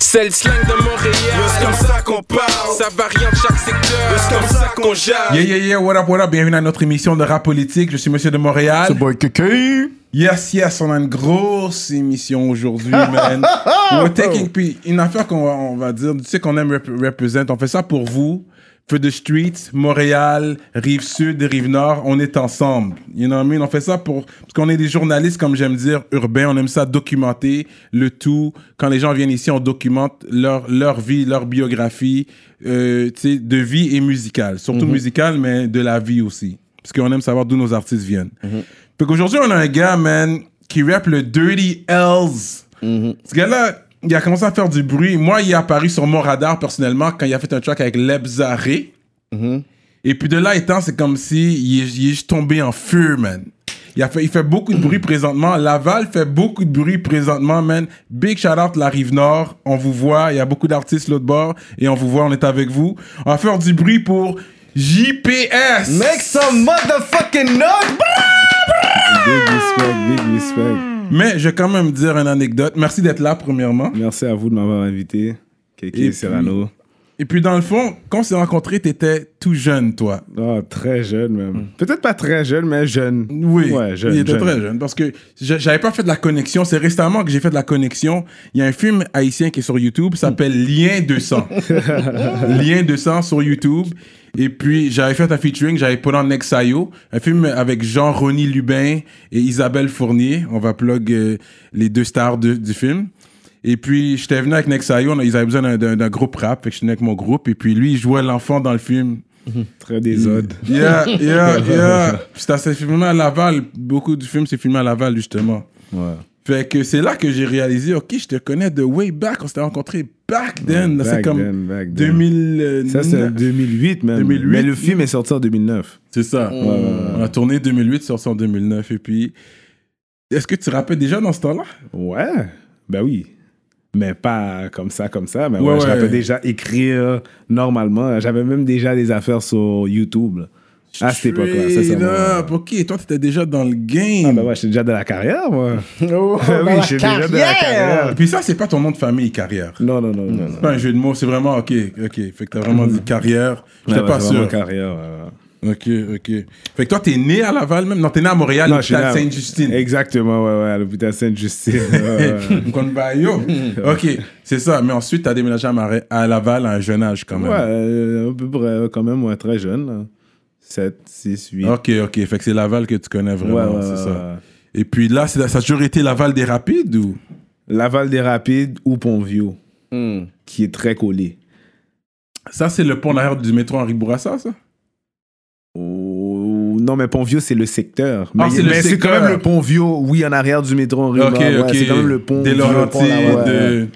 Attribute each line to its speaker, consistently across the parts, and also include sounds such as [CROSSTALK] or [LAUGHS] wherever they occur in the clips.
Speaker 1: C'est le slang de Montréal. C'est comme ça qu'on parle. Ça varie en chaque secteur. C'est comme ça qu'on jase.
Speaker 2: Yeah, yeah, yeah, what up, what up? Bienvenue à notre émission de rap politique. Je suis Monsieur de Montréal.
Speaker 3: boy Kiki.
Speaker 2: Yes, yes, on a une grosse émission aujourd'hui, man. We're taking. Puis une affaire qu'on va, on va dire, tu sais qu'on aime rep- represent. On fait ça pour vous. Feu de streets, Montréal, rive sud, rive nord, on est ensemble. You know what I mean? On fait ça pour. Parce qu'on est des journalistes, comme j'aime dire, urbains. On aime ça documenter le tout. Quand les gens viennent ici, on documente leur, leur vie, leur biographie, euh, tu sais, de vie et musicale. Surtout musicale, mais de la vie aussi. Parce qu'on aime savoir d'où nos artistes viennent. Fait qu'aujourd'hui, on a un gars, man, qui rappe le Dirty L's. Ce gars-là, il a commencé à faire du bruit. Moi, il est apparu sur mon radar personnellement quand il a fait un track avec Lebzaré. Et puis de là étant, c'est comme si il est, il est juste tombé en feu, man. Il, a fait, il fait beaucoup de bruit présentement. Laval fait beaucoup de bruit présentement, man. Big shout out la rive nord. On vous voit. Il y a beaucoup d'artistes l'autre bord. Et on vous voit. On est avec vous. On va faire du bruit pour JPS.
Speaker 3: Make some motherfucking noise.
Speaker 4: Big respect, big respect.
Speaker 2: Mais je vais quand même dire une anecdote. Merci d'être là, premièrement.
Speaker 4: Merci à vous de m'avoir invité,
Speaker 2: Et puis-
Speaker 4: Keke Serrano.
Speaker 2: Et puis, dans le fond, quand on s'est rencontrés, t'étais tout jeune, toi.
Speaker 4: Ah, très jeune même. Peut-être pas très jeune, mais jeune.
Speaker 2: Hmm. Oui,
Speaker 4: Ouais, jeune.
Speaker 2: il était
Speaker 4: jeune.
Speaker 2: très jeune parce que je- j'avais pas fait de la connexion. C'est récemment que j'ai fait de la connexion. Il y a un film haïtien qui est sur YouTube, ça
Speaker 4: Mm.
Speaker 2: s'appelle Lien
Speaker 4: [LAUGHS]
Speaker 2: 200. Lien 200 sur YouTube. Et puis j'avais fait un featuring, j'avais pris en Nexayo, un film avec Jean-Ronny Lubin et Isabelle Fournier. On va plug euh, les deux stars de- du film. Et puis, j'étais venu avec Nexayo, on a- ils avaient besoin d'un- d'un d'un groupe rap, fait que je suis venu avec mon groupe. Et puis, lui, il jouait l'enfant dans le film.
Speaker 4: Très des odes. [LAUGHS]
Speaker 2: Yeah, yeah, yeah. Puis ça s'est filmé à Laval. Beaucoup du film s'est filmé à Laval, justement.
Speaker 4: Ouais.
Speaker 2: Fait que c'est là que j'ai réalisé, OK, je te connais de way back. On s'était rencontrés back then. Là, c'est
Speaker 4: Back
Speaker 2: comme
Speaker 4: then, back then.
Speaker 2: 2009.
Speaker 4: Ça, c'est 2008 même.
Speaker 2: 2008.
Speaker 4: Mais le film est sorti en 2009.
Speaker 2: C'est ça. On a tourné 2008, sorti en 2009. Et puis, est-ce que tu te rappelles déjà dans ce temps-là?
Speaker 4: Ouais. Ben oui. Mais pas comme ça, comme ça. Mais
Speaker 2: Ouais,
Speaker 4: ouais, je
Speaker 2: ouais.
Speaker 4: rappelle déjà écrire normalement. J'avais même déjà des affaires sur YouTube. là. À Ah, cette époque-là, c'est ça.
Speaker 2: Straight
Speaker 4: moi.
Speaker 2: up. OK, toi, t'étais déjà dans le game.
Speaker 4: Ah, ben ouais, j'étais déjà dans la carrière,
Speaker 3: [LAUGHS]
Speaker 4: moi.
Speaker 3: Oh,
Speaker 4: Ben
Speaker 3: dans la
Speaker 4: j'étais déjà dans la carrière.
Speaker 2: Et puis ça, c'est pas ton nom de famille, carrière.
Speaker 4: Non, non, non, non. non.
Speaker 2: C'est pas un jeu de mots, c'est vraiment OK, OK. Fait que t'as vraiment dit carrière. J'étais
Speaker 4: Mm. Ouais,
Speaker 2: pas
Speaker 4: c'est vraiment
Speaker 2: sûr.
Speaker 4: carrière, ouais, ouais.
Speaker 2: Ok, ok. Fait que toi, t'es né à Laval même Non, t'es né à Montréal,
Speaker 4: Non, je suis
Speaker 2: l'hôpital
Speaker 4: là.
Speaker 2: Sainte-Justine.
Speaker 4: Exactement, ouais, ouais, à l'hôpital Sainte-Justine. ouais, ouais.
Speaker 2: Mkon
Speaker 4: [LAUGHS]
Speaker 2: Bayo. ok, c'est ça. Mais ensuite, t'as déménagé à, Marais- à Laval à un jeune âge [LAUGHS] quand
Speaker 4: Ouais,
Speaker 2: même.
Speaker 4: euh, à peu près, euh, quand même, ouais, très jeune. là. 7, 6, 8.
Speaker 2: Ok, ok. Fait que c'est Laval que tu connais
Speaker 4: ouais,
Speaker 2: Ah, vraiment,
Speaker 4: ouais,
Speaker 2: c'est
Speaker 4: ouais,
Speaker 2: ça.
Speaker 4: ouais.
Speaker 2: Et puis là, c'est- ça a toujours été Laval des Rapides ou
Speaker 4: Laval des Rapides ou Pontvio,
Speaker 3: Hmm.
Speaker 4: qui est très collé.
Speaker 2: Ça, c'est le pont derrière du métro Henri Bourassa, ça
Speaker 4: Oh, non, mais Pontvio, c'est le secteur. Mais,
Speaker 2: Ah, c'est le
Speaker 4: mais c'est quand
Speaker 2: secteur.
Speaker 4: même le Pontvio, oui, en arrière du métro Henri
Speaker 2: Ok,
Speaker 4: Lenoir, ouais,
Speaker 2: ok.
Speaker 4: C'est quand même le pont.
Speaker 2: Des
Speaker 4: le
Speaker 2: Laurentides.
Speaker 4: pont
Speaker 2: euh,
Speaker 4: là, ouais, ouais.
Speaker 2: de...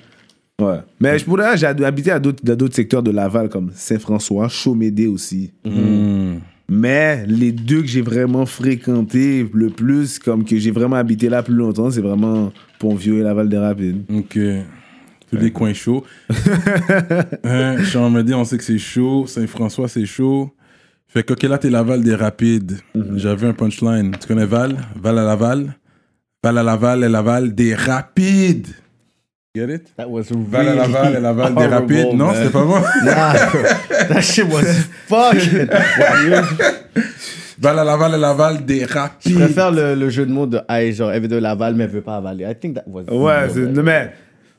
Speaker 4: Ouais. Mais je pourrais, j'ai habité à d'autres dans d'autres secteurs de Laval, comme Saint-François, Chaumédé aussi.
Speaker 2: Hmm.
Speaker 4: Mais les deux que j'ai vraiment fréquenté le plus, comme que j'ai vraiment habité là plus longtemps, c'est vraiment Pontvio et Laval des Rapides.
Speaker 2: Ok. Tous les coins
Speaker 4: [LAUGHS]
Speaker 2: chauds. hein, je suis en me dire, on sait que c'est chaud. Saint-François, c'est chaud. Fait que, ok, là, t'es Laval des rapides.
Speaker 4: Mhm.
Speaker 2: J'avais un punchline. Tu connais Val Val à Laval Val à Laval et Laval des rapides. Get it
Speaker 3: That was
Speaker 2: Val à Laval et Laval
Speaker 4: [LAUGHS] Oh,
Speaker 2: des rapides. Non, c'était pas bon.
Speaker 3: [LAUGHS] That shit was [LAUGHS] fucking.
Speaker 2: Val à Laval et Laval des rapides.
Speaker 3: Je préfère le, le jeu de mots de Aïe, genre, elle veut de Laval, mais elle veut pas avaler. I think that was.
Speaker 4: Ouais, c'est- non, mais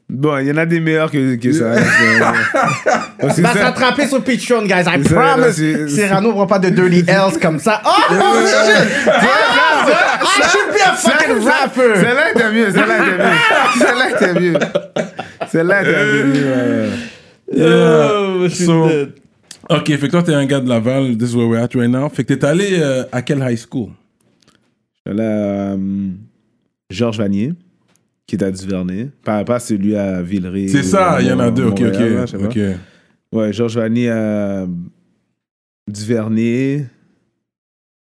Speaker 4: bon, il y en a des meilleurs que, que ça. hein,
Speaker 2: [LAUGHS]
Speaker 4: Parce que
Speaker 2: Bah,
Speaker 3: Va
Speaker 4: ça-
Speaker 3: s'attraper sur Patreon, guys. I
Speaker 4: C'est ça, là,
Speaker 3: promise.
Speaker 4: c'est-
Speaker 3: Cyrano prend pas de dirty L's comme ça. [LAUGHS] Oh, oh shit! Ah, I should be a fucking rapper!
Speaker 4: Celle-là était mieux, celle-là était mieux. Celle-là était mieux. Celle-là était mieux.
Speaker 2: Euh.
Speaker 4: ouais.
Speaker 3: Oh, je suis
Speaker 2: So-
Speaker 3: dead.
Speaker 2: Ok, fait que toi, t'es un gars de Laval. This is where we're at right now. Fait que t'es allé euh, à quelle high school
Speaker 4: Là, euh, Georges Vanier, qui est à Duvernay. Pas, pas celui à Villeray.
Speaker 2: C'est
Speaker 4: ou
Speaker 2: ça,
Speaker 4: à
Speaker 2: il y en a
Speaker 4: Mont-
Speaker 2: deux. Ok,
Speaker 4: Montréal, là, je sais
Speaker 2: ok.
Speaker 4: pas.
Speaker 2: Ok.
Speaker 4: Ouais, Georges Vanier à Duvernay.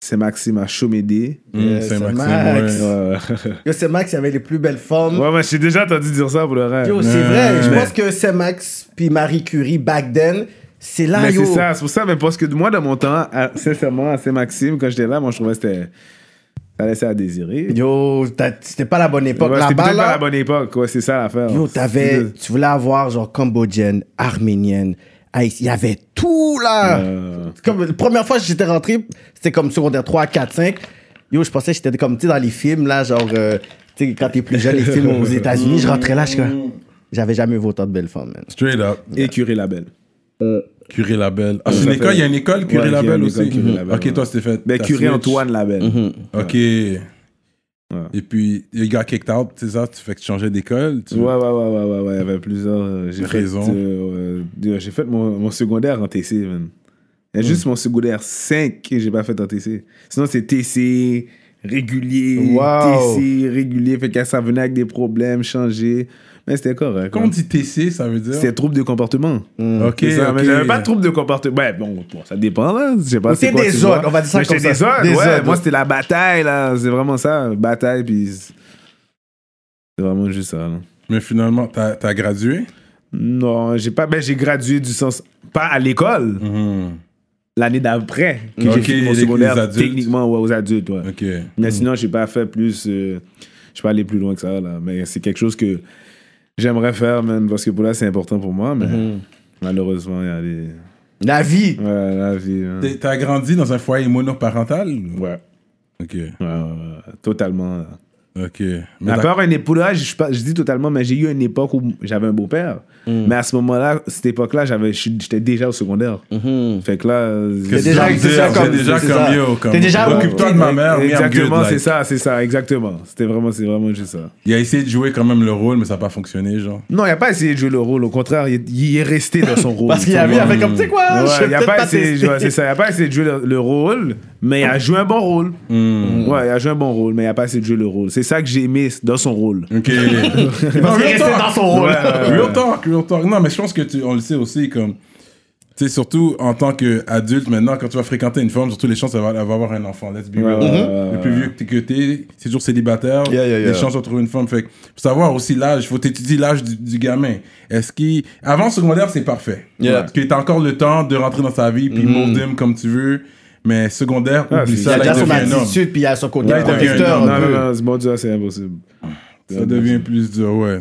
Speaker 4: C'est Maxime à Chaumédé.
Speaker 2: Hmm,
Speaker 3: Yeah,
Speaker 2: Saint-Maxime,
Speaker 3: Saint-Max.
Speaker 2: ouais.
Speaker 3: [LAUGHS]
Speaker 4: Ouais,
Speaker 3: Yo, c'est Max, il avait les plus belles formes.
Speaker 4: ouais, mais j'ai déjà entendu dire ça pour le rêve.
Speaker 3: Yo,
Speaker 2: Ouais.
Speaker 3: c'est vrai. Je
Speaker 2: Mais-
Speaker 3: pense que c'est Max puis Marie Curie back then. C'est là,
Speaker 4: Mais
Speaker 3: yo.
Speaker 4: c'est ça, c'est pour ça, mais parce que moi, dans mon temps, à- sincèrement, à Saint-Maxime, quand j'étais là, moi, je trouvais que c'était. Ça laissait à désirer.
Speaker 3: Yo, t'as- c'était pas la bonne époque.
Speaker 4: Ouais, C'était
Speaker 3: Là-bas,
Speaker 4: peut-être pas
Speaker 3: là,
Speaker 4: la bonne époque, ouais, c'est ça l'affaire.
Speaker 3: yo, t'avais, tu voulais avoir genre cambodgienne, arménienne, haïtienne. Il y avait tout là.
Speaker 4: Euh.
Speaker 3: Comme la première fois que j'étais rentré, c'était comme secondaire 3, 4, 5. Yo, je pensais que j'étais comme, tu sais, dans les films là, genre, euh, tu sais, quand t'es plus jeune, les films aux États-Unis, je rentrais là, je suis comme, j'avais jamais vu autant de belles femmes, man.
Speaker 2: Straight up.
Speaker 4: Et Curé Label.
Speaker 2: Curé Label. Ah, c'est une
Speaker 4: Ça
Speaker 2: école,
Speaker 4: fait-
Speaker 2: il y a une école Curé
Speaker 4: Ouais, il y a
Speaker 2: Label
Speaker 4: une
Speaker 2: aussi.
Speaker 4: école Curé
Speaker 2: Mhm.
Speaker 4: Label,
Speaker 2: ok, toi, c'était fait.
Speaker 4: Ben,
Speaker 2: t'as
Speaker 4: Curé
Speaker 2: switch.
Speaker 4: Antoine Label.
Speaker 3: Mm-hmm.
Speaker 2: Ok. Et puis, il got kicked out, c'est ça, tu fais que tu changeais d'école. tu-
Speaker 4: Ouais, ouais, ouais, ouais, ouais, ouais, il y avait plusieurs. euh, J'ai
Speaker 2: Raison.
Speaker 4: Fait, euh, euh, j'ai fait mon, mon secondaire en TC, man. Il y a
Speaker 3: Hmm.
Speaker 4: juste mon secondaire 5 que j'ai pas fait en TC. Sinon, c'est TC, régulier,
Speaker 3: Wow.
Speaker 4: TC, régulier. Fait qu'à ça venait avec des problèmes, changer. Mais c'était correct.
Speaker 2: Quand on
Speaker 4: man.
Speaker 2: dit TC, ça veut dire.
Speaker 4: C'était trouble de comportement.
Speaker 3: Hmm.
Speaker 2: Ok,
Speaker 4: C'est ça,
Speaker 2: ok.
Speaker 4: mais j'avais pas de trouble de comportement. Ouais, bon, bon, ça dépend, là. Je sais pas.
Speaker 3: Ou
Speaker 4: c'est
Speaker 3: t'es
Speaker 4: quoi,
Speaker 3: des
Speaker 4: tu
Speaker 3: autres,
Speaker 4: vois.
Speaker 3: on va dire ça
Speaker 4: Mais
Speaker 3: comme
Speaker 4: j'étais
Speaker 3: ça.
Speaker 4: des
Speaker 3: Des
Speaker 4: autres, ouais.
Speaker 3: autres.
Speaker 4: Moi, c'était la bataille, là. C'est vraiment ça. Bataille, puis. C'est vraiment juste ça, là.
Speaker 2: Mais finalement, t'as as gradué.
Speaker 4: Non, j'ai pas. Ben, j'ai gradué du sens. Pas à l'école,
Speaker 2: Mhm.
Speaker 4: l'année d'après que
Speaker 2: Ok,
Speaker 4: j'ai fini mon
Speaker 2: les- les
Speaker 4: secondaire.
Speaker 2: adultes.
Speaker 4: Techniquement, ouais, aux adultes, ouais.
Speaker 2: Ok.
Speaker 4: Mais sinon, j'ai pas fait plus. euh, je peux aller plus loin que ça, là. Mais c'est quelque chose que j'aimerais faire, man, parce que pour là, c'est important pour moi, mais malheureusement, il y a des.
Speaker 3: La vie.
Speaker 4: Ouais, la vie. hein.
Speaker 2: T'es- T'as grandi dans un foyer monoparental ou-
Speaker 4: Ouais.
Speaker 2: Ok.
Speaker 4: Ouais, ouais, ouais, totalement. là.
Speaker 2: Ok. Mais t'as-
Speaker 4: D'accord, une époque, là, je, suis pas- je dis totalement, mais j'ai eu une époque où j'avais un beau-père. Mais à ce moment-là, cette époque-là, j'avais- je suis- j'étais déjà au secondaire. Fait que là. euh,
Speaker 2: Qu'est-ce
Speaker 4: j'ai-
Speaker 2: que
Speaker 3: déjà-
Speaker 2: tu vas me
Speaker 3: c'est ça
Speaker 2: dire?
Speaker 3: comme-
Speaker 2: J'ai déjà
Speaker 3: c'est
Speaker 2: comme
Speaker 3: ça.
Speaker 2: yo, comme-
Speaker 3: T'es déjà
Speaker 2: Occupe-toi de ma mère, me, I'm
Speaker 4: Exactement,
Speaker 2: good,
Speaker 4: c'est
Speaker 2: like.
Speaker 4: ça, c'est ça, exactement. C'était vraiment, c'est vraiment juste ça.
Speaker 2: Il a essayé de jouer quand même le rôle, mais ça n'a pas fonctionné, genre.
Speaker 4: Non, il n'a pas essayé de jouer le rôle. Au contraire, il, il est resté dans son rôle.
Speaker 3: Parce qu'il y avait, il avait comme, tu sais quoi, je
Speaker 4: Ouais,
Speaker 3: vais
Speaker 4: il a
Speaker 3: peut-être
Speaker 4: pas
Speaker 3: pas
Speaker 4: essayé,
Speaker 3: tester.
Speaker 4: ouais, c'est ça, il a pas essayé de jouer le, le rôle, mais il a joué un bon rôle. Ouais, il a joué un bon rôle, mais il a pas essayé de jouer le rôle. C'est ça que j'ai aimé dans son rôle. [LAUGHS]
Speaker 2: Ok. Non,
Speaker 3: Il
Speaker 2: real
Speaker 3: restait
Speaker 2: talk.
Speaker 3: dans son rôle.
Speaker 2: Real talk, real talk. Non, mais je pense que tu, on le sait aussi, comme. Tu sais, surtout en tant qu'adulte, maintenant, quand tu vas fréquenter une femme, surtout les chances d'avoir d'avoir avoir un enfant. Let's be
Speaker 4: Ouais,
Speaker 2: real.
Speaker 4: ouais, ouais,
Speaker 2: Le plus vieux que t'es- que t'es, c'est toujours célibataire.
Speaker 3: Yeah, yeah, yeah.
Speaker 2: Les chances de trouver une femme. Fait que, faut savoir aussi l'âge, faut t'étudier l'âge du, du gamin. Est-ce qu'il. Avant secondaire, c'est parfait.
Speaker 3: Yeah.
Speaker 2: Parce que t'as encore le temps de rentrer dans sa vie, puis mold him comme tu veux. Mais secondaire,
Speaker 4: Ah,
Speaker 2: oublie
Speaker 4: c'est-
Speaker 3: Il y
Speaker 2: ça,
Speaker 3: a
Speaker 2: là,
Speaker 3: déjà
Speaker 2: il
Speaker 3: son
Speaker 2: devient un homme.
Speaker 3: attitude, puis il y a son côté
Speaker 2: Là, il devient un
Speaker 3: protecteur.
Speaker 2: homme.
Speaker 3: un
Speaker 4: Ah, Non, non,
Speaker 3: peu.
Speaker 4: non, c'est bon Dieu, c'est impossible.
Speaker 2: Ça devient plus dur, ouais.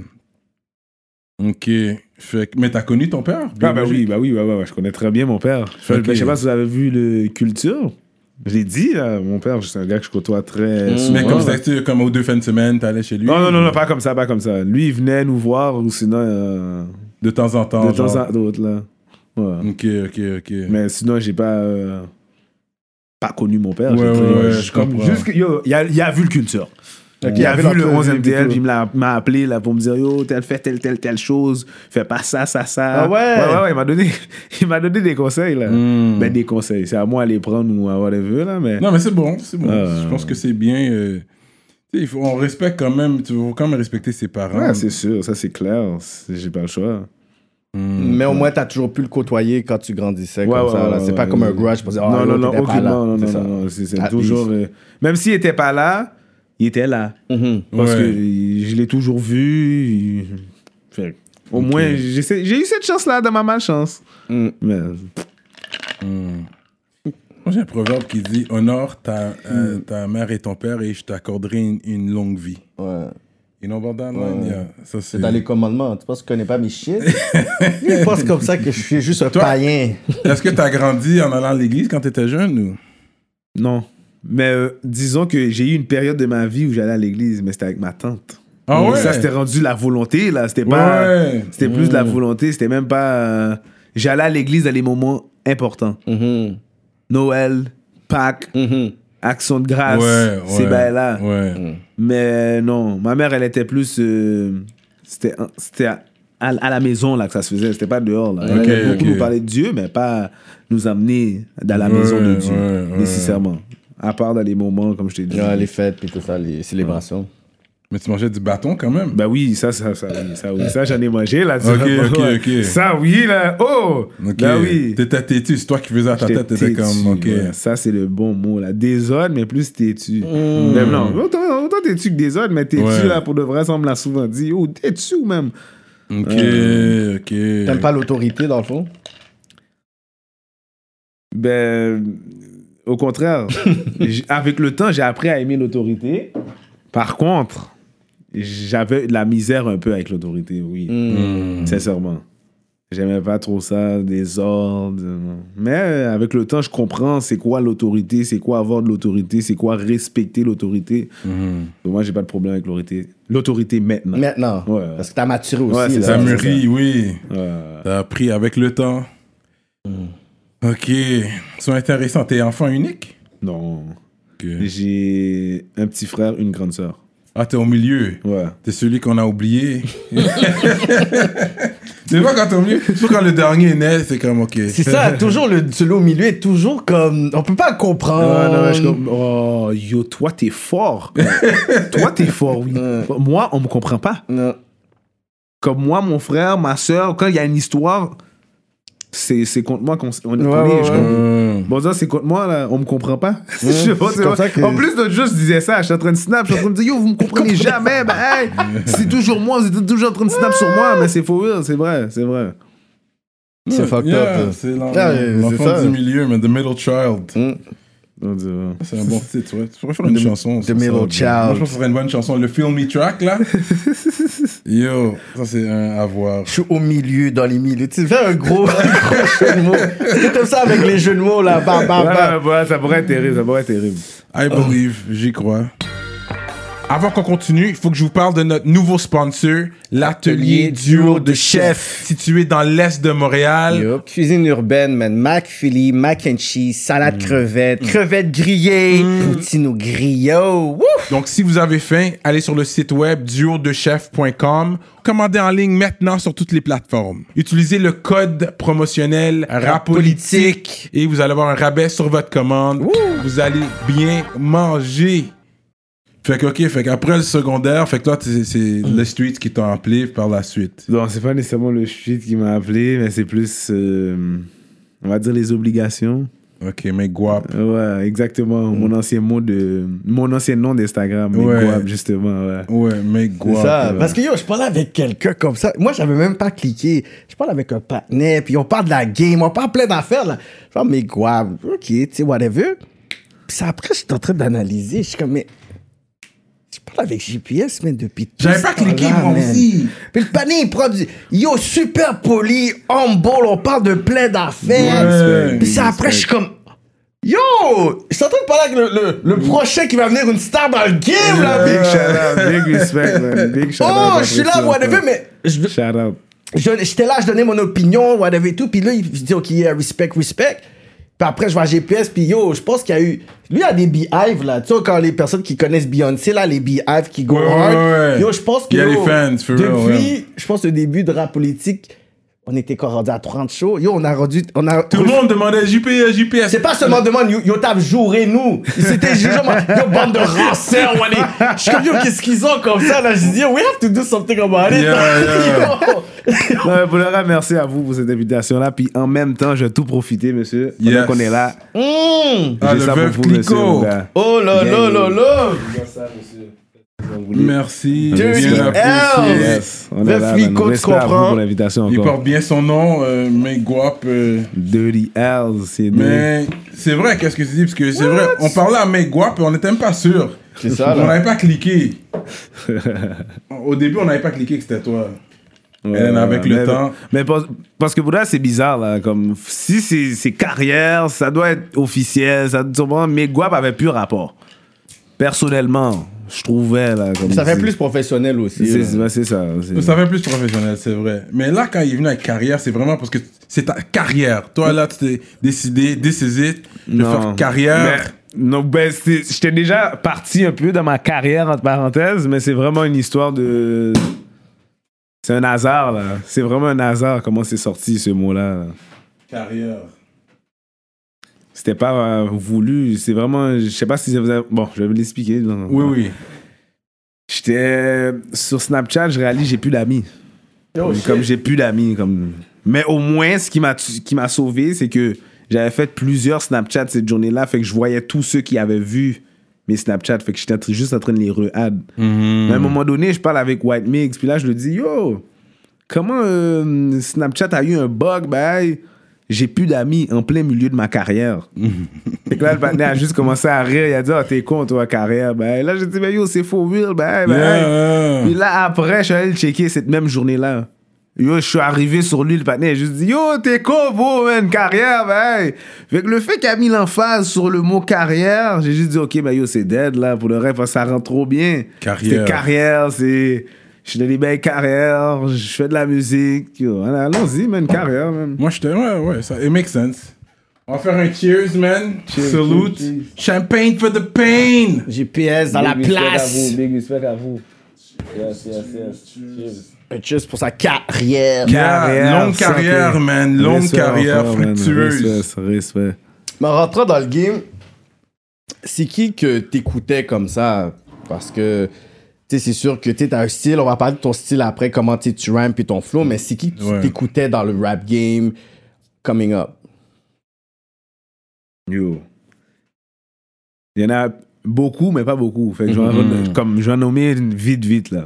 Speaker 2: Ok. Fait que- mais t'as connu ton père
Speaker 4: Ah, bah oui, bah oui, bah, bah, bah, je connais très bien mon père. Je,
Speaker 2: Ok.
Speaker 4: ben, je sais pas si vous avez vu le Culture. Je l'ai dit, là, mon père, c'est un gars que je côtoie très souvent.
Speaker 2: Mmh. Mais comme
Speaker 4: là.
Speaker 2: ça, tu- comme aux deux fins de semaine, t'allais chez lui
Speaker 4: Non, non, non, non, pas comme ça, pas comme ça. Lui, il venait nous voir, ou sinon, euh,
Speaker 2: De temps en temps.
Speaker 4: de temps
Speaker 2: Ah, genre.
Speaker 4: à autre, là. Ouais.
Speaker 2: Ok, ok, ok.
Speaker 4: Mais sinon, j'ai pas. euh, pas connu mon père.
Speaker 2: Ouais,
Speaker 4: J'ai-
Speaker 2: ouais, ouais, je
Speaker 4: comme-
Speaker 2: comprends.
Speaker 4: jusque- yo, il, a, il a vu le culture.
Speaker 3: il
Speaker 4: il a
Speaker 3: avait
Speaker 4: vu le
Speaker 3: l'entrevue
Speaker 4: 11
Speaker 3: et
Speaker 4: MTL,
Speaker 3: tout.
Speaker 4: puis il me l'a- m'a appelé là, pour me dire Yo, t'as fait telle, telle, telle chose, fais pas ça, ça, ça.
Speaker 3: Ah ouais?
Speaker 4: Ouais, ouais, ouais, il m'a donné, [LAUGHS] il m'a donné des conseils là.
Speaker 3: Mm.
Speaker 2: Hmm.
Speaker 4: Ben, des conseils. C'est à moi de les prendre ou avoir les vœux là, mais.
Speaker 2: Non, mais c'est bon, c'est bon.
Speaker 4: Ah.
Speaker 2: Je pense que c'est bien. euh, tu sais, il faut, on respecte quand même, tu faut quand même respecter ses parents.
Speaker 3: Mm.
Speaker 4: Ouais, c'est sûr, ça c'est clair, C'est- j'ai pas le choix.
Speaker 3: Mais au moins, t'as toujours pu le côtoyer quand tu grandissais
Speaker 4: Ouais,
Speaker 3: comme
Speaker 4: ouais,
Speaker 3: ça. là.
Speaker 4: ouais,
Speaker 3: c'est pas
Speaker 4: ouais.
Speaker 3: comme un grudge pour dire, Ah,
Speaker 4: non, non,
Speaker 3: l'autre
Speaker 4: non,
Speaker 3: était pas
Speaker 4: aucune-
Speaker 3: là.
Speaker 4: non, non,
Speaker 3: C'est
Speaker 4: non,
Speaker 3: ça. Ah,
Speaker 4: non, c'est c'est
Speaker 3: At
Speaker 4: toujours. euh, même s'il était pas là, il était là.
Speaker 3: Mhm.
Speaker 4: Parce
Speaker 2: Ouais.
Speaker 4: que je l'ai toujours vu. il- Fait que, au moins, j'essaie- j'ai eu cette chance-là dans ma malchance.
Speaker 3: Mm.
Speaker 4: Mais,
Speaker 2: Moi, j'ai un proverbe qui dit Honore ta,
Speaker 4: Hmm.
Speaker 2: euh, ta mère et ton père et je t'accorderai une, une longue vie.
Speaker 3: Ouais.
Speaker 2: You know about that line? Yeah. Ça, c'est.
Speaker 3: C'est dans les commandements. Tu penses que je connais pas mes [LAUGHS] shit? Je pense comme ça que je suis juste un
Speaker 2: Toi-
Speaker 3: païen.
Speaker 2: Est-ce que t'as grandi en allant à l'église quand t'étais jeune ou?
Speaker 4: non. Mais euh, disons que j'ai eu une période de ma vie où j'allais à l'église, mais c'était avec ma tante.
Speaker 2: Ah ouais?
Speaker 4: Euh, Ça, c'était rendu la volonté, là. C'était pas.
Speaker 2: Ouais.
Speaker 4: C'était plus de
Speaker 3: Mmh.
Speaker 4: la volonté, c'était même pas. euh, j'allais à l'église à des moments importants.
Speaker 3: Mmh.
Speaker 4: Noël, Pâques, Action de grâce,
Speaker 2: ouais,
Speaker 4: ces
Speaker 2: ouais,
Speaker 4: bails-là.
Speaker 2: Ouais.
Speaker 4: Mais non, ma mère, elle était plus. euh, c'était c'était à, à- à la maison là, que ça se faisait, c'était pas dehors. Là. Elle
Speaker 2: Ok,
Speaker 4: aimait beaucoup
Speaker 2: ok.
Speaker 4: nous parler de Dieu, mais pas nous amener dans la
Speaker 2: Ouais,
Speaker 4: maison de Dieu,
Speaker 2: ouais, ouais.
Speaker 4: nécessairement. À part dans les moments, comme je t'ai dit.
Speaker 3: Ouais, les fêtes puis tout ça, les célébrations.
Speaker 2: Mais tu mangeais du bâton quand même.
Speaker 4: Ben oui, ça, ça, ça, oui, ça, oui. Ça, j'en ai mangé là. tu
Speaker 2: Ok,
Speaker 4: vois.
Speaker 2: ok,
Speaker 4: Ouais.
Speaker 2: ok.
Speaker 4: Ça, oui, là. Oh!
Speaker 2: Ok.
Speaker 4: Là, oui.
Speaker 2: T'étais têtu, c'est toi qui faisais à ta
Speaker 4: J'étais
Speaker 2: tête, t'étais
Speaker 4: têtu,
Speaker 2: comme, ok.
Speaker 4: ouais. Ça, c'est le bon mot, là. Désordre, mais plus têtu.
Speaker 3: Mm.
Speaker 4: Même non, autant, autant têtu que désordre, mais têtu,
Speaker 2: Mm. Ouais.
Speaker 4: là, pour de vrai, ça, on me l'a souvent dit. Oh, têtu, même.
Speaker 2: Ok, ok.
Speaker 3: T'aimes pas l'autorité, dans le fond?
Speaker 4: Ben, Au
Speaker 2: [LAUGHS]
Speaker 4: contraire, j- avec le temps, j'ai appris à aimer l'autorité. Par contre, j'avais de la misère un peu avec l'autorité,
Speaker 2: Mm.
Speaker 4: oui.
Speaker 3: Mm.
Speaker 4: Sincèrement. J'aimais pas trop ça, des ordres. non. Mais euh, avec le temps, je comprends c'est quoi l'autorité, c'est quoi avoir de l'autorité, c'est quoi respecter l'autorité.
Speaker 2: Mm.
Speaker 4: Donc moi, j'ai pas de problème avec l'autorité. L'autorité maintenant.
Speaker 3: Maintenant.
Speaker 4: Ouais, ouais.
Speaker 3: Parce que t'as maturé aussi.
Speaker 4: Ouais, c'est
Speaker 3: là.
Speaker 2: T'as
Speaker 4: ça, mûrit.
Speaker 2: mûri, oui.
Speaker 4: Euh,
Speaker 2: T'as appris avec le temps.
Speaker 4: Mm.
Speaker 2: Ok. Ils sont intéressants. T'es enfant unique
Speaker 4: non.
Speaker 2: Ok.
Speaker 4: J'ai un petit frère, une grande sœur.
Speaker 2: Ah, t'es au milieu.
Speaker 4: Ouais.
Speaker 2: T'es celui qu'on a
Speaker 4: [LAUGHS]
Speaker 2: oublié. c'est pas quand t'es au milieu. Surtout quand le dernier est né, c'est comme ok.
Speaker 3: C'est ça, toujours le celui au milieu est toujours comme. On peut pas
Speaker 4: Ah,
Speaker 3: comprendre.
Speaker 4: non, mais je com- oh, yo, toi, t'es
Speaker 3: [LAUGHS]
Speaker 4: fort. toi, t'es fort, oui. Moi, on me comprend pas.
Speaker 3: Non.
Speaker 4: Comme moi, mon frère, ma soeur, quand il y a une histoire, c'est c'est contre moi qu'on s- on est
Speaker 3: Ouais,
Speaker 4: tourné,
Speaker 3: ouais,
Speaker 4: je
Speaker 3: ouais.
Speaker 4: comprends.
Speaker 2: Hum.
Speaker 4: Bon, ça, c'est contre moi, là. On me comprend pas. [LAUGHS] Je sais pas,
Speaker 3: c'est
Speaker 4: c'est pas-
Speaker 3: comme ça que-
Speaker 4: En plus, l'autre jour, je disais ça. Je suis en train de snap. Je suis en train de dire, yo, vous me [LAUGHS] comprenez jamais. ben, hey, c'est toujours moi. Vous êtes toujours en train de snap sur moi. Mais c'est faux, c'est vrai, c'est vrai.
Speaker 3: C'est
Speaker 2: Yeah,
Speaker 3: fucked up.
Speaker 2: C'est l'en-
Speaker 3: Ah, ouais, c'est
Speaker 2: l'enfant
Speaker 3: ça.
Speaker 2: du milieu, mais The Middle Child.
Speaker 3: Mm.
Speaker 4: On dit, ouais.
Speaker 2: C'est un bon titre, ouais. Tu pourrais faire une chanson. sur ça,
Speaker 3: Middle
Speaker 2: bro.
Speaker 3: Child.
Speaker 2: Moi, je pense que ce serait une bonne chanson. Le Feel Me track,
Speaker 3: [LAUGHS]
Speaker 2: là. Yo, ça, c'est un à voir.
Speaker 3: Je suis au milieu, dans les milieux. Tu sais, fais un gros, [LAUGHS] un gros jeu de mots. C'est comme ça avec les jeux de mots, là. Bam, bam,
Speaker 4: Ouais,
Speaker 3: bam.
Speaker 4: ouais, ouais, ça pourrait être terrible. Ça pourrait être terrible.
Speaker 2: I believe, j'y crois. Avant qu'on continue, il faut que je vous parle de notre nouveau sponsor, l'atelier Duo de Chef, situé dans l'est de Montréal.
Speaker 3: Yup. Cuisine urbaine, man. Mac Philly, mac and cheese,
Speaker 2: Mm.
Speaker 3: salade crevette, crevette grillée, poutine au griot. Wouf!
Speaker 2: Donc, si vous avez faim, allez sur le site web duodechef.com. Commandez en ligne maintenant sur toutes les plateformes. Utilisez le code promotionnel RAPOLITIQUE et vous allez avoir un rabais sur votre commande. Vous allez bien manger. Fait que, OK, fait qu'après le secondaire, fait que là, t'es- c'est
Speaker 3: Mm.
Speaker 2: le street qui t'a appelé par la suite.
Speaker 4: Non, c'est pas nécessairement le shit qui m'a appelé, mais c'est plus, euh, on va dire, les obligations.
Speaker 2: OK, mais guap.
Speaker 4: Ouais, exactement. Mon ancien mot de. Mon ancien nom d'Instagram, mais
Speaker 2: Ouais.
Speaker 4: Guab, justement, ouais.
Speaker 2: Ouais, mais guap.
Speaker 3: Ça,
Speaker 2: là.
Speaker 3: parce que yo, je parle avec quelqu'un comme ça. Moi, j'avais même pas cliqué. Je parle avec un partenaire, puis on parle de la game, on parle plein d'affaires, là. Genre, mais guave, ok, tu sais, whatever. Puis ça, après, j'étais en train d'analyser. Je suis comme, mais. Je parle avec GPS, mais depuis tout
Speaker 2: J'avais
Speaker 3: ce
Speaker 2: pas cliqué,
Speaker 3: temps-là,
Speaker 2: moi
Speaker 3: Ah, man.
Speaker 2: aussi.
Speaker 3: Puis le panier, il prend du. Yo, super poli, humble, on parle de plein d'affaires.
Speaker 2: Ouais.
Speaker 3: Puis ça, après, je suis comme. Yo! Je suis en train de parler avec le, le- le prochain qui va venir une star dans le game, là,
Speaker 4: Big
Speaker 3: bitch.
Speaker 4: shout out, big respect, man. Big shout out.
Speaker 3: Oh, je suis là, whatever, mais je-
Speaker 4: Shout out.
Speaker 3: je- j'étais là, je donnais mon opinion, whatever et tout. Puis là, il dit, OK, yeah, respect, respect. Puis après, je vois GPS, puis yo, je pense qu'il y a eu. Lui, il y a des beehives, là. Tu sais, quand les personnes qui connaissent Beyoncé, là, les beehives qui go
Speaker 2: Ouais, ouais,
Speaker 3: hard.
Speaker 2: ouais.
Speaker 3: Yo, je pense que.
Speaker 2: Il y a
Speaker 3: yo,
Speaker 2: les fans, for real,
Speaker 3: Depuis,
Speaker 2: ouais.
Speaker 3: je pense, le début de rap politique, on était encore rendu à 30 shows. Yo, on a rendu. On a,
Speaker 2: Tout le monde demandait E, JPS, JPS.
Speaker 3: c'est pas seulement demande, yo, yo t'as jouré nous. C'était juste, genre, [LAUGHS] yo, bande de rancères, Wally. Je suis comme, yo, qu'est-ce qu'ils ont comme ça, là? Je dis, yo, we have to do something about it. [LAUGHS]
Speaker 2: Yeah, yeah.
Speaker 3: Yo.
Speaker 4: Non, mais pour le reste, merci à vous pour cette invitation-là. Puis en même temps, je vais tout profiter, monsieur.
Speaker 2: Yes.
Speaker 4: Donc, on est là.
Speaker 3: Mm.
Speaker 2: Ah,
Speaker 4: J'ai
Speaker 2: le
Speaker 4: ça
Speaker 2: veuve
Speaker 4: pour vous, monsieur.
Speaker 2: Clicquot.
Speaker 4: mon gars.
Speaker 3: Oh là là là là.
Speaker 2: Merci.
Speaker 3: Dirty
Speaker 2: bien
Speaker 3: L.
Speaker 2: apprécié.
Speaker 4: Yes, on
Speaker 3: Le
Speaker 4: est là. man.
Speaker 3: flico, tu
Speaker 4: Respect à vous
Speaker 3: comprends.
Speaker 4: pour l'invitation
Speaker 2: Il
Speaker 4: encore.
Speaker 2: porte bien son nom, euh, mais Guap. euh,
Speaker 4: Dirty Hells, c'est
Speaker 2: mais c'est vrai, qu'est-ce que tu dis Parce que c'est vrai, on parlait à Meg Guap et on n'était même pas sûr.
Speaker 3: C'est ça, là.
Speaker 2: On n'avait
Speaker 4: [LAUGHS]
Speaker 2: pas cliqué. Au début, on n'avait pas cliqué que c'était toi.
Speaker 4: Ouais,
Speaker 2: And avec le
Speaker 4: mais-
Speaker 2: temps.
Speaker 4: Mais parce, parce que pour là, c'est bizarre, là. Comme, si c'est c'est carrière, ça doit être officiel, ça doit Mais Guap avait plus rapport. Personnellement, je trouvais, là. Comme
Speaker 3: Ça fait
Speaker 4: c'est-
Speaker 3: plus professionnel aussi.
Speaker 4: C'est
Speaker 3: là.
Speaker 4: c'est- ouais, c'est ça. c'est-
Speaker 2: Ça fait plus professionnel, c'est vrai. Mais là, quand il est venu avec carrière, c'est vraiment parce que c'est ta carrière. Toi, là, tu t'es décidé, this is it, de
Speaker 4: Non.
Speaker 2: faire carrière.
Speaker 4: Mais- non, ben, c'est- j'étais déjà parti un peu dans ma carrière, entre parenthèses, mais c'est vraiment une histoire de. C'est un hasard, là. C'est vraiment un hasard comment c'est sorti ce mot-là. là.
Speaker 2: Carrière.
Speaker 4: C'était pas euh, voulu. C'est vraiment. Je sais pas si ça vous a- Bon, je vais vous l'expliquer. non.
Speaker 2: Oui, oui.
Speaker 4: J'étais sur Snapchat, je réalise j'ai plus d'amis.
Speaker 3: Yo, shit.
Speaker 4: comme j'ai plus d'amis comme mais au moins ce qui m'a tu- qui m'a sauvé c'est que j'avais fait plusieurs Snapchats cette journée-là fait que je voyais tous ceux qui avaient vu mes Snapchats fait que j'étais en tr- juste en train de les re-add. Mais à un moment donné, je parle avec White Mix puis là je lui dis yo comment euh, Snapchat a eu un bug bah hey, j'ai plus d'amis en plein milieu de ma carrière. Fait que là, le partenaire a juste commencé à rire. Il a dit, oh, t'es con, toi, carrière. Ben, là, j'ai dit, mais yo, c'est faux, real. Ben, ben,
Speaker 2: Yeah.
Speaker 4: Puis là, après, je suis allé le checker cette même journée-là. Yo, je suis arrivé sur lui, le partenaire. J'ai juste dit, yo, t'es con, bro, man, carrière, ben. Fait que le fait qu'il a mis l'emphase sur le mot carrière, j'ai juste dit, ok, ben, yo, c'est dead, là, pour le rêve, ça rentre trop bien.
Speaker 2: Carrière.
Speaker 4: C'est carrière, c'est. Je suis dans des belles carrières, je fais de la musique. Yo, allons-y, man, carrière, man.
Speaker 2: Moi, j'étais. Ouais, ouais, ça. It makes sense. On va faire un cheers, man. Salute.
Speaker 4: cheers,
Speaker 2: Champagne for the pain.
Speaker 3: GPS dans la
Speaker 5: Big respect à
Speaker 3: place.
Speaker 5: vous, Big respect à vous. Yes, yes, yes. Cheers.
Speaker 3: Un cheers pour sa carrière.
Speaker 4: Carrière,
Speaker 2: Yeah, longue carrière,
Speaker 4: santé.
Speaker 2: man. Longue
Speaker 4: Respect,
Speaker 2: carrière
Speaker 4: enfin, man.
Speaker 2: fructueuse.
Speaker 4: Respect, respect.
Speaker 3: Mais en rentrant dans le game, c'est qui que t'écoutais comme ça? Parce que, tu sais, c'est sûr que tu sais, t'as un style, on va parler de ton style après, comment tu sais, tu rampes et ton flow, mais c'est qui que tu
Speaker 2: Ouais.
Speaker 3: t'écoutais dans le rap game coming up?
Speaker 4: Yo. Il y en a beaucoup, mais pas beaucoup. Fait que je vais en- comme je vais en nommer une vite, vite, là.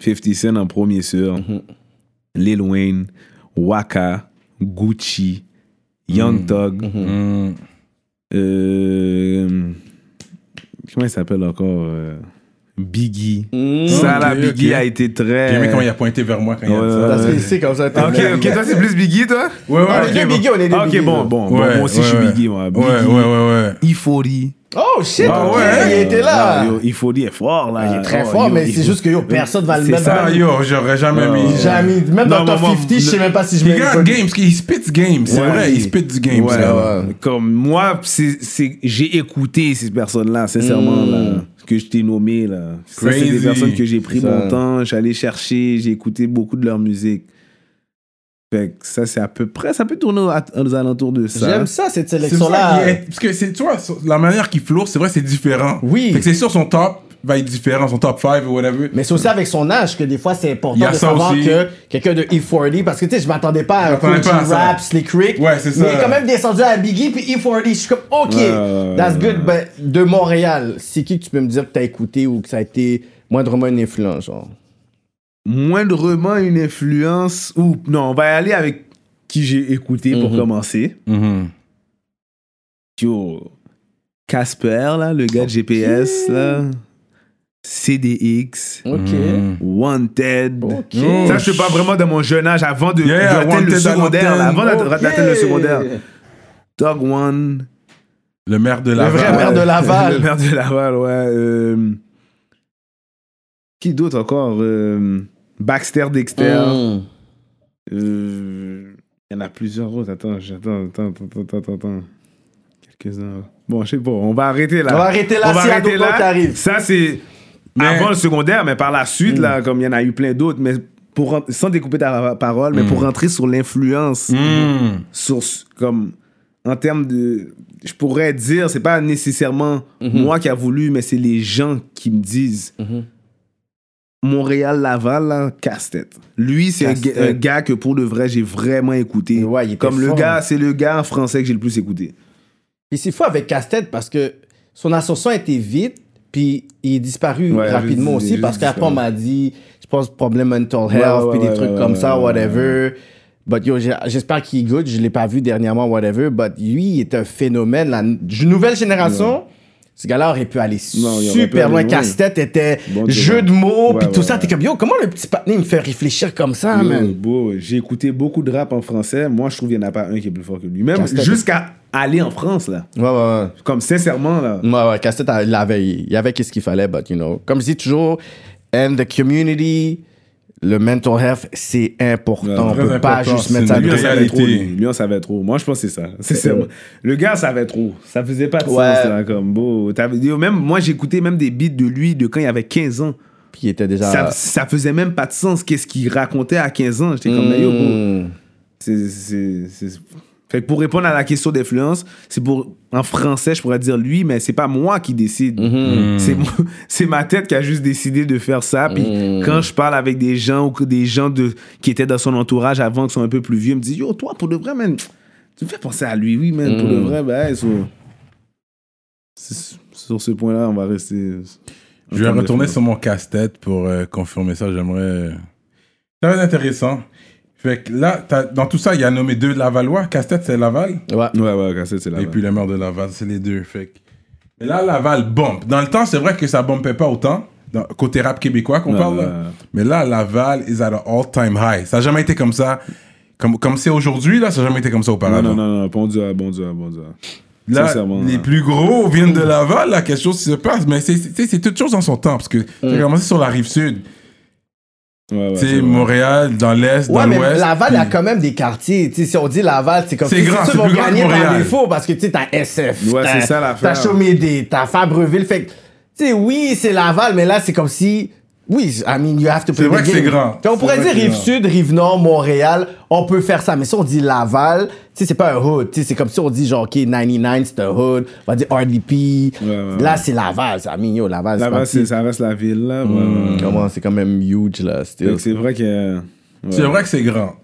Speaker 4: 50 Cent en premier sûr. Lil Wayne, Waka, Gucci, Young Thug. Hmm.
Speaker 2: Mm.
Speaker 4: euh, comment il s'appelle encore euh, Biggie.
Speaker 3: Hmm? Mhm.
Speaker 4: Ça,
Speaker 2: Ok,
Speaker 4: là,
Speaker 2: ok.
Speaker 4: Biggie a été très...
Speaker 2: J'ai aimé comment il a pointé vers moi quand il
Speaker 4: Euh, Ouais,
Speaker 2: a
Speaker 3: Parce
Speaker 2: dit
Speaker 3: que
Speaker 4: ouais.
Speaker 3: c'est comme ça. t'es
Speaker 4: euh, Ok,
Speaker 3: là.
Speaker 4: ok, toi c'est plus Biggie, toi
Speaker 2: ça. Ouais, ouais,
Speaker 3: On est
Speaker 2: ok,
Speaker 3: des
Speaker 2: bon.
Speaker 3: Biggie, on est des
Speaker 4: Ok,
Speaker 3: Biggie,
Speaker 4: bon,
Speaker 3: là.
Speaker 4: bon,
Speaker 2: Ouais,
Speaker 4: bon, moi aussi
Speaker 2: ouais,
Speaker 4: je suis
Speaker 2: ouais.
Speaker 4: Biggie, moi. Biggie,
Speaker 2: Ouais, ouais, ouais, ouais.
Speaker 4: E40.
Speaker 3: Oh shit,
Speaker 2: Ah
Speaker 3: ok,
Speaker 2: ouais?
Speaker 3: il était là.
Speaker 4: Ah, yo, E40 est fort, là.
Speaker 3: il est très
Speaker 4: Oh,
Speaker 3: fort,
Speaker 4: yo,
Speaker 3: mais c'est
Speaker 4: E40.
Speaker 3: juste que yo, personne va le
Speaker 4: C'est
Speaker 3: mettre.
Speaker 4: ça,
Speaker 2: Ça, Ah, yo, j'aurais jamais mis.
Speaker 3: Jamais. Même
Speaker 4: Non,
Speaker 3: dans top
Speaker 4: moi, moi,
Speaker 3: 50, je sais
Speaker 4: le-
Speaker 3: même pas si je
Speaker 2: Il
Speaker 3: mets
Speaker 2: regarde games, il spit game, c'est
Speaker 4: Ouais.
Speaker 2: vrai, il spit du game.
Speaker 4: Ouais,
Speaker 2: ça.
Speaker 4: ouais. Comme moi, c'est- c'est- j'ai écouté ces personnes-là, sincèrement,
Speaker 3: Mm.
Speaker 4: là, que je t'ai nommé. Là. Ça, c'est des
Speaker 2: Crazy.
Speaker 4: personnes que j'ai pris
Speaker 3: Ça.
Speaker 4: mon temps, j'allais chercher, j'ai écouté beaucoup de leur musique. Fait que ça, c'est à peu près, ça peut tourner aux, aux alentours de ça.
Speaker 3: J'aime ça, cette
Speaker 2: hein. C'est pour ça
Speaker 3: sélection-là.
Speaker 2: qu'il est- Parce que c'est, tu vois, sur- la manière qu'il floure, c'est vrai, c'est différent.
Speaker 3: Oui.
Speaker 2: Fait que c'est sûr, son top va être différent, son top 5 ou whatever.
Speaker 3: Mais c'est aussi avec son âge que des fois c'est
Speaker 2: Il y
Speaker 3: important
Speaker 2: a
Speaker 3: de
Speaker 2: ça
Speaker 3: savoir
Speaker 2: aussi.
Speaker 3: que quelqu'un de E40, parce que tu sais, je m'attendais pas à un
Speaker 2: m'attendais
Speaker 3: coach
Speaker 2: pas à ça.
Speaker 3: rap, Slick Rick.
Speaker 2: Ouais, c'est ça.
Speaker 3: Mais il est quand même descendu à Biggie puis E40. Je suis comme, ok,
Speaker 4: ouais,
Speaker 3: that's
Speaker 4: ouais,
Speaker 3: good. but de Montréal, c'est qui que tu peux me dire que t'as écouté ou que ça a été moindrement une influence, genre?
Speaker 4: Moindrement une influence, ou non, on va y aller avec qui j'ai écouté
Speaker 3: Mm-hmm.
Speaker 4: pour commencer. Yo, Casper, là, le gars de GPS, là, CDX,
Speaker 3: Ok.
Speaker 2: Mm.
Speaker 4: Mhm. Wanted.
Speaker 3: Ok.
Speaker 4: Ça, je suis pas vraiment dans mon jeune âge avant de, d'atteindre
Speaker 2: Yeah,
Speaker 4: le
Speaker 2: Wanted à
Speaker 4: secondaire, là, avant d'atte-
Speaker 2: l'antenne.
Speaker 4: d'atteindre le secondaire. Dog One,
Speaker 2: Le maire de
Speaker 3: Le
Speaker 2: la
Speaker 3: vrai
Speaker 4: Ouais.
Speaker 3: maire de
Speaker 4: le
Speaker 3: Laval.
Speaker 4: maire de Laval, ouais. euh, qui d'autre encore Euh, Baxter Dexter.
Speaker 3: Mm.
Speaker 4: Euh, Il y en a plusieurs autres. Attends, j'attends, attends, attends, attends, attends, attends. Quelques-uns. Bon, je sais pas. On va arrêter là.
Speaker 3: On va arrêter là
Speaker 4: On va
Speaker 3: s'il y a
Speaker 4: arrêter
Speaker 3: d'autres
Speaker 4: là.
Speaker 3: qui arrivent.
Speaker 4: Ça, c'est
Speaker 2: Mais-
Speaker 4: avant le secondaire, mais par la suite,
Speaker 3: Hmm.
Speaker 4: là, comme il y en a eu plein d'autres, mais pour, ren- sans découper ta parole, mais pour rentrer sur l'influence,
Speaker 2: Mm.
Speaker 4: sur, ce- comme, en termes de. Je pourrais dire, c'est pas nécessairement moi qui a voulu, mais c'est les gens qui me disent. Montréal-Laval, là, casse-tête. Lui, c'est un,
Speaker 3: Casse-tête.
Speaker 4: ga- un gars que pour de vrai, j'ai vraiment écouté.
Speaker 3: Ouais, il était
Speaker 4: Comme le
Speaker 3: fort.
Speaker 4: gars, c'est le gars en français que j'ai le plus écouté.
Speaker 3: Puis c'est fou avec Casse-Tête parce que son ascension a été vite, puis il est disparu
Speaker 4: Ouais,
Speaker 3: rapidement
Speaker 4: juste-
Speaker 3: aussi
Speaker 4: juste
Speaker 3: parce qu'après on
Speaker 4: disparu.
Speaker 3: m'a dit, je pense, problème mental health,
Speaker 4: Ouais, ouais,
Speaker 3: puis des
Speaker 4: ouais,
Speaker 3: trucs
Speaker 4: ouais,
Speaker 3: comme
Speaker 4: ouais,
Speaker 3: ça,
Speaker 4: ouais,
Speaker 3: whatever. But yo, j'ai- j'espère qu'il est good, je l'ai pas vu dernièrement, whatever. But lui, il est un phénomène, la du- nouvelle génération. Ce gars-là aurait pu aller
Speaker 4: Non, il aurait pu
Speaker 3: super
Speaker 4: aller
Speaker 3: loin.
Speaker 4: loin.
Speaker 3: Casse-tête était
Speaker 4: Bon
Speaker 3: jeu
Speaker 4: terrain.
Speaker 3: de mots,
Speaker 4: Ouais,
Speaker 3: puis tout
Speaker 4: ouais,
Speaker 3: ça. T'es
Speaker 4: ouais. Mm.
Speaker 3: comme, yo, comment le petit patiné me fait réfléchir comme ça,
Speaker 4: Yo,
Speaker 3: man?
Speaker 4: bro, J'ai écouté beaucoup de rap en français. Moi, je trouve qu'il n'y en a pas un qui est plus fort que lui. Même
Speaker 3: Casse-tête.
Speaker 4: jusqu'à aller en France, là.
Speaker 3: Ouais, ouais, ouais.
Speaker 4: Comme sincèrement, là.
Speaker 3: Ouais, ouais, Casse-Tête, il avait, il avait qu'est-ce qu'il fallait, but you know. Comme je dis toujours, and the community, le mental health, c'est important.
Speaker 4: Ouais,
Speaker 3: on
Speaker 2: très
Speaker 3: peut pas
Speaker 2: important,
Speaker 3: juste
Speaker 2: c'est
Speaker 3: mettre ça
Speaker 2: une
Speaker 3: de
Speaker 4: Lui, on
Speaker 3: côté.
Speaker 4: savait
Speaker 2: réalité.
Speaker 4: trop. Lui, Lui, on savait trop. Moi, je pense que c'est ça. Sincèrement. Le gars savait trop. Ça faisait pas de
Speaker 3: Ouais.
Speaker 4: sens, là. Comme, bro. T'avais- yo, Même, moi, j'écoutais même des beats de lui de quand il avait 15 ans.
Speaker 3: Puis il était déjà.
Speaker 4: ça, ça faisait même pas de sens qu'est-ce qu'il racontait à 15 ans. J'étais comme, mais yo, bro,
Speaker 3: Mm.
Speaker 4: c'est- c'est- c'est- Fait que pour répondre à la question d'influence, c'est pour. En français, je pourrais dire lui, mais c'est pas moi qui décide.
Speaker 2: Mm-hmm.
Speaker 4: C'est moi- [LAUGHS] C'est ma tête qui a juste décidé de faire ça. Puis quand je parle avec des gens ou que des gens de, qui étaient dans son entourage avant, qui sont un peu plus vieux, ils me disent Yo, toi, pour de vrai, man, tu me fais penser à lui, oui, man, pour de vrai, ben, hey, sur, c'est- sur ce point-là, on va rester.
Speaker 2: Je vais euh, retourner sur mon casse-tête pour euh, confirmer ça. J'aimerais. Ça va être intéressant. Fait que là, t'as- dans tout ça, il a nommé deux de Lavallois. Casse-tête, c'est Laval.
Speaker 3: Ouais.
Speaker 4: Ouais, ouais, cassette, c'est là.
Speaker 2: Et puis le maire de Laval, c'est les deux. Fait que- Mais là, Laval bombe. Dans le temps, c'est vrai que ça bombait pas autant. dans- côté rap québécois qu'on
Speaker 4: Ouais,
Speaker 2: parle.
Speaker 4: ouais,
Speaker 2: là.
Speaker 4: ouais.
Speaker 2: Mais là, Laval is at an all-time high. Ça n'a jamais été comme ça. Comme comme c'est aujourd'hui, là, ça n'a jamais été comme ça
Speaker 4: non,
Speaker 2: auparavant.
Speaker 4: non, non, non, bon Dieu, bon Dieu, bon Dieu.
Speaker 2: Là,
Speaker 4: Sincèrement,
Speaker 2: les
Speaker 4: là.
Speaker 2: plus gros viennent de Laval, là, quelque chose se passe. Mais c'est- c'est tu sais, c'est toute chose en son temps. Parce
Speaker 4: Mm.
Speaker 2: que j'ai commencé sur la rive sud.
Speaker 4: Ouais, ouais,
Speaker 2: Tu sais,
Speaker 4: c'est vrai.
Speaker 2: Montréal, dans l'est,
Speaker 3: Ouais,
Speaker 2: dans
Speaker 3: mais
Speaker 2: l'ouest.
Speaker 3: Laval, il y a quand même des quartiers. Tu sais, si on dit Laval, c'est comme
Speaker 2: C'est
Speaker 3: si
Speaker 2: grand,
Speaker 3: ceux
Speaker 2: c'est
Speaker 3: vont
Speaker 2: plus grand que
Speaker 3: gagner par
Speaker 2: Montréal.
Speaker 3: défaut parce que tu sais, t'as SF.
Speaker 4: Ouais,
Speaker 3: t'as-
Speaker 4: c'est ça, l'affaire.
Speaker 3: T'as Chomédé, t'as Fabreville. Fait que, tu sais, oui, c'est Laval, mais là, c'est comme si. Oui, I mean, you have to play
Speaker 2: C'est vrai
Speaker 3: the
Speaker 2: que c'est
Speaker 3: game.
Speaker 2: grand.
Speaker 3: Tu sais, on
Speaker 2: C'est
Speaker 3: pourrait
Speaker 2: vrai
Speaker 3: dire
Speaker 2: que c'est
Speaker 3: rive
Speaker 2: grand.
Speaker 3: sud, rive nord, Montréal, on peut faire ça. Mais si on dit Laval, tu sais, c'est pas un hood. Tu sais, c'est comme si on dit genre, OK, 99, c'est un hood. On va dire RDP.
Speaker 4: Ouais, ouais,
Speaker 3: là,
Speaker 4: ouais.
Speaker 3: c'est Laval. ça. I mean, yo, Laval, c'est Mm.
Speaker 4: Là-bas,
Speaker 3: pas
Speaker 4: c'est-
Speaker 3: petit.
Speaker 4: ça reste la ville, là. ouais, ouais.
Speaker 3: Comment, C'est quand même huge, là. still.
Speaker 4: Donc, C'est vrai que. ouais.
Speaker 2: C'est vrai que c'est grand.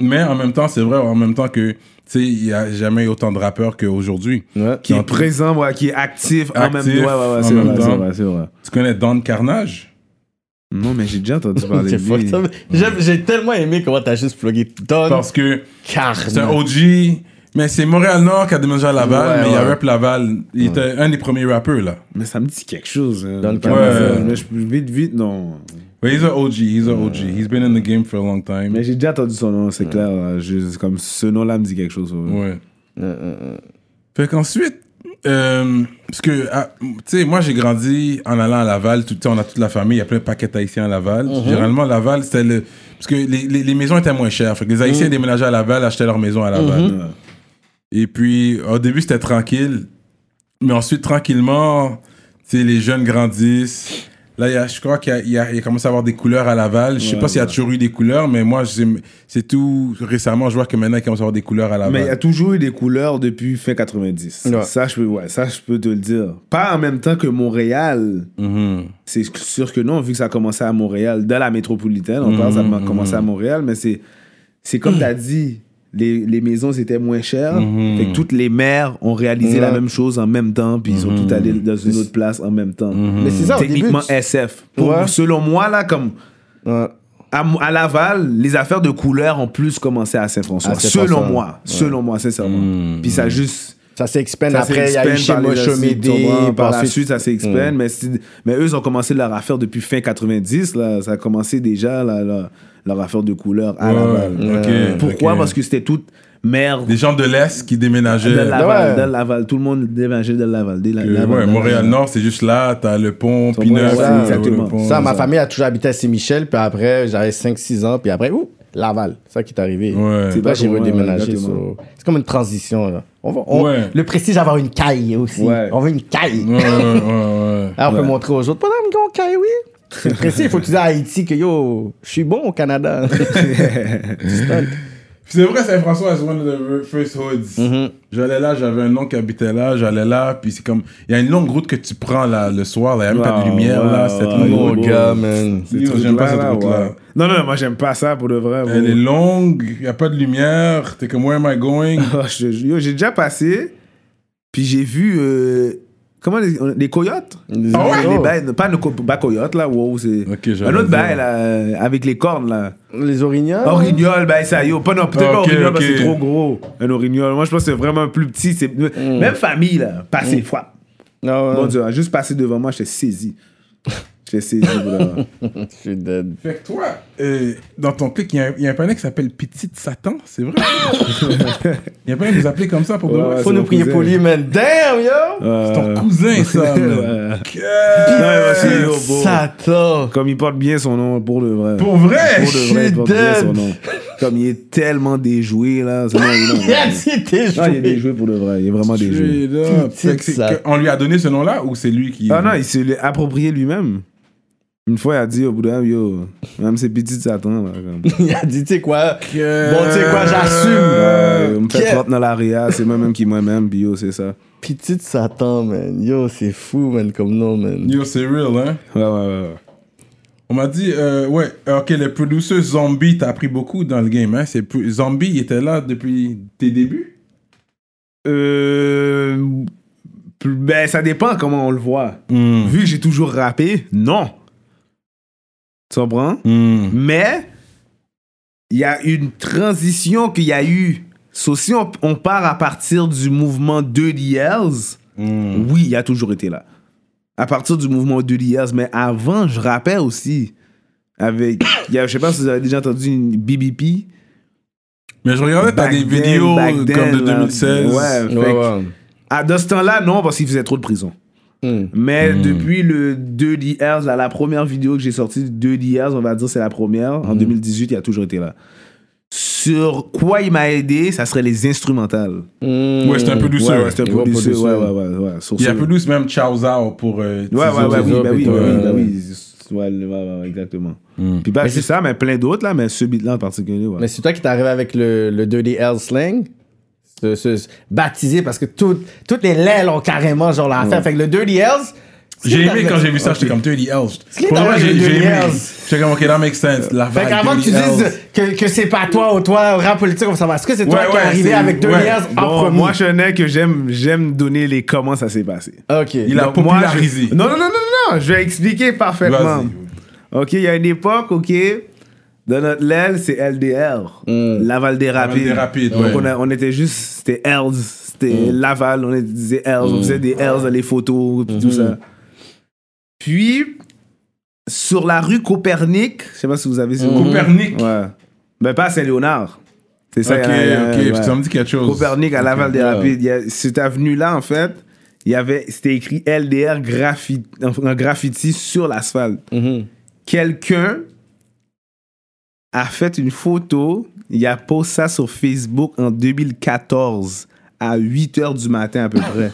Speaker 2: Mais en même temps, c'est vrai en même temps que, tu sais, il n'y a jamais eu autant de rappeurs qu'aujourd'hui.
Speaker 3: Ouais.
Speaker 4: Qui est
Speaker 2: Dans-
Speaker 4: présent, ouais, qui est actif, en
Speaker 2: Actif,
Speaker 4: même temps. Ouais, ouais, ouais, c'est
Speaker 2: en même
Speaker 4: vrai, c'est
Speaker 2: temps.
Speaker 4: vrai, c'est vrai.
Speaker 2: Tu connais Don Carnage
Speaker 4: Non, mais j'ai déjà entendu parler de
Speaker 3: C'est
Speaker 4: lui.
Speaker 3: fucked up. J'aime- J'ai tellement aimé comment t'as juste plugué Don
Speaker 2: Parce que c'est un
Speaker 3: Carnage.
Speaker 2: OG, mais c'est Montréal-Nord qui a déménagé à Laval,
Speaker 3: Ouais,
Speaker 2: mais il y a
Speaker 3: ouais.
Speaker 2: Rap Laval. Il était un des premiers rappeurs, là.
Speaker 4: Mais ça me dit quelque chose. hein.
Speaker 3: Dans le
Speaker 2: Ouais.
Speaker 4: Mais je, vite, vite, non.
Speaker 2: Mais he's an OG, he's an OG. He's been in the game for a long time.
Speaker 4: Mais j'ai déjà entendu son nom, c'est clair. là. Je- comme ce nom-là me dit quelque chose. ouais.
Speaker 2: Ouais.
Speaker 4: Euh,
Speaker 2: Fait qu'ensuite, euh, parce que, ah, tu sais, moi j'ai grandi en allant à Laval, tout, tu sais, on a toute la famille, il y a plein de paquets haïtiens à Laval.
Speaker 4: Mhm.
Speaker 2: Généralement, Laval, c'était le. Parce que les, les- les maisons étaient moins chères. Fait
Speaker 4: Mhm.
Speaker 2: que les haïtiens déménageaient à Laval, achetaient leur maison à Laval. Et puis, au début, c'était tranquille. Mais ensuite, tranquillement, tu sais, les jeunes grandissent. Là, il y a- je crois qu'il y a- il y a, il y a commencé à avoir des couleurs à Laval. Je sais
Speaker 4: Ouais,
Speaker 2: pas s'il y a
Speaker 4: ouais.
Speaker 2: toujours eu des couleurs, mais moi, j'ai- c'est tout récemment. Je vois que maintenant, il commence à avoir des couleurs à Laval.
Speaker 4: Mais il y a toujours eu des couleurs depuis fin 90.
Speaker 3: Ah, Ouais.
Speaker 4: Ça, je peux, ouais, ça, je peux te le dire. Pas en même temps que Montréal.
Speaker 3: Mm-hmm.
Speaker 2: Mhm.
Speaker 4: C'est sûr que non, vu que ça a commencé à Montréal, dans la métropolitaine, on parle, ça
Speaker 3: Mm-hmm.
Speaker 4: a commencé à Montréal, mais c'est, c'est comme tu as dit, les, les maisons étaient moins chères. Fait que toutes les mères ont réalisé la
Speaker 3: Mm-hmm. Ouais. Mm-hmm.
Speaker 4: même chose en même temps, puis ils sont toutes allées dans une autre place en même temps.
Speaker 3: Mais c'est ça, au début.
Speaker 4: Techniquement
Speaker 3: tu-
Speaker 4: SF. Pour-
Speaker 3: Ouais.
Speaker 4: Selon moi, là, comme
Speaker 3: Ouais.
Speaker 4: à, Mo- à Laval, les affaires de couleur ont plus commencé à Saint-François.
Speaker 3: À Saint-François.
Speaker 4: selon moi, selon moi, sincèrement.
Speaker 2: Hmm.
Speaker 4: Puis ça juste.
Speaker 3: Ça s'expande
Speaker 4: Ça s'est
Speaker 3: après, il y a eu
Speaker 4: expand
Speaker 3: chez
Speaker 4: par, les
Speaker 3: Mocha
Speaker 4: Asiatiques,
Speaker 3: Médé,
Speaker 4: tu comprends?
Speaker 3: puis
Speaker 4: par la
Speaker 3: ensuite-
Speaker 4: suite, ça s'est expand,
Speaker 2: Hmm.
Speaker 4: mais, c'est- mais eux, ils ont commencé leur affaire depuis fin 90. Là, ça a commencé déjà là, là, leur affaire de couleur à
Speaker 2: Ouais,
Speaker 4: Laval.
Speaker 2: ok,
Speaker 4: Euh, Pourquoi
Speaker 2: ok.
Speaker 4: Parce que c'était toute merde.
Speaker 2: Des gens de l'Est qui
Speaker 4: De
Speaker 2: déménageaient.
Speaker 4: Laval,
Speaker 3: Ouais.
Speaker 4: de Laval, tout le monde déménageait de Laval. de la-
Speaker 2: Que,
Speaker 4: Laval,
Speaker 2: ouais,
Speaker 4: de Laval.
Speaker 2: Montréal-Nord, c'est juste là, t'as le pont,
Speaker 4: Sur
Speaker 2: Pinot,
Speaker 4: Montréal,
Speaker 2: c'est-
Speaker 4: exactement.
Speaker 2: le pont,
Speaker 3: Ça, ma
Speaker 2: ça.
Speaker 3: famille a toujours habité à Saint-Michel, puis après, j'avais 5-6 ans, puis après, ouh, Laval. C'est ça qui est arrivé.
Speaker 2: Ouais.
Speaker 3: Là, j'ai
Speaker 4: Exactement,
Speaker 3: redéménagé.
Speaker 4: exactement.
Speaker 3: so- C'est comme une transition, là. On va- on-
Speaker 2: Ouais.
Speaker 3: Le prestige d'avoir une caille aussi.
Speaker 4: Ouais.
Speaker 3: On veut une caille.
Speaker 2: Ouais, ouais, ouais, ouais.
Speaker 3: Là, on peut montrer aux autres, pas une grande caille, oui. C'est précis, il faut que tu dises à Haïti que yo, je suis bon
Speaker 4: [LAUGHS]
Speaker 3: au Canada.
Speaker 2: C'est vrai, Saint-François is one of the first hoods.
Speaker 4: Mm-hmm.
Speaker 2: J'allais là, j'avais un oncle qui habitait là, j'allais là, puis c'est comme... Il y a une longue route que tu prends là, le soir, là, il n'y a même pas de
Speaker 4: Wow,
Speaker 2: lumière, là,
Speaker 4: wow,
Speaker 2: cette
Speaker 4: wow,
Speaker 2: longue
Speaker 4: wow.
Speaker 2: route.
Speaker 4: gars,
Speaker 3: man.
Speaker 2: C'est trop- J'aime pas cette route-là.
Speaker 4: ouais. Non, non, moi, j'aime pas ça pour de vrai.
Speaker 2: Elle
Speaker 4: bon.
Speaker 2: est longue, il n'y a pas de lumière, t'es comme « Where am I
Speaker 4: [LAUGHS]
Speaker 2: going?
Speaker 4: Oh, je te jure. Yo, j'ai déjà passé, puis j'ai vu. euh, comment les, on- les coyotes
Speaker 2: Ah ouais?
Speaker 4: Les bails- Pas nos co- pas coyotes, là. Wow, c'est.
Speaker 2: Ok, j'allais
Speaker 4: un autre
Speaker 2: dire.
Speaker 4: bail, là, euh, avec les cornes, là.
Speaker 3: Les orignaux.
Speaker 4: Orignol, bail, ça, yo. Pas, non, peut-être pas
Speaker 2: Ok,
Speaker 4: orignol,
Speaker 2: ok.
Speaker 4: parce que c'est trop gros. Un orignol. Moi, je pense que c'est vraiment plus petit. c'est-
Speaker 2: Mm.
Speaker 4: Même famille, là. Passé, fois.
Speaker 3: Ah ouais.
Speaker 4: Mon Dieu, hein, juste passé devant moi, j'étais saisi. J'étais saisi, vraiment.
Speaker 3: Je suis dead. »
Speaker 2: Fait que toi, euh, dans ton clic, il y a un- il y, a un panel qui s'appelle « Petite Satan »,
Speaker 4: [LAUGHS]
Speaker 2: c'est vrai? Il y a pas de vous appeler comme ça pour de
Speaker 4: Ouais,
Speaker 2: vrai.
Speaker 4: ouais,
Speaker 3: Faut nous prier pour lui, man. Damn, yo!
Speaker 2: [LAUGHS] C'est ton
Speaker 4: [LAUGHS]
Speaker 2: [LAUGHS] cousin, ça. man.
Speaker 4: Euh, Ouais.
Speaker 2: Que-
Speaker 4: Ouais, ouais, c'est yo, beau.
Speaker 3: Euh, Satan!
Speaker 4: Comme il porte bien son nom, pour le vrai.
Speaker 2: Pour vrai?
Speaker 4: Pour de vrai,
Speaker 3: Je
Speaker 4: il porte
Speaker 3: suis
Speaker 4: bien son
Speaker 3: dead.
Speaker 4: nom. Comme il est tellement déjoué, là. c'est- non, [LAUGHS] non, non.
Speaker 3: Il a dit t'es
Speaker 4: Non, il est
Speaker 3: joué.
Speaker 4: déjoué pour de vrai. Il est vraiment déjoué.
Speaker 2: Straight up.
Speaker 3: Petite
Speaker 2: Fait que c'est-
Speaker 3: Satan.
Speaker 2: que- On lui a donné ce nom-là ou c'est lui qui.
Speaker 4: Ah non, il se l'est approprié lui-même. Une fois, il a dit au bout d'un yo, même ses petites Satan, là. Comme,
Speaker 3: [LAUGHS] Il a dit, tu sais quoi?
Speaker 2: Que-
Speaker 3: Bon, tu sais quoi,
Speaker 4: Ouais,
Speaker 3: j'assume.
Speaker 4: on me fait
Speaker 3: Quel-
Speaker 4: 30 dans l'aria, c'est moi-même qui moi-même, puis yo, c'est ça.
Speaker 3: Petite Satan, man. Yo, c'est fou, man, comme nom, man.
Speaker 2: Yo, c'est real, hein.
Speaker 4: Ouais, ouais, ouais.
Speaker 2: On m'a dit, euh, ouais, ok, les producers Zombie, t'as appris beaucoup dans le game, hein. C'est plus- Zombie, il était là depuis tes débuts.
Speaker 4: Euh. plus- Ben, ça dépend comment on le voit. Vu que j'ai toujours rappé, non. Tu comprends?
Speaker 2: Mm.
Speaker 4: Mais il y a une transition qu'il y a eu. So, si on, on part à partir du mouvement 2DLs,
Speaker 2: Hmm.
Speaker 4: oui, il a toujours été là. À partir du mouvement 2DLs, mais avant, je rappelle aussi, avec, [COUGHS] il y a, je sais pas si vous avez déjà entendu une BBP.
Speaker 2: Mais je regardais, t'as
Speaker 4: Back
Speaker 2: des
Speaker 4: then,
Speaker 2: vidéos
Speaker 4: back
Speaker 2: comme
Speaker 4: then,
Speaker 2: de
Speaker 4: là.
Speaker 2: 2016.
Speaker 4: Ouais, fait
Speaker 3: Ouais,
Speaker 4: que-
Speaker 3: ouais.
Speaker 4: à de Ah, ce temps-là, non, parce qu'il faisait trop de prison.
Speaker 3: Mm.
Speaker 4: Mais depuis le 2DRs, là, la première vidéo que j'ai sortie de 2DRs, on va dire c'est la première, en 2018, il a toujours été là. Sur quoi il m'a aidé, ça serait les instrumentales.
Speaker 3: Mm.
Speaker 2: Ouais, c'était un peu douceur.
Speaker 4: Hmm. ouais, ouais, c'était un
Speaker 3: Il
Speaker 4: peu
Speaker 3: va
Speaker 4: déçu,
Speaker 3: producer.
Speaker 4: ouais, ouais, ouais, ouais. Sur
Speaker 2: Il y a
Speaker 4: ce-
Speaker 2: un peu douce, même Ciao Zao pour. euh,
Speaker 4: Ouais, ouais,
Speaker 2: Tizo
Speaker 4: ouais, oui,
Speaker 2: Tizo.
Speaker 4: bah oui,
Speaker 3: Tizo,
Speaker 4: bah oui, bah
Speaker 3: Tizo, Tizo.
Speaker 4: oui. Ouais, le- ouais, ouais, ouais, exactement. Puis bah, c'est ça, mais plein d'autres, là, mais ce beat-là en particulier, ouais.
Speaker 3: Mais c'est toi qui t'es arrivé avec le, le 2DL slang. Ce- ce- ce- baptisé parce que tout- toutes les lailes ont carrément genre l'affaire. Fait que le 2DLs.
Speaker 2: J'ai aimé quand j'ai vu ça,
Speaker 3: Ok.
Speaker 2: j'étais comme 30 Else.
Speaker 3: qu'il
Speaker 2: Pour
Speaker 3: t'a
Speaker 2: moi,
Speaker 3: envoyé
Speaker 2: j'ai
Speaker 3: des
Speaker 2: j'ai aimé.
Speaker 3: Else?
Speaker 2: J'étais comme, ok, that makes sense. La
Speaker 3: Fait
Speaker 2: vibe
Speaker 3: qu'avant que tu
Speaker 2: 30 Else.
Speaker 3: dises que, que c'est pas toi ou toi, rap politique, on va savoir. Est-ce que c'est toi
Speaker 2: Ouais,
Speaker 3: qui
Speaker 2: ouais,
Speaker 3: es arrivé
Speaker 2: c'est-
Speaker 3: avec 2DLs en
Speaker 4: Bon,
Speaker 3: premier?
Speaker 4: moi, je n'ai que j'aime, j'aime donner les comment ça s'est passé.
Speaker 3: Ok.
Speaker 2: Il a
Speaker 4: Donc, moi,
Speaker 2: popularisé.
Speaker 4: je- Non, non, non, non, non, non, je vais expliquer parfaitement. Ok, il y a une époque, ok, dans notre l'aile, c'est LDR, Laval des Rapides.
Speaker 2: Laval des Rapides,
Speaker 4: Donc
Speaker 2: ouais.
Speaker 4: on, a- on était juste, c'était Hells, c'était Laval, on disait Hells, on faisait des Hells dans les photos, puis tout ça. Puis, sur la rue Copernic, je sais pas si vous avez...
Speaker 2: Copernic.
Speaker 4: Ouais. Ben pas à Saint-Léonard. C'est ça,
Speaker 2: Ok,
Speaker 4: il y a- il y a-
Speaker 2: ok,
Speaker 4: ouais.
Speaker 2: ça me dit quelque chose.
Speaker 4: Copernic à Laval des
Speaker 3: Ouais.
Speaker 4: Rapides. Il y a- cette avenue-là, en fait, il y avait, c'était écrit LDR graffi- en en graffiti sur l'asphalte.
Speaker 3: Mhm.
Speaker 4: Quelqu'un a fait une photo, il a posté ça sur Facebook en 2014 à 8 h du matin à peu près.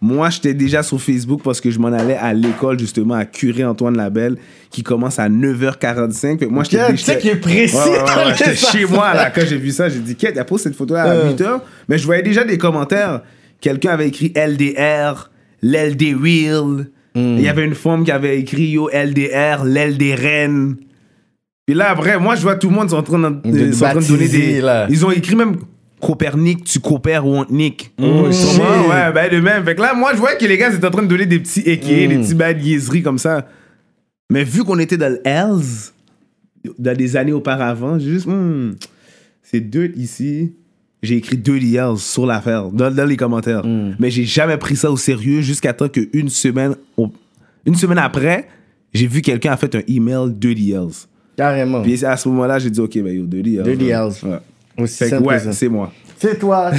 Speaker 4: Moi, j'étais déjà sur Facebook parce que je m'en allais à l'école, justement, à Curé Antoine Labelle, qui commence à 9h45. Fait que moi, j'étais
Speaker 3: Tu
Speaker 4: j'étais-
Speaker 3: sais qu'il est précis.
Speaker 4: Ouais, ouais, ouais,
Speaker 3: dans
Speaker 4: ouais,
Speaker 3: les
Speaker 4: J'étais chez
Speaker 3: affaires.
Speaker 4: moi, là, quand j'ai vu ça, j'ai dit, Kate, il a posté cette photo-là à
Speaker 3: Euh.
Speaker 4: 8h. Mais je voyais déjà des commentaires. Quelqu'un avait écrit LDR, l'LD Wheel.
Speaker 3: Hmm.
Speaker 4: Il y avait une femme qui avait écrit Yo LDR, l'LD Rennes. Puis là, après, moi, je vois tout le monde sont en train d'en-
Speaker 3: De
Speaker 4: euh, sont en train de donner
Speaker 3: baptiser,
Speaker 4: des.
Speaker 3: là.
Speaker 4: Ils ont écrit même Copernic, tu coopères ou on te nique.
Speaker 3: Oh,
Speaker 4: Sur
Speaker 3: shit.
Speaker 4: moi, ouais, ben de même. Fait que là, moi, je vois que les gars étaient en train de donner des petits équés, des petits bad niaiseries comme ça. Mm. Mais vu qu'on était dans le Hells, dans des années auparavant, j'ai juste, hmm, c'est deux ici. J'ai écrit deux liens sur l'affaire, dans, dans les commentaires. Mais j'ai jamais pris ça au sérieux jusqu'à temps qu'une semaine, au- une semaine après, j'ai vu quelqu'un a fait un email deux liens.
Speaker 3: Carrément.
Speaker 4: Puis à ce moment-là, j'ai dit, OK, ben yo, Mm. deux liens.
Speaker 3: Deux liens.
Speaker 4: Ouais.
Speaker 3: Aussi
Speaker 4: Fait que,
Speaker 3: simple
Speaker 4: ouais,
Speaker 3: que ça.
Speaker 4: c'est moi.
Speaker 3: C'est
Speaker 4: [LAUGHS]
Speaker 3: toi.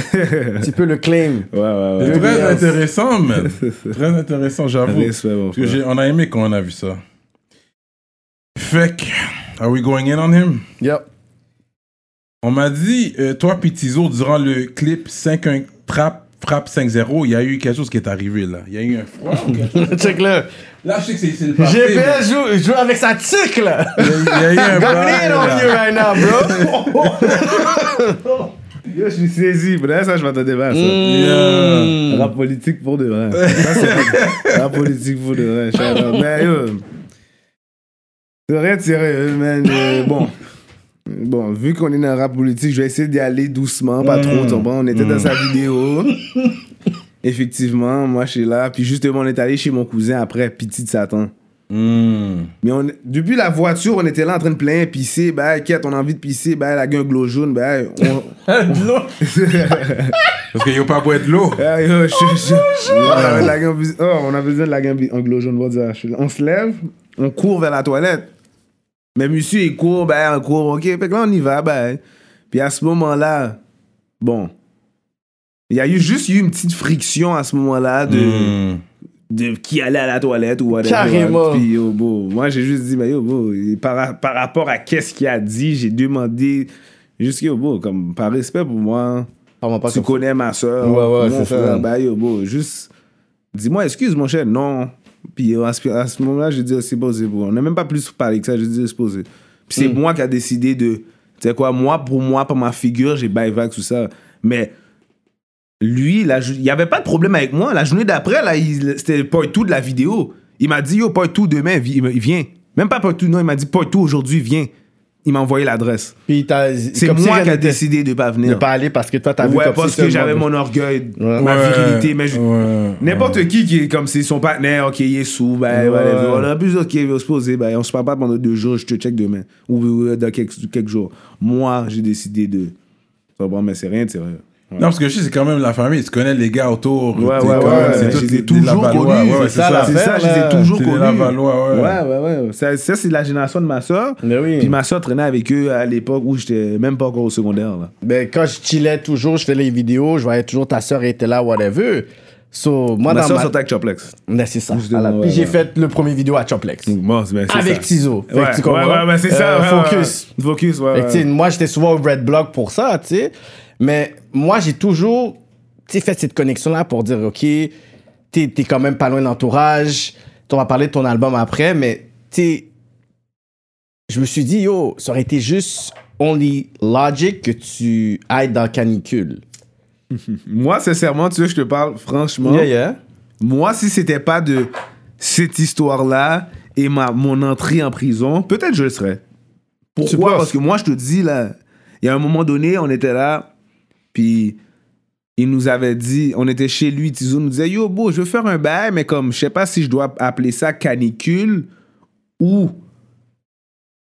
Speaker 3: tu peux le claim.
Speaker 4: Ouais, ouais, ouais.
Speaker 3: Deux
Speaker 2: Très
Speaker 3: liens.
Speaker 2: intéressant, man. Très intéressant, j'avoue.
Speaker 4: Respect, mon
Speaker 2: Parce que
Speaker 4: frère.
Speaker 2: j'ai- on a aimé quand on a vu ça. Fait que, are we going in on him?
Speaker 3: Yep. [LAUGHS]
Speaker 2: On m'a dit, euh, toi puis Tizo, durant le clip 5-1 Trap, Frappe 5-0, il y a eu quelque chose qui est arrivé là. Il y a eu un froid ou quelque chose.
Speaker 3: Check le.
Speaker 2: Là, je sais que c'est- c'est le passé. mais
Speaker 3: GPS joue, joue avec sa tique là.
Speaker 2: Il y a- il y a eu
Speaker 4: [LAUGHS]
Speaker 2: un
Speaker 3: Got me in
Speaker 2: bail,
Speaker 3: on you
Speaker 2: là.
Speaker 3: right now, bro.
Speaker 4: Yo, je suis saisi. Pour de vrai, ça, je m'attendais pas à ça.
Speaker 2: Yeah.
Speaker 4: Rap politique pour de vrai. Ça, c'est rap politique pour de vrai. shout out. Mais yo, c'est rien de sérieux, man. Euh, bon. Bon, vu qu'on est dans le rap politique, je vais essayer d'y aller doucement, pas trop tombant. On était dans sa vidéo. Effectivement, moi, je suis là. Puis justement, on est allé chez mon cousin après, Petit de Satan.
Speaker 2: Mm.
Speaker 4: Mais on, depuis la voiture, on était là en train de plaindre, pisser, bah, quête, on a envie de pisser, bah, la gueule glow jaune, bah, on,
Speaker 2: Parce qu'il n'y a pas beau être l'eau.
Speaker 4: Ah, yo, je- je- on avait de la gambi- oh, on a besoin de la gambi anglo-jaune. bon Dieu, je- On se lève, on court vers la toilette. Mais monsieur, il court, ben, on court, ok. Fait que là, on y va, ben. Puis à ce moment-là, bon. Il y a eu juste eu une petite friction à ce moment-là de,
Speaker 3: Hmm.
Speaker 2: Mm.
Speaker 4: de qui allait à la toilette ou whatever.
Speaker 3: Carrément.
Speaker 4: Puis yo, bro, moi j'ai juste dit, mais yo, bro, et par, par rapport à qu'est-ce qu'il a dit, j'ai demandé, juste yo, bro, comme par respect pour moi,
Speaker 3: Parle-moi pas
Speaker 4: tu
Speaker 3: comme
Speaker 4: connais ma soeur,
Speaker 3: Ouais, ouais,
Speaker 4: mon
Speaker 3: c'est ça.
Speaker 4: frère, bah yo, bro, juste dis-moi, excuse mon cher, non. Puis euh, à ce, à ce moment-là, j'ai dit, oh, c'est bon, c'est bon. On n'a même pas plus parlé que ça, j'ai dit, c'est bon, c'est bon. Puis
Speaker 3: Hmm.
Speaker 4: c'est moi qui a décidé de, tu sais quoi, moi, pour moi, pour ma figure, j'ai bye vague, tout ça. Mais lui, la jou- il n'y avait pas de problème avec moi. La journée d'après, là, il- c'était pas tout de la vidéo. Il m'a dit, yo, pas tout demain, vi- il me- il vient. Même pas pas tout, non, il m'a dit, pas tout aujourd'hui, viens. il m'a envoyé l'adresse.
Speaker 3: Puis t'as-
Speaker 4: C'est
Speaker 3: comme si
Speaker 4: moi
Speaker 3: rien
Speaker 4: qui a
Speaker 3: n'était.
Speaker 4: décidé de pas
Speaker 3: De
Speaker 4: venir.
Speaker 3: pas aller parce que toi, t'as vu
Speaker 4: ouais,
Speaker 3: comme
Speaker 4: parce
Speaker 3: si
Speaker 4: que
Speaker 3: seulement-
Speaker 4: j'avais mon orgueil,
Speaker 3: Ouais.
Speaker 4: ma virilité, mais je-
Speaker 2: Ouais.
Speaker 4: N'importe qui qui est comme c'est son partenaire, ok, il est sous, ben,
Speaker 3: Ouais.
Speaker 4: whatever. on a plus, ok, on se pose, eh, ben, on se parle pas pendant deux jours, je te check demain, ou euh, dans quelques, quelques jours. Moi, j'ai décidé de. Ça, bon, mais c'est rien, c'est vrai. Ouais.
Speaker 2: Non, parce que je sais, c'est quand même la famille. Tu connais les gars autour.
Speaker 4: Ouais,
Speaker 2: t'es
Speaker 4: ouais,
Speaker 2: quand
Speaker 4: ouais,
Speaker 2: même-
Speaker 4: ouais.
Speaker 2: C'est
Speaker 4: ben, Je
Speaker 2: tous
Speaker 4: les ai
Speaker 2: des
Speaker 4: toujours
Speaker 2: Lavallois.
Speaker 4: connus,
Speaker 2: Ouais, ouais,
Speaker 3: c'est ça,
Speaker 4: C'est ça,
Speaker 3: l'affaire,
Speaker 4: je les ai
Speaker 3: là.
Speaker 4: toujours
Speaker 2: C'est des
Speaker 4: connus.
Speaker 2: Lavallois, ouais.
Speaker 4: Ouais, ouais, ouais. Ça, ça, c'est de la génération de ma soeur.
Speaker 3: Mais oui.
Speaker 4: Puis ma soeur traînait avec eux à l'époque où j'étais même pas encore au secondaire, là.
Speaker 3: Ben, quand je chillais toujours, je faisais les vidéos, je voyais toujours ta soeur était là, whatever. So, moi,
Speaker 4: ma
Speaker 3: dans
Speaker 4: soeur
Speaker 3: ma...
Speaker 4: sortait avec Choplex.
Speaker 3: Ben, c'est ça.
Speaker 4: Justement,
Speaker 3: à la- Puis
Speaker 4: ouais,
Speaker 3: j'ai
Speaker 4: ouais.
Speaker 3: fait le premier vidéo à Choplex.
Speaker 4: Bon, c'est- ben, c'est
Speaker 3: Avec
Speaker 4: ça.
Speaker 3: Tizo. Fait que
Speaker 4: Ouais,
Speaker 3: tu
Speaker 4: ouais,
Speaker 3: comprends?
Speaker 4: ouais, ouais, c'est ça.
Speaker 3: Euh,
Speaker 4: ouais, ouais,
Speaker 3: focus.
Speaker 4: ouais. Focus, ouais.
Speaker 3: Fait que, tu sais,
Speaker 4: ouais.
Speaker 3: moi, j'étais souvent au Red Block pour ça, tu sais. Mais moi, j'ai toujours tu sais, fait cette connexion-là pour dire, OK, t'es t'es quand même pas loin de l'entourage. On va parler de ton album après, mais tu sais, je me suis dit, yo, ça aurait été juste only logic que tu ailles dans Canicule.
Speaker 4: Moi, sincèrement, tu veux, je te parle franchement.
Speaker 3: yeah.
Speaker 4: Moi, si c'était pas de cette histoire-là et ma, mon entrée en prison, peut-être je le serais.
Speaker 3: Tu
Speaker 4: Pourquoi
Speaker 3: penses?
Speaker 4: Parce que moi, je te dis, là, il y a un moment donné, on était là, puis il nous avait dit, on était chez lui, Tizou nous disait, yo, beau, je veux faire un bail, mais comme, je sais pas si je dois appeler ça canicule ou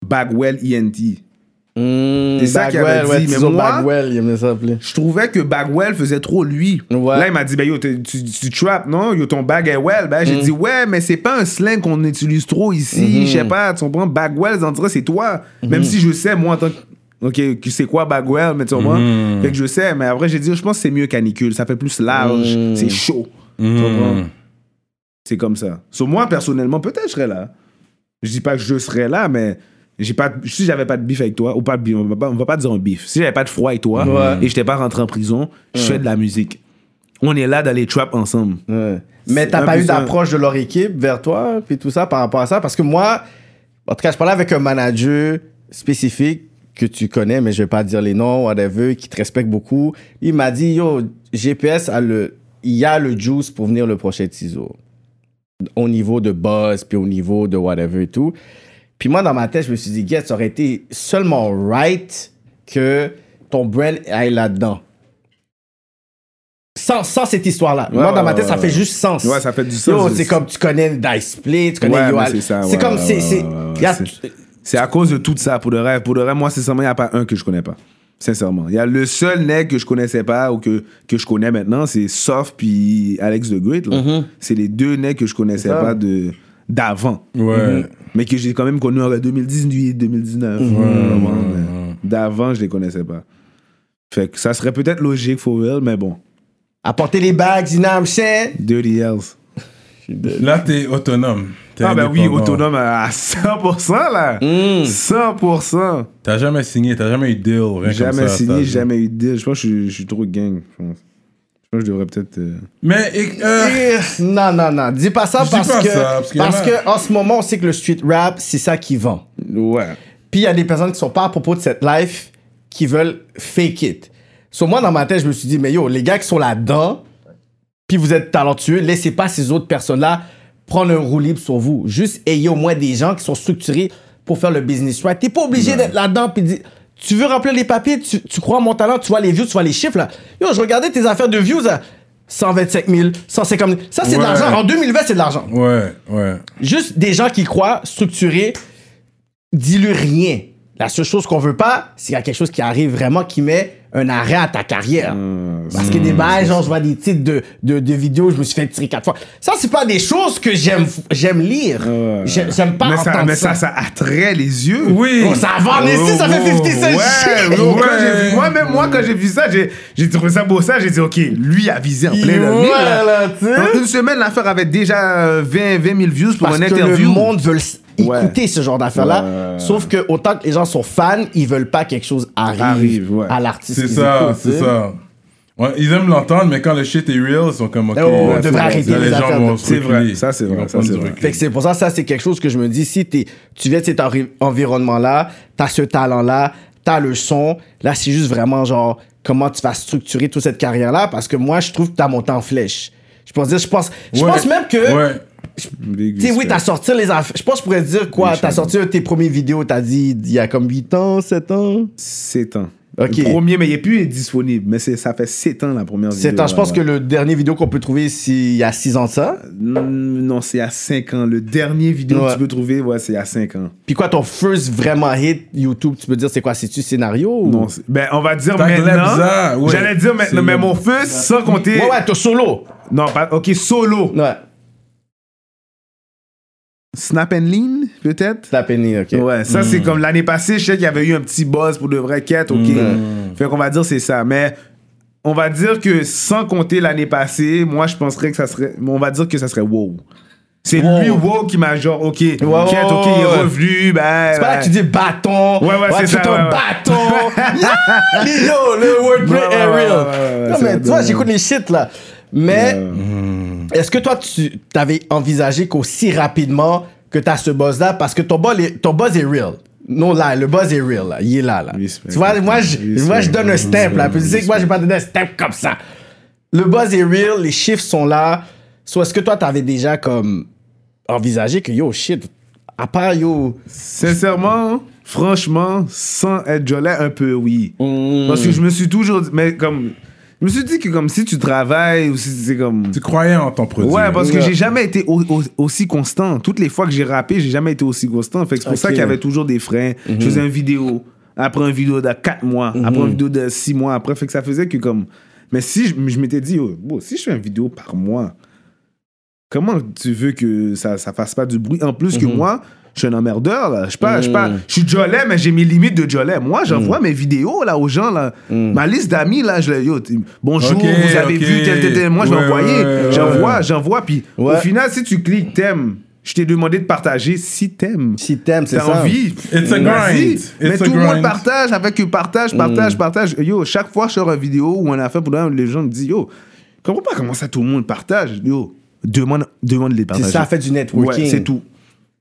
Speaker 4: Bagwell E ENT. C'est ça qu'il avait
Speaker 3: Hmm, Bagwell, ouais,
Speaker 4: dit, mais
Speaker 3: Tizo
Speaker 4: moi-
Speaker 3: Bagwell, il aimait ça appeler.
Speaker 4: Je trouvais que Bagwell faisait trop lui.
Speaker 3: Ouais.
Speaker 4: Là, il m'a dit, ben yo, t'es- tu, tu trap, non? Yo, ton bag est well. Ben, j'ai dit, ouais, mais c'est pas un slang qu'on utilise trop ici. Je sais pas, tu comprends? Bagwell, on dirait, c'est toi. Même si je sais, moi, en tant que. Ok, tu sais quoi, Bagwell, mais tu comprends? Fait que je sais, mais après, j'ai dit, je pense que c'est mieux canicule. Ça fait plus large.
Speaker 3: Mhm.
Speaker 4: C'est chaud. Tu comprends?
Speaker 2: Mmh.
Speaker 4: C'est comme ça. Sur moi, personnellement, peut-être je serais là. Je dis pas que je serais là, mais j'ai pas, si j'avais pas de bif avec toi, ou pas de bif, on va pas, on va pas dire un bif. Si j'avais pas de froid avec toi, et j'étais pas rentré en prison, je fais de la musique. On est là dans les traps ensemble.
Speaker 3: Ouais. Mais t'as
Speaker 4: un
Speaker 3: pas eu
Speaker 4: plus un.
Speaker 3: d'approche de leur équipe vers toi, puis tout ça par rapport à ça? Parce que moi, en tout cas, je parlais avec un manager spécifique que tu connais, mais je vais pas dire les noms, whatever, qui te respecte beaucoup. Il m'a dit, yo, GPS a le, il y a le juice pour venir le prochain ciseau. Au niveau de buzz, puis au niveau de whatever et tout. Puis moi, dans ma tête, je me suis dit, Guess, ça aurait été seulement right que ton brand aille là-dedans. Sans, sans cette histoire-là. moi,
Speaker 4: ouais,
Speaker 3: dans ma tête,
Speaker 4: ouais,
Speaker 3: ça
Speaker 4: ouais.
Speaker 3: fait juste sens.
Speaker 4: Ouais, ça fait du
Speaker 3: Yo,
Speaker 4: sens.
Speaker 3: c'est comme tu connais Dice Split, tu connais
Speaker 4: Ouais,
Speaker 3: Yo
Speaker 4: mais
Speaker 3: Al-
Speaker 4: c'est ça,
Speaker 3: C'est
Speaker 4: ouais,
Speaker 3: comme.
Speaker 4: ouais,
Speaker 3: c'est-
Speaker 4: ouais,
Speaker 3: c'est-
Speaker 4: ouais, ouais,
Speaker 3: y a-
Speaker 4: c'est- C'est à cause de tout ça, pour de rêve. Pour de rêve, moi, sincèrement, il n'y a pas un que je connais pas. Sincèrement. Il y a le seul nègre que je connaissais pas ou que, que je connais maintenant, c'est Soft puis Alex The Great. là. C'est les deux nègres que je connaissais
Speaker 3: C'est ça.
Speaker 4: pas de d'avant.
Speaker 3: Hmm.
Speaker 2: Ouais.
Speaker 4: Mm. Mais que j'ai quand même connu en 2018, 2019. vraiment, mais D'avant, je les connaissais pas. Fait que ça serait peut-être logique, for real, mais bon.
Speaker 3: Apporter les bagues, you know what I'm saying?
Speaker 4: Dirty Hells.
Speaker 2: Là, t'es autonome. T'es
Speaker 4: Ah ben oui,
Speaker 2: indépendant.
Speaker 4: autonome à 100% là.
Speaker 3: Mm.
Speaker 4: 100%.
Speaker 2: T'as jamais signé, t'as jamais eu de deal, rien
Speaker 4: Jamais
Speaker 2: comme ça, t'as-
Speaker 4: signé, jamais eu de deal. Je pense que je suis, je suis trop gang, je pense. Je pense que je devrais peut-être... euh,
Speaker 2: Mais, et- euh,
Speaker 3: Eh, Non, non, non. Dis pas ça,
Speaker 2: Je dis
Speaker 3: parce,
Speaker 2: pas
Speaker 3: que,
Speaker 2: ça, parce qu'il y en
Speaker 3: parce
Speaker 2: a-
Speaker 3: que en ce moment, on sait que le street rap, c'est ça qui vend.
Speaker 4: Ouais.
Speaker 3: Puis il y a des personnes qui sont pas à propos de cette life qui veulent fake it. So, moi, dans ma tête, je me suis dit, mais yo, les gars qui sont là-dedans, puis vous êtes talentueux, laissez pas ces autres personnes-là prendre un roue libre sur vous. Juste ayez au moins des gens qui sont structurés pour faire le business right. T'es pas obligé d'être là-dedans puis dire, tu veux remplir les papiers, tu, tu crois en mon talent, tu vois les views, tu vois les chiffres là. Yo, je regardais tes affaires de views à 125 000, 150 000. Ça, c'est de
Speaker 2: Ouais.
Speaker 3: l'argent. En 2020, c'est de l'argent.
Speaker 2: ouais, ouais.
Speaker 3: Juste des gens qui croient, structurés, dilue rien. La seule chose qu'on veut pas, c'est qu'il y a quelque chose qui arrive vraiment qui met un arrêt à ta carrière.
Speaker 4: Hmm.
Speaker 3: Parce que des bails, genre, je vois des titres de, de, de vidéos, je me suis fait tirer quatre fois. Ça, c'est pas des choses que j'aime j'aime lire.
Speaker 4: Ouais.
Speaker 3: J'ai- J'aime pas
Speaker 4: mais
Speaker 3: entendre
Speaker 4: ça, mais
Speaker 3: ça.
Speaker 4: ça, ça attrait les yeux.
Speaker 2: Oui.
Speaker 3: Oh, ça va, mais si, ça fait 50 cents.
Speaker 4: Ouais,
Speaker 3: shit.
Speaker 4: bro, quand
Speaker 2: Ouais.
Speaker 4: j'ai vu- moi, même moi, quand j'ai vu ça, j'ai j'ai trouvé ça beau. Ça, j'ai dit, OK, lui a visé en plein dans le mille, là.
Speaker 3: Ouais, là, tu sais.
Speaker 4: En une semaine, l'affaire avait déjà euh, 20, 20 000 views pour
Speaker 3: Parce
Speaker 4: une
Speaker 3: que
Speaker 4: interview.
Speaker 3: le monde veut le s-
Speaker 4: Ouais.
Speaker 3: écouter ce genre d'affaires-là.
Speaker 4: Ouais.
Speaker 3: Sauf que autant que les gens sont fans, ils veulent pas que quelque chose arrive,
Speaker 4: Arrive, ouais.
Speaker 3: à l'artiste.
Speaker 2: C'est
Speaker 3: qu'ils
Speaker 2: ça,
Speaker 3: écoutent, hein. tu
Speaker 2: c'est
Speaker 3: sais.
Speaker 2: ça. Ouais, ils aiment l'entendre, mais quand le shit est real, ils sont comme ok.
Speaker 3: Oh, on
Speaker 2: ouais,
Speaker 3: devrait
Speaker 2: c'est bon,
Speaker 3: arrêter
Speaker 2: ça,
Speaker 3: les
Speaker 2: gens
Speaker 3: affaires
Speaker 2: vont
Speaker 3: de-
Speaker 2: se
Speaker 4: C'est vrai,
Speaker 2: reculer.
Speaker 4: ça, c'est
Speaker 2: Ils
Speaker 4: vrai,
Speaker 2: vont
Speaker 4: ça,
Speaker 2: prendre
Speaker 4: c'est
Speaker 2: du
Speaker 4: vrai.
Speaker 2: recul.
Speaker 3: Fait que c'est pour ça, ça c'est quelque chose que je me dis, si t'es- tu viens de cet enri- environnement-là, t'as ce talent-là, t'as le son, là c'est juste vraiment genre comment tu vas structurer toute cette carrière-là, parce que moi je trouve que t'as monté en flèche. Je pense dire, je pense, je
Speaker 2: Ouais.
Speaker 3: pense même que
Speaker 2: Ouais.
Speaker 3: Tu sais, oui, t'as sorti les affaires. Je pense que je pourrais dire quoi. T'as sorti un de tes premières vidéos, t'as dit il y a comme 8 ans, 7 ans.
Speaker 4: 7 ans.
Speaker 3: Ok.
Speaker 4: Le premier, mais il n'est plus disponible. Mais c'est- ça fait 7 ans la première vidéo.
Speaker 3: 7 ans, je
Speaker 4: ouais,
Speaker 3: pense
Speaker 4: ouais.
Speaker 3: que le dernier vidéo qu'on peut trouver, c'est il y a 6 ans de ça.
Speaker 4: Mm, Non, c'est à 5 ans. Le dernier vidéo
Speaker 3: Ouais.
Speaker 4: que tu peux trouver, ouais, c'est à 5 ans.
Speaker 3: Puis quoi, ton first vraiment hit YouTube, tu peux dire c'est quoi C'est-tu scénario ou...
Speaker 4: Non, c'est- ben, on va dire
Speaker 2: Tag Lebza,
Speaker 4: maintenant.
Speaker 2: ouais.
Speaker 4: J'allais dire maintenant,
Speaker 2: C'est-
Speaker 4: mais mon fils, sans compter.
Speaker 3: Ouais, ouais, ton solo.
Speaker 4: Non, pas, ok, solo.
Speaker 3: Ouais,
Speaker 4: Snap and Lean, peut-être
Speaker 3: c'est la peine, ok.
Speaker 4: Ouais, ça c'est comme l'année passée, je sais qu'il y avait eu un petit buzz pour de vraies quêtes, ok. Fait qu'on va dire c'est ça, mais on va dire que sans compter l'année passée, moi je penserais que ça serait, on va dire que ça serait wow. C'est lui wow qui m'a genre, ok, quête, ok, il
Speaker 3: ouais.
Speaker 4: est revenu, ben.
Speaker 3: C'est pas là que tu dis bâton.
Speaker 4: Ouais, ouais, c'est
Speaker 3: tu
Speaker 4: ça,
Speaker 3: fais ton
Speaker 4: ouais, ouais.
Speaker 3: bâton. Là, [LAUGHS] yo, le wordplay
Speaker 4: Ouais, ouais, ouais,
Speaker 3: est real.
Speaker 4: ouais, ouais, ouais,
Speaker 3: non,
Speaker 4: c'est
Speaker 3: mais
Speaker 4: vrai,
Speaker 3: tu vois,
Speaker 4: ouais.
Speaker 3: j'écoute les shit, là. Mais est-ce que toi, tu t'avais envisagé qu'aussi rapidement que t'as ce buzz-là, parce que ton buzz, est, ton buzz est real. Non, là, le buzz est real, là. Il est là, là.
Speaker 4: Respect.
Speaker 3: tu vois, moi, je,
Speaker 4: Respect.
Speaker 3: moi, je donne un step, là. Puis tu sais que moi, j'ai pas donné un step comme ça. Le buzz est real, les chiffres sont là. Soit est-ce que toi, t'avais déjà comme envisagé que yo, shit, à part yo,
Speaker 4: Sincèrement, franchement, sans être jolet, un peu oui.
Speaker 3: Mm.
Speaker 4: Parce que je me suis toujours dit, mais comme, je me suis dit que comme si tu travailles ou si c'est comme.
Speaker 2: Tu croyais en ton produit.
Speaker 4: Ouais, parce que
Speaker 3: Ouais.
Speaker 4: j'ai jamais été au- au- aussi constant. Toutes les fois que j'ai rappé, j'ai jamais été aussi constant. Fait que c'est pour ça
Speaker 3: Ok.
Speaker 4: qu'il y avait toujours des freins.
Speaker 2: Mhm.
Speaker 4: Je faisais une vidéo, après une vidéo de 4 mois, après une vidéo de 6 mois, après. Fait que ça faisait que comme. Mais si je, je m'étais dit, oh, bon, si je fais une vidéo par mois, comment tu veux que ça, ça fasse pas du bruit En plus que
Speaker 2: Mhm.
Speaker 4: moi, je suis un emmerdeur, là. Je suis pas, je suis pas, je suis Jolet, mais j'ai mes limites de Jolet. Moi, j'envoie
Speaker 2: Mhm.
Speaker 4: mes vidéos, là, aux gens, là. Ma liste d'amis, là, je les, yo, t- bonjour,
Speaker 2: Ok,
Speaker 4: vous avez
Speaker 2: ok.
Speaker 4: vu, tel, tel, tel. Moi, je
Speaker 2: Ouais,
Speaker 4: vais envoyer.
Speaker 2: ouais, ouais,
Speaker 4: j'envoie,
Speaker 2: ouais.
Speaker 4: j'envoie, Ah, puis
Speaker 3: Ouais.
Speaker 4: au final, si tu cliques t'aimes, je t'ai demandé de partager si t'aimes.
Speaker 3: si t'aimes, c'est
Speaker 4: T'as
Speaker 3: ça.
Speaker 4: envie.
Speaker 2: It's a grind.
Speaker 4: vas-y.
Speaker 2: It's
Speaker 4: Mais
Speaker 2: a
Speaker 4: tout le
Speaker 2: grind.
Speaker 4: monde partage avec que partage,
Speaker 3: Mm.
Speaker 4: partage, partage. Yo, chaque fois que je sors une vidéo ou un affaire pour les gens me disent yo, je comprends pas comment ça tout le monde partage. Yo, demande, demande les
Speaker 3: C'est
Speaker 4: partager.
Speaker 3: ça, fait du networking.
Speaker 4: Ouais, c'est tout.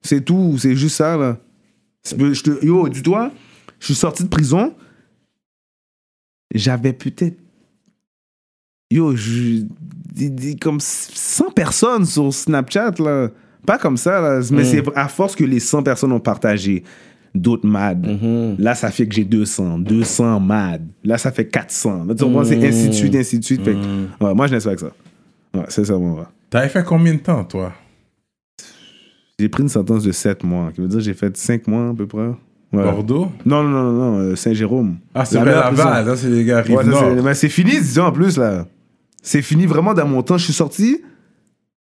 Speaker 4: C'est tout. C'est juste ça, là. C'est peu- je te- yo, du doigt, je suis sorti de prison. J'avais peut-être. Yo, je- des- des- comme 100 personnes sur Snapchat, là. Pas comme ça, là. Mais c'est à force que les 100 personnes ont partagé. D'autres mad.
Speaker 3: Mm. Mhm.
Speaker 4: Là, ça fait que j'ai 200. 200 mad. Là, ça fait 400. Là, tu comprends? C'est ainsi de suite, ainsi de suite. Fait que- ouais, moi, je laisse pas que ça. Ouais, c'est ça, moi. ouais.
Speaker 2: T'avais fait combien de temps, toi
Speaker 4: J'ai pris une sentence de 7 mois, qui veut dire que j'ai fait 5 mois à peu près. Ouais.
Speaker 2: Bordeaux
Speaker 4: Non, non, non, non, euh, Saint-Jérôme.
Speaker 2: Ah, c'est
Speaker 4: La
Speaker 2: vrai,
Speaker 4: meilleure
Speaker 2: Laval.
Speaker 4: prison.
Speaker 2: Ça, c'est les gars
Speaker 4: Ouais, ça, c'est-
Speaker 2: Rive-Nord.
Speaker 4: mais c'est fini, disons en plus, là. C'est fini vraiment dans mon temps. Je suis sorti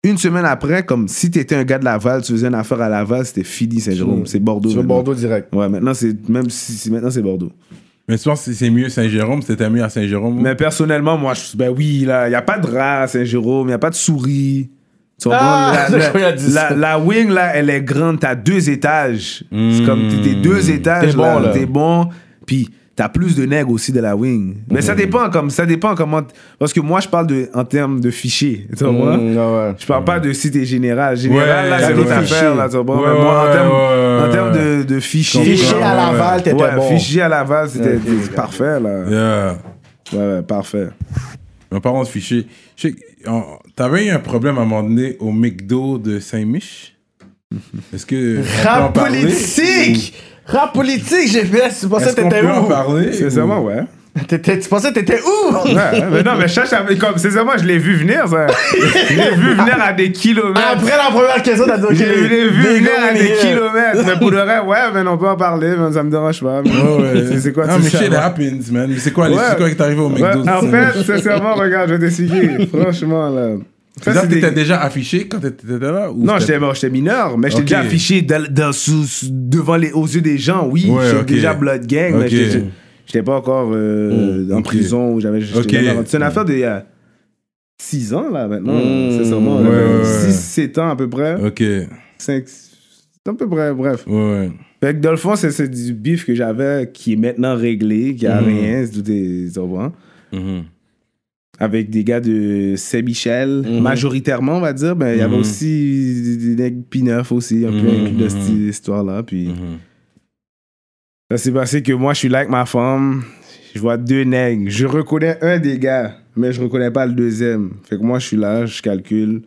Speaker 4: une semaine après, comme si t'étais un gars de Laval, tu faisais une affaire à Laval, c'était fini Saint-Jérôme. C'est Bordeaux.
Speaker 3: Sur
Speaker 4: maintenant.
Speaker 3: Bordeaux direct.
Speaker 4: Ouais, maintenant c'est même si, si- maintenant c'est Bordeaux.
Speaker 2: Mais tu penses que c'est mieux Saint-Jérôme C'était mieux à
Speaker 3: Mm.
Speaker 2: Saint-Jérôme
Speaker 4: Mais personnellement, moi, je, ben oui, là, il y a pas de rat à Saint-Jérôme, il y a pas de souris. Tu comprends?
Speaker 3: [LAUGHS] Ah, je
Speaker 4: la, la,
Speaker 3: croyais qu'il a dit ça.
Speaker 4: la- la wing là, elle est grande, t'as deux étages. C'est comme t'es- t'es deux étages,
Speaker 3: Mm. T'es bon, là.
Speaker 4: là, t'es bon, puis t'as plus de nègres aussi de la wing. Mais
Speaker 3: Mm.
Speaker 4: ça dépend comme ça dépend comment t- parce que moi je parle de en termes de fichiers, tu vois.
Speaker 3: Mm, ouais, ouais.
Speaker 4: Je parle pas de si t'es général. Général,
Speaker 2: Ouais,
Speaker 4: là,
Speaker 2: ouais,
Speaker 4: c'est l'autre
Speaker 2: ouais.
Speaker 4: affaire, là, tu vois.
Speaker 2: Ouais,
Speaker 4: Mais moi,
Speaker 2: ouais,
Speaker 4: en termes,
Speaker 2: ouais, ouais,
Speaker 4: en termes
Speaker 2: ouais.
Speaker 4: de, de fichiers.
Speaker 3: Fichier
Speaker 2: Ouais,
Speaker 3: à
Speaker 2: ouais,
Speaker 3: Laval, t'étais
Speaker 4: Ouais,
Speaker 3: bon.
Speaker 4: fichier à Laval, c'était
Speaker 3: Ok,
Speaker 4: c'est parfait, là.
Speaker 2: Yeah.
Speaker 4: Ouais, ouais, parfait.
Speaker 2: Mais parlons de fichier. Je sais que, en- T'avais eu un problème à un moment donné au McDo
Speaker 4: [LAUGHS]
Speaker 2: de Saint-Mich Est-ce que. on peut en
Speaker 3: Rap
Speaker 2: parler?
Speaker 3: politique! Rap politique, j'ai fait. Tu pensais
Speaker 2: Est-ce
Speaker 3: que
Speaker 2: qu'on
Speaker 3: t'étais
Speaker 2: peut en
Speaker 3: où?
Speaker 2: parler
Speaker 4: Sincèrement,
Speaker 2: ou-
Speaker 4: ouais.
Speaker 3: T'étais- Tu pensais que t'étais où?
Speaker 4: Ouais, mais non, mais Chacha, mais comme, sincèrement, je l'ai vu venir, ça. Je l'ai vu venir à des kilomètres.
Speaker 3: Après la première question, t'as dit ok.
Speaker 4: Je l'ai- je l'ai
Speaker 3: they
Speaker 4: vu venir
Speaker 3: going
Speaker 4: à des
Speaker 3: here.
Speaker 4: kilomètres. Mais pour le reste, ouais, mais on peut en parler, mais ça me dérange pas. Mais
Speaker 2: Ouais, ouais.
Speaker 4: [LAUGHS] c'est- C'est quoi
Speaker 2: Ah,
Speaker 4: tu
Speaker 2: mais
Speaker 4: sais,
Speaker 2: shit
Speaker 4: moi?
Speaker 2: happens, man. Mais c'est quoi, les-
Speaker 4: Ouais.
Speaker 2: c'est quoi qui est arrivé au McDo
Speaker 4: Ouais,
Speaker 2: de
Speaker 4: En
Speaker 2: Saint-Mich
Speaker 4: fait, sincèrement, regarde, je vais t'expliquer. Franchement, là. Ça,
Speaker 2: Ça,
Speaker 4: c'est
Speaker 2: t'étais
Speaker 4: des-
Speaker 2: déjà affiché quand t'étais là ou
Speaker 4: Non,
Speaker 2: c'était-
Speaker 4: j'étais bon, j'étais mineur, mais j'étais
Speaker 2: Ok.
Speaker 4: déjà affiché dans- dans- sous- sous- devant les, aux yeux des gens, oui.
Speaker 2: Ouais,
Speaker 4: j'étais
Speaker 2: ok.
Speaker 4: déjà Blood Gang,
Speaker 2: Ok.
Speaker 4: mais j'étais- j'étais pas encore euh,
Speaker 2: Mm,
Speaker 4: en
Speaker 2: ok.
Speaker 4: prison. J'avais, j'étais
Speaker 2: Ok.
Speaker 4: même avant- C'est une affaire d'il y a 6 ans, là, maintenant.
Speaker 3: Mm,
Speaker 4: C'est sûrement
Speaker 2: ouais, ouais, ouais. Euh.
Speaker 4: 6-7 ans à peu près.
Speaker 2: Ok, ouais,
Speaker 4: 5 c'est à peu près, bref.
Speaker 2: ouais.
Speaker 4: Fait que dans le fond, c'est, c'est du bif que j'avais qui est maintenant réglé, qui a
Speaker 2: Mm.
Speaker 4: rien, c'est tout des tu comprends?
Speaker 2: Mhm.
Speaker 4: avec des gars de Saint-Michel,
Speaker 3: Mhm.
Speaker 4: majoritairement, on va dire. Ben, il y avait
Speaker 2: Mhm.
Speaker 4: aussi des nègres P9 aussi, un
Speaker 2: Mhm,
Speaker 4: peu inclus
Speaker 2: mhm.
Speaker 4: de cette histoire-là. Puis
Speaker 2: Mhm.
Speaker 4: ça s'est passé que moi, je suis là avec ma femme, je vois deux nègres. Je reconnais un des gars, mais je reconnais pas le deuxième. Fait que moi, je suis là, je calcule.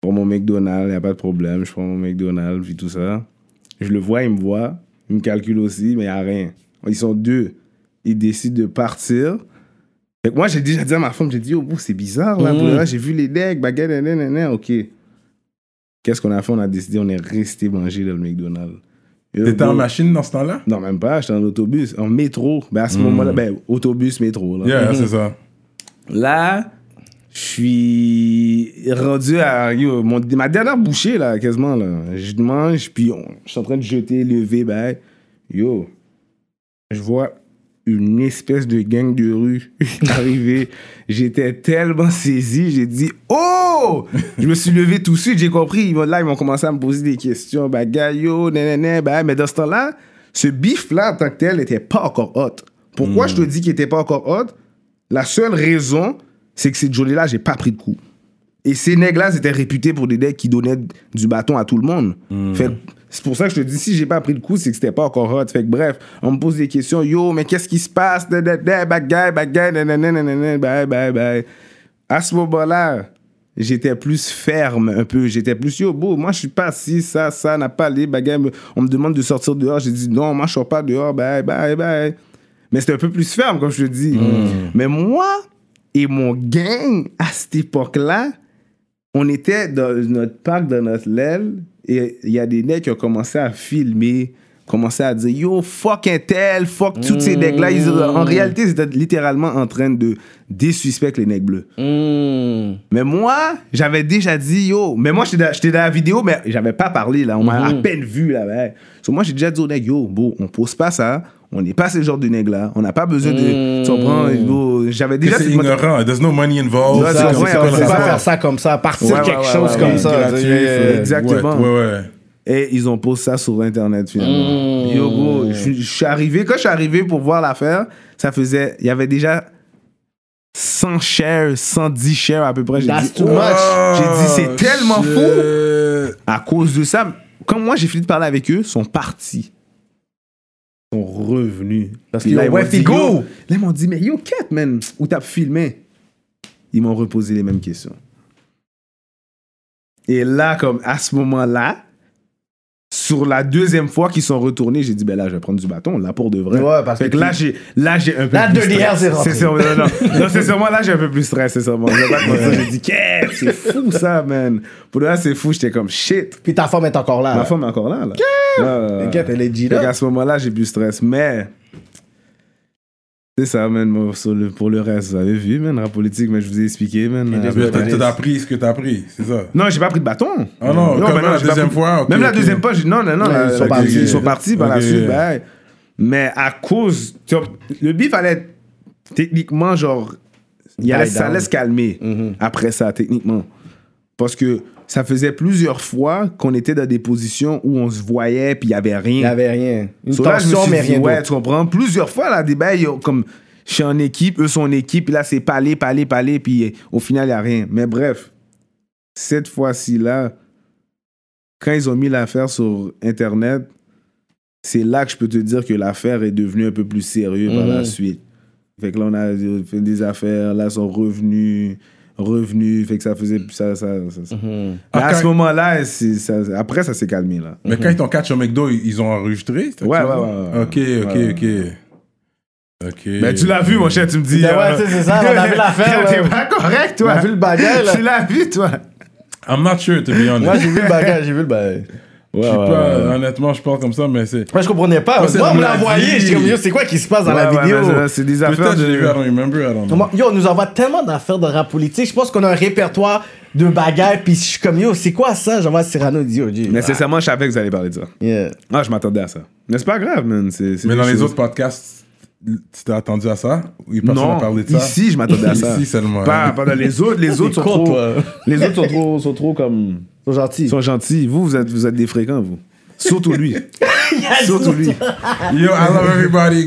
Speaker 4: prends mon McDonald's, il n'y a pas de problème. Je prends mon McDonald's, puis tout ça. Je le vois, il me voit. Il me calcule aussi, mais il n'y a rien. Ils sont deux. Ils décident de partir. Fait que moi, j'ai déjà dit à ma femme, j'ai dit, oh, bon, c'est bizarre, là, pour le
Speaker 2: Mm.
Speaker 4: reste, j'ai vu les decks, baguettes, nanana, ok. Qu'est-ce qu'on a fait On a décidé, on est resté manger dans le McDonald's. Et
Speaker 2: T'étais
Speaker 4: bon,
Speaker 2: en machine dans ce temps-là
Speaker 4: Non, même pas, j'étais en autobus, en métro. Ben, à ce moment-là, ben, autobus, métro. Là.
Speaker 2: Yeah, c'est ça.
Speaker 4: Là, je suis rendu à yo, mon- ma dernière bouchée, là, quasiment. Là. Je mange, puis on- je suis en train de jeter, lever, ben, yo, je vois une espèce de gang de rue [LAUGHS] arriver. J'étais tellement saisi, j'ai dit « Oh !» Je me suis levé tout de suite, j'ai compris. Ils m'ont- Là, ils m'ont commencé à me poser des questions. « Bah, gars, yo, nanana, bah, mais dans ce temps-là, ce bif-là, en tant que tel, n'était pas encore hot. Pourquoi je te dis qu'il n'était pas encore hot La seule raison, c'est que cette journée-là, j'ai pas pris de coup. Et ces nègres-là, c'était réputé pour des nègres qui donnaient du bâton à tout le monde. Fait que c'est pour ça que je te dis, si j'ai pas pris de coup, c'est que c'était pas encore hot. Fait que bref, on me pose des questions. Yo, mais qu'est-ce qui se passe? Da, da, da, Bagaille, bagaille, nanana, nanana, bye, bye, bye. À ce moment-là, j'étais plus ferme un peu. J'étais plus, yo, beau, moi, je suis pas si ça, ça, n'a pas les bagailles. me- On me demande de sortir dehors. J'ai dit, non, moi, je sors pas dehors. Bye, bye, bye. Mais c'était un peu plus ferme, comme je te dis. Mais moi et mon gang, à cette époque-là, on était dans notre parc, dans notre l'aile, et il y a des nègres qui ont commencé à filmer, commencé à dire Yo, fuck un tel, fuck tous ces nègres-là. Ils- En réalité, ils étaient littéralement en train de désuspecter les nègres bleus.
Speaker 3: Mmh.
Speaker 4: Mais moi, j'avais déjà dit Yo, mais moi, j'étais dans, j'étais dans la vidéo, mais j'avais pas parlé, là. On m'a à peine vu, là. ouais. So, moi, j'ai déjà dit aux nègres Yo, bon, on pose pas ça. On n'est pas ce genre de nègres-là. On n'a pas besoin de. Tu comprends? Yo, J'avais déjà
Speaker 2: C'est
Speaker 4: cette mentalité-
Speaker 2: ignorant. There's no money involved.
Speaker 4: Ouais,
Speaker 2: C'est
Speaker 3: Ça,
Speaker 4: ouais,
Speaker 2: comme-
Speaker 3: c'est
Speaker 2: c'est
Speaker 3: comme-
Speaker 2: comme
Speaker 3: on peut
Speaker 2: la
Speaker 3: pas
Speaker 2: sport.
Speaker 3: faire ça comme ça, partir
Speaker 4: Ouais,
Speaker 3: quelque
Speaker 4: ouais,
Speaker 3: chose
Speaker 4: ouais,
Speaker 3: comme
Speaker 4: ouais.
Speaker 3: ça.
Speaker 2: Gratuit,
Speaker 3: tu sais, euh,
Speaker 2: fait-
Speaker 4: Exactement.
Speaker 2: Ouais, ouais, ouais.
Speaker 4: Et ils ont posé ça sur Internet finalement.
Speaker 3: Mmh.
Speaker 4: Yo, bro, je suis- je suis arrivé, quand je suis arrivé pour voir l'affaire, ça faisait, il y avait déjà 100 shares, 110 shares à peu près. J'ai
Speaker 3: That's
Speaker 4: dit,
Speaker 3: too
Speaker 4: oh,
Speaker 3: much.
Speaker 4: J'ai dit, c'est
Speaker 2: Oh,
Speaker 4: tellement
Speaker 2: shit.
Speaker 4: à cause de ça, quand moi j'ai fini de parler avec eux, ils sont partis. Ils sont revenus. Parce que
Speaker 3: Yo,
Speaker 4: là, ils m'ont
Speaker 3: where
Speaker 4: dit,
Speaker 3: they go?
Speaker 4: yo, là, ils m'ont dit, mais yo, cat, man, où t'as filmé Ils m'ont reposé les mêmes questions. Et là, comme à ce moment-là, sur la deuxième fois qu'ils sont retournés, j'ai dit, ben là, je vais prendre du bâton, là, pour de vrai.
Speaker 3: Ouais, parce
Speaker 4: fait
Speaker 3: que
Speaker 4: que là, j'ai, là, j'ai un peu
Speaker 3: Là,
Speaker 4: plus
Speaker 3: Denis
Speaker 4: stress.
Speaker 3: R, c'est rentré.
Speaker 4: sûr, non, non. Non, c'est sûrement là, j'ai un peu plus stress, c'est sûrement. Je vais pas te mentir, J'ai dit, qu'est-ce c'est fou ça, man. Pour le reste, c'est fou, j'étais comme, shit.
Speaker 3: Puis ta femme est encore là.
Speaker 4: Ma
Speaker 3: là.
Speaker 4: femme est encore là, là. Ouais, ouais, ouais.
Speaker 3: T'inquiète, elle est
Speaker 4: Fait
Speaker 3: Gina.
Speaker 4: qu'à ce moment-là, j'ai plus stress, mais. C'est ça, man. moi, sur le- pour le reste, vous avez vu, man, rap politique, mais je vous ai expliqué, man.
Speaker 3: Et
Speaker 4: euh,
Speaker 3: des-
Speaker 2: Mais t'as- T'as pris ce que t'as pris, c'est ça.
Speaker 4: Non, j'ai pas pris de bâton.
Speaker 2: Ah non, quand même,
Speaker 4: ben
Speaker 2: la
Speaker 4: j'ai pas
Speaker 2: deuxième fois, ok,
Speaker 4: même la
Speaker 2: ok.
Speaker 4: deuxième fois, j'ai non, non, non,
Speaker 3: Ouais,
Speaker 4: la-
Speaker 3: ils sont
Speaker 4: la-
Speaker 3: partis.
Speaker 4: ils sont partis par
Speaker 2: Ok.
Speaker 4: la suite. ben, mais à cause, tu vois, le bif allait techniquement, genre, il allait,
Speaker 3: Die
Speaker 4: ça
Speaker 3: down.
Speaker 4: allait se calmer après ça, techniquement. Parce que ça faisait plusieurs fois qu'on était dans des positions où on se voyait puis il y avait rien.
Speaker 3: Il n'y avait rien. Une
Speaker 4: So là, je me
Speaker 3: tension,
Speaker 4: suis
Speaker 3: mais
Speaker 4: dit,
Speaker 3: rien
Speaker 4: Ouais,
Speaker 3: d'autre.
Speaker 4: tu comprends. Plusieurs fois, là, des bails, yo, comme je suis en équipe, eux sont en équipe, puis là, c'est palé, palé, palé, puis eh, au final, il n'y a rien. Mais bref, cette fois-ci, là, quand ils ont mis l'affaire sur Internet, c'est là que je peux te dire que l'affaire est devenue un peu plus sérieuse par la
Speaker 3: Mhm.
Speaker 4: suite. Fait que là, on a euh, fait des affaires, là, ils sont revenus, revenus, fait que ça faisait... Ça, ça, ça- ça.
Speaker 3: Mhm.
Speaker 4: Mais
Speaker 2: Ah,
Speaker 4: à
Speaker 2: quand-
Speaker 4: ce moment-là, c'est- ça- après, ça s'est calmé, là.
Speaker 2: Mais quand ils t'ont catch au McDo, ils ils ont enregistré c'est ça que
Speaker 4: Mm-hmm. Ouais,
Speaker 2: tu
Speaker 4: ouais,
Speaker 2: veux
Speaker 4: ouais,
Speaker 2: dire? Ok,
Speaker 4: ouais.
Speaker 2: ok, ok. Ok.
Speaker 4: Ben, tu l'as vu, mon cher, tu me dis. euh,
Speaker 3: Ben ouais, tu sais, c'est
Speaker 4: [LAUGHS]
Speaker 3: ça, on a vu l'affaire, là.
Speaker 4: T'es pas correct, toi.
Speaker 3: On a vu le bagage, là.
Speaker 4: Tu l'as vu, toi.
Speaker 2: I'm not sure, to be honest.
Speaker 3: Moi, j'ai vu le bagage, j'ai vu le bagage.
Speaker 2: Je suis pas,
Speaker 4: euh,
Speaker 2: honnêtement, je parle comme ça, mais c'est.
Speaker 3: Moi, je comprenais pas.
Speaker 2: Moi, c'est
Speaker 3: Moi, on me
Speaker 2: la
Speaker 3: l'a envoyé.
Speaker 2: vie.
Speaker 3: J'étais comme, yo, c'est quoi qui se passe dans la
Speaker 4: Ouais, ouais,
Speaker 3: vidéo?
Speaker 4: mais ça, C'est des affaires
Speaker 2: Peut-être je l'ai vu, I
Speaker 4: de.
Speaker 2: don't remember, I don't know.
Speaker 3: Comment- Yo, on nous envoie tellement d'affaires de rap politique. Je pense qu'on a un répertoire de bagarres. Puis je suis comme, yo, c'est quoi ça? J'envoie à Cyrano dit, yo, G.
Speaker 4: Nécessairement, je savais que vous allez parler de ça.
Speaker 3: Yeah.
Speaker 4: Ah, je m'attendais à ça. Mais c'est pas grave, man. c'est- c'est
Speaker 2: Mais
Speaker 4: des
Speaker 2: dans les
Speaker 4: choses.
Speaker 2: autres podcasts, tu t'es attendu à ça Ou personne n'a
Speaker 4: Non,
Speaker 2: parlé de ça
Speaker 4: ici, hein. je m'attendais à ça.
Speaker 2: Ici seulement.
Speaker 4: Pas, pas dans les autres. [LAUGHS] Les autres sont
Speaker 3: con,
Speaker 4: trop.
Speaker 3: toi.
Speaker 4: Les autres sont trop, sont trop comme.
Speaker 3: Ils sont gentils.
Speaker 4: Ils sont gentils. Vous, vous êtes, vous êtes des fréquents, vous. Surtout [LAUGHS] lui.
Speaker 3: [LAUGHS]
Speaker 4: Surtout lui.
Speaker 2: Yo, I love everybody,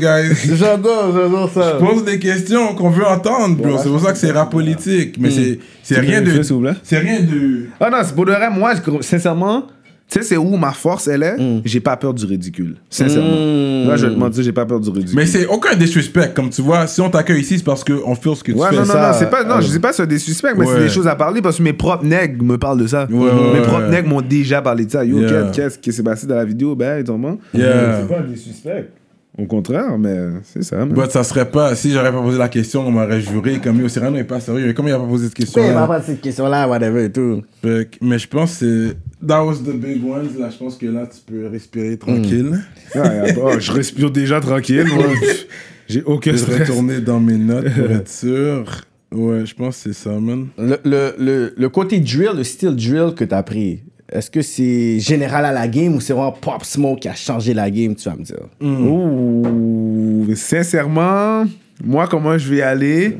Speaker 4: [LAUGHS]
Speaker 2: guys.
Speaker 3: J'adore, j'adore ça.
Speaker 2: Pose des questions qu'on veut entendre, bro.
Speaker 4: bah,
Speaker 2: C'est pour ça que c'est rap politique. Mais c'est- c'est
Speaker 4: Hmm. Tu peux
Speaker 2: rien
Speaker 4: le
Speaker 2: de.
Speaker 4: faire, s'il vous plaît
Speaker 2: C'est rien de.
Speaker 4: Ah non, c'est pour de vrai, moi, je- sincèrement, sais, c'est où ma force, elle est J'ai pas peur du ridicule, sincèrement. Là, je vais te mentir, j'ai pas peur du ridicule.
Speaker 2: Mais c'est aucun disrespect, comme tu vois. Si on t'accueille ici, c'est parce qu'on feel ce que tu
Speaker 4: Ouais,
Speaker 2: fais.
Speaker 4: non, non,
Speaker 3: ça,
Speaker 4: non, c'est pas, non,
Speaker 3: euh,
Speaker 4: je dis pas ça des suspects, mais
Speaker 2: Ouais.
Speaker 4: c'est des choses à parler parce que mes propres nègres me parlent de ça.
Speaker 2: ouais,
Speaker 4: mes
Speaker 2: ouais.
Speaker 4: propres nègres m'ont déjà parlé de ça. Yo,
Speaker 2: Yeah.
Speaker 4: Kev, qu'est-ce qui s'est passé dans la vidéo? Ben, ils t'en manquent.
Speaker 2: Yeah.
Speaker 5: pas des suspects.
Speaker 4: Au contraire, mais c'est ça. man.
Speaker 2: But ça serait pas, si j'aurais pas posé la question, on m'aurait juré comme yo, Cyrano est pas sérieux. Comment il a pas posé cette question?
Speaker 3: Ouais, pas cette question-là, whatever et tout.
Speaker 2: Fait que- mais je pense que c'est. That was the big ones. Là, je pense que là, tu peux respirer tranquille.
Speaker 4: Ah, et après, oh, je respire déjà tranquille.
Speaker 2: [LAUGHS]
Speaker 4: moi. J'ai aucun
Speaker 2: Je vais
Speaker 4: stress.
Speaker 2: retourner dans mes notes pour être sûr. Ouais, je pense que c'est ça, man.
Speaker 3: Le, le, le, le côté drill, le style drill que t'as pris, est-ce que c'est général à la game ou c'est vraiment Pop Smoke qui a changé la game, tu vas me dire?
Speaker 2: Mm.
Speaker 4: Ouh, mais sincèrement, moi, comment je vais y aller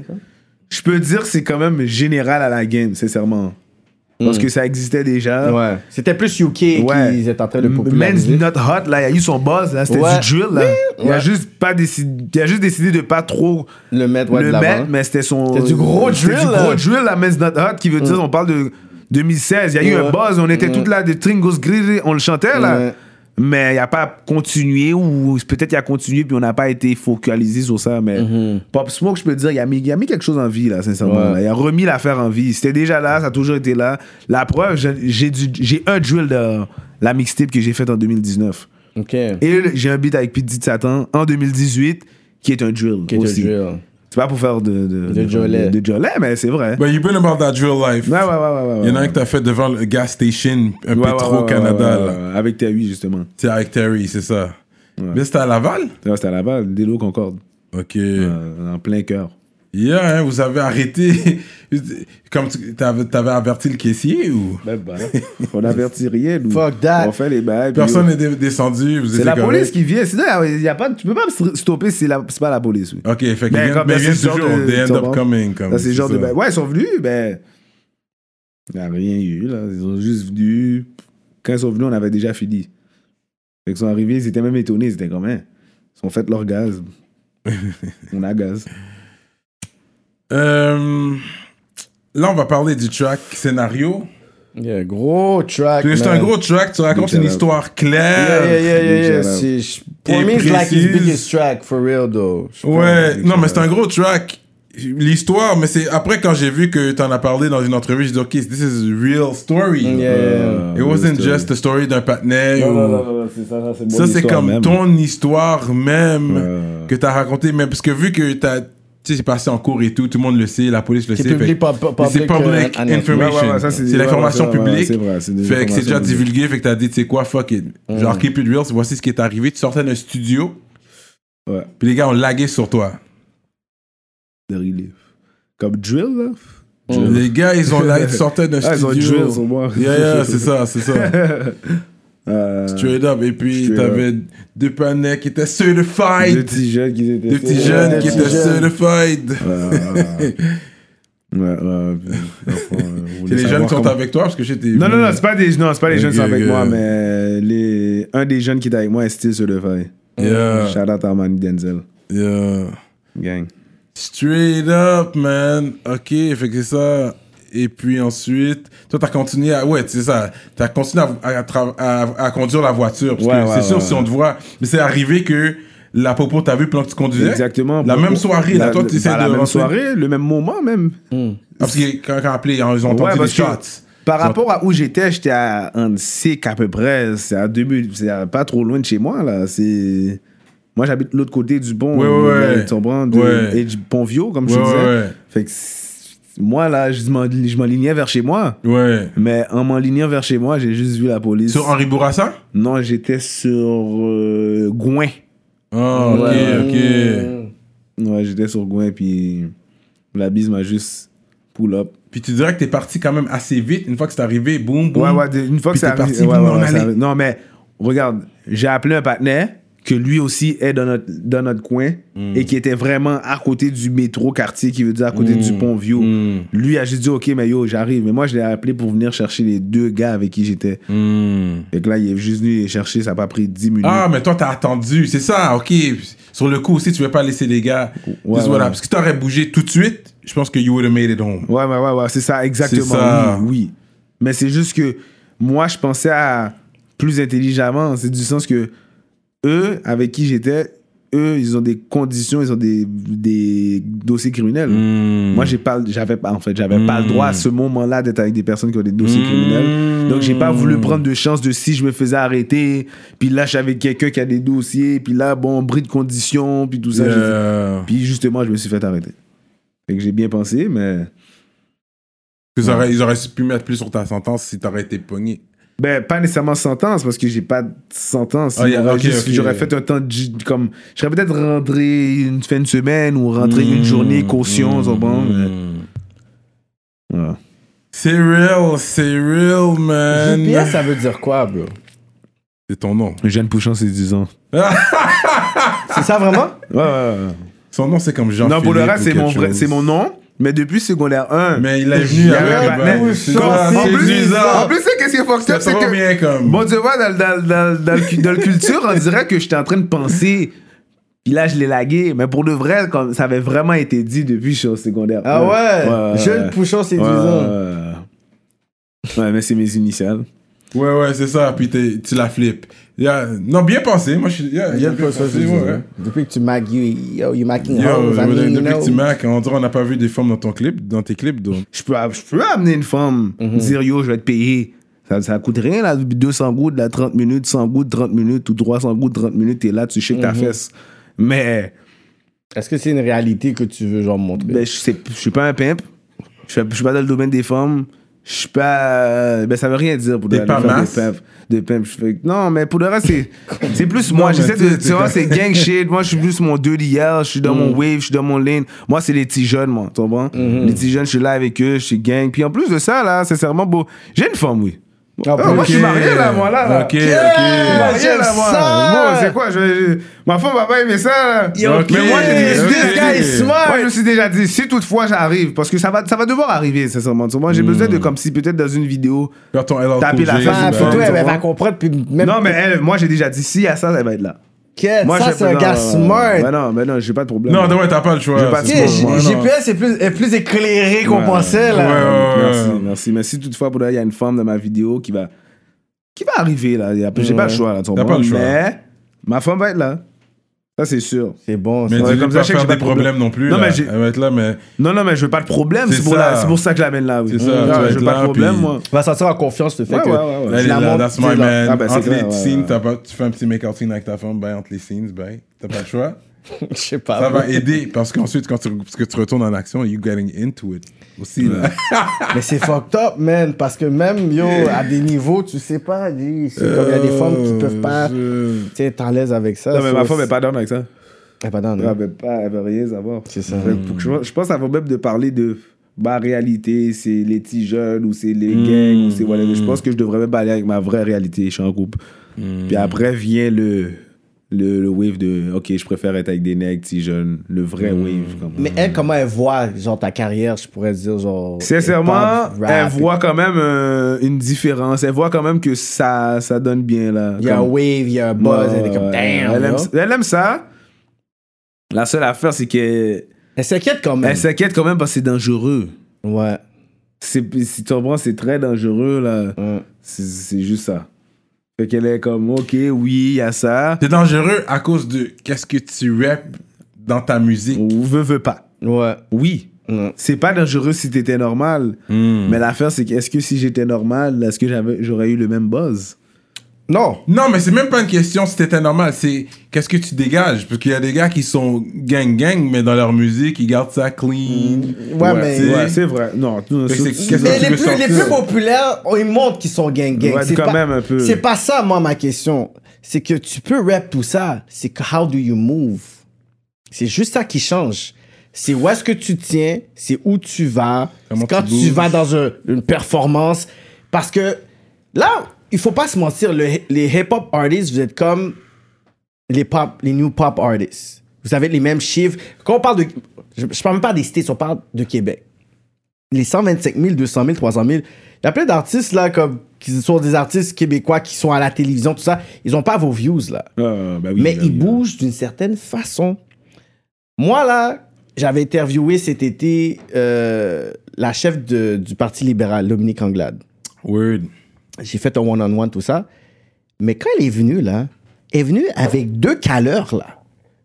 Speaker 4: Je peux dire que c'est quand même général à la game, sincèrement. Parce que ça existait déjà.
Speaker 3: Hmm. Ouais. C'était plus UK
Speaker 4: Ouais.
Speaker 3: qu'ils étaient en train de
Speaker 4: Man's
Speaker 3: populariser.
Speaker 4: Not Hot, là, il a eu son buzz, là, c'était
Speaker 3: Ouais.
Speaker 4: du drill, là. Il, a
Speaker 3: ouais.
Speaker 4: juste pas décidé, il a juste décidé de pas trop
Speaker 3: Le mettre, ouais, de
Speaker 4: le
Speaker 3: l'avant.
Speaker 4: mettre, mais c'était son.
Speaker 3: C'était du gros
Speaker 4: c'était
Speaker 3: drill, hein.
Speaker 4: du
Speaker 3: là.
Speaker 4: gros drill, la Men's Not Hot, qui veut dire, on parle de 2016. Il y a eu
Speaker 3: Ouais. Mm.
Speaker 4: un buzz, on était toutes là, des Tringos Gris, on le chantait,
Speaker 3: Ouais.
Speaker 4: là. Mais il a pas continué, ou peut-être il a continué, puis on n'a pas été focalisé sur ça. Mais Pop Smoke, je peux te dire, il a, mis, il a mis quelque chose en vie, là, sincèrement.
Speaker 3: Mm-hmm. Ouais.
Speaker 4: là. Il a remis l'affaire en vie. C'était déjà là, ça a toujours été là. La preuve, j'ai- j'ai du- j'ai un drill de la mixtape que j'ai faite en 2019.
Speaker 3: Ok.
Speaker 4: Et le- j'ai un beat avec Pete Dit Satan en 2018 qui est un drill.
Speaker 3: Qui est
Speaker 4: aussi.
Speaker 3: le drill.
Speaker 4: C'est pas pour faire de. De,
Speaker 3: De Jolet.
Speaker 4: de- de Jolet, mais c'est vrai.
Speaker 2: But you've been about that drill life.
Speaker 4: Ouais, ouais, ouais, ouais. ouais
Speaker 2: Il y en a un que t'as fait devant le gas station, un
Speaker 4: Ouais, ouais, ouais,
Speaker 2: Petro-Canada,
Speaker 4: ouais, ouais,
Speaker 2: là.
Speaker 4: ouais, ouais, Avec Terry, justement.
Speaker 2: C'est avec Terry, c'est ça. Mais c'était à Laval?
Speaker 4: Ça, C'était à la balle, Délo Concorde.
Speaker 2: Ok.
Speaker 4: euh, en plein cœur.
Speaker 2: Yeah, hein, vous avez arrêté. [LAUGHS] Comme tu t'avais, t'avais averti le caissier ou.
Speaker 4: Ben, [LAUGHS] on avertit rien, nous.
Speaker 3: Ben, Fuck that.
Speaker 4: On fait les bails. puis
Speaker 2: Personne
Speaker 4: on-
Speaker 2: n'est dé- descendu, vous
Speaker 4: C'est
Speaker 2: étiez
Speaker 4: la
Speaker 2: correct.
Speaker 4: police qui vient. Sinon, il y a pas, tu peux pas me stopper si c'est la- c'est pas la police. oui.
Speaker 2: Ok, fait qu'ils
Speaker 4: Ben,
Speaker 2: viennent
Speaker 4: comme
Speaker 2: mais
Speaker 4: là,
Speaker 2: ils viennent
Speaker 4: c'est le genre
Speaker 2: toujours.
Speaker 4: de-
Speaker 2: They
Speaker 4: tu
Speaker 2: end up
Speaker 4: comprends?
Speaker 2: coming. Comme,
Speaker 4: Là, c'est le genre de
Speaker 2: Ben ça.
Speaker 4: bail. Ouais, ils sont venus, ben. Il n'y a rien eu, là. Ils sont juste venus. Quand ils sont venus, on avait déjà fini. Fait qu'ils sont arrivés, ils étaient même étonnés. Ils étaient comme, hein, ils ont fait leur
Speaker 2: [LAUGHS]
Speaker 4: gaz. on a gaz.
Speaker 2: Euh, là, on va parler du track scénario.
Speaker 3: Yeah, gros track.
Speaker 2: C'est un
Speaker 3: man.
Speaker 2: gros track, tu racontes
Speaker 4: Big
Speaker 2: une
Speaker 4: shout-out.
Speaker 2: histoire
Speaker 3: Yeah,
Speaker 2: claire.
Speaker 3: yeah, yeah, yeah, yeah.
Speaker 4: Shout out.
Speaker 3: C'est- je- Pour
Speaker 2: Et
Speaker 3: moi, it's like his
Speaker 2: précise.
Speaker 3: biggest track, for real, though. Je
Speaker 2: Ouais,
Speaker 4: Big
Speaker 2: non, mais c'est
Speaker 4: shout-out.
Speaker 2: un gros track. L'histoire, mais c'est après quand j'ai vu que t'en as parlé dans une entrevue, j'ai dit, OK, this is a real story.
Speaker 4: Mm,
Speaker 3: Yeah,
Speaker 4: Euh,
Speaker 2: Euh,
Speaker 3: yeah.
Speaker 2: It wasn't just the story d'un patinet.
Speaker 5: Non,
Speaker 2: ou-
Speaker 5: non, non, non, non, c'est ça, ça, c'est mon
Speaker 2: Ça, c'est
Speaker 5: histoire
Speaker 2: comme
Speaker 5: même.
Speaker 2: ton histoire même
Speaker 4: Ouais.
Speaker 2: que t'as raconté, mais parce que vu que t'as, tu sais, c'est passé en cours et tout, tout le monde le sait, la police le
Speaker 3: C'est
Speaker 2: sait.
Speaker 3: public,
Speaker 2: fait-
Speaker 3: pub- pub-
Speaker 2: c'est
Speaker 3: public, euh,
Speaker 2: public
Speaker 3: announcement.
Speaker 2: information.
Speaker 4: Ouais, ouais, ouais, ça, c'est-
Speaker 2: c'est l'information
Speaker 4: ouais, ouais,
Speaker 2: public.
Speaker 4: c'est vrai, c'est des
Speaker 2: fait que c'est déjà
Speaker 4: informations Mm.
Speaker 2: divulgué, fait que t'as dit, tu sais quoi, fuck it. Genre, keep it real, voici ce qui est arrivé. Tu sortais d'un studio,
Speaker 4: Ouais,
Speaker 2: puis les gars ont lagué sur toi.
Speaker 4: Derry Leaf. Comme drill, là.
Speaker 2: Oh. Les gars, ils
Speaker 4: [LAUGHS]
Speaker 2: ont lagué, ils sortaient d'un
Speaker 4: Mm. Ah, ils ont
Speaker 2: studio.
Speaker 4: drill sur moi.
Speaker 2: Yeah, yeah, c'est ça, c'est ça.
Speaker 4: [LAUGHS] Euh,
Speaker 2: Straight up. Et puis,
Speaker 4: Straight
Speaker 2: t'avais deux panneaux qui étaient
Speaker 4: Deux
Speaker 2: certified.
Speaker 4: petits jeunes qui étaient.
Speaker 2: Deux petits jeunes qui
Speaker 3: petits
Speaker 2: étaient
Speaker 3: jeunes.
Speaker 2: certified.
Speaker 4: Euh, ouais, ouais. Enfin, on
Speaker 2: C'est
Speaker 4: voulait
Speaker 2: les jeunes
Speaker 4: savoir
Speaker 2: qui sont
Speaker 4: comment-
Speaker 2: avec toi parce que j'étais.
Speaker 4: Non, non, non, c'est pas des, non, c'est pas les
Speaker 2: Ok,
Speaker 4: jeunes qui sont avec
Speaker 2: ok.
Speaker 4: moi, mais les, un des jeunes qui était avec moi est still sur le faille.
Speaker 2: Yeah.
Speaker 4: Shout out à Manny Denzel.
Speaker 2: Yeah.
Speaker 4: Gang.
Speaker 2: Straight up, man. Ok, fait que c'est ça. Et puis ensuite, toi, t'as continué à. Ouais, c'est ça. T'as continué à, à, tra- à- à conduire la voiture. Parce
Speaker 4: Ouais,
Speaker 2: que
Speaker 4: ouais,
Speaker 2: c'est sûr,
Speaker 4: ouais,
Speaker 2: si
Speaker 4: ouais.
Speaker 2: on te voit. Mais c'est arrivé que la popo t'a vu pendant que tu conduisais.
Speaker 4: Exactement.
Speaker 2: La
Speaker 4: Pour-
Speaker 2: même
Speaker 4: pour-
Speaker 2: soirée, là,
Speaker 4: la-
Speaker 2: toi,
Speaker 4: le-
Speaker 2: tu essaies
Speaker 4: bah,
Speaker 2: de.
Speaker 4: La même
Speaker 2: rentrer-
Speaker 4: soirée, le même moment même.
Speaker 2: Ah, parce que quand, quand appelé, ils ont
Speaker 4: Ouais,
Speaker 2: tenté des
Speaker 4: parce que
Speaker 2: shots.
Speaker 4: Par rapport à où j'étais, j'étais à un sick à peu près. C'est à deux minutes- c'est à pas trop loin de chez moi, là. C'est. Moi, j'habite de l'autre côté du pont.
Speaker 2: Ouais, ouais,
Speaker 4: euh,
Speaker 2: ouais.
Speaker 4: Tu comprends? de-
Speaker 2: Ouais.
Speaker 4: Et du pont vieux, comme je
Speaker 2: Ouais,
Speaker 4: te disais.
Speaker 2: ouais,
Speaker 4: Fait que c'est- moi, là, je m'en- je m'enlignais vers chez moi.
Speaker 2: ouais. Ouais.
Speaker 4: Mais en m'enlignant vers chez moi, j'ai juste vu la police.
Speaker 2: Sur Henri Bourassa?
Speaker 4: Non, j'étais sur euh, Gouin. Ah,
Speaker 2: Oh, ok, ok.
Speaker 4: Ouais, j'étais sur Gouin, puis la bise m'a juste pull up.
Speaker 2: Puis tu dirais que t'es parti quand même assez vite. Une fois que c'est arrivé, boum, boum.
Speaker 4: Ouais, ouais, de- une fois que
Speaker 2: Puis
Speaker 4: ça
Speaker 2: t'es
Speaker 4: arrive.
Speaker 2: parti,
Speaker 4: ouais,
Speaker 2: boum,
Speaker 4: ouais, ouais,
Speaker 2: on
Speaker 4: ça
Speaker 2: allait.
Speaker 4: arrive. Non, mais regarde, j'ai appelé un partenaire que lui aussi est dans notre, dans notre coin
Speaker 2: Mm.
Speaker 4: et qui était vraiment à côté du métro quartier, qui veut dire à côté du pont vieux.
Speaker 2: Mm.
Speaker 4: Lui a juste dit, OK, mais yo, j'arrive. Mais moi, je l'ai appelé pour venir chercher les deux gars avec qui j'étais.
Speaker 2: Mm.
Speaker 4: Fait que là, il est juste venu les chercher, ça n'a pas pris 10 minutes.
Speaker 2: Ah, mais toi, t'as attendu, c'est ça, ok. Sur le coup aussi, tu veux pas laisser les gars.
Speaker 4: Ouais,
Speaker 2: Juste, voilà.
Speaker 4: ouais.
Speaker 2: Parce que si t'aurais bougé tout de suite, je pense que you would have made it home.
Speaker 4: Ouais, ouais, ouais, ouais, c'est ça, exactement.
Speaker 2: C'est ça.
Speaker 4: Oui, oui. Mais c'est juste que moi, je pensais à plus intelligemment. C'est du sens que eux, avec qui j'étais, eux, ils ont des conditions, ils ont des, des dossiers criminels. Moi, j'ai pas, j'avais pas, en fait, j'avais pas le droit à ce moment-là d'être avec des personnes qui ont des dossiers criminels. Donc, j'ai pas voulu prendre de chance de si je me faisais arrêter, puis là, j'avais quelqu'un qui a des dossiers, puis là, bon, bris de conditions, puis tout ça. j'ai dit-
Speaker 2: Euh,
Speaker 4: Puis justement, je me suis fait arrêter. Fait que j'ai bien pensé, mais.
Speaker 2: ils, auraient, ils auraient pu mettre plus sur ta sentence si t'aurais été pogné.
Speaker 4: Ben, pas nécessairement sentence, parce que j'ai pas de sentence.
Speaker 2: Ah, y a-
Speaker 4: J'aurais
Speaker 2: ok,
Speaker 4: juste-
Speaker 2: ok.
Speaker 4: J'aurais fait un temps de, ju- comme. Je serais peut-être rentré une fin de semaine ou rentré
Speaker 2: Hmm,
Speaker 4: une journée caution, au bon. mais- Voilà.
Speaker 2: C'est real, c'est real,
Speaker 3: GPS,
Speaker 2: man.
Speaker 3: ça veut dire quoi, bro?
Speaker 2: C'est ton nom.
Speaker 4: Jeanne Pouchon, c'est 10 ans.
Speaker 3: C'est ça vraiment?
Speaker 4: Ouais, ouais, ouais.
Speaker 2: Son nom, c'est comme jean
Speaker 4: Non, pour le reste, c'est mon, vrai- c'est mon nom, mais depuis secondaire 1.
Speaker 2: Mais il est venu
Speaker 4: y avait
Speaker 2: avec
Speaker 4: un
Speaker 2: le
Speaker 4: partenaire.
Speaker 2: bail. C'est
Speaker 4: Comme-
Speaker 2: ça,
Speaker 4: en,
Speaker 2: c'est
Speaker 4: plus,
Speaker 2: bizarre.
Speaker 4: en plus, c'est qu'est-ce qui est fucked up,
Speaker 2: C'est
Speaker 4: c'est
Speaker 2: trop
Speaker 4: que.
Speaker 2: bien comme.
Speaker 4: Bon, tu vois, dans, le- dans, le- dans, le- dans, le cu- dans le culture, on dirait que j'étais en train de penser. Puis là, je l'ai lagué. Mais pour de vrai, comme, ça avait vraiment été dit depuis que je suis au secondaire.
Speaker 3: Ah ouais?
Speaker 4: ouais,
Speaker 3: Je
Speaker 4: ouais.
Speaker 3: le Pouchon
Speaker 4: Ouais,
Speaker 3: séduisant.
Speaker 4: ouais, ouais. Ouais, mais c'est mes initiales.
Speaker 2: Ouais, ouais, c'est ça. Puis t'es- tu la flippes. Yeah. Non, bien pensé. Moi, je suis. Yeah,
Speaker 3: Il y a
Speaker 2: bien
Speaker 3: pas ça,
Speaker 2: pensé,
Speaker 3: je dis,
Speaker 2: ouais.
Speaker 3: hein. Depuis que tu mac, you, yo, you macking
Speaker 2: Yo,
Speaker 3: hoes, I
Speaker 2: ouais,
Speaker 3: mean, you
Speaker 2: depuis que tu
Speaker 3: know.
Speaker 2: mac, on dirait on n'a pas vu des femmes dans ton clip, dans tes clips. Donc.
Speaker 4: Je peux, je peux amener une femme,
Speaker 3: Mhm.
Speaker 4: dire yo, je vais te payer. Ça, ça coûte rien, là, 200 gouttes, là, 30 minutes, 100 gouttes, 30 minutes, ou 300 gouttes, 30 minutes, t'es là, tu shakes
Speaker 3: Mhm.
Speaker 4: ta fesse. Mais
Speaker 3: Est-ce que c'est une réalité que tu veux genre montrer?
Speaker 4: ben, je sais- je suis pas un pimp, je suis- je suis pas dans le domaine des femmes, je suis pas. Ben, ça veut rien dire pour
Speaker 2: T'es
Speaker 4: le
Speaker 2: pas
Speaker 4: de faire
Speaker 2: masse.
Speaker 4: des pimps. de pimp. Je fais- non, mais pour le reste, c'est, c'est plus moi,
Speaker 2: mais
Speaker 4: j'essaie
Speaker 2: t'es-
Speaker 4: de.
Speaker 2: t'es
Speaker 4: Tu vois,
Speaker 2: pas-
Speaker 4: c'est gang shit, moi, je suis plus mon dirty hier, je suis dans mon wave, je suis dans mon lane. Moi, c'est les petits jeunes, moi, tu comprends? Les petits jeunes, je suis là avec eux, je suis gang. Puis en plus de ça, là, sincèrement, bon, j'ai une femme, oui.
Speaker 3: Ah,
Speaker 4: Ah, moi, je suis
Speaker 2: Ok.
Speaker 4: marié, là, moi, là. là.
Speaker 2: Ok,
Speaker 4: Je suis
Speaker 2: ok.
Speaker 4: marié, là, moi.
Speaker 3: ça.
Speaker 4: Bon, c'est quoi? je- je- ma femme va pas aimer ça, là.
Speaker 2: Ok,
Speaker 4: Mais moi, j'ai des-
Speaker 2: ok.
Speaker 4: this
Speaker 3: guy is smart.
Speaker 4: Moi, je me suis déjà dit, si toutefois j'arrive, parce que ça va, ça va devoir arriver, sincèrement. Tu vois, Moi, j'ai besoin
Speaker 2: Hmm.
Speaker 4: de, comme si peut-être dans une vidéo.
Speaker 2: Faire ton LL
Speaker 4: Taper
Speaker 2: Cool
Speaker 4: la
Speaker 2: J,
Speaker 4: face,
Speaker 3: Ah,
Speaker 2: ben,
Speaker 3: puis toi,
Speaker 4: tu
Speaker 3: elle,
Speaker 4: vois.
Speaker 3: elle va comprendre, puis même.
Speaker 4: Non, mais elle, moi, j'ai déjà dit, si à ça, elle va être là.
Speaker 3: Qu'est-ce
Speaker 4: Moi,
Speaker 3: ça,
Speaker 4: j'ai-
Speaker 3: c'est un
Speaker 4: non,
Speaker 3: gars
Speaker 4: non, non,
Speaker 3: smart.
Speaker 4: Non, non, mais non, j'ai pas de problème.
Speaker 2: Non, ouais, t'as pas le
Speaker 4: J'ai
Speaker 2: choix.
Speaker 4: pas-
Speaker 2: c'est
Speaker 3: Tu
Speaker 4: Bon,
Speaker 3: sais, J-
Speaker 2: bon, ouais, non.
Speaker 3: GPS est plus, est plus éclairé qu'on
Speaker 4: Ouais.
Speaker 3: pensait, là.
Speaker 2: Ouais, ouais,
Speaker 4: Merci,
Speaker 2: ouais.
Speaker 4: merci. Mais si toutefois, pour là, il y a une femme dans ma vidéo qui va, qui va arriver, là. il y a- J'ai pas le choix, là. tu
Speaker 2: T'as
Speaker 4: comprends?
Speaker 2: pas le choix.
Speaker 4: Mais ma femme va être là. Ça, c'est sûr.
Speaker 3: C'est bon, ça.
Speaker 2: Mais
Speaker 4: Ouais,
Speaker 2: dis
Speaker 4: comme
Speaker 2: comme
Speaker 4: ça,
Speaker 2: pas
Speaker 4: je sais que
Speaker 2: faire
Speaker 4: j'ai pas
Speaker 2: des
Speaker 4: de problème.
Speaker 2: problèmes non plus.
Speaker 4: Non,
Speaker 2: là.
Speaker 4: mais j'ai-
Speaker 2: Elle va être là, mais.
Speaker 4: Non, non, mais je veux pas de problème.
Speaker 2: C'est
Speaker 4: C'est pour,
Speaker 2: ça.
Speaker 4: la- c'est pour ça que je l'amène là. Oui.
Speaker 2: C'est ça,
Speaker 4: Ouais,
Speaker 2: tu vas
Speaker 4: je
Speaker 2: être
Speaker 4: veux pas
Speaker 2: là,
Speaker 4: de problème,
Speaker 2: puis-
Speaker 4: moi.
Speaker 3: Tu vas sentir en confiance le fait
Speaker 4: Ouais,
Speaker 3: que.
Speaker 4: ouais, ouais, ouais.
Speaker 2: Elle est
Speaker 3: Je la
Speaker 2: là,
Speaker 3: montre,
Speaker 2: that's
Speaker 3: tu sais,
Speaker 2: my
Speaker 3: là.
Speaker 2: man.
Speaker 4: Ah, ben, c'est
Speaker 2: Entre
Speaker 4: clair,
Speaker 2: les
Speaker 4: ouais,
Speaker 2: scenes,
Speaker 4: ouais.
Speaker 2: t'as pas- tu fais un petit make-out scene avec ta femme, ben, entre les scenes, ben, t'as pas le choix.
Speaker 3: [LAUGHS] Je sais pas.
Speaker 2: Ça
Speaker 3: bro.
Speaker 2: va aider parce qu'ensuite, quand tu, parce que tu retournes en action, you getting into it. Aussi, là.
Speaker 3: Mais c'est fucked up, man. Parce que même, yo, à des niveaux, tu sais pas. dis, C'est comme il y a des femmes qui peuvent pas. Tu
Speaker 2: Je-
Speaker 3: sais, t'es à l'aise avec ça.
Speaker 4: Non, mais
Speaker 3: so
Speaker 4: ma femme
Speaker 3: c'est-
Speaker 4: est pas down avec ça.
Speaker 3: Elle est pas down,
Speaker 4: Elle
Speaker 3: hein.
Speaker 4: veut pas, elle veut rien savoir.
Speaker 3: C'est ça.
Speaker 4: Fait que pour que je, je pense avant même de parler de ma réalité, c'est les petits jeunes ou c'est les gangs ou c'est whatever.
Speaker 2: Mm.
Speaker 4: Je pense que je devrais même aller avec ma vraie réalité. Je suis en couple.
Speaker 2: Mm.
Speaker 4: Puis après vient le, le, le wave de OK, je préfère être avec des nègres, petits jeunes. Le vrai
Speaker 2: Mm.
Speaker 4: wave. comme-
Speaker 3: Mais elle, comment elle voit, genre, ta carrière, je pourrais dire, genre.
Speaker 4: Sincèrement,
Speaker 3: hip-hop, rap,
Speaker 4: elle voit quand même euh, une différence. Elle voit quand même que ça, ça donne bien là.
Speaker 3: Il y a un
Speaker 4: Comme-
Speaker 3: wave, il y a un buzz, elle est
Speaker 4: Ouais,
Speaker 3: comme, damn.
Speaker 4: Bah, Elle aime,
Speaker 3: yo.
Speaker 4: elle aime ça. La seule affaire, c'est qu'elle
Speaker 3: Elle s'inquiète quand même.
Speaker 4: elle s'inquiète quand même parce que c'est dangereux.
Speaker 3: Ouais.
Speaker 4: C'est- Si tu comprends, c'est très dangereux, là.
Speaker 3: Hum.
Speaker 4: C'est- C'est juste ça. Fait qu'elle est comme, OK, oui, il y a ça.
Speaker 2: C'est dangereux à cause de qu'est-ce que tu rap dans ta musique.
Speaker 4: Ou veut, veut pas.
Speaker 3: Ouais.
Speaker 4: Oui.
Speaker 3: Ouais.
Speaker 4: C'est pas dangereux si t'étais normal. Mais l'affaire, c'est que est-ce que si j'étais normal, est-ce que j'avais- j'aurais eu le même buzz?
Speaker 3: Non.
Speaker 2: Non, mais c'est même pas une question si t'étais normal, c'est qu'est-ce que tu dégages. Parce qu'il y a des gars qui sont gang-gang, mais dans leur musique, ils gardent ça clean.
Speaker 3: Ouais, mais-
Speaker 2: tu sais.
Speaker 4: Ouais, c'est vrai. Non, non,
Speaker 2: Fait que
Speaker 4: c'est-
Speaker 2: c'est- qu'est-ce
Speaker 3: Mais
Speaker 2: que tu
Speaker 3: les
Speaker 2: veux
Speaker 3: plus, les
Speaker 2: sortir?
Speaker 3: plus populaires, on- ils montrent qu'ils sont gang-gang.
Speaker 4: Ouais,
Speaker 3: c'est
Speaker 4: quand
Speaker 3: pas,
Speaker 4: même un peu.
Speaker 3: C'est pas ça, moi, ma question. C'est que tu peux rap tout ça. C'est que how do you move? C'est juste ça qui change. C'est où est-ce que tu tiens, c'est où tu vas,
Speaker 2: Comment
Speaker 3: c'est quand
Speaker 2: tu
Speaker 3: tu,
Speaker 2: bouges.
Speaker 3: vas dans un- une performance. Parce que là, il faut pas se mentir, le- les hip-hop artists, vous êtes comme les pop, les new pop artists. Vous avez les mêmes chiffres. Quand on parle de. Je, je parle même pas des States, on parle de Québec. Les 125 000, 200 000, 300 000. Il y a plein d'artistes, là, comme, qui sont des artistes québécois qui sont à la télévision, tout ça. Ils ont pas vos views, là.
Speaker 4: Ah, bah oui,
Speaker 3: Mais
Speaker 4: bah
Speaker 3: ils
Speaker 4: oui.
Speaker 3: bougent d'une certaine façon. Moi, là, j'avais interviewé cet été euh, la chef de- du Parti libéral, Dominique Anglade
Speaker 2: Word.
Speaker 3: j'ai fait un one-on-one, tout ça. Mais quand elle est venue, là, elle est venue avec deux caleurs, là.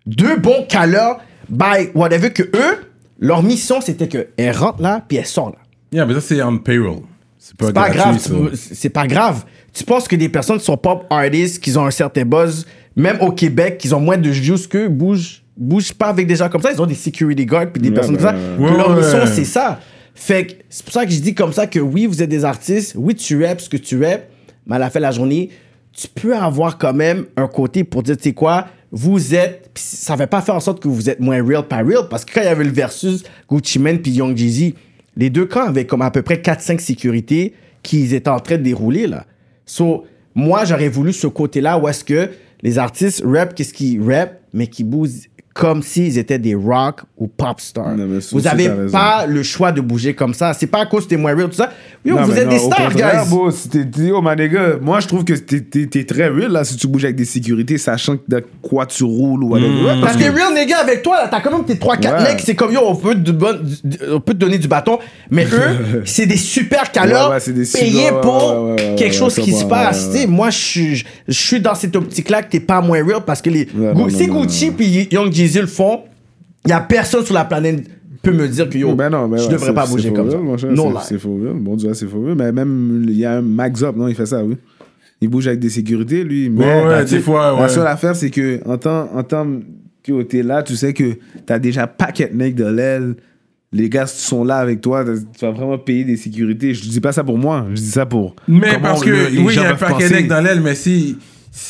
Speaker 3: Deux bons caleurs by whatever que eux, leur mission, c'était que elle rentre là, puis elle sort là.
Speaker 2: Yeah, mais ça, c'est on payroll. C'est pas,
Speaker 3: C'est pas grave,
Speaker 2: gratuit,
Speaker 3: tu peux- c'est pas grave. Tu penses que des personnes qui sont pop artists, qui ont un certain buzz, même au Québec, qui ont moins de views qu'eux, bougent, bougent pas avec des gens comme ça. Ils ont des security guards puis des personnes comme ça.
Speaker 2: ouais.
Speaker 3: Leur
Speaker 2: Ouais,
Speaker 3: mission,
Speaker 2: ouais.
Speaker 3: c'est ça. Fait que c'est pour ça que je dis comme ça que oui, vous êtes des artistes, oui, tu rappes ce que tu rappes, mais à la fin de la journée, tu peux avoir quand même un côté pour dire, tu sais quoi, vous êtes. Puis ça va pas faire en sorte que vous êtes moins real par real, parce que quand il y avait le versus Gucci Mane puis Young Jeezy, les deux camps avaient comme à peu près 4-5 sécurités qu'ils étaient en train de dérouler, là. So, moi, j'aurais voulu ce côté-là où est-ce que les artistes rap, qu'est-ce qu'ils rap, mais qui bougent comme s'ils étaient des rock ou pop stars.
Speaker 4: Non, mais ça
Speaker 3: Vous
Speaker 4: aussi,
Speaker 3: n'avez
Speaker 4: t'as raison.
Speaker 3: pas le choix de bouger comme ça. C'est pas à cause des moins real, tout ça. Yo,
Speaker 4: Non,
Speaker 3: vous
Speaker 4: mais
Speaker 3: êtes
Speaker 4: non,
Speaker 3: des
Speaker 4: au
Speaker 3: stars,
Speaker 4: contraire,
Speaker 3: guys.
Speaker 4: bro, si t'es- t'es- oh, my nigga, moi, je trouve que t'es- t'es t'es très real, là, si tu bouges avec des sécurités, sachant que de quoi tu roules ou whatever. Ouais,
Speaker 3: Parce que real nigga avec toi, là, t'as quand même tes 3-4
Speaker 4: Ouais.
Speaker 3: mecs, c'est comme yo, on peut, te bon- on peut te donner du bâton,
Speaker 4: [LAUGHS]
Speaker 3: mais eux, c'est des super calors
Speaker 4: Ouais, ouais, c'est des
Speaker 3: payés
Speaker 4: super- ouais,
Speaker 3: pour
Speaker 4: ouais, ouais, ouais,
Speaker 3: quelque
Speaker 4: ouais,
Speaker 3: chose
Speaker 4: je
Speaker 3: qui se
Speaker 4: comprends, ouais,
Speaker 3: passe.
Speaker 4: ouais.
Speaker 3: Tu sais, Moi, je suis- je je suis dans cette optique-là que t'es pas moins real parce que les
Speaker 4: Ouais,
Speaker 3: Gu-
Speaker 4: non,
Speaker 3: si
Speaker 4: non, non,
Speaker 3: Gucci puis Young Jeezy le font, y a personne sur la planète peut me dire que yo,
Speaker 4: Ben non, ben
Speaker 3: je
Speaker 4: ouais,
Speaker 3: devrais
Speaker 4: c'est-
Speaker 3: pas
Speaker 4: c'est
Speaker 3: bouger
Speaker 4: for
Speaker 3: comme
Speaker 4: real, mon
Speaker 3: ça.
Speaker 4: cher,
Speaker 3: Non,
Speaker 4: c'est-
Speaker 3: là.
Speaker 4: C'est faux, bon Dieu, c'est faux. Mais même, il y a un Max Up, non, il fait ça, oui. Il bouge avec des sécurités, lui. Mais
Speaker 2: ouais,
Speaker 4: la-
Speaker 2: des fois, ouais.
Speaker 4: La seule affaire, c'est que, en tant, en tant que t'es là, tu sais que t'as déjà paquet de mecs de l'aile. Les gars sont là avec toi, t'as- tu vas vraiment payer des sécurités. Je dis pas ça pour moi, je dis ça pour.
Speaker 2: Mais
Speaker 4: comment
Speaker 2: parce que,
Speaker 4: le- les
Speaker 2: oui, il
Speaker 4: gens
Speaker 2: y a un
Speaker 4: peuvent
Speaker 2: paquet
Speaker 4: penser.
Speaker 2: d'ex dans l'aile, mais si.
Speaker 3: If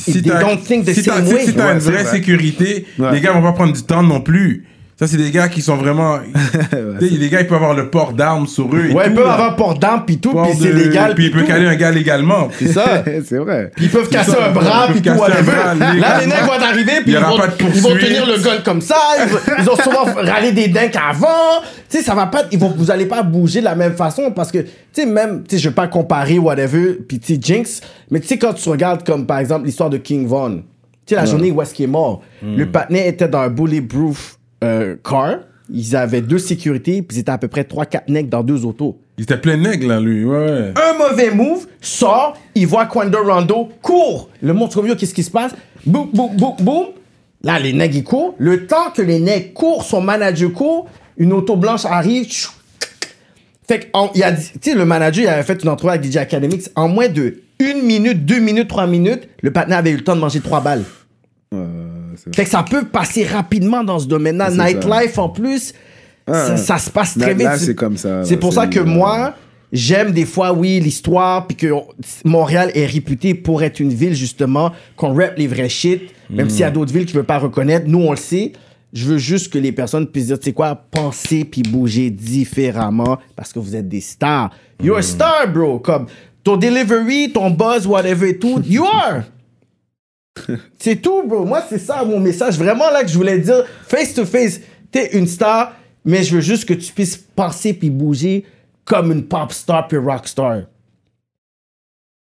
Speaker 2: Si
Speaker 3: they
Speaker 2: t'as
Speaker 3: don't think the
Speaker 2: si t'as-
Speaker 3: same
Speaker 2: si-
Speaker 3: way.
Speaker 2: si t'as
Speaker 4: Ouais,
Speaker 2: une
Speaker 4: c'est
Speaker 2: vraie
Speaker 4: vrai.
Speaker 2: sécurité,
Speaker 4: Ouais.
Speaker 2: les gars vont pas prendre du temps non plus. Ça, c'est des gars qui sont
Speaker 3: [LAUGHS]
Speaker 2: vraiment. Tu sais, les gars, ils peuvent avoir le port d'armes sur eux. et
Speaker 3: Ouais, ils
Speaker 2: tout,
Speaker 3: peuvent
Speaker 2: là.
Speaker 3: avoir port d'armes puis tout,
Speaker 2: Port
Speaker 3: puis c'est
Speaker 2: de-
Speaker 3: légal.
Speaker 2: Puis ils peuvent
Speaker 3: tout.
Speaker 2: caler un gars légalement.
Speaker 3: C'est ça.
Speaker 4: [LAUGHS] c'est vrai.
Speaker 3: [LAUGHS] Ils peuvent
Speaker 2: C'est
Speaker 3: casser
Speaker 2: ça,
Speaker 3: un bras,
Speaker 2: ils
Speaker 3: puis tout,
Speaker 2: peuvent casser un
Speaker 3: whatever.
Speaker 2: bras,
Speaker 3: Là,
Speaker 2: légalement.
Speaker 3: les nègres vont arriver,
Speaker 2: Il
Speaker 3: puis
Speaker 2: y
Speaker 3: ils
Speaker 2: aura
Speaker 3: vont,
Speaker 2: pas de
Speaker 3: ils vont
Speaker 2: poursuite.
Speaker 3: tenir le gun comme ça. Ils, vont- ils ont
Speaker 2: [LAUGHS]
Speaker 3: souvent râlé des dingues avant. Tu sais, ça va pas... Ils vont, vous allez pas bouger de la même façon, parce que, tu sais, même... Tu sais, je vais pas comparer, whatever, puis tu sais, Jinx, mais tu sais, quand tu regardes, comme, par exemple, l'histoire de King Von, tu sais, la journée où est-ce qu'il est mort,
Speaker 2: Hmm.
Speaker 3: le patinet était dans un bulletproof euh, car, ils avaient deux sécurités, puis ils étaient à peu près 3-4 nègres dans deux autos
Speaker 2: Il était plein nègre, là, lui. Ouais, ouais.
Speaker 3: un mauvais move, sort, il voit Quando Rondo, court. Le monde comme yo, qu'est-ce qui se passe? Boum, boum, boum, boum. Là, les nègres, ils courent. Le temps que les nègres courent, son manager court, une auto blanche arrive. tchou. Fait que, en- il a dit- tu sais, le manager, il avait fait une entrevue avec DJ Academics. En moins de une minute, deux minutes, trois minutes, le partenaire avait eu le temps de manger trois balles. Fait que ça peut passer rapidement dans ce domaine-là.
Speaker 4: C'est ça.
Speaker 3: Nightlife, en plus, ça,
Speaker 4: ouais.
Speaker 3: ça se passe très
Speaker 4: Là-
Speaker 3: vite.
Speaker 4: là, c'est comme ça,
Speaker 3: C'est
Speaker 4: ouais,
Speaker 3: pour
Speaker 4: c'est-
Speaker 3: ça que moi, j'aime des fois, oui, l'histoire, puis que on- Montréal est réputé pour être une ville, justement, qu'on rap les vrais shit, même
Speaker 4: Mm.
Speaker 3: s'il y a d'autres villes que je veux pas reconnaître. Nous, on le sait. Je veux juste que les personnes puissent dire, tu sais quoi, penser puis bouger différemment parce que vous êtes des stars.
Speaker 4: Mm.
Speaker 3: You're a star, bro. Comme ton delivery, ton buzz, whatever et tout, you are. C'est tout, bro. Moi, c'est ça mon message. Vraiment, là, que je voulais dire, face to face, t'es une star, mais je veux juste que tu puisses penser puis bouger comme une pop star puis rock star.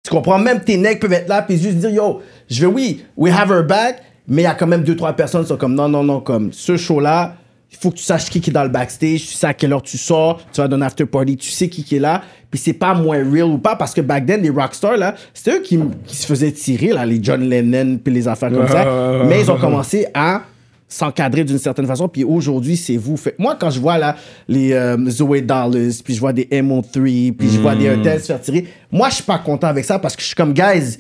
Speaker 3: Tu comprends? Même tes necks peuvent être là puis juste dire, yo, je veux, oui, we have her back, mais il y a quand même deux, trois personnes qui sont comme, non, non, non, comme ce show-là, il faut que tu saches qui qui est dans le backstage, tu sais à quelle heure tu sors, tu vas dans un after party, tu sais qui qui est là, puis c'est pas moins real ou pas, parce que back then, les rockstars, là, c'était eux qui, qui se faisaient tirer, là, les John Lennon puis les affaires comme ça, mais ils ont commencé à s'encadrer d'une certaine façon, puis aujourd'hui, c'est vous. Fait, moi, quand je vois là les euh, Zoé Dallas, puis je vois des MO3, puis je vois des
Speaker 4: Hmm.
Speaker 3: hôtels se faire tirer, moi, je suis pas content avec ça parce que je suis comme, guys,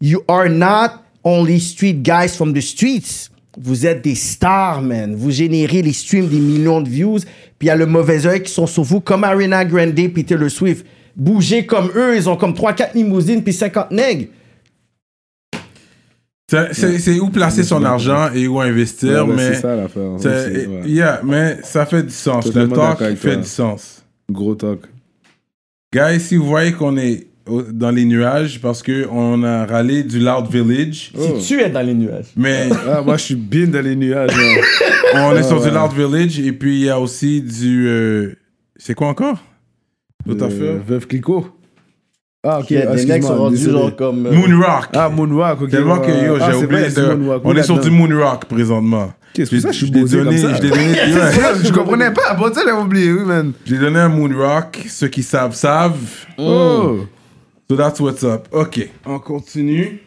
Speaker 3: you are not only street guys from the streets. Vous êtes des stars, man. Vous générez les streams des millions de views, puis il y a le mauvais oeil qui sont sur vous, comme Arena Grande puis Taylor Swift. Bougez comme eux, ils ont comme 3-4 limousines, puis 50 nègres.
Speaker 2: C'est- C'est c'est où placer son argent et où investir,
Speaker 4: Ouais, ouais,
Speaker 2: mais.
Speaker 4: c'est ça, l'affaire.
Speaker 2: c'est-
Speaker 4: Ouais, c'est- ouais.
Speaker 2: yeah, mais ça fait du sens. Le
Speaker 4: Totalement
Speaker 2: talk
Speaker 4: d'accord avec
Speaker 2: fait
Speaker 4: toi.
Speaker 2: du sens.
Speaker 4: Gros talk.
Speaker 2: Guys, si vous voyez qu'on est au- dans les nuages parce qu'on a râlé du Loud Village,
Speaker 4: Oh.
Speaker 3: Tu es dans les nuages.
Speaker 4: [LAUGHS]
Speaker 2: mais
Speaker 4: Ah, moi, je suis bien dans les nuages.
Speaker 2: [LAUGHS]
Speaker 4: hein.
Speaker 2: on est sur du Loud Village et puis il y a aussi du. euh, c'est quoi encore L'autre
Speaker 4: Euh,
Speaker 2: affaire
Speaker 4: Veuve Clicquot. Ah, ok.
Speaker 3: Il y a des
Speaker 4: excuse-moi,
Speaker 3: mecs qui sont rendus
Speaker 4: désolé.
Speaker 3: genre comme. euh,
Speaker 2: Moonrock.
Speaker 4: Ah, Moonwalk, ok.
Speaker 2: Tellement que yo,
Speaker 4: ouais.
Speaker 2: j'ai
Speaker 4: Ah, c'est
Speaker 2: oublié
Speaker 4: vrai,
Speaker 2: de-
Speaker 4: c'est Moonwalk,
Speaker 2: On
Speaker 4: oui,
Speaker 2: est sur du
Speaker 4: là-dedans.
Speaker 2: Moonrock présentement.
Speaker 4: c'est pour ça que je suis
Speaker 2: l'ai
Speaker 4: bosé comme
Speaker 2: donné,
Speaker 4: ça.
Speaker 2: Je
Speaker 4: [LAUGHS]
Speaker 2: l'ai donné, ouais. Mm.
Speaker 4: Je comprenais pas. Bon, tu sais, j'avais oublié, oui, man.
Speaker 2: Je l'ai donné un Moonrock. Ceux qui savent, savent.
Speaker 4: Oh.
Speaker 2: So that's what's up. Ok, on continue.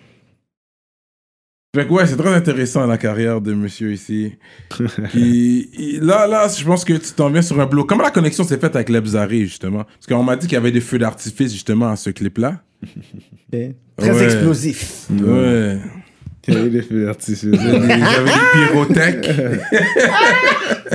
Speaker 2: Fait que ouais, c'est très intéressant la carrière de monsieur
Speaker 4: [LAUGHS]
Speaker 2: ici. Qui- il- là, là, je pense que tu t'en viens sur un bloc. Comment la connexion s'est faite avec Lebzaré, justement Parce qu'on m'a dit qu'il y avait des feux d'artifice, justement, à ce clip-là.
Speaker 3: Très Très
Speaker 2: Ouais.
Speaker 3: explosif.
Speaker 4: Mm.
Speaker 2: Ouais.
Speaker 4: Quel est le artiste [LAUGHS]
Speaker 2: Il y avait des pyrotechniques.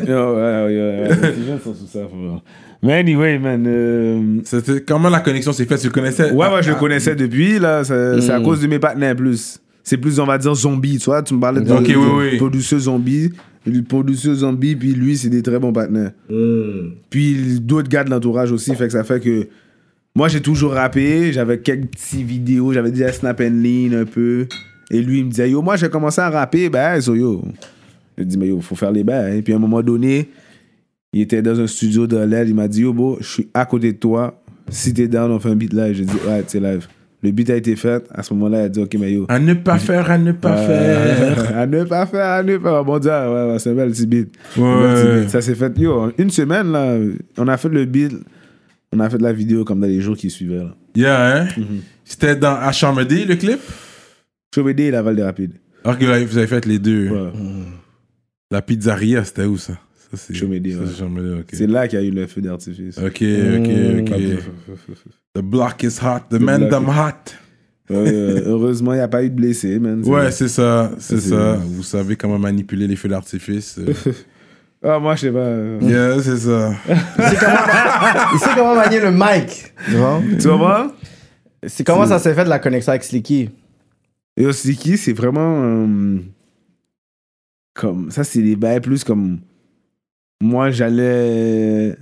Speaker 4: Yo, ouais, ouais, ouais, ouais, Les gens sont sous ça, faut voir. Mais anyway, man. euh,
Speaker 2: C'était- Comment la connexion s'est faite Tu le connaissais Ah, Hmm.
Speaker 4: Ouais, ouais, je le connaissais depuis, là. ça- C'est à cause de mes partenaires, plus. C'est plus, on va dire, zombie, tu vois. Tu me parlais de,
Speaker 2: Ok,
Speaker 4: de-
Speaker 2: oui, oui.
Speaker 4: producteur zombie. Le producteur zombie, puis lui, c'est des très bons partenaires.
Speaker 2: Hmm.
Speaker 4: Puis d'autres gars de l'entourage aussi, fait que ça fait que. Moi, j'ai toujours rappé. J'avais quelques petites vidéos. J'avais déjà Snap and Lean un peu. Et lui, il me disait, yo, moi, j'ai commencé à rapper. Ben, so, yo. Je dis, mais yo, faut faire les bails. Et puis à un moment donné, il était dans un studio de l'air. Il m'a dit, yo, bro, je suis à côté de toi. Si t'es down, on fait un beat live. J'ai dit, ouais, c'est live. Le beat a été fait. À ce moment-là, il a dit, ok, mais yo.
Speaker 2: À ne pas faire, à ne
Speaker 4: Euh, [LAUGHS]
Speaker 2: pas faire.
Speaker 4: à ne pas faire, à ne pas faire. Bon Dieu, ouais, ouais, c'est un bel petit beat.
Speaker 2: Ouais.
Speaker 4: Un bel petit beat. Ça s'est fait, yo, en une semaine, là, on a fait le beat, on a fait la vidéo comme dans les jours qui suivaient, là.
Speaker 2: Yeah, hein
Speaker 4: Mm-hmm.
Speaker 2: C'était dans HMD, le clip
Speaker 4: Chauvédé et Laval des Rapides.
Speaker 2: Alors que vous avez fait les deux.
Speaker 4: Ouais.
Speaker 2: La pizzeria, c'était où ça, ça c'est
Speaker 4: Chomedey, ouais.
Speaker 2: ça, c'est Chomedey, ok.
Speaker 4: C'est là Mmh, qu'il y a eu le feu d'artifice.
Speaker 2: Ok, ok, ok. The block is hot, the, man
Speaker 4: block
Speaker 2: them
Speaker 4: is-
Speaker 2: hot.
Speaker 4: Euh, heureusement, il n'y a pas eu de blessés, man.
Speaker 2: Ouais, c'est ça, c'est
Speaker 4: c'est
Speaker 2: ça.
Speaker 4: bien.
Speaker 2: Vous savez comment manipuler les feux
Speaker 4: [LAUGHS]
Speaker 2: d'artifice. euh.
Speaker 4: Ah, moi, je sais pas. euh,
Speaker 2: yeah, c'est ça.
Speaker 3: Il sait comment [LAUGHS] manier le mic. tu vois?
Speaker 4: Tu vois
Speaker 3: C'est comment ça s'est fait de la connexion avec Slicky?
Speaker 4: Et Osiki, c'est vraiment. euh, comme. Ça, c'est des bails plus comme. Moi, j'allais.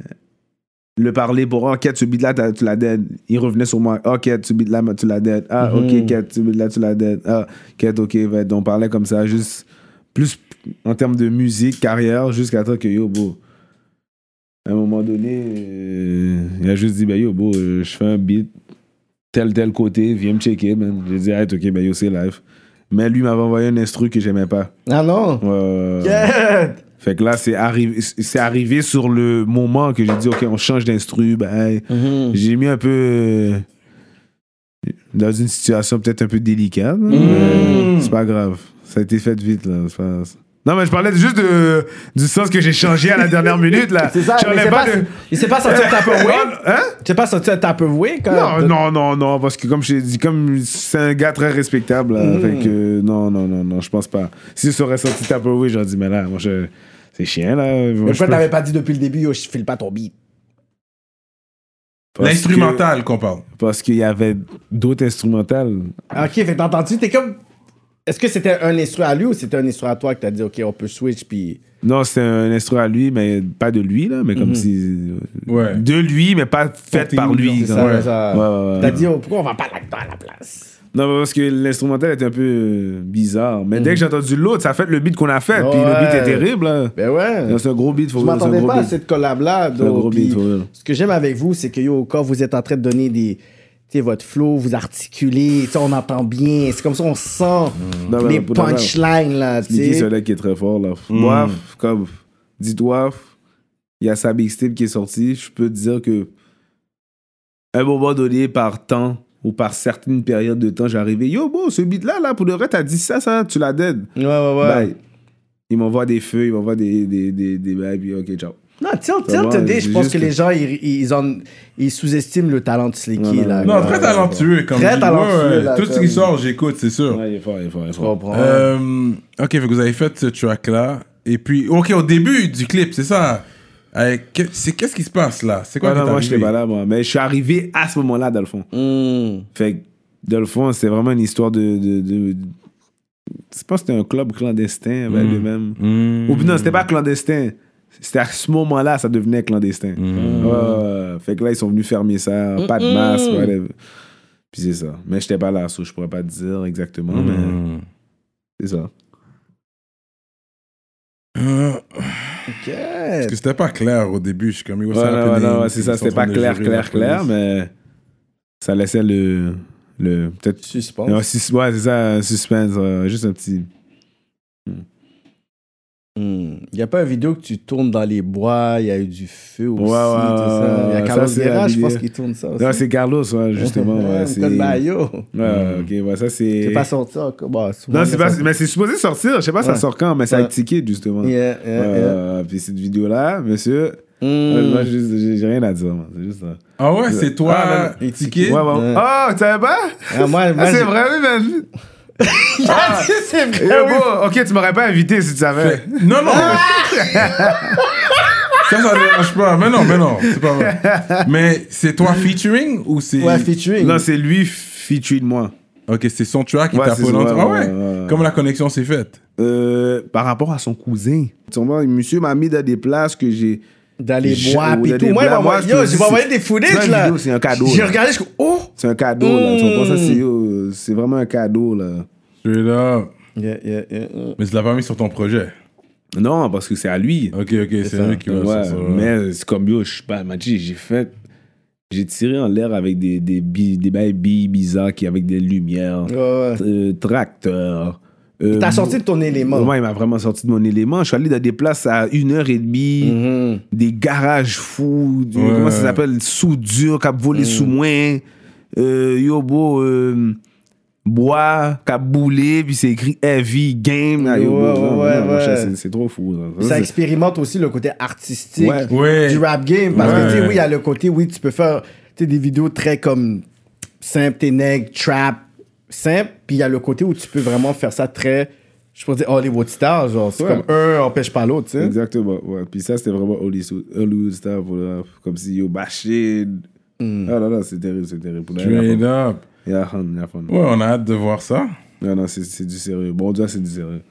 Speaker 4: Le parler pour. Oh, Kat, ce beat-là, t'as- tu l'as dead. Il revenait sur moi. Oh, Kat, ce beat-là, tu l'as dead. Ah, ok, Kat, ce beat-là, tu l'as dead. Ah, Kat, ok, va être. On parlait comme ça, juste. Plus en termes de musique, carrière, jusqu'à temps que yo, bro. À un moment donné, euh, il a juste dit, ben yo, bro, euh, je fais un beat tel tel côté, viens me checker, man. J'ai dit, ah, ok, ben yo, c'est live. Mais lui m'avait envoyé un instru que j'aimais pas.
Speaker 3: Ah non?
Speaker 4: Euh,
Speaker 3: Yeah!
Speaker 4: Fait que là, c'est arrivé, c'est arrivé sur le moment que j'ai dit, ok, on change d'instru. Ben, j'ai mis un peu euh, dans une situation peut-être un peu délicate. hein,
Speaker 3: Mm.
Speaker 4: mais C'est pas grave. Ça a été fait vite, là. C'est pas- Non, mais je parlais juste de- du sens que j'ai changé à la dernière minute, là.
Speaker 3: C'est ça,
Speaker 4: J'en
Speaker 3: mais
Speaker 4: ai
Speaker 3: c'est
Speaker 4: pas
Speaker 3: pas-
Speaker 4: de-
Speaker 3: il s'est pas sorti
Speaker 4: [LAUGHS]
Speaker 3: un Tupperware?
Speaker 4: Hein?
Speaker 3: Tu t'es pas sorti un Tupperware quand?
Speaker 4: Non, non, non, non, parce que comme je t'ai dit, comme c'est un gars très respectable, là,
Speaker 3: Hmm.
Speaker 4: fait que non, non, non, non, je pense pas. Si ça aurait sorti Tupperware, j'aurais dit, mais là, moi, je- c'est chiant, là. Moi,
Speaker 3: Mais
Speaker 4: je
Speaker 3: pourquoi
Speaker 4: peux-
Speaker 3: t'avais pas dit depuis le début, yo, je file pas ton beat?
Speaker 4: parce que-
Speaker 2: L'instrumental qu'on parle.
Speaker 4: Parce qu'il y avait d'autres instrumentales.
Speaker 3: Ok, fait que t'as entendu, t'es comme. Est-ce que c'était un instru à lui ou c'était un instru à toi que t'as dit, ok, on peut switch, puis.
Speaker 4: Non, c'était un instru à lui, mais pas de lui, là, mais
Speaker 3: Hmm.
Speaker 4: comme si.
Speaker 2: Ouais.
Speaker 4: De lui, mais pas faite par lui.
Speaker 3: C'est
Speaker 4: comme-
Speaker 3: ça,
Speaker 4: Ouais.
Speaker 3: c'est ça.
Speaker 4: Ouais, ouais, ouais.
Speaker 3: T'as dit, oh, pourquoi on va pas là-dedans à la place?
Speaker 4: Non, mais parce que l'instrumental était un peu euh, bizarre. Mais dès que j'ai entendu l'autre, ça a fait le beat qu'on a fait, puis le beat
Speaker 3: Hmm. Ouais.
Speaker 4: est terrible, là.
Speaker 3: Ben ouais.
Speaker 4: Non, C'est un gros beat, faut
Speaker 3: Je
Speaker 4: c'est un
Speaker 3: m'attendais
Speaker 4: gros
Speaker 3: pas à
Speaker 4: beat.
Speaker 3: cette collab-là.
Speaker 4: un
Speaker 3: donc,
Speaker 4: gros
Speaker 3: puis
Speaker 4: beat, for real.
Speaker 3: Ce que j'aime avec vous, c'est que yo, quand vous êtes en train de donner des. tu sais, votre flow, vous articulez, tu sais, on entend bien. C'est comme ça, on sent
Speaker 4: Non, mais
Speaker 3: les
Speaker 4: pour de vrai.
Speaker 3: punchlines, là, tu
Speaker 4: Nicky
Speaker 3: sais.
Speaker 4: Soleil qui est très fort là. Moi, f- comme dis-toi, f- il y a sa mixtape qui est sortie. Je peux te dire que un moment donné, par temps ou par certaines périodes de temps, j'arrivais. Yo, bon, ce beat là, là, pour de vrai, t'as dit ça, ça, tu l'as dead.
Speaker 3: Ouais, ouais, ouais.
Speaker 4: Bye. Il m'envoie des feux, il m'envoie des des des des bails, puis ok, ciao.
Speaker 3: Non, tilt,
Speaker 4: Ça
Speaker 3: tilt
Speaker 4: va,
Speaker 3: today,
Speaker 4: c'est
Speaker 3: je pense
Speaker 4: juste
Speaker 3: que
Speaker 4: que-
Speaker 3: les gens, ils, ils, en- ils sous-estiment le talent de
Speaker 4: Non,
Speaker 3: Slicky,
Speaker 4: non,
Speaker 3: là.
Speaker 4: non,
Speaker 2: Non,
Speaker 3: Ouais.
Speaker 2: très talentueux. Comme
Speaker 3: Très
Speaker 2: dit.
Speaker 3: talentueux,
Speaker 2: Ouais, ouais.
Speaker 3: là,
Speaker 2: Tout ce
Speaker 3: comme-
Speaker 2: qui sort, j'écoute, c'est sûr.
Speaker 4: il est fort, il est fort, il est
Speaker 3: Je comprends.
Speaker 2: Euh, ok, fait que vous avez fait ce track-là. Et puis, ok, au début du clip, c'est ça. Avec- que- c'est- Qu'est-ce qui se passe là C'est quoi
Speaker 4: Ouais,
Speaker 2: qui
Speaker 4: non,
Speaker 2: est
Speaker 4: moi, je
Speaker 2: arrivé?
Speaker 4: n'étais pas là, moi. Mais je suis arrivé à ce moment-là, dans le fond.
Speaker 3: Hmm.
Speaker 4: Fait que, dans le fond, c'est vraiment une histoire de. de, de- de- Je pense que c'était un club clandestin, ben, de même.
Speaker 2: Mm.
Speaker 4: Ou non, c'était pas clandestin. C'était à ce moment-là, ça devenait clandestin.
Speaker 2: Mm.
Speaker 4: Ouais, fait que là, ils sont venus fermer ça, pas de masque, whatever. Puis c'est ça. Mais j'étais pas là, so je pourrais pas te dire exactement, mais
Speaker 2: Mm.
Speaker 4: c'est ça.
Speaker 2: Euh,
Speaker 3: Ok.
Speaker 2: Parce que c'était pas clair au début. Je suis comme, yo,
Speaker 4: Ouais,
Speaker 2: what's
Speaker 4: non,
Speaker 2: happening?
Speaker 4: ouais, non, ouais, c'est
Speaker 2: Ils
Speaker 4: ça,
Speaker 2: sont en
Speaker 4: c'était
Speaker 2: train
Speaker 4: pas
Speaker 2: de
Speaker 4: clair,
Speaker 2: jurer la
Speaker 4: clair, clair,
Speaker 2: police.
Speaker 4: mais ça laissait le. le Peut-être.
Speaker 3: Suspense.
Speaker 4: Ouais, sus- ouais, c'est ça, un suspense, ouais, juste un petit.
Speaker 3: Hmm. Il n'y a pas une vidéo que tu tournes dans les bois, il y a eu du feu aussi.
Speaker 4: Ouais, ouais,
Speaker 3: tout ça. Il y a
Speaker 4: ouais,
Speaker 3: Carlos
Speaker 4: ça, c'est
Speaker 3: Guerra,
Speaker 4: la
Speaker 3: je pense
Speaker 4: vidéo.
Speaker 3: qu'il tourne ça aussi.
Speaker 4: Non, c'est Carlos, ouais, justement.
Speaker 3: Ouais,
Speaker 4: ouais,
Speaker 3: Code
Speaker 4: c'est...
Speaker 3: Mayo.
Speaker 4: Ouais, ok, ouais, ça c'est.
Speaker 3: C'est pas sorti encore. Bon,
Speaker 4: Hmm. Non,
Speaker 3: souvent,
Speaker 4: c'est
Speaker 3: ça
Speaker 4: pas.
Speaker 3: sort-
Speaker 4: Mais c'est supposé sortir. Je sais pas, ça
Speaker 3: Ouais.
Speaker 4: sort quand, mais ça a
Speaker 3: Ouais.
Speaker 4: tiqué, justement.
Speaker 3: Yeah, yeah, yeah.
Speaker 4: Euh, Puis cette vidéo-là, monsieur.
Speaker 3: Mm.
Speaker 4: Moi, j'ai- j'ai j'ai rien à dire, moi, c'est juste ça.
Speaker 2: Ah ouais, c'est toi,
Speaker 4: Ah, non,
Speaker 2: les
Speaker 4: Ouais,
Speaker 2: tickets.
Speaker 4: ouais. Oh, tu savais pas?
Speaker 3: Ah, moi, moi,
Speaker 4: Ah, c'est
Speaker 3: j'ai-
Speaker 4: vrai, oui, man.
Speaker 3: Ah, c'est vrai.
Speaker 4: Eh, bon, ok, tu m'aurais pas invité si tu savais.
Speaker 2: Fait-
Speaker 4: [LAUGHS]
Speaker 2: Non, non. mais- ça, ça dérange pas. Mais non, mais non, c'est pas vrai. Mais c'est toi featuring ou c'est.
Speaker 3: Ouais, featuring.
Speaker 4: Non, c'est lui featuring moi.
Speaker 2: Ok, c'est son track qui
Speaker 4: Ouais,
Speaker 2: t'a
Speaker 4: c'est ça,
Speaker 2: prononcé.
Speaker 4: ouais,
Speaker 2: Ah
Speaker 4: ouais,
Speaker 2: ouais.
Speaker 4: ouais, ouais.
Speaker 2: Comment la connexion s'est faite
Speaker 4: Euh, par rapport à son cousin. Sûrement, monsieur m'a mis dans des places que j'ai.
Speaker 3: Dans les
Speaker 4: Je-
Speaker 3: bois,
Speaker 4: ou
Speaker 3: pis
Speaker 4: dans
Speaker 3: tout.
Speaker 4: des
Speaker 3: Moi, il
Speaker 4: blagues.
Speaker 3: m'a
Speaker 4: Moi,
Speaker 3: envoyé-
Speaker 4: je
Speaker 3: yo,
Speaker 4: te
Speaker 3: j'ai
Speaker 4: dis,
Speaker 3: envoyé des
Speaker 4: c'est pas
Speaker 3: footage,
Speaker 4: une
Speaker 3: là.
Speaker 4: vidéo, c'est un cadeau,
Speaker 3: J'ai
Speaker 4: là.
Speaker 3: regardé, je suis oh!
Speaker 4: C'est un cadeau, là. Tu comprends ça?
Speaker 3: Hmm.
Speaker 4: C'est, euh, c'est vraiment un cadeau, là.
Speaker 2: Je suis là.
Speaker 3: Yeah, yeah, yeah, yeah.
Speaker 2: Mais tu l'as pas mis sur ton projet.
Speaker 4: Non, parce que c'est à lui.
Speaker 2: Ok, ok, c'est
Speaker 3: ça.
Speaker 2: lui qui va
Speaker 4: Ouais,
Speaker 2: sur ça.
Speaker 4: mais euh, c'est comme yo, je sais pas, Machi, j'ai fait. J'ai tiré en l'air avec des, des, bi- des bails billes bizarres qui avec des lumières,
Speaker 3: Ouais, ouais.
Speaker 4: euh, tracteurs. euh,
Speaker 3: T'as sorti de ton élément.
Speaker 4: Ouais, il m'a vraiment sorti de mon élément. Je suis allé dans des places à une heure et demie,
Speaker 3: Mhm.
Speaker 4: des garages fous, du-
Speaker 2: Ouais.
Speaker 4: comment ça s'appelle, soudure, cap volé sous moi, euh, yo bro, euh, bois, cap boulé, puis c'est écrit heavy game. là, yo,
Speaker 3: Ouais,
Speaker 4: bro,
Speaker 3: ouais,
Speaker 4: non,
Speaker 3: ouais,
Speaker 4: non, moi,
Speaker 3: ouais.
Speaker 4: c'est- C'est trop fou. là. Ça,
Speaker 3: Ça
Speaker 4: c'est-
Speaker 3: expérimente aussi le côté artistique
Speaker 4: Mm. Ouais.
Speaker 2: Ouais.
Speaker 3: du rap game. Parce
Speaker 2: Ouais.
Speaker 3: que, tu sais, oui, il y a le côté, oui, tu peux faire tu sais, des vidéos très comme simple, t'es nègre, trap, simple. Puis il y a le côté où tu peux vraiment faire ça très, je pourrais dire Hollywood star. Genre, c'est
Speaker 4: Ouais.
Speaker 3: comme un empêche pas l'autre, tu
Speaker 2: Hein?
Speaker 3: sais.
Speaker 4: Exactement, ouais. Puis ça, c'était vraiment Hollywood Hollywood Star pour le rap. Comme si yo Bashid.
Speaker 2: Mm.
Speaker 3: Hmm.
Speaker 4: Ah là là, c'est terrible, c'est terrible. Pour la-
Speaker 2: Straight up.
Speaker 4: la femme, la femme.
Speaker 2: Ouais, on a hâte de voir ça.
Speaker 4: Non, non, c'est c'est du sérieux. Bon Dieu, c'est du sérieux.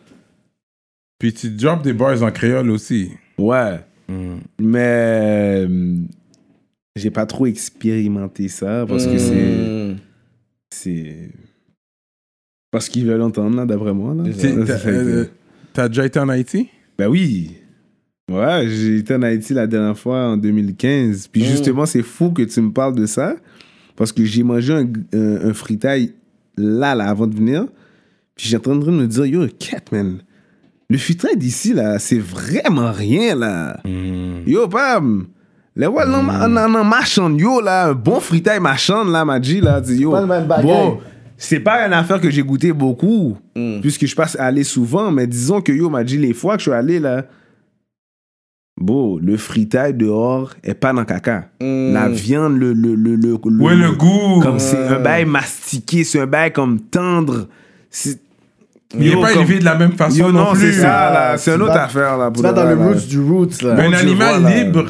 Speaker 2: Puis tu drops des bars en créole aussi. Hmm.
Speaker 4: Ouais. Mais. euh, J'ai pas trop expérimenté ça parce que c'est.
Speaker 2: Hmm.
Speaker 3: Mm.
Speaker 4: C'est. Parce qu'ils veulent entendre, là, d'après moi. Là.
Speaker 2: T'es-
Speaker 4: [LAUGHS] Ça, ça
Speaker 2: T'as
Speaker 4: fait que-
Speaker 2: euh, t'as déjà été en Haïti
Speaker 4: Ben oui. Ouais, j'ai été en Haïti la dernière fois en 2015.
Speaker 3: Mm.
Speaker 4: Puis justement, c'est fou que tu me parles de ça. Parce que j'ai mangé un, un, un fritaille là, là, avant de venir. Puis j'étais en train de me dire, yo, cat, man. Le fritaille d'ici, là, c'est vraiment rien, là.
Speaker 3: Mm.
Speaker 4: Yo, pam. Les ouais, non, en, en, en marchand, yo, là, un bon fritaille marchand, là, m'a dit, là, dit, yo.
Speaker 3: pas le même bagage.
Speaker 4: bro, c'est pas une affaire que j'ai goûté beaucoup,
Speaker 3: Mm.
Speaker 4: puisque je passe à aller souvent, mais disons que yo m'a dit les fois que je suis allé là, bon, le fritaille dehors est pas dans caca. La viande, le. le, le, le, le-
Speaker 2: Ouais, le goût.
Speaker 4: Comme c'est un bail mastiqué, c'est un bail comme tendre. C'est.
Speaker 2: Il
Speaker 4: Yo,
Speaker 2: n'est pas
Speaker 4: comme-
Speaker 2: élevé de la même façon.
Speaker 4: Yo, non, c'est
Speaker 2: plus.
Speaker 4: ça, là.
Speaker 3: Ah,
Speaker 4: C'est
Speaker 3: tu
Speaker 4: une autre
Speaker 3: vas-
Speaker 4: affaire, là.
Speaker 3: Tu
Speaker 4: pour
Speaker 3: vas
Speaker 4: de
Speaker 3: dans
Speaker 4: vrai,
Speaker 3: le
Speaker 4: là.
Speaker 3: roots du roots, là.
Speaker 2: Mais un
Speaker 4: Bon Dieu,
Speaker 2: animal
Speaker 4: voilà.
Speaker 2: libre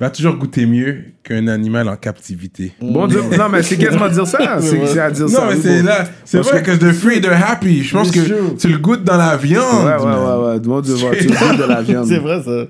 Speaker 2: va toujours goûter mieux qu'un animal en captivité.
Speaker 4: Bon Dieu, non, mais c'est quasiment dire [LAUGHS] ça. C'est c'est à dire ça.
Speaker 2: non, mais
Speaker 4: oui,
Speaker 2: c'est
Speaker 4: bon.
Speaker 2: là. C'est
Speaker 4: Parce
Speaker 2: vrai que de free, de happy. Je pense
Speaker 3: Bien
Speaker 2: que
Speaker 3: sûr.
Speaker 2: tu le goûtes dans la viande.
Speaker 4: Ouais, ouais,
Speaker 2: man.
Speaker 4: ouais, ouais. Bon Dieu, voilà, tu goûtes de la viande.
Speaker 3: C'est vrai, ça.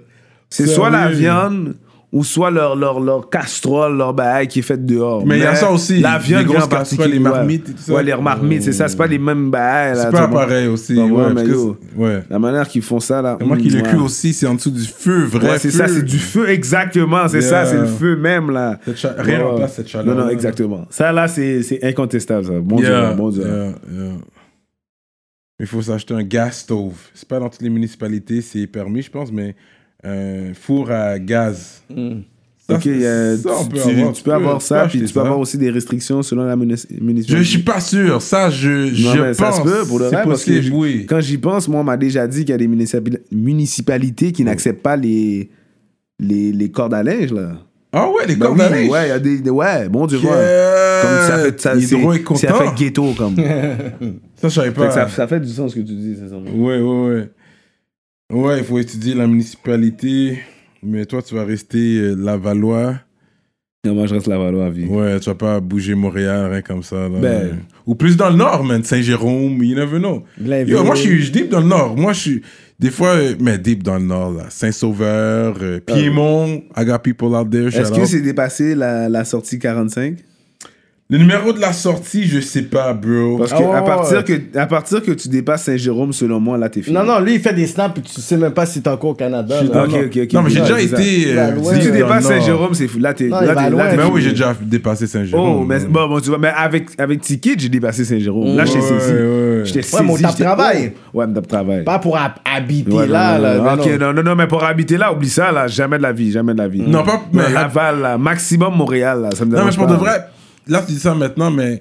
Speaker 4: C'est soit la viande ou soit leur, leur, leur casserole, leur bail qui est faite dehors.
Speaker 2: Mais il y a ça aussi,
Speaker 4: La
Speaker 2: les
Speaker 4: viande,
Speaker 2: grosses
Speaker 4: en particulier,
Speaker 2: casseroles, les
Speaker 4: ouais.
Speaker 2: marmites et tout ça.
Speaker 4: Ouais, les marmites, c'est ça, c'est pas les mêmes bails.
Speaker 2: C'est
Speaker 4: là,
Speaker 2: pas
Speaker 4: tu vois.
Speaker 2: pareil aussi.
Speaker 4: Non,
Speaker 2: ouais,
Speaker 4: Bah ouais,
Speaker 2: parce
Speaker 4: mais
Speaker 2: que
Speaker 4: yo,
Speaker 2: c'est- ouais.
Speaker 4: La manière qu'ils font ça, là.
Speaker 2: C'est moi qui le
Speaker 4: ouais.
Speaker 2: cul aussi, c'est en dessous du feu, vrai.
Speaker 4: Ouais, c'est ça,
Speaker 2: feu.
Speaker 4: c'est du feu, exactement, c'est
Speaker 2: Yeah.
Speaker 4: ça, c'est le feu même, là.
Speaker 2: Cette cha- rien
Speaker 4: Ouais.
Speaker 2: remplace cette chaleur.
Speaker 4: Non, non, exactement. Ça, là, c'est c'est incontestable, ça. Bon
Speaker 2: Yeah,
Speaker 4: Dieu, bon Dieu.
Speaker 2: yeah, yeah. Il faut s'acheter un gas stove. C'est pas dans toutes les municipalités, c'est permis, je pense, mais un four à gaz. Ça,
Speaker 4: Ok,
Speaker 2: c'est-
Speaker 4: euh,
Speaker 2: ça, on
Speaker 4: tu,
Speaker 2: peut
Speaker 4: tu-
Speaker 2: avoir-
Speaker 4: tu peux avoir ça, puis
Speaker 2: acheter
Speaker 4: tu peux avoir aussi des restrictions selon la muni-
Speaker 2: Je
Speaker 4: municipalité.
Speaker 2: suis pas sûr, ça je,
Speaker 4: Non,
Speaker 2: je
Speaker 4: mais
Speaker 2: pense.
Speaker 4: ça se peut, pour le
Speaker 2: c'est
Speaker 4: vrai, parce
Speaker 2: possible,
Speaker 4: que je-
Speaker 2: oui.
Speaker 4: Quand j'y pense, moi, on m'a déjà dit qu'il y a des municipi- municipalités
Speaker 2: Oh.
Speaker 4: qui n'acceptent pas les, les, les cordes à linge, là.
Speaker 2: Ah ouais, les
Speaker 4: Ben
Speaker 2: cordes
Speaker 4: oui,
Speaker 2: à linge.
Speaker 4: Ouais, il y a des, des- Ouais, bon Dieu,
Speaker 2: Yeah.
Speaker 4: ouais. Comme ça fait... Ça,
Speaker 2: Hydro
Speaker 4: c'est-
Speaker 2: est content.
Speaker 4: ça fait ghetto,
Speaker 2: [LAUGHS]
Speaker 4: comme. Fait
Speaker 2: Ça, je savais
Speaker 4: que
Speaker 2: pas.
Speaker 4: ça, ça fait du sens ce que tu dis, c'est ça.
Speaker 2: Ouais, ouais, ouais. Ouais, il faut étudier la municipalité. Mais toi, tu vas rester euh, Lavallois.
Speaker 4: Non, moi, je reste la valois à vie.
Speaker 2: Ouais, tu vas pas bouger Montréal, rien comme ça. là.
Speaker 4: Ben.
Speaker 2: Ou plus dans le nord, man. Saint-Jérôme, you never know.
Speaker 4: Ben,
Speaker 3: Blainville.
Speaker 2: Yo, moi, je suis je deep dans le nord. Moi, je suis. Des fois, euh, mais deep dans le nord, là. Saint-Sauveur, euh, Piémont, I got people out there.
Speaker 4: Ah, Est-ce
Speaker 2: shout
Speaker 4: que
Speaker 2: out.
Speaker 4: c'est dépassé la, la sortie 45?
Speaker 2: Le numéro de la sortie, je sais pas, bro.
Speaker 4: Parce que,
Speaker 3: Ah ouais,
Speaker 4: à, partir
Speaker 3: ouais.
Speaker 4: que, à partir que tu dépasses Saint-Jérôme, selon moi, là, t'es fini.
Speaker 3: Non, non, lui, il fait des snaps et tu sais même pas si t'es encore au Canada.
Speaker 4: Je suis
Speaker 3: là.
Speaker 4: Ok, ok, ok.
Speaker 2: non, mais j'ai
Speaker 4: Ouais,
Speaker 2: déjà
Speaker 4: c'est ça.
Speaker 2: été. euh,
Speaker 3: La loi,
Speaker 4: Si tu
Speaker 3: Ouais,
Speaker 4: dépasses
Speaker 2: dans le Nord.
Speaker 4: Saint-Jérôme, c'est fou. Là, t'es.
Speaker 3: Non, il
Speaker 4: là,
Speaker 3: va
Speaker 4: t'es- là,
Speaker 3: loin.
Speaker 4: t'es
Speaker 2: Mais Ben oui,
Speaker 4: fini.
Speaker 2: j'ai déjà dépassé Saint-Jérôme.
Speaker 4: Oh, mais
Speaker 2: Ouais.
Speaker 4: bon, bon, tu vois, mais avec, avec Ticket, j'ai dépassé Saint-Jérôme. Là, j'étais
Speaker 2: Ouais,
Speaker 4: saisi.
Speaker 2: ouais.
Speaker 4: J'étais saisi.
Speaker 3: mais on tape
Speaker 4: j'étais-
Speaker 3: travail.
Speaker 4: Oh. Ouais, on tape travail.
Speaker 3: Pas pour hab- habiter
Speaker 4: Ouais, non,
Speaker 3: là.
Speaker 4: non,
Speaker 3: là,
Speaker 4: non,
Speaker 3: mais
Speaker 4: ok,
Speaker 3: non.
Speaker 4: non, non, non, mais pour habiter là, oublie ça, là, jamais de la vie, jamais de la vie.
Speaker 2: Non, pas- mais-
Speaker 4: Laval, là, maximum Montréal, là, ça me
Speaker 2: Non, mais
Speaker 4: dérange
Speaker 2: pour
Speaker 4: pas.
Speaker 2: de vrai, là, tu dis ça maintenant, mais.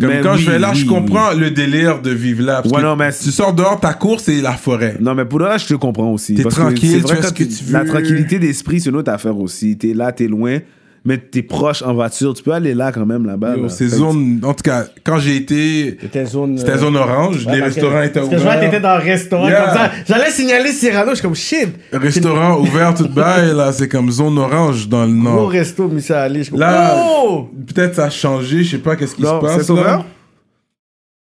Speaker 2: Comme
Speaker 4: Mais
Speaker 2: quand
Speaker 4: oui,
Speaker 2: je vais là, je
Speaker 4: oui,
Speaker 2: comprends le délire de vivre là. parce
Speaker 4: Ouais,
Speaker 2: que
Speaker 4: non, mais-
Speaker 2: Tu sors dehors, ta course, c'est la forêt.
Speaker 4: Non, mais pour le reste, je te comprends aussi.
Speaker 2: T'es
Speaker 4: Parce que
Speaker 2: tranquille,
Speaker 4: c'est
Speaker 2: tu fais
Speaker 4: quand
Speaker 2: ce que tu veux.
Speaker 4: La tranquillité d'esprit, c'est une autre affaire aussi. T'es là, t'es loin, mais t'es proche en voiture. Tu peux aller là quand même, là-bas.
Speaker 2: Yo,
Speaker 4: là.
Speaker 2: Ces
Speaker 4: Fait que-
Speaker 2: zones, en tout cas, quand j'ai été,
Speaker 3: C'était zone.
Speaker 2: c'était
Speaker 3: euh,
Speaker 2: zone orange,
Speaker 3: ouais,
Speaker 2: les
Speaker 3: parce que-
Speaker 2: restaurants étaient
Speaker 3: Parce que je vois, t'étais
Speaker 2: ouverts.
Speaker 3: dans un restaurant
Speaker 2: Yeah.
Speaker 3: comme ça. J'allais signaler Cyrano, je suis comme shit.
Speaker 2: Restaurants ouverts tout de bail, là, c'est comme zone orange dans le
Speaker 3: Gros
Speaker 2: nord.
Speaker 3: resto, Monsieur Ali. Je suis comme,
Speaker 2: Là-
Speaker 3: oh!
Speaker 2: Peut-être ça a changé, je sais pas qu'est-ce qui se
Speaker 4: Non,
Speaker 2: passe.
Speaker 4: c'est ouvert?
Speaker 2: là.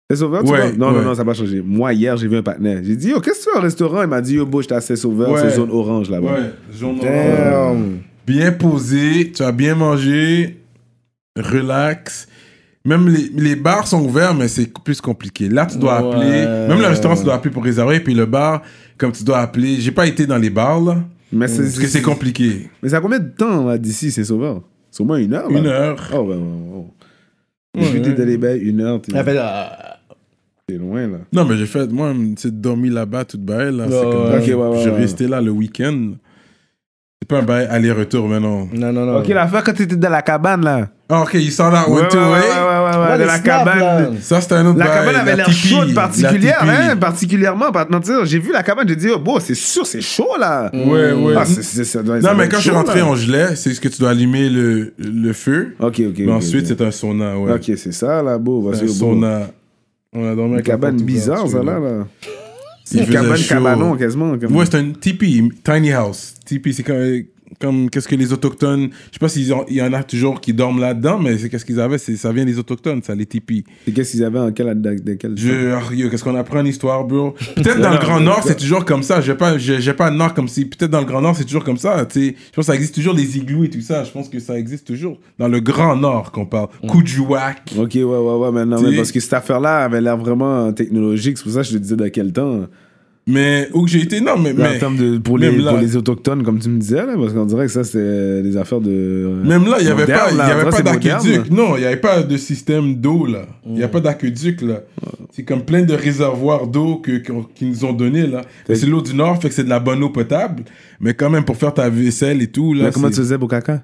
Speaker 4: C'est Sauveur, tu
Speaker 2: Ouais,
Speaker 4: vois? Non,
Speaker 2: ouais.
Speaker 4: non, non, ça n'a pas changé. Moi, hier, j'ai vu un partenaire. J'ai dit, yo, qu'est-ce que tu fais au restaurant? Il m'a dit, oh, yo, bro, j'étais à Saint-Sauveur,
Speaker 2: Ouais.
Speaker 4: c'est zone orange là-bas.
Speaker 2: Ouais, zone orange.
Speaker 3: Damn.
Speaker 2: Bien posé, tu as bien mangé, relax. Même les, les bars sont ouverts, mais c'est plus compliqué. Là, tu dois
Speaker 3: Ouais.
Speaker 2: appeler. Même le restaurant, tu dois appeler pour réserver. Puis le bar, comme tu dois appeler. J'ai pas été dans les bars, là.
Speaker 4: Mais c'est,
Speaker 2: Parce que c'est compliqué.
Speaker 4: Mais ça a combien de temps là, d'ici Saint-Sauveur? C'est au moins une heure. là.
Speaker 2: Une heure.
Speaker 4: Oh, ouais, ouais, ouais. J'ai vu t'es dans les bails une heure, t'es,
Speaker 3: Il a fait, ah,
Speaker 4: t'es loin là.
Speaker 2: Non, mais j'ai fait, moi, une petite dormi là-bas, toute bail. Là. C'est
Speaker 3: Ouais,
Speaker 2: comme-
Speaker 3: ouais.
Speaker 4: Ok, ouais, ouais,
Speaker 2: je
Speaker 4: ouais.
Speaker 2: restais là le week-end. C'est pas un bail aller-retour maintenant.
Speaker 3: Non, non, non.
Speaker 4: Ok, l'affaire quand t'étais dans la cabane là.
Speaker 2: Ah, ok, ils sont là, one,
Speaker 4: Ouais, ouais,
Speaker 2: two,
Speaker 4: ouais, ouais, ouais,
Speaker 2: way.
Speaker 4: ouais,
Speaker 3: Ouais,
Speaker 4: de
Speaker 3: les
Speaker 4: la
Speaker 3: snaps,
Speaker 4: cabane.
Speaker 3: là.
Speaker 2: Ça, c'était un autre
Speaker 4: La
Speaker 2: bail.
Speaker 4: cabane avait l'air
Speaker 2: tipi,
Speaker 4: chaude
Speaker 2: la
Speaker 4: particulière,
Speaker 2: tipi.
Speaker 4: hein, particulièrement, pas te mentir. J'ai vu la cabane, j'ai dit, oh, bon, c'est sûr, c'est chaud là.
Speaker 2: Ouais, ouais.
Speaker 4: Ah, c'est, c'est- ça doit- ça
Speaker 2: non,
Speaker 4: doit
Speaker 2: mais
Speaker 4: être
Speaker 2: quand je suis
Speaker 4: chaud,
Speaker 2: rentré
Speaker 4: là.
Speaker 2: en gelée, c'est ce que tu dois allumer le, le feu.
Speaker 4: Ok, ok.
Speaker 2: Mais
Speaker 4: ok,
Speaker 2: ensuite,
Speaker 4: ok.
Speaker 2: c'est un sauna, ouais.
Speaker 4: Ok, c'est ça là, beau. Parce
Speaker 2: C'est un
Speaker 4: que, bon,
Speaker 2: sauna. On a dormi
Speaker 4: Une
Speaker 2: avec la
Speaker 4: cabane
Speaker 2: porte ouverte,
Speaker 4: bizarre, ça, là.
Speaker 2: celui-là.
Speaker 4: là.
Speaker 2: Il
Speaker 4: Une
Speaker 2: faisait
Speaker 4: cabane,
Speaker 2: chaud.
Speaker 4: cabanon, quasiment. comme-
Speaker 2: Ouais, c'est un tipi, tiny house. Tipi, c'est comme, comme qu'est-ce que les autochtones. Je sais pas s'il y en a toujours qui dorment là-dedans, mais c'est qu'est-ce qu'ils avaient. c'est- Ça vient des autochtones, ça, les tipis.
Speaker 4: Et qu'est-ce qu'ils avaient en quel... dans- dans quel-
Speaker 2: Je, ah, yo, qu'est-ce qu'on apprend en histoire,
Speaker 4: [LAUGHS]
Speaker 2: bro? Peut-être dans le
Speaker 4: non,
Speaker 2: Grand
Speaker 4: mais-
Speaker 2: Nord, c'est toujours comme ça. J'ai pas, j'ai, j'ai pas un Nord comme si. Peut-être dans le Grand Nord, c'est toujours comme ça. tu sais. Je pense que ça existe toujours, les igloos et tout ça. Je pense que ça existe toujours. Dans le Grand Nord qu'on parle.
Speaker 4: Mm.
Speaker 2: Koudjouak.
Speaker 4: Ok, ouais, ouais, ouais, mais non,
Speaker 2: Tu-
Speaker 4: mais parce que cette affaire-là avait l'air vraiment technologique, c'est pour ça que je te disais dans quel temps.
Speaker 2: Mais où que j'ai été, non, mais.
Speaker 4: Mais,
Speaker 2: mais
Speaker 4: en termes de. Pour les,
Speaker 2: même là-
Speaker 4: pour les autochtones, comme tu me disais, là, parce qu'on dirait que ça, c'était des affaires de. euh,
Speaker 2: Même là, il n'y avait
Speaker 4: Moderne,
Speaker 2: pas, il y
Speaker 4: là, on
Speaker 2: avait
Speaker 4: dirait
Speaker 2: pas
Speaker 4: c'est
Speaker 2: d'aqueduc.
Speaker 4: moderne. Mm.
Speaker 2: Non, il n'y avait pas de système d'eau, là. Il n'y a pas d'aqueduc, là. C'est comme plein de réservoirs d'eau que, qu'on- qu'ils nous ont donné, là. Mais C'est l'eau du Nord, fait que c'est de la bonne eau potable. Mais quand même, pour faire ta vaisselle et tout, là.
Speaker 4: Mais comment
Speaker 2: c'est-
Speaker 4: tu faisais pour caca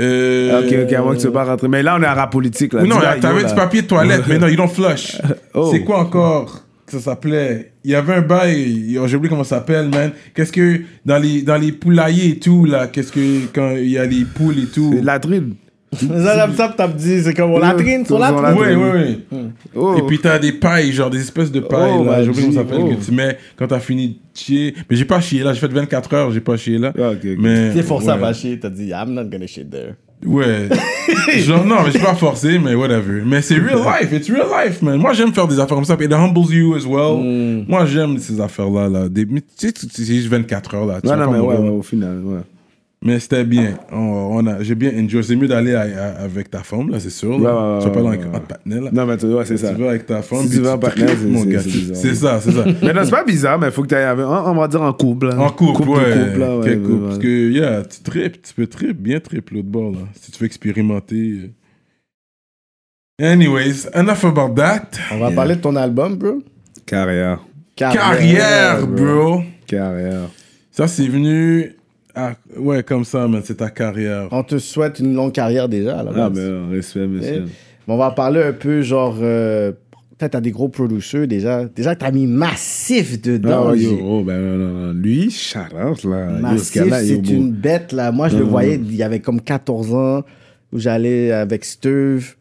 Speaker 2: Euh,
Speaker 4: Ok, ok, avant que tu ne pas rentrer. Mais là, on est à rap politique, là.
Speaker 2: non,
Speaker 4: Dis-là,
Speaker 2: t'avais
Speaker 4: yo, là.
Speaker 2: du papier de toilette, mais non, ils l'ont flush.
Speaker 4: [LAUGHS] Oh.
Speaker 2: C'est quoi encore que ça s'appelait Il y avait un bail, oh, j'ai oublié comment ça s'appelle, man. Qu'est-ce que dans les, dans les poulaillers et tout, là, qu'est-ce que quand il y a les poules et tout.
Speaker 4: C'est de La trine.
Speaker 3: Les Arabes Sables, t'as dit, c'est comme on latrine, sur
Speaker 4: Ils ont
Speaker 3: la
Speaker 4: la-
Speaker 2: Oui, oui, oui.
Speaker 4: Oh.
Speaker 2: Et puis t'as des pailles, genre des espèces de pailles,
Speaker 4: Oh,
Speaker 2: là,
Speaker 4: my
Speaker 2: j'ai oublié comment ça
Speaker 4: G,
Speaker 2: s'appelle,
Speaker 4: oh.
Speaker 2: que tu mets quand t'as fini de chier. Mais j'ai pas chié là, j'ai fait 24 heures, j'ai pas chié là.
Speaker 4: Ah, ok, ok.
Speaker 2: Mais.
Speaker 3: T'es forcé
Speaker 2: ouais.
Speaker 3: à vacher, t'as dit, I'm not gonna shit there.
Speaker 4: [LAUGHS]
Speaker 2: Ouais. genre, non, mais je suis pas forcé, mais whatever. Mais c'est
Speaker 4: [LAUGHS]
Speaker 2: real life, it's real life, man. Moi, j'aime faire des affaires comme ça, puis it humbles you as well.
Speaker 4: Mm.
Speaker 2: Moi, j'aime ces affaires-là, là. Des, mais tu sais, tu- c'est juste 24 heures, là. tu
Speaker 4: Non, non,
Speaker 2: vas pas
Speaker 4: mais ouais,
Speaker 2: mourir.
Speaker 4: ouais, au final, ouais.
Speaker 2: Mais c'était bien. On, on a, j'ai bien enjoy. C'est mieux d'aller à- à- avec ta femme, là, c'est sûr. Là.
Speaker 4: Ouais, ouais,
Speaker 2: tu vas pas
Speaker 4: ouais,
Speaker 2: dans
Speaker 4: ouais,
Speaker 2: un
Speaker 4: ouais.
Speaker 2: patinet, là.
Speaker 4: Non, mais tu- ouais, c'est ça.
Speaker 2: Tu vas avec ta femme.
Speaker 4: Si
Speaker 2: puis
Speaker 4: tu vas en
Speaker 2: te
Speaker 4: partenaire,
Speaker 2: tripes,
Speaker 4: c'est-
Speaker 2: mon
Speaker 4: c'est-
Speaker 2: gars.
Speaker 4: c'est bizarre.
Speaker 2: C'est ça, c'est ça.
Speaker 4: Mais non, c'est pas bizarre, mais il faut que tu ailles avec. On on va dire en couple. là.
Speaker 2: En couple, ouais.
Speaker 4: de couple, là, ouais,
Speaker 2: Quel
Speaker 4: ouais,
Speaker 2: couple,
Speaker 4: ouais.
Speaker 2: Parce que, yeah, tu tripes, tu peux trip, bien trip l'autre bord, là. Si tu veux expérimenter. euh. Anyways, enough about that.
Speaker 3: On va parler de ton album, bro.
Speaker 4: Carrière. Ah,
Speaker 2: Carrière, bro.
Speaker 4: Carrière.
Speaker 2: Ça, c'est venu. à- Ouais, comme ça, man, c'est ta carrière.
Speaker 3: On te souhaite une longue carrière déjà. à la
Speaker 4: Ah,
Speaker 3: base.
Speaker 4: mais
Speaker 2: ben,
Speaker 4: euh, respect, monsieur.
Speaker 3: Mais on va parler un peu, genre, euh, peut-être à des gros producers déjà. Déjà, t'as mis massif
Speaker 4: Ah,
Speaker 3: dedans.
Speaker 4: ouais, yo,
Speaker 3: j'ai-
Speaker 4: oh, ben non, non, non. Lui, Charlotte, là. yo, ce
Speaker 3: Massif,
Speaker 4: gars-là,
Speaker 3: c'est
Speaker 4: yo, beau.
Speaker 3: une bête, là. Moi, je le voyais, il y avait comme 14 ans, où j'allais avec Steve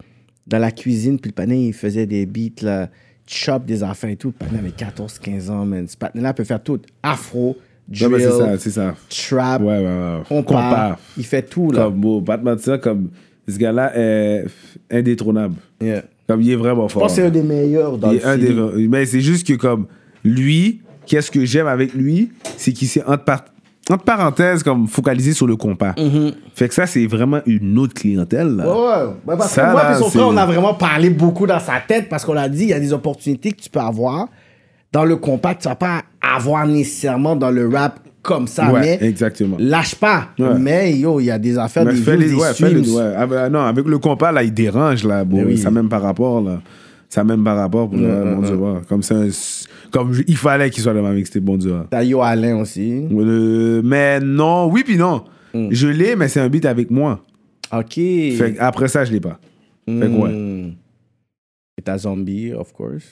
Speaker 3: dans la cuisine, puis le panier, il faisait des beats, là, chop des affaires et tout. Le panier avait 14, 15 ans, man. Ce panier-là peut faire tout. Afro,
Speaker 4: Non,
Speaker 3: drill,
Speaker 4: mais c'est ça, c'est ça.
Speaker 3: trap,
Speaker 4: Ouais, ouais, ouais.
Speaker 3: on part. Il fait tout, là.
Speaker 4: Comme, beau, pas de mentir, comme, ce gars-là est indétrônable.
Speaker 3: Yeah.
Speaker 4: Comme, il est vraiment
Speaker 3: Je
Speaker 4: fort.
Speaker 3: pense que c'est un des meilleurs dans
Speaker 4: Il
Speaker 3: le
Speaker 4: est un
Speaker 3: CD.
Speaker 4: des- Mais c'est juste que, comme, lui, qu'est-ce que j'aime avec lui, c'est qu'il s'est entre- par- entre parenthèses, comme focalisé sur le compas.
Speaker 3: Mm-hmm.
Speaker 4: Fait que ça, c'est vraiment une autre clientèle. là.
Speaker 3: Ouais, ouais. Ouais, parce
Speaker 4: Ça,
Speaker 3: que moi
Speaker 4: là,
Speaker 3: et son
Speaker 4: c'est-
Speaker 3: frère, on a vraiment parlé beaucoup dans sa tête parce qu'on a dit, il y a des opportunités que tu peux avoir dans le compas que tu vas pas avoir nécessairement dans le rap comme ça,
Speaker 4: Ouais,
Speaker 3: mais
Speaker 4: exactement.
Speaker 3: lâche pas.
Speaker 4: Ouais.
Speaker 3: Mais yo, il y a des affaires,
Speaker 4: Mais
Speaker 3: des
Speaker 4: fais
Speaker 3: views,
Speaker 4: les,
Speaker 3: des
Speaker 4: ouais, fais les-
Speaker 3: streams.
Speaker 4: ouais. Ah ben, non, avec le compas, là, il dérange, là.
Speaker 3: Ben
Speaker 4: Bon, Ça même par rapport, là. Ça même par rapport, pour le-
Speaker 3: Mm-hmm.
Speaker 4: bon Dieu, ouais. Comme ça, un- comme je- il fallait qu'il soit dans ma mixtape, bon Dieu. ouais.
Speaker 3: T'as Yo Alain aussi.
Speaker 4: Euh, mais non, oui puis non.
Speaker 3: Mm.
Speaker 4: Je l'ai, mais c'est un beat avec moi.
Speaker 3: Ok.
Speaker 4: Fait que après ça, je l'ai pas. Fait que ouais.
Speaker 3: Hmm. Et t'as Zombie, of course.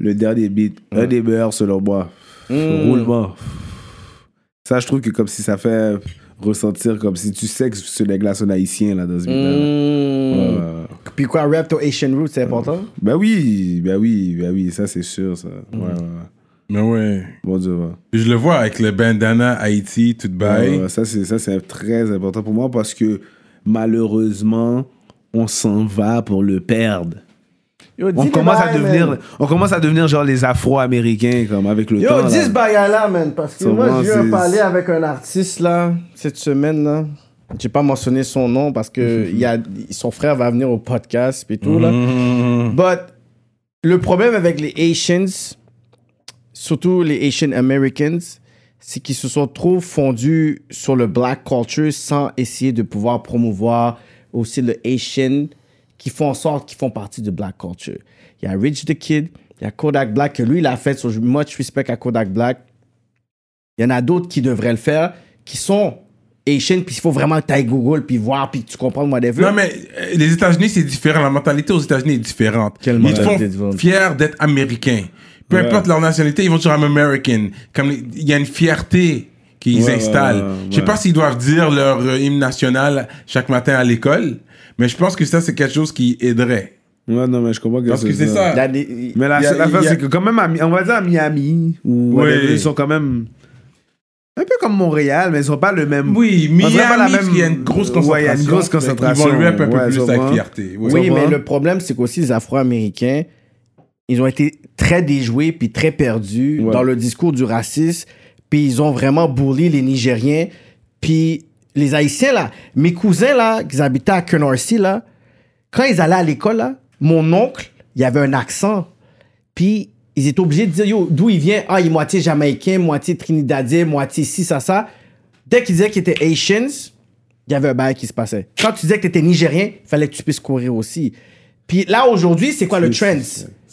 Speaker 4: Le dernier beat, un des meilleurs selon moi.
Speaker 2: Hmm.
Speaker 3: Mm.
Speaker 4: Roulement. Ça, je trouve que comme si ça fait ressentir comme si tu sais que ce nègre-là, c'est un haïtien, là, dans ce beat-là.
Speaker 3: Hmm.
Speaker 4: Ouais.
Speaker 3: Puis quoi, rap to Asian Roots, c'est important?
Speaker 4: Ben oui, ben oui, ben oui, ça c'est sûr, ça.
Speaker 2: Hmm.
Speaker 4: Ouais, ouais, ouais.
Speaker 2: Mais ouais.
Speaker 4: Bon Dieu, ouais.
Speaker 2: Je le vois avec le bandana Haïti, tout
Speaker 4: Ouais,
Speaker 2: bail.
Speaker 4: ouais, ça c'est ça c'est très important pour moi parce que malheureusement, on s'en va pour le perdre.
Speaker 3: Yo,
Speaker 4: On
Speaker 3: dis
Speaker 4: commence
Speaker 3: des
Speaker 4: à
Speaker 3: bails,
Speaker 4: devenir,
Speaker 3: man.
Speaker 4: on commence à devenir genre les Afro-Américains comme avec le temps.
Speaker 3: Yo,
Speaker 4: là.
Speaker 3: 10 bagailles là, man. Parce que
Speaker 4: Ça
Speaker 3: moi,
Speaker 4: va,
Speaker 3: j'ai eu un
Speaker 4: c'est-
Speaker 3: parler avec un artiste, là, cette semaine, là. J'ai pas mentionné son nom parce que
Speaker 4: Mhm.
Speaker 3: il y a, son frère va venir au podcast et tout, là.
Speaker 2: Mm-hmm.
Speaker 3: But, le problème avec les Haitians, surtout les Asian Americans, c'est qu'ils se sont trop fondus sur le black culture sans essayer de pouvoir promouvoir aussi le Asian qui font en sorte qu'ils font partie de black culture. Il y a Rich the Kid, il y a Kodak Black, que lui, il a fait son much respect à Kodak Black. Il y en a d'autres qui devraient le faire, qui sont Asian, puis il faut vraiment que tu ailles Google, puis voir, puis que tu comprends moi des
Speaker 2: Non, mais euh, les États-Unis, c'est différent. La mentalité aux États-Unis est différente.
Speaker 3: Quelle
Speaker 2: ils te
Speaker 3: mentalité
Speaker 2: font
Speaker 3: différente.
Speaker 2: fiers d'être américains. Peu
Speaker 4: Ouais.
Speaker 2: importe leur nationalité, ils vont toujours I'm American. Comme les- il y a une fierté qu'ils
Speaker 4: Ouais,
Speaker 2: installent.
Speaker 4: ouais, ouais,
Speaker 2: Je sais
Speaker 4: ouais.
Speaker 2: pas s'ils doivent dire leur euh, hymne national chaque matin à l'école, mais je pense que ça, c'est quelque chose qui aiderait.
Speaker 4: Ouais, non, mais je comprends que
Speaker 2: Parce que c'est ça.
Speaker 4: Mais la
Speaker 2: Il y a-
Speaker 4: seule affaire,
Speaker 2: il y a-
Speaker 4: c'est que quand même, à Mi- on va dire à Miami, ou
Speaker 2: Oui.
Speaker 4: whatever, ils sont quand même un peu comme Montréal, mais ils sont pas le même.
Speaker 2: Oui,
Speaker 4: On dirait pas la
Speaker 2: Miami,
Speaker 4: même-
Speaker 2: il y a une
Speaker 4: Ouais, il
Speaker 2: grosse
Speaker 4: y
Speaker 2: concentration.
Speaker 4: a une grosse concentration.
Speaker 2: Ils vont lui un peu
Speaker 4: Ouais,
Speaker 2: plus
Speaker 4: je
Speaker 2: avec
Speaker 4: vois.
Speaker 2: fierté. ouais.
Speaker 4: Tu
Speaker 3: Oui,
Speaker 4: comprends?
Speaker 3: mais le problème, c'est qu'aussi les Afro-Américains, ils ont été très déjoués puis très perdus
Speaker 4: Ouais.
Speaker 3: dans le discours du racisme. Puis ils ont vraiment bully les Nigériens. Puis les Haïtiens, là, mes cousins, là, qui habitaient à Canarsie, là, quand ils allaient à l'école, là, mon oncle, il avait un accent. Puis ils étaient obligés de dire, yo, d'où il vient? Ah, il est moitié jamaïcain, moitié trinidadien, moitié ci, ça, ça. Dès qu'ils disaient qu'ils étaient Haitians, il y avait un bail qui se passait. Quand tu disais que tu étais Nigérien, fallait que tu puisses courir aussi. Puis là, aujourd'hui, c'est quoi le trend?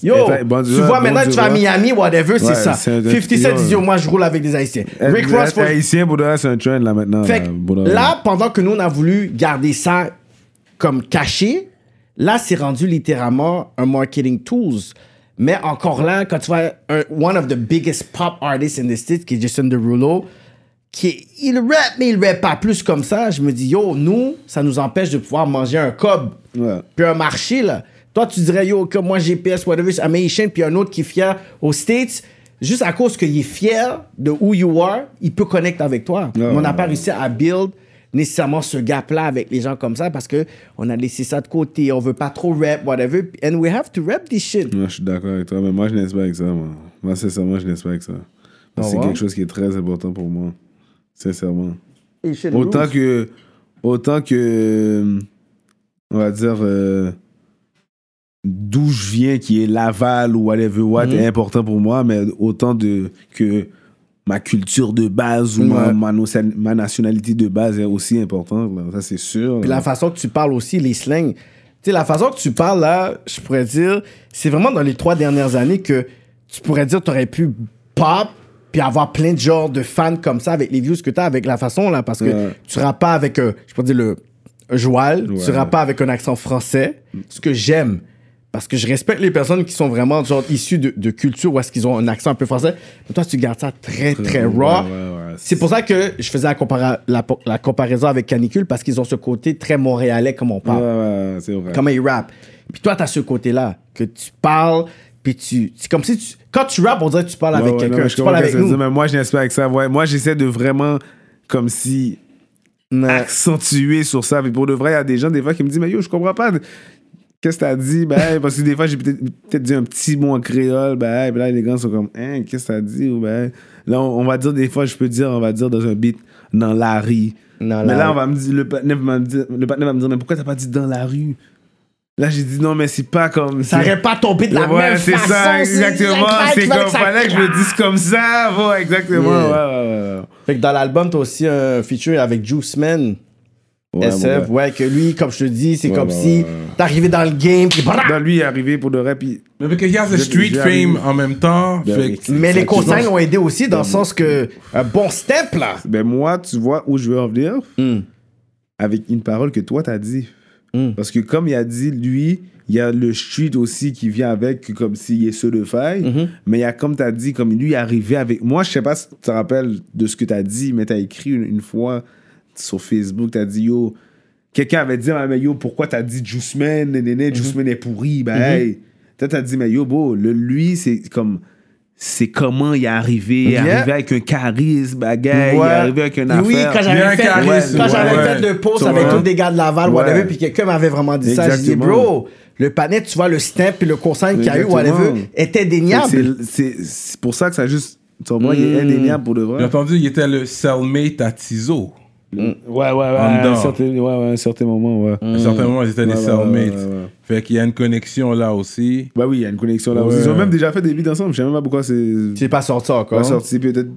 Speaker 3: Yo,
Speaker 4: Et t'as- Eh ben, bon,
Speaker 3: tu
Speaker 4: tu vois,
Speaker 3: vois,
Speaker 4: bon,
Speaker 3: maintenant,
Speaker 4: tu
Speaker 3: tu vas à
Speaker 4: vois.
Speaker 3: Miami, whatever, c'est
Speaker 4: Ouais,
Speaker 3: ça.
Speaker 4: c'est un Eh,
Speaker 3: 50 Cent
Speaker 4: client,
Speaker 3: dit, yo, moi, je roule avec des Haïtiens. Rick Ross, faut-
Speaker 4: Être haïtien, pour de vrai, c'est un trend, là, maintenant.
Speaker 3: fait que
Speaker 4: là, pour de vrai.
Speaker 3: là, pendant que nous, on a voulu garder ça comme caché, là, c'est rendu littéralement un marketing tools. Mais encore là, quand tu vois un, one of the biggest pop artists in the States, qui est Jason Derulo, qui est- il rappe, mais il rappe pas plus comme ça, je me dis, yo, nous, ça nous empêche de pouvoir manger un cob.
Speaker 4: Ouais.
Speaker 3: Puis un marché, là. Toi, tu dirais, yo, que moi, GPS, whatever, I'm Haitian, puis un autre qui est fier aux States. Juste à cause qu'il est fier de who you are, il peut connecter avec toi. Mais on n'a pas réussi à build nécessairement ce gap-là avec les gens comme ça parce que on a laissé ça de côté, on veut pas trop rap, whatever, and we have to rap this shit.
Speaker 4: Ouais, je suis d'accord avec toi, mais moi, je n'aime pas avec ça, moi. Moi, sincèrement, je n'aime pas avec ça.
Speaker 2: Ah
Speaker 4: Moi,
Speaker 3: Au
Speaker 4: c'est
Speaker 3: revoir.
Speaker 4: quelque chose qui est très important pour moi. Sincèrement.
Speaker 3: Haitian
Speaker 4: Autant
Speaker 3: rules.
Speaker 4: que. Autant que. On va dire. euh, D'où je viens, qui est Laval ou whatever what,
Speaker 3: Mhm.
Speaker 4: est important pour moi, mais autant de, que ma culture de base ou ma,
Speaker 3: Ouais.
Speaker 4: ma notion- ma nationalité de base est aussi importante. là. Ça, c'est sûr.
Speaker 3: Puis
Speaker 4: là.
Speaker 3: la façon que tu parles aussi, les slangs. Tu sais, la façon que tu parles là, je pourrais dire, c'est vraiment dans les trois dernières années que tu pourrais dire, tu aurais pu pop, puis avoir plein de genres de fans comme ça avec les views que tu as, avec la façon là, parce que
Speaker 4: Ouais.
Speaker 3: tu rappes pas avec, euh, je pourrais dire, le un joual, tu
Speaker 4: Ouais.
Speaker 3: rappes pas avec un accent français, ce que j'aime. Parce que je respecte les personnes qui sont vraiment genre issues de, de culture où est-ce qu'ils ont un accent un peu français. Mais toi, tu gardes ça très,
Speaker 4: ouais,
Speaker 3: très raw.
Speaker 4: ouais, ouais.
Speaker 3: C'est pour ça que je faisais la, compara- la, po- la comparaison avec Canicule parce qu'ils ont ce côté très montréalais comme on
Speaker 4: Ouais,
Speaker 3: parle,
Speaker 4: ouais, ouais, c'est vrai.
Speaker 3: comment ils rappent. Puis toi, t'as ce côté-là que tu parles, puis tu. C'est comme si tu. Quand tu rappes, on dirait que tu parles
Speaker 4: Ouais,
Speaker 3: avec
Speaker 4: ouais, non,
Speaker 3: quelqu'un,
Speaker 4: mais je
Speaker 3: tu parles
Speaker 4: comprends
Speaker 3: avec
Speaker 4: ce que tu
Speaker 3: nous.
Speaker 4: veux dire, mais moi, je n'espère avec ça. Ouais, moi, j'essaie de vraiment, comme si,
Speaker 3: Ouais. Euh, Ah,
Speaker 4: accentuer sur ça. Mais pour de vrai, il y a des gens, des fois, qui me disent, mais yo, je comprends pas. Qu'est-ce que t'as dit? Ben, hey, parce que des fois, j'ai peut-être peut-être dit un petit mot en créole. Ben, hey, puis là, les gars sont comme, hein, qu'est-ce que t'as dit? Ou ben, là, on, on va dire, des fois, je peux dire, on va dire dans un beat, dans la rue.
Speaker 3: Dans
Speaker 4: mais
Speaker 3: la
Speaker 4: là,
Speaker 3: rue.
Speaker 4: on va me dire, le partenaire va me dire, le partenaire va me dire, mais pourquoi t'as pas dit dans la rue? Là, j'ai dit, non, mais c'est pas comme.
Speaker 3: Ça
Speaker 4: c'est-
Speaker 3: aurait pas tombé de la
Speaker 4: Ouais,
Speaker 3: même
Speaker 4: c'est
Speaker 3: façon.
Speaker 4: ça,
Speaker 3: si Jack
Speaker 4: exactement.
Speaker 3: Black
Speaker 4: C'est
Speaker 3: fallait
Speaker 4: comme,
Speaker 3: que ça
Speaker 4: fallait que je le dise comme ça. Ouais, exactement.
Speaker 3: Yeah.
Speaker 4: Ouais, ouais, ouais, ouais.
Speaker 3: Fait que dans l'album, t'as aussi un feature avec Juice Man.
Speaker 4: Ouais, mon
Speaker 3: SF,
Speaker 4: gars.
Speaker 3: ouais, que lui, comme je te dis, c'est
Speaker 4: Ouais,
Speaker 3: comme
Speaker 4: ouais,
Speaker 3: si
Speaker 4: ouais, ouais.
Speaker 3: t'es arrivé dans le game, puis brrr,
Speaker 4: Dans lui, il est arrivé pour le rap. il-
Speaker 2: Mais parce qu'il y a ce
Speaker 4: Je-
Speaker 2: street
Speaker 4: j'ai
Speaker 2: fame
Speaker 4: arrivé.
Speaker 2: en même temps.
Speaker 4: Ben
Speaker 2: fait
Speaker 4: oui.
Speaker 2: que-
Speaker 3: Mais les
Speaker 4: Exactement.
Speaker 3: consignes ont aidé aussi dans le sens que un bon step là.
Speaker 4: Ben moi, tu vois où je veux en venir avec une parole que toi t'as dit.
Speaker 3: Mm.
Speaker 4: Parce que comme il a dit, lui, il y a le street aussi qui vient avec, comme s'il est ceux de faille. Mais il y a, comme t'as dit, comme lui est arrivé avec... Moi, je sais pas si tu te rappelles de ce que t'as dit, mais t'as écrit une, une fois sur Facebook, t'as dit, yo, quelqu'un avait dit, Ah, mais yo, pourquoi t'as dit Juice Man, nénéné, Juice Man est pourri, ben hey. Toi, t'as dit, mais yo, bro, le, lui, c'est comme... C'est comment il est arrivé. Il est
Speaker 3: Yeah.
Speaker 4: arrivé avec un charisme, bah, bagaille. Il est
Speaker 3: Ouais.
Speaker 4: arrivé avec un
Speaker 3: Oui,
Speaker 4: affaire.
Speaker 3: quand
Speaker 2: Bien
Speaker 3: j'avais fait,
Speaker 2: charisme,
Speaker 3: quand j'avais
Speaker 2: ouais.
Speaker 3: fait le post
Speaker 4: Tu
Speaker 3: avec
Speaker 4: vois?
Speaker 3: tous des gars de Laval,
Speaker 4: Ouais.
Speaker 3: whatever, puis quelqu'un m'avait vraiment dit ça. J'ai dit,
Speaker 4: Exactement.
Speaker 3: bro, le panel, tu vois, le stamp et le consigne qu'il y a eu, whatever,
Speaker 4: Exactement.
Speaker 3: était
Speaker 4: Fait que
Speaker 3: déniable.
Speaker 4: c'est- C'est c'est pour ça que ça juste. Ton moi, il est indéniable pour de vrai.
Speaker 2: J'ai entendu, il était le cellmate à Tizo.
Speaker 4: Ouais, ouais, ouais.
Speaker 2: En
Speaker 4: à
Speaker 2: dedans.
Speaker 4: un certain- ouais, ouais, à un certain moment, ouais.
Speaker 2: À un certain moment, ils étaient des
Speaker 4: Mm. Ouais, ouais,
Speaker 2: cellmates.
Speaker 4: ouais, ouais, ouais.
Speaker 2: Fait qu'il y a une connexion là aussi.
Speaker 4: Bah oui, il y a une connexion là.
Speaker 2: Ouais.
Speaker 4: Ils ont même déjà fait des beats ensemble. Je sais même pas pourquoi c'est
Speaker 3: C'est pas sorti encore.
Speaker 4: pas sorti. Peut-être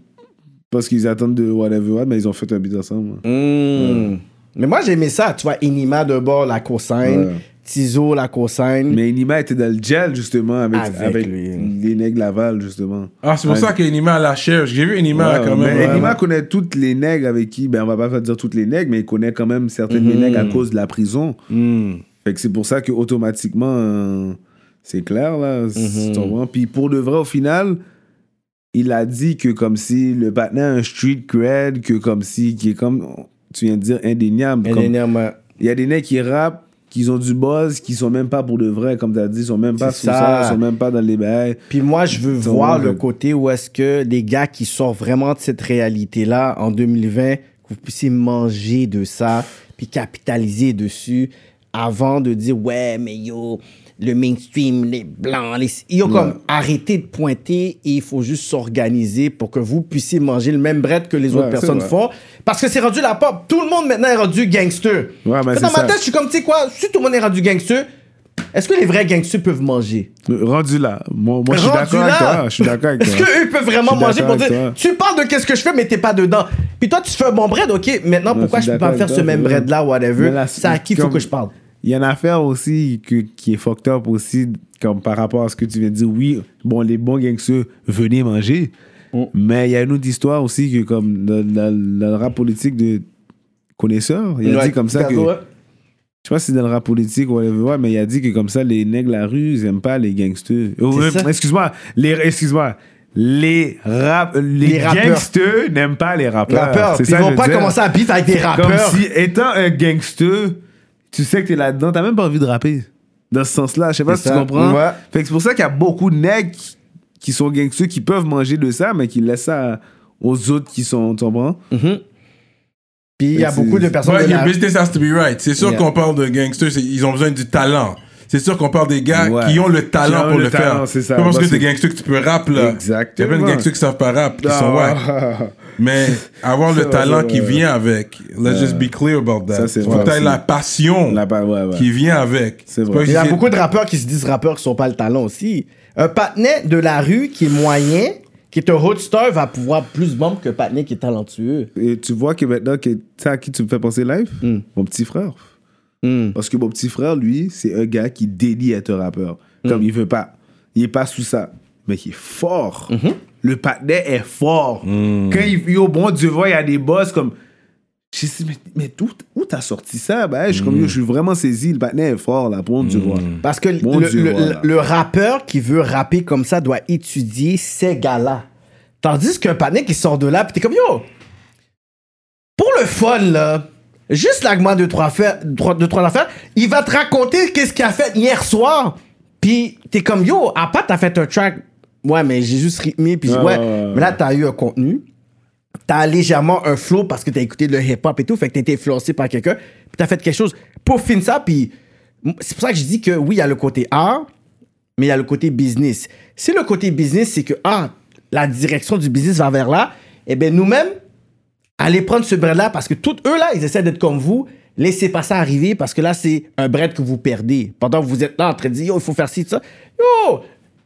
Speaker 4: parce qu'ils attendent de whatever, what, mais ils ont fait un beat ensemble.
Speaker 3: Mm. Mais moi, j'aimais ça. Tu vois, Inima de bord, la consigne.
Speaker 4: Ouais.
Speaker 3: Tizo, la consigne.
Speaker 4: Mais Inima était dans le gel, justement, avec,
Speaker 3: Avec
Speaker 4: avec,
Speaker 3: lui.
Speaker 4: les nègres Laval, justement.
Speaker 2: Ah, c'est pour
Speaker 4: Ouais.
Speaker 2: ça qu'Enima a lâché. J'ai vu Enima
Speaker 4: Ouais,
Speaker 2: Ah, quand
Speaker 4: mais
Speaker 2: même. ouais.
Speaker 4: Enima connaît toutes les nègres avec qui, ben on va pas faire dire toutes les nègres, mais il connaît quand même certaines des nègres à cause de la prison. Fait que c'est pour ça que automatiquement, euh, c'est clair là.
Speaker 3: Mhm.
Speaker 4: c'est- tu comprends? Puis pour de vrai, au final, il a dit que comme si le patin a un street cred, que comme si, qui est comme, tu viens de dire, indéniable.
Speaker 3: Elle
Speaker 4: Comme-
Speaker 3: est énorme.
Speaker 4: il y a des nègres qui rappent, qui ont du buzz, qui sont même pas pour de vrai, comme t'as dit, sont même pas
Speaker 3: C'est
Speaker 4: sous ça.
Speaker 3: ça.
Speaker 4: sont même pas dans les bails.
Speaker 3: Puis moi, je veux
Speaker 4: Ton
Speaker 3: voir
Speaker 4: rôle.
Speaker 3: le côté où est-ce que les gars qui sortent vraiment de cette réalité-là en 2020, que vous puissiez manger de ça, puis capitaliser dessus avant de dire ouais, mais yo, le mainstream, les blancs, les. Yo, comme arrêtez de pointer et il faut juste s'organiser pour que vous puissiez manger le même bread que les
Speaker 4: Ouais,
Speaker 3: autres
Speaker 4: c'est
Speaker 3: personnes
Speaker 4: vrai.
Speaker 3: font. Parce que c'est rendu la pop. Tout le monde maintenant est rendu gangster.
Speaker 4: Ouais, mais
Speaker 3: Fait
Speaker 4: c'est
Speaker 3: dans ma
Speaker 4: ça.
Speaker 3: tête, je suis comme, tu sais quoi, si tout le monde est rendu gangster, est-ce que les vrais gangsters peuvent manger?
Speaker 4: Rendu là. Moi, moi, je suis
Speaker 3: Rendu
Speaker 4: d'accord
Speaker 3: là.
Speaker 4: avec toi. Je suis d'accord avec toi.
Speaker 3: Est-ce qu'eux peuvent
Speaker 4: Je
Speaker 3: vraiment
Speaker 4: suis
Speaker 3: manger pour
Speaker 4: d'accord
Speaker 3: dire
Speaker 4: avec toi.
Speaker 3: Tu parles de qu'est-ce que je fais, mais t'es pas dedans. Puis toi, tu fais un bon bread, ok. Maintenant,
Speaker 4: Non,
Speaker 3: pourquoi
Speaker 4: je
Speaker 3: je
Speaker 4: suis
Speaker 3: peux pas me faire
Speaker 4: d'accord
Speaker 3: ce
Speaker 4: avec
Speaker 3: même
Speaker 4: toi,
Speaker 3: bread là, whatever
Speaker 4: Mais là,
Speaker 3: C'est à qui faut
Speaker 4: comme-
Speaker 3: que je parle
Speaker 4: Il y a une affaire aussi que- qui est fucked up aussi, comme par rapport à ce que tu viens de dire. Oui, bon, les bons gangsters, venez manger.
Speaker 3: Mm.
Speaker 4: Mais il y a une autre histoire aussi que, comme dans, dans- dans le rap politique de connaisseurs, il a dit comme ça que. Je sais pas si c'est dans le rap politique ou whatever, ouais, mais il a dit que comme ça, les nègres la rue, ils aiment pas les gangsters. Oh, euh,
Speaker 3: ça.
Speaker 4: excuse-moi, les, excuse-moi. Les, rap, les,
Speaker 3: Les rappeurs.
Speaker 4: gangsters n'aiment pas les rappeurs.
Speaker 3: Rappeurs,
Speaker 4: Ah, C'est
Speaker 3: puis ils
Speaker 4: ça que je
Speaker 3: vont
Speaker 4: veux
Speaker 3: pas
Speaker 4: dire.
Speaker 3: commencer à bif avec des
Speaker 4: Comme
Speaker 3: rappeurs.
Speaker 4: si, étant un gangster, tu sais que t'es là-dedans, t'as même pas envie de rapper. Dans ce sens-là, je sais pas si
Speaker 3: C'est ça,
Speaker 4: tu comprends.
Speaker 3: ouais.
Speaker 4: Fait que c'est pour ça qu'il y a beaucoup de nègres qui- qui sont gangsters, qui peuvent manger de ça, mais qui laissent ça aux autres qui sont, tu comprends?
Speaker 3: Puis il y a
Speaker 4: Mais
Speaker 3: beaucoup
Speaker 4: c'est-
Speaker 3: de personnes.
Speaker 2: But
Speaker 3: de
Speaker 2: your
Speaker 3: la-
Speaker 2: business has to be right. C'est sûr
Speaker 3: Yeah.
Speaker 2: qu'on parle de gangsters, c'est- ils ont besoin du talent. C'est sûr qu'on parle des gars
Speaker 4: Ouais.
Speaker 2: qui ont le
Speaker 4: Qui
Speaker 2: talent
Speaker 4: ont
Speaker 2: pour
Speaker 4: le
Speaker 2: le,
Speaker 4: talent,
Speaker 2: faire.
Speaker 4: c'est ça.
Speaker 2: Pas parce
Speaker 4: Bah,
Speaker 2: que t'es
Speaker 4: c'est-
Speaker 2: gangster que tu peux rap, là.
Speaker 4: Exactement.
Speaker 2: Il y a plein de gangsters qui savent pas rap, qui
Speaker 4: Ah.
Speaker 2: sont
Speaker 4: [LAUGHS]
Speaker 2: wack. Mais avoir
Speaker 4: Ça,
Speaker 2: le
Speaker 4: ouais,
Speaker 2: talent
Speaker 4: ouais,
Speaker 2: qui
Speaker 4: ouais.
Speaker 2: vient avec, let's just be clear about that.
Speaker 4: ça, c'est
Speaker 2: Faut
Speaker 4: vrai
Speaker 2: que t'aies
Speaker 4: aussi.
Speaker 2: la passion
Speaker 4: La pa- ouais, ouais.
Speaker 2: qui vient avec.
Speaker 4: C'est
Speaker 2: pas
Speaker 4: vrai.
Speaker 3: Il y a
Speaker 2: juste-
Speaker 3: beaucoup de rappeurs qui se disent rappeurs qui sont pas le talent aussi. Un patinet de la rue qui est moyen, qui est un roadster, va pouvoir plus bombe que patinet qui est talentueux.
Speaker 4: Et tu vois que maintenant, que, tu sais à qui tu me fais penser live Mon petit frère.
Speaker 3: Mm.
Speaker 4: Parce que mon petit frère, lui, c'est un gars qui délie être rappeur. Comme il veut pas. Il est pas sous ça. Mais il est fort. Le patinet est fort. Quand il vit au bon Dieu, vois, il y a des boss comme. Je sais, mais, mais d'où- où t'as sorti ça? Ben, je suis comme, yo, je suis vraiment saisi. Le patinet est fort, là, pour mon Dieu, vois.
Speaker 3: Parce que
Speaker 4: Hmm. Mon
Speaker 3: le,
Speaker 4: Dieu,
Speaker 3: le-
Speaker 4: voilà.
Speaker 3: le rappeur qui veut rapper comme ça doit étudier ces gars-là. Tandis qu'un panier qui sort de là, pis t'es comme yo, pour le fun, là, juste l'augment de trois, affaires, trois- deux, trois affaires, il va te raconter qu'est-ce qu'il a fait hier soir. Puis t'es comme yo, à part t'as fait un track, ouais, mais j'ai juste rythmé, puis
Speaker 4: Ouais,
Speaker 3: ouais,
Speaker 4: Ah, ouais, ouais,
Speaker 3: mais là t'as eu un contenu. T'as légèrement un flow parce que t'as écouté le hip-hop et tout, fait que t'as été influencé par quelqu'un, puis t'as fait quelque chose pour finir ça, puis C'est pour ça que je dis que oui, il y a le côté art, mais il y a le côté business. Si le côté business, c'est que, ah, la direction du business va vers là, eh bien, nous-mêmes, allez prendre ce bread-là parce que tous eux, là, ils essaient d'être comme vous. Laissez pas ça arriver parce que là, c'est un bread que vous perdez. Pendant que vous êtes là en train de dire, yo, il faut faire ci, ça. Yo,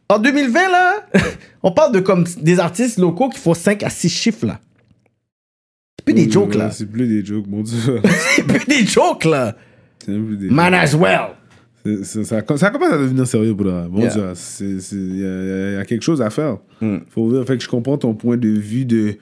Speaker 3: en 2020, là, [LAUGHS] on parle de comme des artistes locaux qui font 5 à 6 chiffres, là. C'est plus
Speaker 4: Mmh.
Speaker 3: des jokes, là. [LAUGHS]
Speaker 4: C'est plus des jokes, mon Dieu. [LAUGHS]
Speaker 3: C'est plus des jokes, là.
Speaker 4: C'est même plus des
Speaker 3: Man as well.
Speaker 4: C'est- c'est- Ça, com- ça commence à devenir sérieux pour le vrai. Bon
Speaker 3: Yeah. Hmm.
Speaker 4: Dieu, c'est- c'est- il y, a- il y a quelque chose à faire. Faut ouvrir. Fait que je comprends ton point de vue de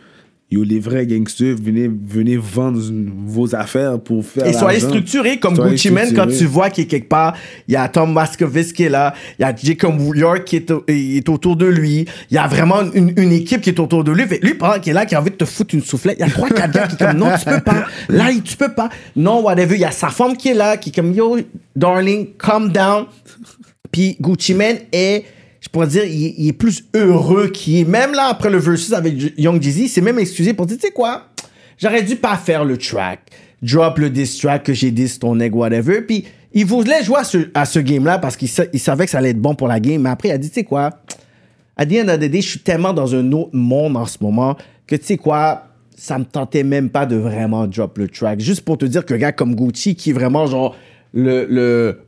Speaker 4: yo, les vrais gangsters, venez, venez vendre vos affaires pour faire.
Speaker 3: Et soyez
Speaker 4: l'argent.
Speaker 3: structurés comme
Speaker 4: Soyez
Speaker 3: Gucci Mane quand
Speaker 4: structurés.
Speaker 3: tu vois qu'il est quelque part. Il y a Tom Mascovitz qui est là, il y a J. New York qui est, au- il est autour de lui, il y a vraiment une, une équipe qui est autour de lui. Fait que lui, pendant qu'il est là, qui a envie de te foutre une soufflette, il y a trois, quatre gars qui sont comme non, tu peux pas, là, tu peux pas, non, whatever. Il y a sa femme qui est là, qui est comme yo, darling, calm down. Puis Gucci Mane est, je pourrais dire, il, est- il est plus heureux qu'il est. Même là, après le versus avec J- Young Jeezy, il s'est même excusé pour dire, tu sais quoi, j'aurais dû pas faire le track. Drop le diss track que j'ai diss ton egg, whatever. Puis il voulait jouer à ce, à ce game-là parce qu'il sa- il savait que ça allait être bon pour la game. Mais après, il a dit, tu sais quoi, à the end of the day, je suis tellement dans un autre monde en ce moment que tu sais quoi, ça me tentait même pas de vraiment drop le track. Juste pour te dire que gars comme Gucci, qui est vraiment genre le, le,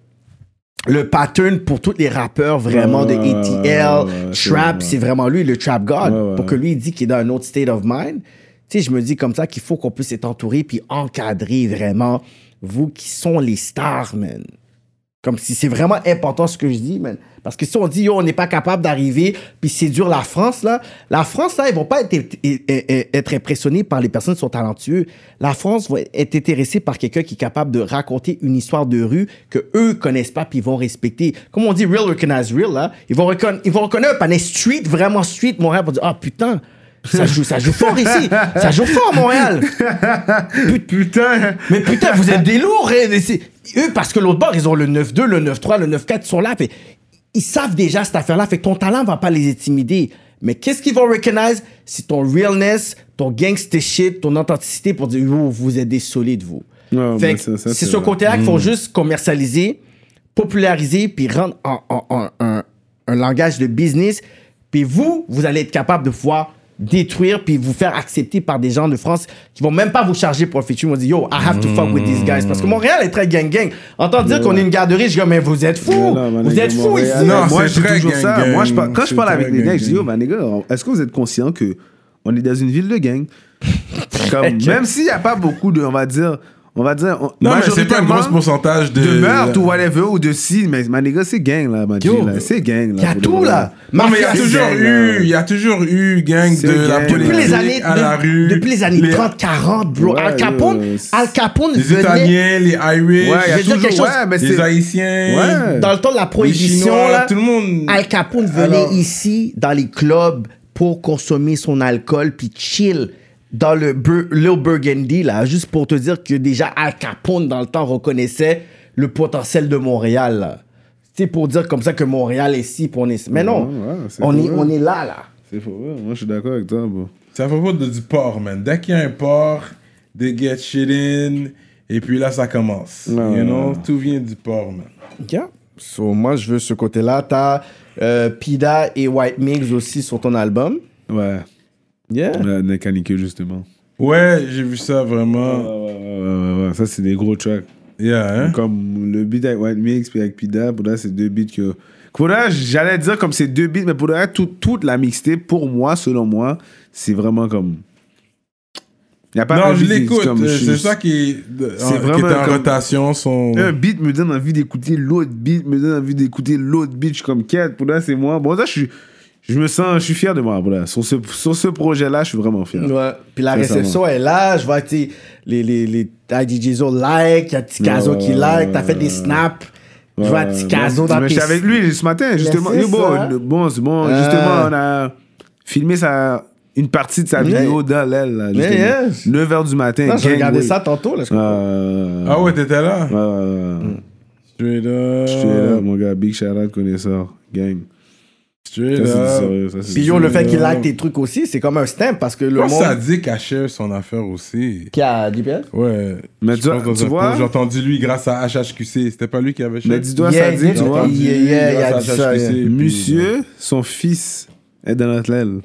Speaker 3: le pattern pour tous les rappeurs vraiment de
Speaker 4: Ouais, ouais,
Speaker 3: ATL,
Speaker 4: ouais, ouais, ouais, c'est
Speaker 3: Trap,
Speaker 4: vrai.
Speaker 3: c'est vraiment lui, le Trap God.
Speaker 4: Ouais, ouais.
Speaker 3: Pour que lui, il dit qu'il est dans un autre state of mind. Tu sais, je me dis comme ça qu'il faut qu'on puisse être entouré puis encadrer vraiment vous qui sont les stars, man. Comme si c'est vraiment important ce que je dis, man. Parce que si on dit, yo, on n'est pas capable d'arriver, puis séduire la France, là, la France, là, ils vont pas être, être, être impressionnés par les personnes qui sont talentueuses. La France va être intéressée par quelqu'un qui est capable de raconter une histoire de rue que eux connaissent pas, puis ils vont respecter. Comme on dit, real recognize real, là. Ils vont, reconna- ils vont reconnaître un panel street, vraiment street, Montréal, pour dire, ah, putain. Ça joue, ça joue fort ici. Ça joue fort, Montréal.
Speaker 4: Putain!
Speaker 3: Mais putain, vous êtes des lourds! hein, mais c'est- Eux, parce que l'autre bord, ils ont le 9-2, le 9-3, le 9-4, ils sont là. Fait, ils savent déjà cette affaire-là. Fait que ton talent va pas les intimider. Mais qu'est-ce qu'ils vont recognize? C'est ton realness, ton gangster shit, ton authenticité pour dire, Yo, vous êtes des solides, vous.
Speaker 4: Ouais,
Speaker 3: fait
Speaker 4: ben
Speaker 3: que
Speaker 4: ça- ça,
Speaker 3: c'est
Speaker 4: c'est
Speaker 3: ce
Speaker 4: vrai.
Speaker 3: côté-là
Speaker 2: Hmm.
Speaker 3: qu'il faut juste commercialiser, populariser, puis rendre en, en- en- un, un langage de business. Puis vous, vous allez être capable de pouvoir détruire puis vous faire accepter par des gens de France qui vont même pas vous charger pour un featuring. Ils vont dire, yo, I have to fuck with these guys. Parce que Montréal est très gang-gang. Entendre dire qu'on est une garderie, je dis, mais vous êtes fous!
Speaker 4: Non, non,
Speaker 3: vous
Speaker 4: Mané,
Speaker 3: êtes
Speaker 4: de
Speaker 3: fous ici!
Speaker 4: Montréal.
Speaker 2: Non,
Speaker 4: moi,
Speaker 2: c'est
Speaker 4: je dis
Speaker 2: très
Speaker 4: toujours ça.
Speaker 2: gang-gang.
Speaker 4: Moi, je parle- quand je
Speaker 2: C'est
Speaker 4: parle avec
Speaker 2: très
Speaker 4: les gars, je dis,
Speaker 2: gang-gang.
Speaker 4: yo, man, les gars, est-ce que vous êtes conscients que on est dans une ville de
Speaker 3: [LAUGHS]
Speaker 4: gang? Comme, même s'il n'y a pas beaucoup de, on va dire, on va dire, on-
Speaker 2: Non, mais c'est pas un gros
Speaker 4: majoritairement,
Speaker 2: pourcentage de.
Speaker 4: de meurtre ou whatever ou de si mais man, les gars c'est gang là man,
Speaker 3: Yo.
Speaker 4: là, c'est gang là
Speaker 3: Il y a
Speaker 4: pour
Speaker 3: tout
Speaker 4: de
Speaker 3: là!
Speaker 2: Non, mais il y a
Speaker 3: Mafia,
Speaker 2: toujours
Speaker 4: gang,
Speaker 2: eu,
Speaker 4: là.
Speaker 2: il y a toujours eu gang
Speaker 4: C'est
Speaker 2: de la
Speaker 4: euh, gang.
Speaker 2: politique
Speaker 3: Depuis les années,
Speaker 2: à la
Speaker 3: de-
Speaker 2: rue.
Speaker 3: depuis les années
Speaker 2: les-
Speaker 3: 30, 40, bro.
Speaker 4: Ouais,
Speaker 3: Al Capone,
Speaker 4: euh,
Speaker 3: Al Capone
Speaker 2: Les
Speaker 3: venait-
Speaker 2: Italiens, les
Speaker 4: vrai.
Speaker 2: Irish,
Speaker 4: ouais il y
Speaker 3: Je
Speaker 4: a
Speaker 3: vais dire
Speaker 4: toujours
Speaker 3: quelque chose.
Speaker 4: ouais mais
Speaker 2: les
Speaker 4: c'est
Speaker 2: Haïtiens,
Speaker 4: Ouais.
Speaker 3: dans le temps de la
Speaker 2: les
Speaker 3: prohibition,
Speaker 2: Chinois,
Speaker 3: là,
Speaker 2: tout le monde.
Speaker 3: Al Capone venait
Speaker 2: Alors-
Speaker 3: ici dans les clubs pour consommer son alcool puis chill dans le Bur- Little Burgundy là, juste pour te dire que déjà Al Capone dans le temps reconnaissait le potentiel de Montréal. là. C'est pour dire comme ça que Montréal est ici pour on est. Mais non,
Speaker 4: Ouais, ouais, c'est
Speaker 3: on est
Speaker 4: vrai.
Speaker 3: on est là là.
Speaker 4: c'est faux ouais, moi je suis d'accord avec toi bro.
Speaker 2: C'est à propos de- du port, man. Dès qu'il y a un port, they get shit in, et puis là, ça commence.
Speaker 4: Non,
Speaker 2: you
Speaker 4: non,
Speaker 2: know, tout vient du port, man.
Speaker 3: Ok. So, moi je veux ce côté là. T'as euh, Pida et White Mix aussi sur ton album.
Speaker 4: ouais
Speaker 3: Yeah.
Speaker 4: la la canicule justement
Speaker 2: Ouais, j'ai vu ça
Speaker 4: Ah, ouais
Speaker 2: vraiment.
Speaker 4: ouais, ouais, ouais, ouais. ça c'est des gros tracks
Speaker 2: Yeah, hein?
Speaker 4: comme le beat avec White Mix puis avec Pida pour là c'est deux beats que pour là j'allais dire comme c'est deux beats mais pour là tout- toute la mixtape pour moi selon moi c'est vraiment comme il y a pas un
Speaker 2: Non, je
Speaker 4: beat qui-
Speaker 2: l'écoute.
Speaker 4: comme,
Speaker 2: euh,
Speaker 4: je-
Speaker 2: C'est ça qui est,
Speaker 4: C'est
Speaker 2: en- qui
Speaker 4: vraiment
Speaker 2: est en
Speaker 4: comme- Eh,
Speaker 2: rotation. Son...
Speaker 4: Un beat me donne envie d'écouter l'autre beat, me donne envie d'écouter l'autre beat. Je suis comme quête, pour là, c'est moi. Bon, là, je suis. Je me sens, je suis fier de moi, pour là. Sur ce, sur ce projet-là, je suis vraiment fier.
Speaker 3: Ouais. Puis la
Speaker 4: Sincèrement.
Speaker 3: réception est là. Je vois que tu sais, les, les, les IDJZO like, il y a Tikazo
Speaker 4: Ouais,
Speaker 3: qui
Speaker 4: ouais,
Speaker 3: like, t'as
Speaker 4: ouais,
Speaker 3: fait des
Speaker 4: ouais.
Speaker 3: snaps.
Speaker 4: Ouais,
Speaker 3: je vois
Speaker 4: ouais,
Speaker 3: Tikazo
Speaker 4: ouais.
Speaker 3: dans
Speaker 4: Mais
Speaker 3: tes.
Speaker 4: J'étais avec lui ce matin, justement.
Speaker 3: c'est
Speaker 4: Et bon,
Speaker 3: ça.
Speaker 4: le- bon, c'est bon.
Speaker 3: Ah.
Speaker 4: Justement, on a filmé sa, une partie de sa
Speaker 3: Mais-
Speaker 4: vidéo dans l'aile, là.
Speaker 3: Mais yes.
Speaker 4: 9h du matin.
Speaker 3: Non, j'ai
Speaker 4: gang
Speaker 3: regardé
Speaker 4: way.
Speaker 3: ça tantôt. Là, je comprends.
Speaker 4: Euh,
Speaker 2: Ah ouais, t'étais là?
Speaker 4: ouais, ouais, ouais.
Speaker 3: Mm.
Speaker 2: Straight up.
Speaker 3: Euh.
Speaker 4: Je suis là, mon gars. Big shout out, connaisseur. Gang.
Speaker 2: Straight
Speaker 4: Ça, c'est du
Speaker 2: up.
Speaker 4: sérieux, ça, c'est
Speaker 3: Puis
Speaker 4: du
Speaker 3: yo, le
Speaker 4: sérieux.
Speaker 3: fait qu'il like tes trucs aussi, c'est comme un stamp parce que
Speaker 2: Je
Speaker 3: le
Speaker 2: pense que ça
Speaker 3: monde
Speaker 2: dit cacher son affaire aussi.
Speaker 3: qui a du PS.
Speaker 2: Ouais.
Speaker 4: Mais
Speaker 2: Je
Speaker 4: tu-
Speaker 2: pense dans
Speaker 4: tu
Speaker 2: un
Speaker 4: vois-
Speaker 2: post, J'ai entendu lui grâce à HHQC. C'était pas lui qui avait
Speaker 4: Mais
Speaker 2: cher.
Speaker 4: dis-toi,
Speaker 3: Yeah,
Speaker 4: ça dit, tu
Speaker 3: yeah,
Speaker 4: vois.
Speaker 3: yeah. il a dit ça, yeah.
Speaker 2: puis-
Speaker 4: Monsieur, son fils est dans notre aile.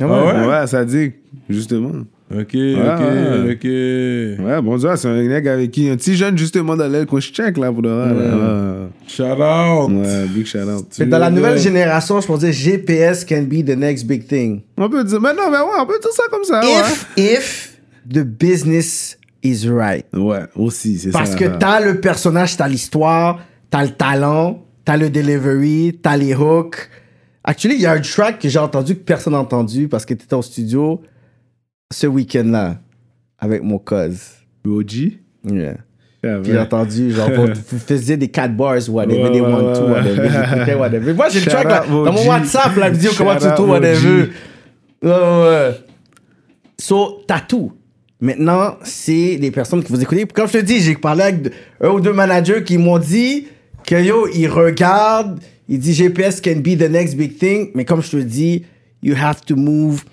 Speaker 2: Ah ouais?
Speaker 4: Ouais, ça dit, justement.
Speaker 2: Ok,
Speaker 4: Ouais,
Speaker 2: ok, ok.
Speaker 4: Ouais, bon Dieu, c'est un nègre avec qui, un petit jeune justement dans l'aile qu'on se check là pour de vrai, là.
Speaker 2: Shout out.
Speaker 4: Ouais, ouais, big shout out.
Speaker 3: [LAUGHS] Fait que dans la nouvelle génération, je pense que GPS can be the next big thing.
Speaker 4: On peut dire, mais non, mais Ah ouais, on peut dire ça comme ça.
Speaker 3: If, if the business is right.
Speaker 4: Ouais, ouais aussi, c'est
Speaker 3: Parce
Speaker 4: ça.
Speaker 3: que t'as le personnage, t'as l'histoire, t'as le talent, t'as le delivery, t'as les hooks. Actually, il y a un track que j'ai entendu que personne n'a entendu parce que t'étais au studio ce week-end-là avec mon cause.
Speaker 4: Boji.
Speaker 3: Yeah.
Speaker 4: Ouais,
Speaker 3: Puis j'ai entendu, genre,
Speaker 4: [LAUGHS]
Speaker 3: vous, vous faisiez des 4 bars, whatever
Speaker 4: Ouais,
Speaker 3: they
Speaker 4: ouais,
Speaker 3: want to,
Speaker 4: ouais,
Speaker 3: whatever,
Speaker 4: ouais.
Speaker 3: j'écoutais, whatever. Moi, j'ai le
Speaker 4: Shout
Speaker 3: track, là,
Speaker 4: out,
Speaker 3: dans mon
Speaker 4: OG.
Speaker 3: WhatsApp, la vidéo,
Speaker 4: Shout
Speaker 3: comment tu
Speaker 4: out,
Speaker 3: trouves, whatever.
Speaker 4: OG.
Speaker 3: Ouais, ouais, ouais. So, t'as tout. Maintenant, c'est les personnes qui vous écoutez. Comme je te dis, j'ai parlé avec deux- un ou deux managers qui m'ont dit que yo, ils regardent, ils disent GPS can be the next big thing. Mais comme je te dis, you have to move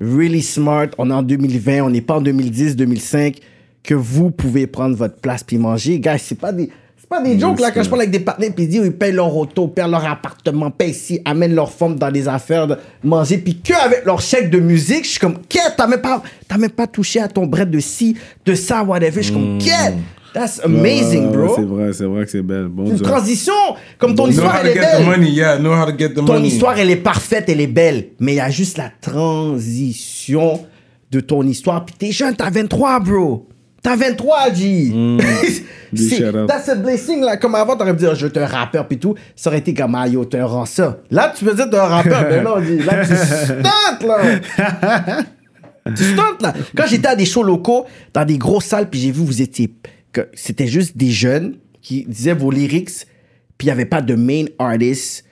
Speaker 3: really smart. On est en 2020, on n'est pas en 2010, 2005, que vous pouvez prendre votre place puis manger. Guys, c'est pas des. C'est pas des jokes, là, quand je parle avec des partenaires, puis ils disent, ils payent leur auto, perdent leur appartement, payent ici, amènent leur forme dans des affaires, de manger, puis que avec leur chèque de musique, je suis comme, qu'est, t'as même pas, t'as même pas touché à ton bread de ci, de ça, whatever, je suis comme, qu'est, that's amazing,
Speaker 4: Hmm. Ouais, ouais, ouais, C'est
Speaker 3: bro.
Speaker 4: vrai, c'est vrai que c'est belle. Bon
Speaker 3: C'est une
Speaker 4: Dieu.
Speaker 3: transition, comme ton
Speaker 2: Know
Speaker 3: histoire,
Speaker 2: how
Speaker 3: elle
Speaker 2: to
Speaker 3: est
Speaker 2: get the
Speaker 3: belle.
Speaker 2: money, yeah. Know how to get the money.
Speaker 3: Ton histoire, elle est parfaite, elle est belle. Mais il y a juste la transition de ton histoire. Puis t'es jeune, t'as 23, bro. T'as 23, G.
Speaker 4: Mm. Big
Speaker 3: [LAUGHS] C'est-
Speaker 4: shout out.
Speaker 3: that's a blessing, là. Comme avant, t'aurais pu dire, je suis un rappeur, puis tout. Ça aurait été comme, ah, yo, t'es un ranceur. Là, tu peux dire, t'es un rappeur. Mais non, G. Là, tu stuntes, là.
Speaker 4: [LAUGHS]
Speaker 3: Tu stuntes, là. Quand j'étais à des shows locaux, dans des grosses salles, puis j'ai vu, vous étiez. que C'était juste des jeunes qui disaient vos lyrics, puis il n'y avait pas de main artist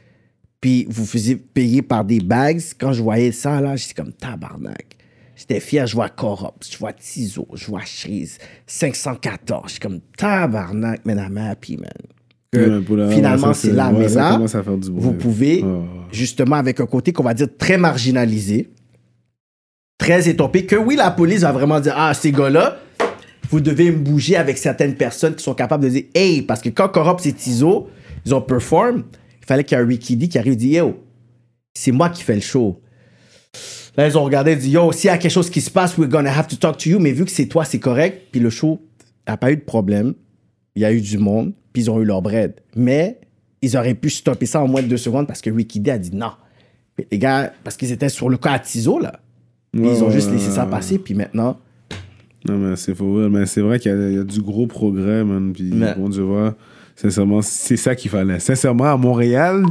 Speaker 3: puis vous faisiez payer par des bags. Quand je voyais ça, là, j'étais comme tabarnak. J'étais fier, je vois Corops, je vois Tizo, je vois Cheese, 514. J'étais comme tabarnak, mais I'm happy, man. Que
Speaker 4: Ouais, pour la- ouais,
Speaker 3: finalement,
Speaker 4: ça,
Speaker 3: c'est là,
Speaker 4: ouais,
Speaker 3: mais
Speaker 4: ça
Speaker 3: là,
Speaker 4: commence à faire du bruit. Oh.
Speaker 3: vous
Speaker 4: Ouais,
Speaker 3: pouvez,
Speaker 4: ouais.
Speaker 3: justement, avec un côté qu'on va dire très marginalisé, très étompé, que oui, la police va vraiment dire Ah, ces gars-là, vous devez me bouger avec certaines personnes qui sont capables de dire Hey, parce que quand Corrupt et Tizo, ils ont perform, il fallait qu'il y ait un Ricky D qui arrive et dit Yo, c'est moi qui fais le show. Là, ils ont regardé et dit Yo, s'il y a quelque chose qui se passe, we're gonna have to talk to you, mais vu que c'est toi, c'est correct. Puis le show n'a pas eu de problème. Il y a eu du monde, puis ils ont eu leur bread. Mais ils auraient pu stopper ça en moins de deux secondes parce que Ricky D a dit non. Mais Les gars, parce qu'ils étaient sur le cas à Tizo, là. Puis ils ont
Speaker 4: Ouais,
Speaker 3: juste
Speaker 4: ouais,
Speaker 3: laissé ça
Speaker 4: ouais.
Speaker 3: passer, puis maintenant.
Speaker 4: Non, mais c'est faux. ouais, Mais c'est vrai qu'il y, a- il y a du gros progrès, man. Puis,
Speaker 3: Ouais.
Speaker 4: bon, je vois, sincèrement, c'est ça qu'il fallait. Sincèrement, à Montréal,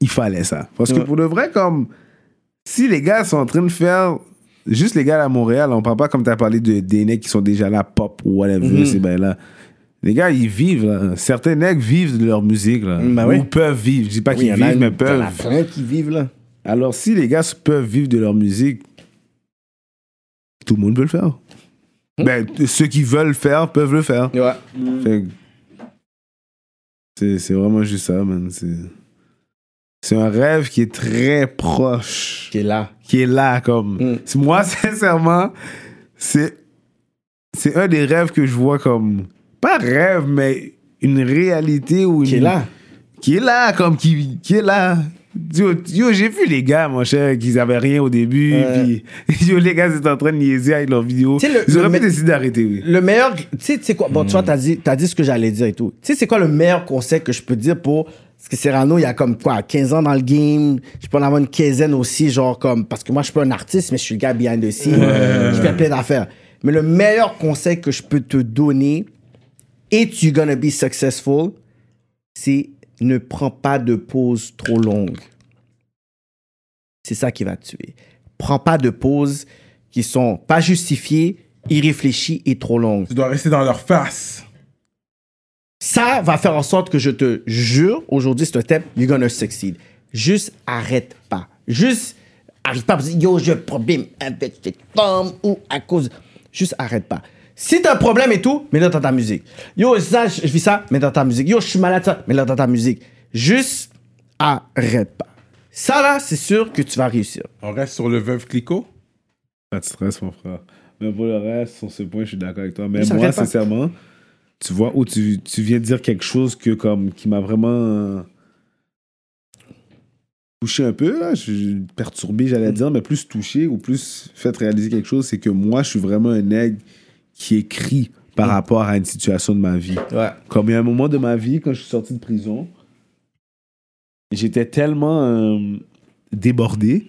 Speaker 4: il fallait ça. Parce que pour de vrai, comme, si les gars sont en train de faire. Juste les gars à Montréal, on parle pas comme tu as parlé de, des nègres qui sont déjà là, pop ou whatever,
Speaker 3: Mhm.
Speaker 4: ces bails-là. Les gars, ils vivent, là. Certains nègres vivent de leur musique, là.
Speaker 3: Mm, bah
Speaker 4: ou
Speaker 3: oui.
Speaker 4: peuvent vivre. Je dis pas
Speaker 3: Oui,
Speaker 4: qu'ils
Speaker 3: il y en a-
Speaker 4: vivent, mais
Speaker 3: Il y en a
Speaker 4: peuvent.
Speaker 3: plein qui vivent, là.
Speaker 4: Alors, si les gars peuvent vivre de leur musique, tout le monde peut le faire. Ben, t- ceux qui veulent le faire peuvent le faire.
Speaker 3: Ouais.
Speaker 4: Fait que C'est, c'est vraiment juste ça, man. C'est, c'est un rêve qui est très proche,
Speaker 3: Qui est là.
Speaker 4: qui est là, comme.
Speaker 3: Mm.
Speaker 4: C'est- Moi, [LAUGHS] sincèrement, c'est, c'est un des rêves que je vois comme. Pas rêve, mais une réalité ou une
Speaker 3: Qui est là.
Speaker 4: qui est là, comme qui, qui est là. Yo, yo, j'ai vu les gars, mon cher, qu'ils avaient rien au début.
Speaker 3: Ouais.
Speaker 4: Puis, [LAUGHS] yo, les gars étaient en train de niaiser avec leurs vidéos.
Speaker 3: Tu sais, le-
Speaker 4: Ils auraient pu
Speaker 3: le-
Speaker 4: décider d'arrêter, oui.
Speaker 3: Le meilleur. Tu sais, tu sais quoi? Bon, tu vois, t'as dit, t'as dit ce que j'allais dire et tout. Tu sais, c'est quoi le meilleur conseil que je peux dire pour. Parce que Serrano, il y a comme quoi, 15 ans dans le game. Je peux en avoir une quinzaine aussi, genre comme. Parce que moi, je suis pas un artiste, mais je suis le gars behind the scenes. Je fais plein d'affaires. Mais le meilleur conseil que je peux te donner, et tu gonna be successful, c'est ne prends pas de pause trop longue. C'est ça qui va te tuer. Prends pas de pauses qui sont pas justifiées, irréfléchies et trop longues.
Speaker 2: Tu dois rester dans leur face.
Speaker 3: Ça va faire en sorte que je te jure, aujourd'hui, c'est un thème, you're gonna succeed. Juste arrête pas. Juste arrête pas parce que yo, j'ai un problème avec cette femme ou à cause. Juste arrête pas. Si t'as un problème et tout, mets-le dans ta musique. Yo, ça, je je vis ça, mets-le dans ta musique. Yo, je suis malade, ça, mets-le dans ta musique. Juste arrête pas. Ça, là, c'est sûr que tu vas réussir.
Speaker 2: On reste sur le veuve Clicot.
Speaker 4: Pas de stress, mon frère. Mais pour le reste, sur ce point, je suis d'accord avec toi. Mais
Speaker 3: Mais ça
Speaker 4: moi,
Speaker 3: m'inquiète pas.
Speaker 4: sincèrement, tu vois, où tu, tu viens de dire quelque chose que, comme, qui m'a vraiment euh, touché un peu, là. Je, je- perturbé, j'allais dire, mais plus touché ou plus fait réaliser quelque chose, c'est que moi, je suis vraiment un nègre qui écrit par
Speaker 3: Mm.
Speaker 4: rapport à une situation de ma vie.
Speaker 3: Ouais.
Speaker 4: Comme il y a un moment de ma vie, quand je suis sorti de prison, j'étais tellement euh, débordé.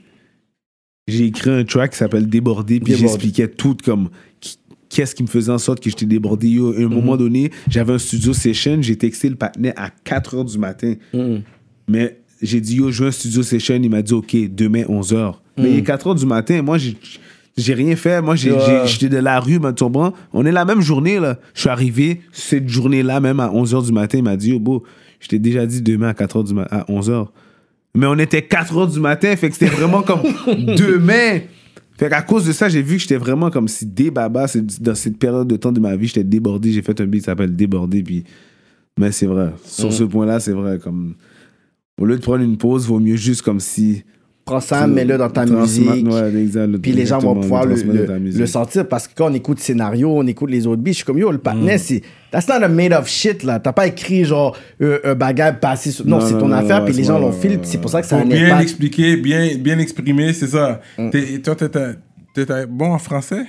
Speaker 4: J'ai écrit un track qui s'appelle Débordé, puis
Speaker 3: Débordé.
Speaker 4: j'expliquais tout comme qui- qu'est-ce qui me faisait en sorte que j'étais débordé. Yo, à un moment donné, j'avais un studio session, j'ai texté le patinet à 4 h du matin.
Speaker 3: Mm.
Speaker 4: Mais j'ai dit, yo, je veux un studio session. Il m'a dit, OK, demain, 11 h. Mais il est 4 h du matin. Moi, j'ai. J'ai rien fait. Moi, j'ai-
Speaker 3: Ouais.
Speaker 4: j'ai- j'étais de la rue, me tombant. On est la même journée, là. Je suis arrivé cette journée-là, même à 11 h du matin. Il m'a dit, yo, beau, je t'ai déjà dit demain à 4 h du matin, à 11 h. Mais on était 4 h du matin, fait que c'était vraiment comme demain. Fait qu'à cause de ça, j'ai vu que j'étais vraiment comme si débaba. C'est- Dans cette période de temps de ma vie, j'étais débordé. J'ai fait un beat qui s'appelle Débordé, puis. Mais c'est vrai. Sur ce point-là, c'est vrai. Comme au lieu de prendre une pause, vaut mieux juste comme si.
Speaker 3: Prends ça, Ah, mets-le dans ta
Speaker 4: Transma-
Speaker 3: musique.
Speaker 4: Ouais, exact, le-
Speaker 3: Puis les gens
Speaker 4: exactement,
Speaker 3: vont pouvoir le,
Speaker 4: transmettre
Speaker 3: le-
Speaker 4: dans ta musique.
Speaker 3: le sentir parce que quand on écoute scénario, on écoute les autres beats, je suis comme yo, le
Speaker 4: Mm.
Speaker 3: patinet, c'est. That's not a made of shit, là. T'as pas écrit genre euh, un bagage passé sur. Non,
Speaker 4: Non,
Speaker 3: c'est
Speaker 4: non,
Speaker 3: ton
Speaker 4: non,
Speaker 3: affaire,
Speaker 4: ouais,
Speaker 3: puis les
Speaker 4: ouais,
Speaker 3: gens
Speaker 4: ouais,
Speaker 3: l'ont
Speaker 4: ouais,
Speaker 3: filé,
Speaker 4: ouais,
Speaker 3: puis c'est pour ça que ça a
Speaker 2: Faut
Speaker 3: un
Speaker 2: bien
Speaker 3: impact.
Speaker 2: l'expliquer, bien, bien exprimer, c'est ça.
Speaker 4: Mm.
Speaker 2: T'es- toi, t'es un- t'es un bon en français?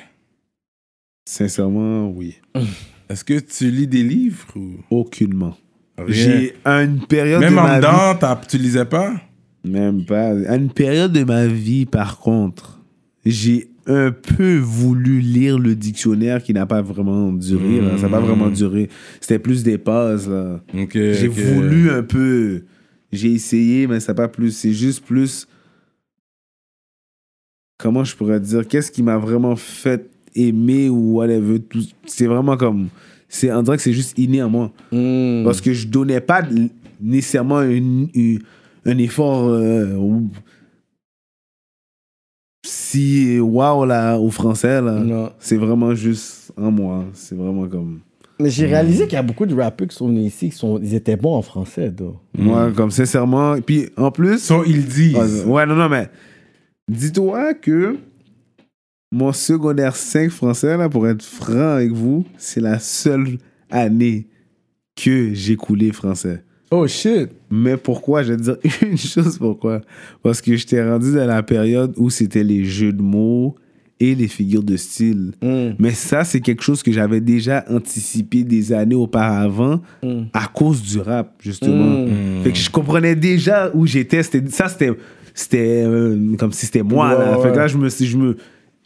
Speaker 4: Sincèrement, oui.
Speaker 2: Est-ce que tu lis des livres ou
Speaker 4: Aucunement.
Speaker 2: rien?
Speaker 4: J'ai à une période de
Speaker 2: Même en
Speaker 4: ma vie.
Speaker 2: dedans, t'as- tu lisais pas?
Speaker 4: Même pas. À une période de ma vie, par contre, j'ai un peu voulu lire le dictionnaire qui n'a pas vraiment duré. là. Ça n'a pas vraiment
Speaker 2: Hmm.
Speaker 4: duré. C'était plus des passes. là.
Speaker 2: Ok,
Speaker 3: Euh,
Speaker 4: J'ai
Speaker 2: ok.
Speaker 4: voulu un peu. J'ai essayé, mais ça pas plus. C'est juste plus. Comment je pourrais dire Qu'est-ce qui m'a vraiment fait aimer ou whatever tout- C'est vraiment comme. c'est On dirait que c'est juste inné en moi.
Speaker 3: Mm.
Speaker 4: Parce que je donnais pas de- nécessairement un, un- un effort. euh, ou- si waouh là au français
Speaker 3: Non.
Speaker 4: là c'est vraiment juste en moi c'est vraiment comme
Speaker 3: Mais
Speaker 4: Mm.
Speaker 3: j'ai réalisé qu'il y a beaucoup de rappeurs qui sont venus ici, qui sont, ils étaient bons en français, donc.
Speaker 4: moi
Speaker 3: Mm.
Speaker 4: comme sincèrement puis en plus
Speaker 2: So, ils disent.
Speaker 4: Ah, ouais, non, non, mais dis-toi que mon secondaire 5 français, là, pour être franc avec vous, c'est la seule année que j'ai coulé français.
Speaker 3: Oh shit!
Speaker 4: Mais pourquoi? Je vais te dire [LAUGHS] une chose, pourquoi? Parce que je t'ai rendu dans la période où c'était les jeux de mots et les figures de style.
Speaker 3: Mm.
Speaker 4: Mais ça, c'est quelque chose que j'avais déjà anticipé des années auparavant
Speaker 3: Mm.
Speaker 4: à cause du rap, justement. Fait que je comprenais déjà où j'étais. C'était- Ça, c'était c'était euh, comme si c'était moi. là. Fait que là, je me suis- je me,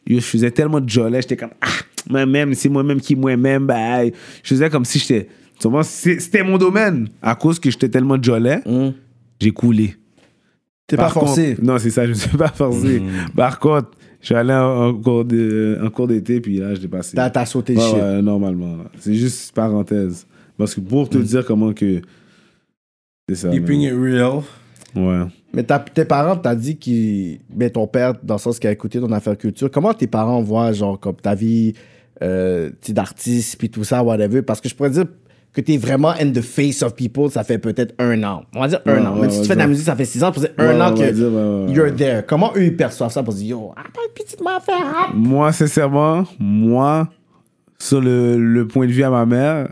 Speaker 4: yo, je faisais tellement de jolet, j'étais comme ah, moi-même, c'est moi-même qui moi-même. bah, je faisais comme si j'étais. tu comprends? C'est- C'était mon domaine. À cause que j'étais tellement de jolet,
Speaker 3: Mm.
Speaker 4: j'ai coulé.
Speaker 3: T'es pas
Speaker 4: Par
Speaker 3: forcé.
Speaker 4: contre- non, c'est ça, je ne suis pas forcé. Par contre, je suis allé en, en cours de- en cours d'été, puis là, je l'ai passé.
Speaker 3: T'as, t'as sauté le
Speaker 4: Ouais,
Speaker 3: shit.
Speaker 4: ouais, normalement. là. C'est juste parenthèse. Parce que pour
Speaker 3: Mm.
Speaker 4: te dire comment que. C'est ça.
Speaker 2: Keeping it real.
Speaker 4: mais- Ouais.
Speaker 3: Mais ta- tes parents, t'as dit qu'ils. Ben, ton père, dans le sens qu'il a écouté ton affaire culture, comment tes parents voient, genre, comme ta vie euh, tu sais, d'artiste, puis tout ça, whatever? Parce que je pourrais dire que t'es vraiment in the face of people, ça fait peut-être un an. On va dire un
Speaker 4: Ouais,
Speaker 3: an.
Speaker 4: ouais,
Speaker 3: Même si
Speaker 4: ouais,
Speaker 3: tu fais de la
Speaker 4: ouais.
Speaker 3: musique, ça fait six ans, c'est
Speaker 4: Ouais,
Speaker 3: un
Speaker 4: ouais,
Speaker 3: an
Speaker 4: on
Speaker 3: que
Speaker 4: va dire, ouais, ouais, ouais.
Speaker 3: you're there. Comment eux, ils perçoivent ça pour se dire, yo, ah, pas une petite affaire, ah.
Speaker 4: Moi, sincèrement, moi, sur le, le point de vue à ma mère,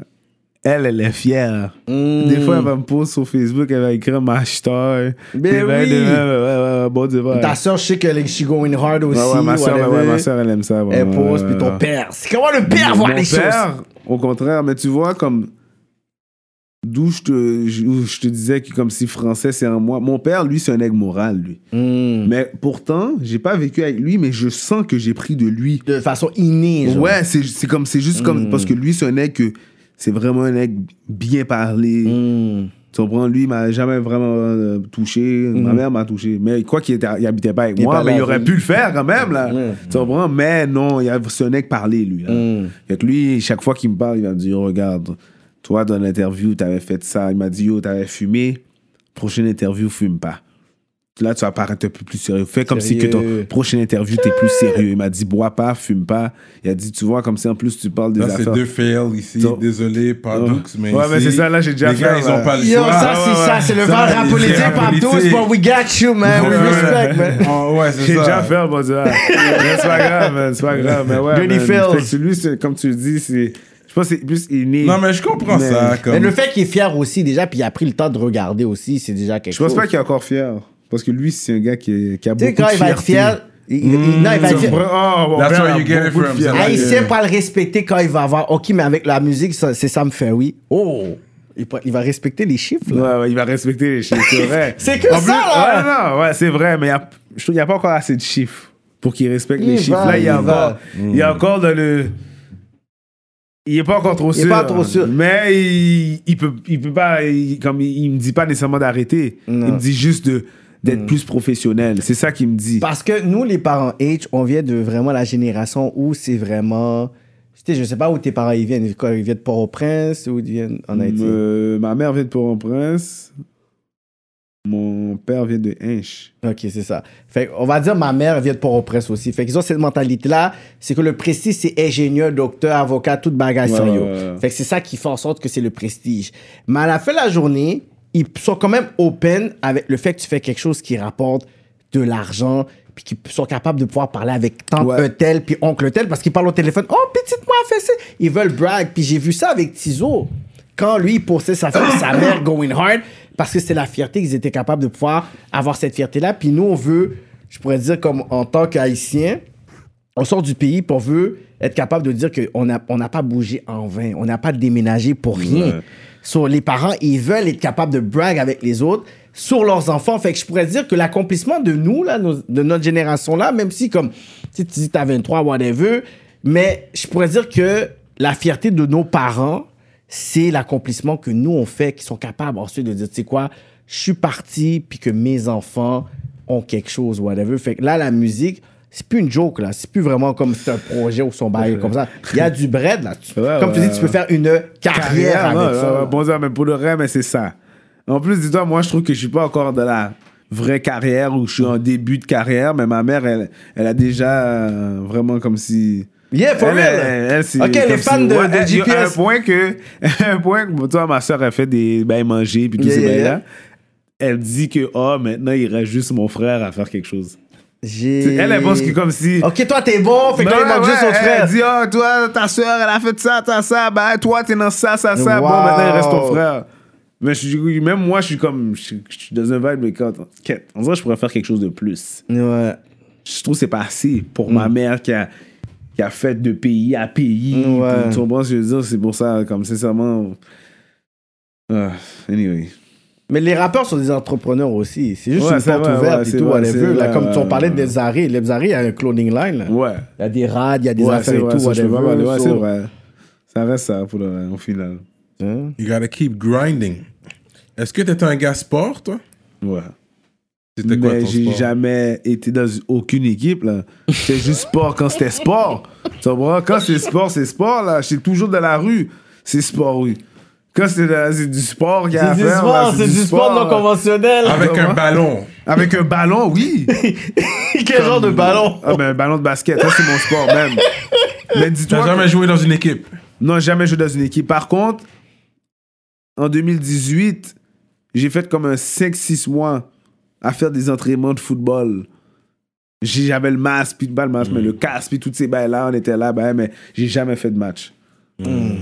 Speaker 4: elle, elle est fière.
Speaker 3: Mm. Hmm.
Speaker 4: Des fois, elle va me poser sur Facebook, elle va écrire Master.
Speaker 3: Ben
Speaker 4: Des vrais
Speaker 3: oui.
Speaker 4: de même, ouais, ouais, ouais, bon, tu vois.
Speaker 3: Ta soeur, je sais que like, she going hard aussi.
Speaker 4: Ouais, ouais, ma soeur,
Speaker 3: whatever.
Speaker 4: ma soeur, elle aime ça. ouais,
Speaker 3: Elle
Speaker 4: ouais,
Speaker 3: pose,
Speaker 4: ouais,
Speaker 3: puis
Speaker 4: ouais.
Speaker 3: ton père. C'est comment le père voit
Speaker 4: Mon
Speaker 3: les choses?
Speaker 4: père, Au contraire, mais tu vois, comme. D'où je te, je- où je te disais que comme si français c'est en moi. Mon père, lui, c'est un aigle moral, lui.
Speaker 3: Mm.
Speaker 4: Mais pourtant, j'ai pas vécu avec lui, mais je sens que j'ai pris de lui.
Speaker 3: De façon innée, genre.
Speaker 4: Ouais, c'est c'est comme c'est juste comme parce que lui c'est un mec que c'est vraiment un mec bien parlé.
Speaker 3: Mm.
Speaker 4: Tu comprends lui il m'a jamais vraiment euh, touché, ma mère m'a touché. Mais quoi qu'il était- il habitait pas avec
Speaker 3: Mhm. Il est
Speaker 4: moi,
Speaker 3: pas
Speaker 4: mais
Speaker 3: là,
Speaker 4: il aurait
Speaker 3: oui.
Speaker 4: pu le faire quand même là. Tu comprends mais non, il y a ce mec parlé lui là.
Speaker 3: Mm.
Speaker 4: Fait que lui chaque fois qu'il me parle, il va me dire regarde, toi oh, dans l'interview, t'avais fait ça, il m'a dit yo, t'avais fumé. Prochaine interview, fume pas. Là, tu vas paraître un peu plus sérieux. Fais comme si que
Speaker 3: Sérieux.
Speaker 4: ton prochaine interview, t'es plus sérieux. Il m'a dit, bois pas, fume pas. Il a dit, tu vois, comme si en plus tu parles des
Speaker 2: Là, c'est
Speaker 4: affaires.
Speaker 2: deux fails ici.
Speaker 4: Donc-
Speaker 2: Désolé, pardon, mais.
Speaker 4: Ouais,
Speaker 2: ici,
Speaker 4: mais c'est ça, là, j'ai déjà
Speaker 2: Les gars,
Speaker 4: fait,
Speaker 2: ils
Speaker 4: là.
Speaker 2: ont pas le
Speaker 3: Yo,
Speaker 2: choix.
Speaker 3: ça, c'est ça, c'est le
Speaker 2: Ça,
Speaker 3: vent
Speaker 2: c'est
Speaker 3: politique
Speaker 2: la
Speaker 3: partout,
Speaker 2: politique.
Speaker 3: but we got you, man.
Speaker 2: Ouais,
Speaker 3: We
Speaker 2: ouais,
Speaker 3: respect,
Speaker 2: ouais.
Speaker 3: man.
Speaker 2: [LAUGHS] Oh, ouais, c'est ça.
Speaker 4: J'ai déjà fait, bon, ça. Mais c'est pas grave, man, c'est pas grave. Mais ouais.
Speaker 3: Dirty
Speaker 4: man.
Speaker 3: Phils.
Speaker 4: Fait que Celui, c'est- comme tu le dis, c'est. Je pense que c'est plus inné.
Speaker 2: Non, mais je comprends
Speaker 4: Mais-
Speaker 2: ça. Comme...
Speaker 3: Mais le fait qu'il est fier aussi, déjà, puis il a pris le temps de regarder aussi, c'est déjà quelque
Speaker 4: Je pense
Speaker 3: chose.
Speaker 4: pas qu'il est encore fier. Parce que lui, c'est un gars qui, est- qui a
Speaker 3: Tu
Speaker 4: beaucoup de fierté.
Speaker 3: sais, quand il va être fier, il- il- non, il va être
Speaker 4: C'est
Speaker 3: fier.
Speaker 4: vrai. Oh, mon
Speaker 2: That's
Speaker 4: père
Speaker 2: where
Speaker 4: a
Speaker 2: you get it
Speaker 4: beaucoup de
Speaker 2: from.
Speaker 4: fierté.
Speaker 2: Ah,
Speaker 3: il
Speaker 2: euh,
Speaker 3: sait pas le respecter quand il va avoir. Ok, mais avec la musique, ça- c'est Sam Ferry. Oh! Il, pa- il va respecter les chiffres, là.
Speaker 4: Ouais, ouais, il va respecter les chiffres, c'est vrai.
Speaker 3: [LAUGHS] C'est que
Speaker 4: En
Speaker 3: ça,
Speaker 4: Ouais,
Speaker 3: là.
Speaker 4: non, ouais, c'est vrai, mais il y a- je trouve qu'il n'y a pas encore assez de chiffres pour qu'il respecte
Speaker 3: Il
Speaker 4: les chiffres.
Speaker 3: va,
Speaker 4: Là, il y a
Speaker 3: il va.
Speaker 4: encore, il y a encore dans le. Il n'est pas encore trop
Speaker 3: Il est
Speaker 4: sûr.
Speaker 3: pas trop sûr.
Speaker 4: Mais il, il peut, il peut pas, il, comme il, il me dit pas nécessairement d'arrêter. Il
Speaker 3: Non. Mm.
Speaker 4: me dit juste de d'être plus professionnel. C'est ça qu'il me dit.
Speaker 3: Parce que nous, les parents H, on vient de vraiment la génération où c'est vraiment. Tu sais, je sais pas où tes parents ils viennent. Quoi, Ils viennent de Port-au-Prince ou ils viennent en Haïti.
Speaker 4: Me- ma mère vient de Port-au-Prince. Mon père vient de Hinche.
Speaker 3: Ok, c'est ça. Fait on va dire ma mère vient de Port-au-Prince aussi. Fait qu'ils ont cette mentalité-là, c'est que le prestige, c'est ingénieur, docteur, avocat, toute bagage
Speaker 4: Ouais,
Speaker 3: sérieux.
Speaker 4: ouais, ouais.
Speaker 3: Fait que c'est ça qui fait en sorte que c'est le prestige. Mais à la fin de la journée, ils sont quand même open avec le fait que tu fais quelque chose qui rapporte de l'argent, puis qu'ils sont capables de pouvoir parler avec tante
Speaker 4: Ouais.
Speaker 3: un tel, puis oncle tel, parce qu'ils parlent au téléphone. Oh, petite moi, fais ça. Ils veulent brag. Puis j'ai vu ça avec Tizo. Quand lui, il postait sa, sa
Speaker 4: [COUGHS]
Speaker 3: mère going hard, parce que c'est la fierté qu'ils étaient capables de pouvoir avoir cette fierté-là. Puis nous, on veut, je pourrais dire, comme en tant qu'Haïtien, on sort du pays, puis on veut être capable de dire qu'on n'a on n'a pas bougé en vain, on n'a pas déménagé pour rien.
Speaker 4: Ouais.
Speaker 3: Sur les parents, ils veulent être capables de brag avec les autres sur leurs enfants. Fait que je pourrais dire que l'accomplissement de nous, là, nos- de notre génération-là, même si, comme, si tu dis t'as 23, whatever, mais je pourrais dire que la fierté de nos parents, c'est l'accomplissement que nous, on fait, qui sont capables ensuite de dire, tu sais quoi, je suis parti, puis que mes enfants ont quelque chose, whatever. Fait que là, la musique, c'est plus une joke, là. C'est plus vraiment comme c'est un projet ou son bail comme ça. Il y a du bread, là. Tu-
Speaker 4: Ouais,
Speaker 3: comme tu
Speaker 4: ouais,
Speaker 3: dis, tu peux
Speaker 4: ouais.
Speaker 3: faire une carrière,
Speaker 4: carrière,
Speaker 3: avec
Speaker 4: ouais,
Speaker 3: ça.
Speaker 4: ouais, ouais, bon ça, mais pour le reste, mais c'est ça. En plus, dis-toi, moi, je trouve que je suis pas encore dans la vraie carrière où je suis en début de carrière, mais ma mère, elle, elle a déjà euh, vraiment comme si.
Speaker 3: Yeah, for
Speaker 4: elle,
Speaker 3: real.
Speaker 4: elle- elle, c'est
Speaker 3: Ok,
Speaker 4: comme
Speaker 3: les fans
Speaker 4: si-
Speaker 3: de-
Speaker 4: ouais,
Speaker 3: de
Speaker 4: elle- il y a
Speaker 3: GPS.
Speaker 4: Un point que, [LAUGHS] un point que, toi, ma soeur, elle fait des bails manger puis tout
Speaker 3: Yeah,
Speaker 4: ces
Speaker 3: yeah,
Speaker 4: bails-là.
Speaker 3: yeah.
Speaker 4: Elle dit que, oh, maintenant, il reste juste mon frère à faire quelque chose.
Speaker 3: J'ai-
Speaker 4: Elle, elle pense que comme si.
Speaker 3: Ok, toi, t'es bon, fait que là, il
Speaker 4: Ben
Speaker 3: manque
Speaker 4: ouais,
Speaker 3: juste son
Speaker 4: elle
Speaker 3: frère.
Speaker 4: dit, oh, toi, ta soeur, elle a fait ça, ta ça, bah, toi, t'es dans ça, ça, ça.
Speaker 3: Wow.
Speaker 4: Bon, maintenant, il reste ton frère. Mais je suis- même moi, je suis comme, je, suis- je suis dans un vibe, mais quand, quête. En vrai, je pourrais faire quelque chose de plus.
Speaker 3: Ouais.
Speaker 4: Je trouve que c'est pas assez pour
Speaker 3: Mm.
Speaker 4: ma mère qui a, qui a fait de pays à pays.
Speaker 3: Ouais.
Speaker 4: Puis, Tu comprends ce que je veux dire? C'est pour ça, comme, sincèrement. Ah, anyway.
Speaker 3: Mais les rappeurs sont des entrepreneurs aussi. C'est juste
Speaker 4: Ouais,
Speaker 3: une
Speaker 4: c'est
Speaker 3: porte
Speaker 4: vrai,
Speaker 3: ouverte
Speaker 4: ouais,
Speaker 3: et
Speaker 4: c'est
Speaker 3: tout,
Speaker 4: vrai,
Speaker 3: whatever.
Speaker 4: c'est
Speaker 3: Là,
Speaker 4: vrai,
Speaker 3: comme tu en
Speaker 4: ouais,
Speaker 3: parlais de
Speaker 4: ouais.
Speaker 3: Desaré. Desaré, il y a un cloning line, là.
Speaker 4: Ouais.
Speaker 3: Il y a des rades, il y a des
Speaker 4: ouais,
Speaker 3: affaires et tout,
Speaker 4: ça, je peux
Speaker 3: whatever.
Speaker 4: pas parler. Ouais,
Speaker 3: so-
Speaker 4: c'est vrai. Ça reste ça pour le, au final.
Speaker 3: Hein?
Speaker 2: You gotta keep grinding. Est-ce que t'étais un gars sport, toi
Speaker 4: Ouais.
Speaker 2: C'était quoi
Speaker 4: mais
Speaker 2: ton
Speaker 4: j'ai
Speaker 2: sport
Speaker 4: jamais été dans aucune équipe là. C'était juste sport quand c'était sport. Tu comprends? Quand c'est sport, c'est sport là. J'étais toujours dans la rue. C'est sport, oui. Quand c'est de- c'est du sport qu'il y a à
Speaker 3: C'est du
Speaker 4: faire, là,
Speaker 3: sport, c'est du sport non
Speaker 4: là.
Speaker 3: conventionnel.
Speaker 2: Avec un
Speaker 4: Comment
Speaker 2: ballon.
Speaker 4: Avec un ballon,
Speaker 3: [LAUGHS]
Speaker 4: oui.
Speaker 3: Quel genre de ballon
Speaker 4: ah ben un ballon de basket, ça c'est mon sport
Speaker 3: [LAUGHS]
Speaker 4: même. Mais dis-toi,
Speaker 2: T'as jamais
Speaker 4: que-
Speaker 2: joué dans une équipe.
Speaker 4: non jamais joué dans une équipe. Par contre, en 2018, j'ai fait comme un 5-6 mois à faire des entraînements de football. J'ai- J'avais le masque, puis pas le masque, mais le casque, puis toutes ces bails-là, on était là, ben, mais j'ai jamais fait de match.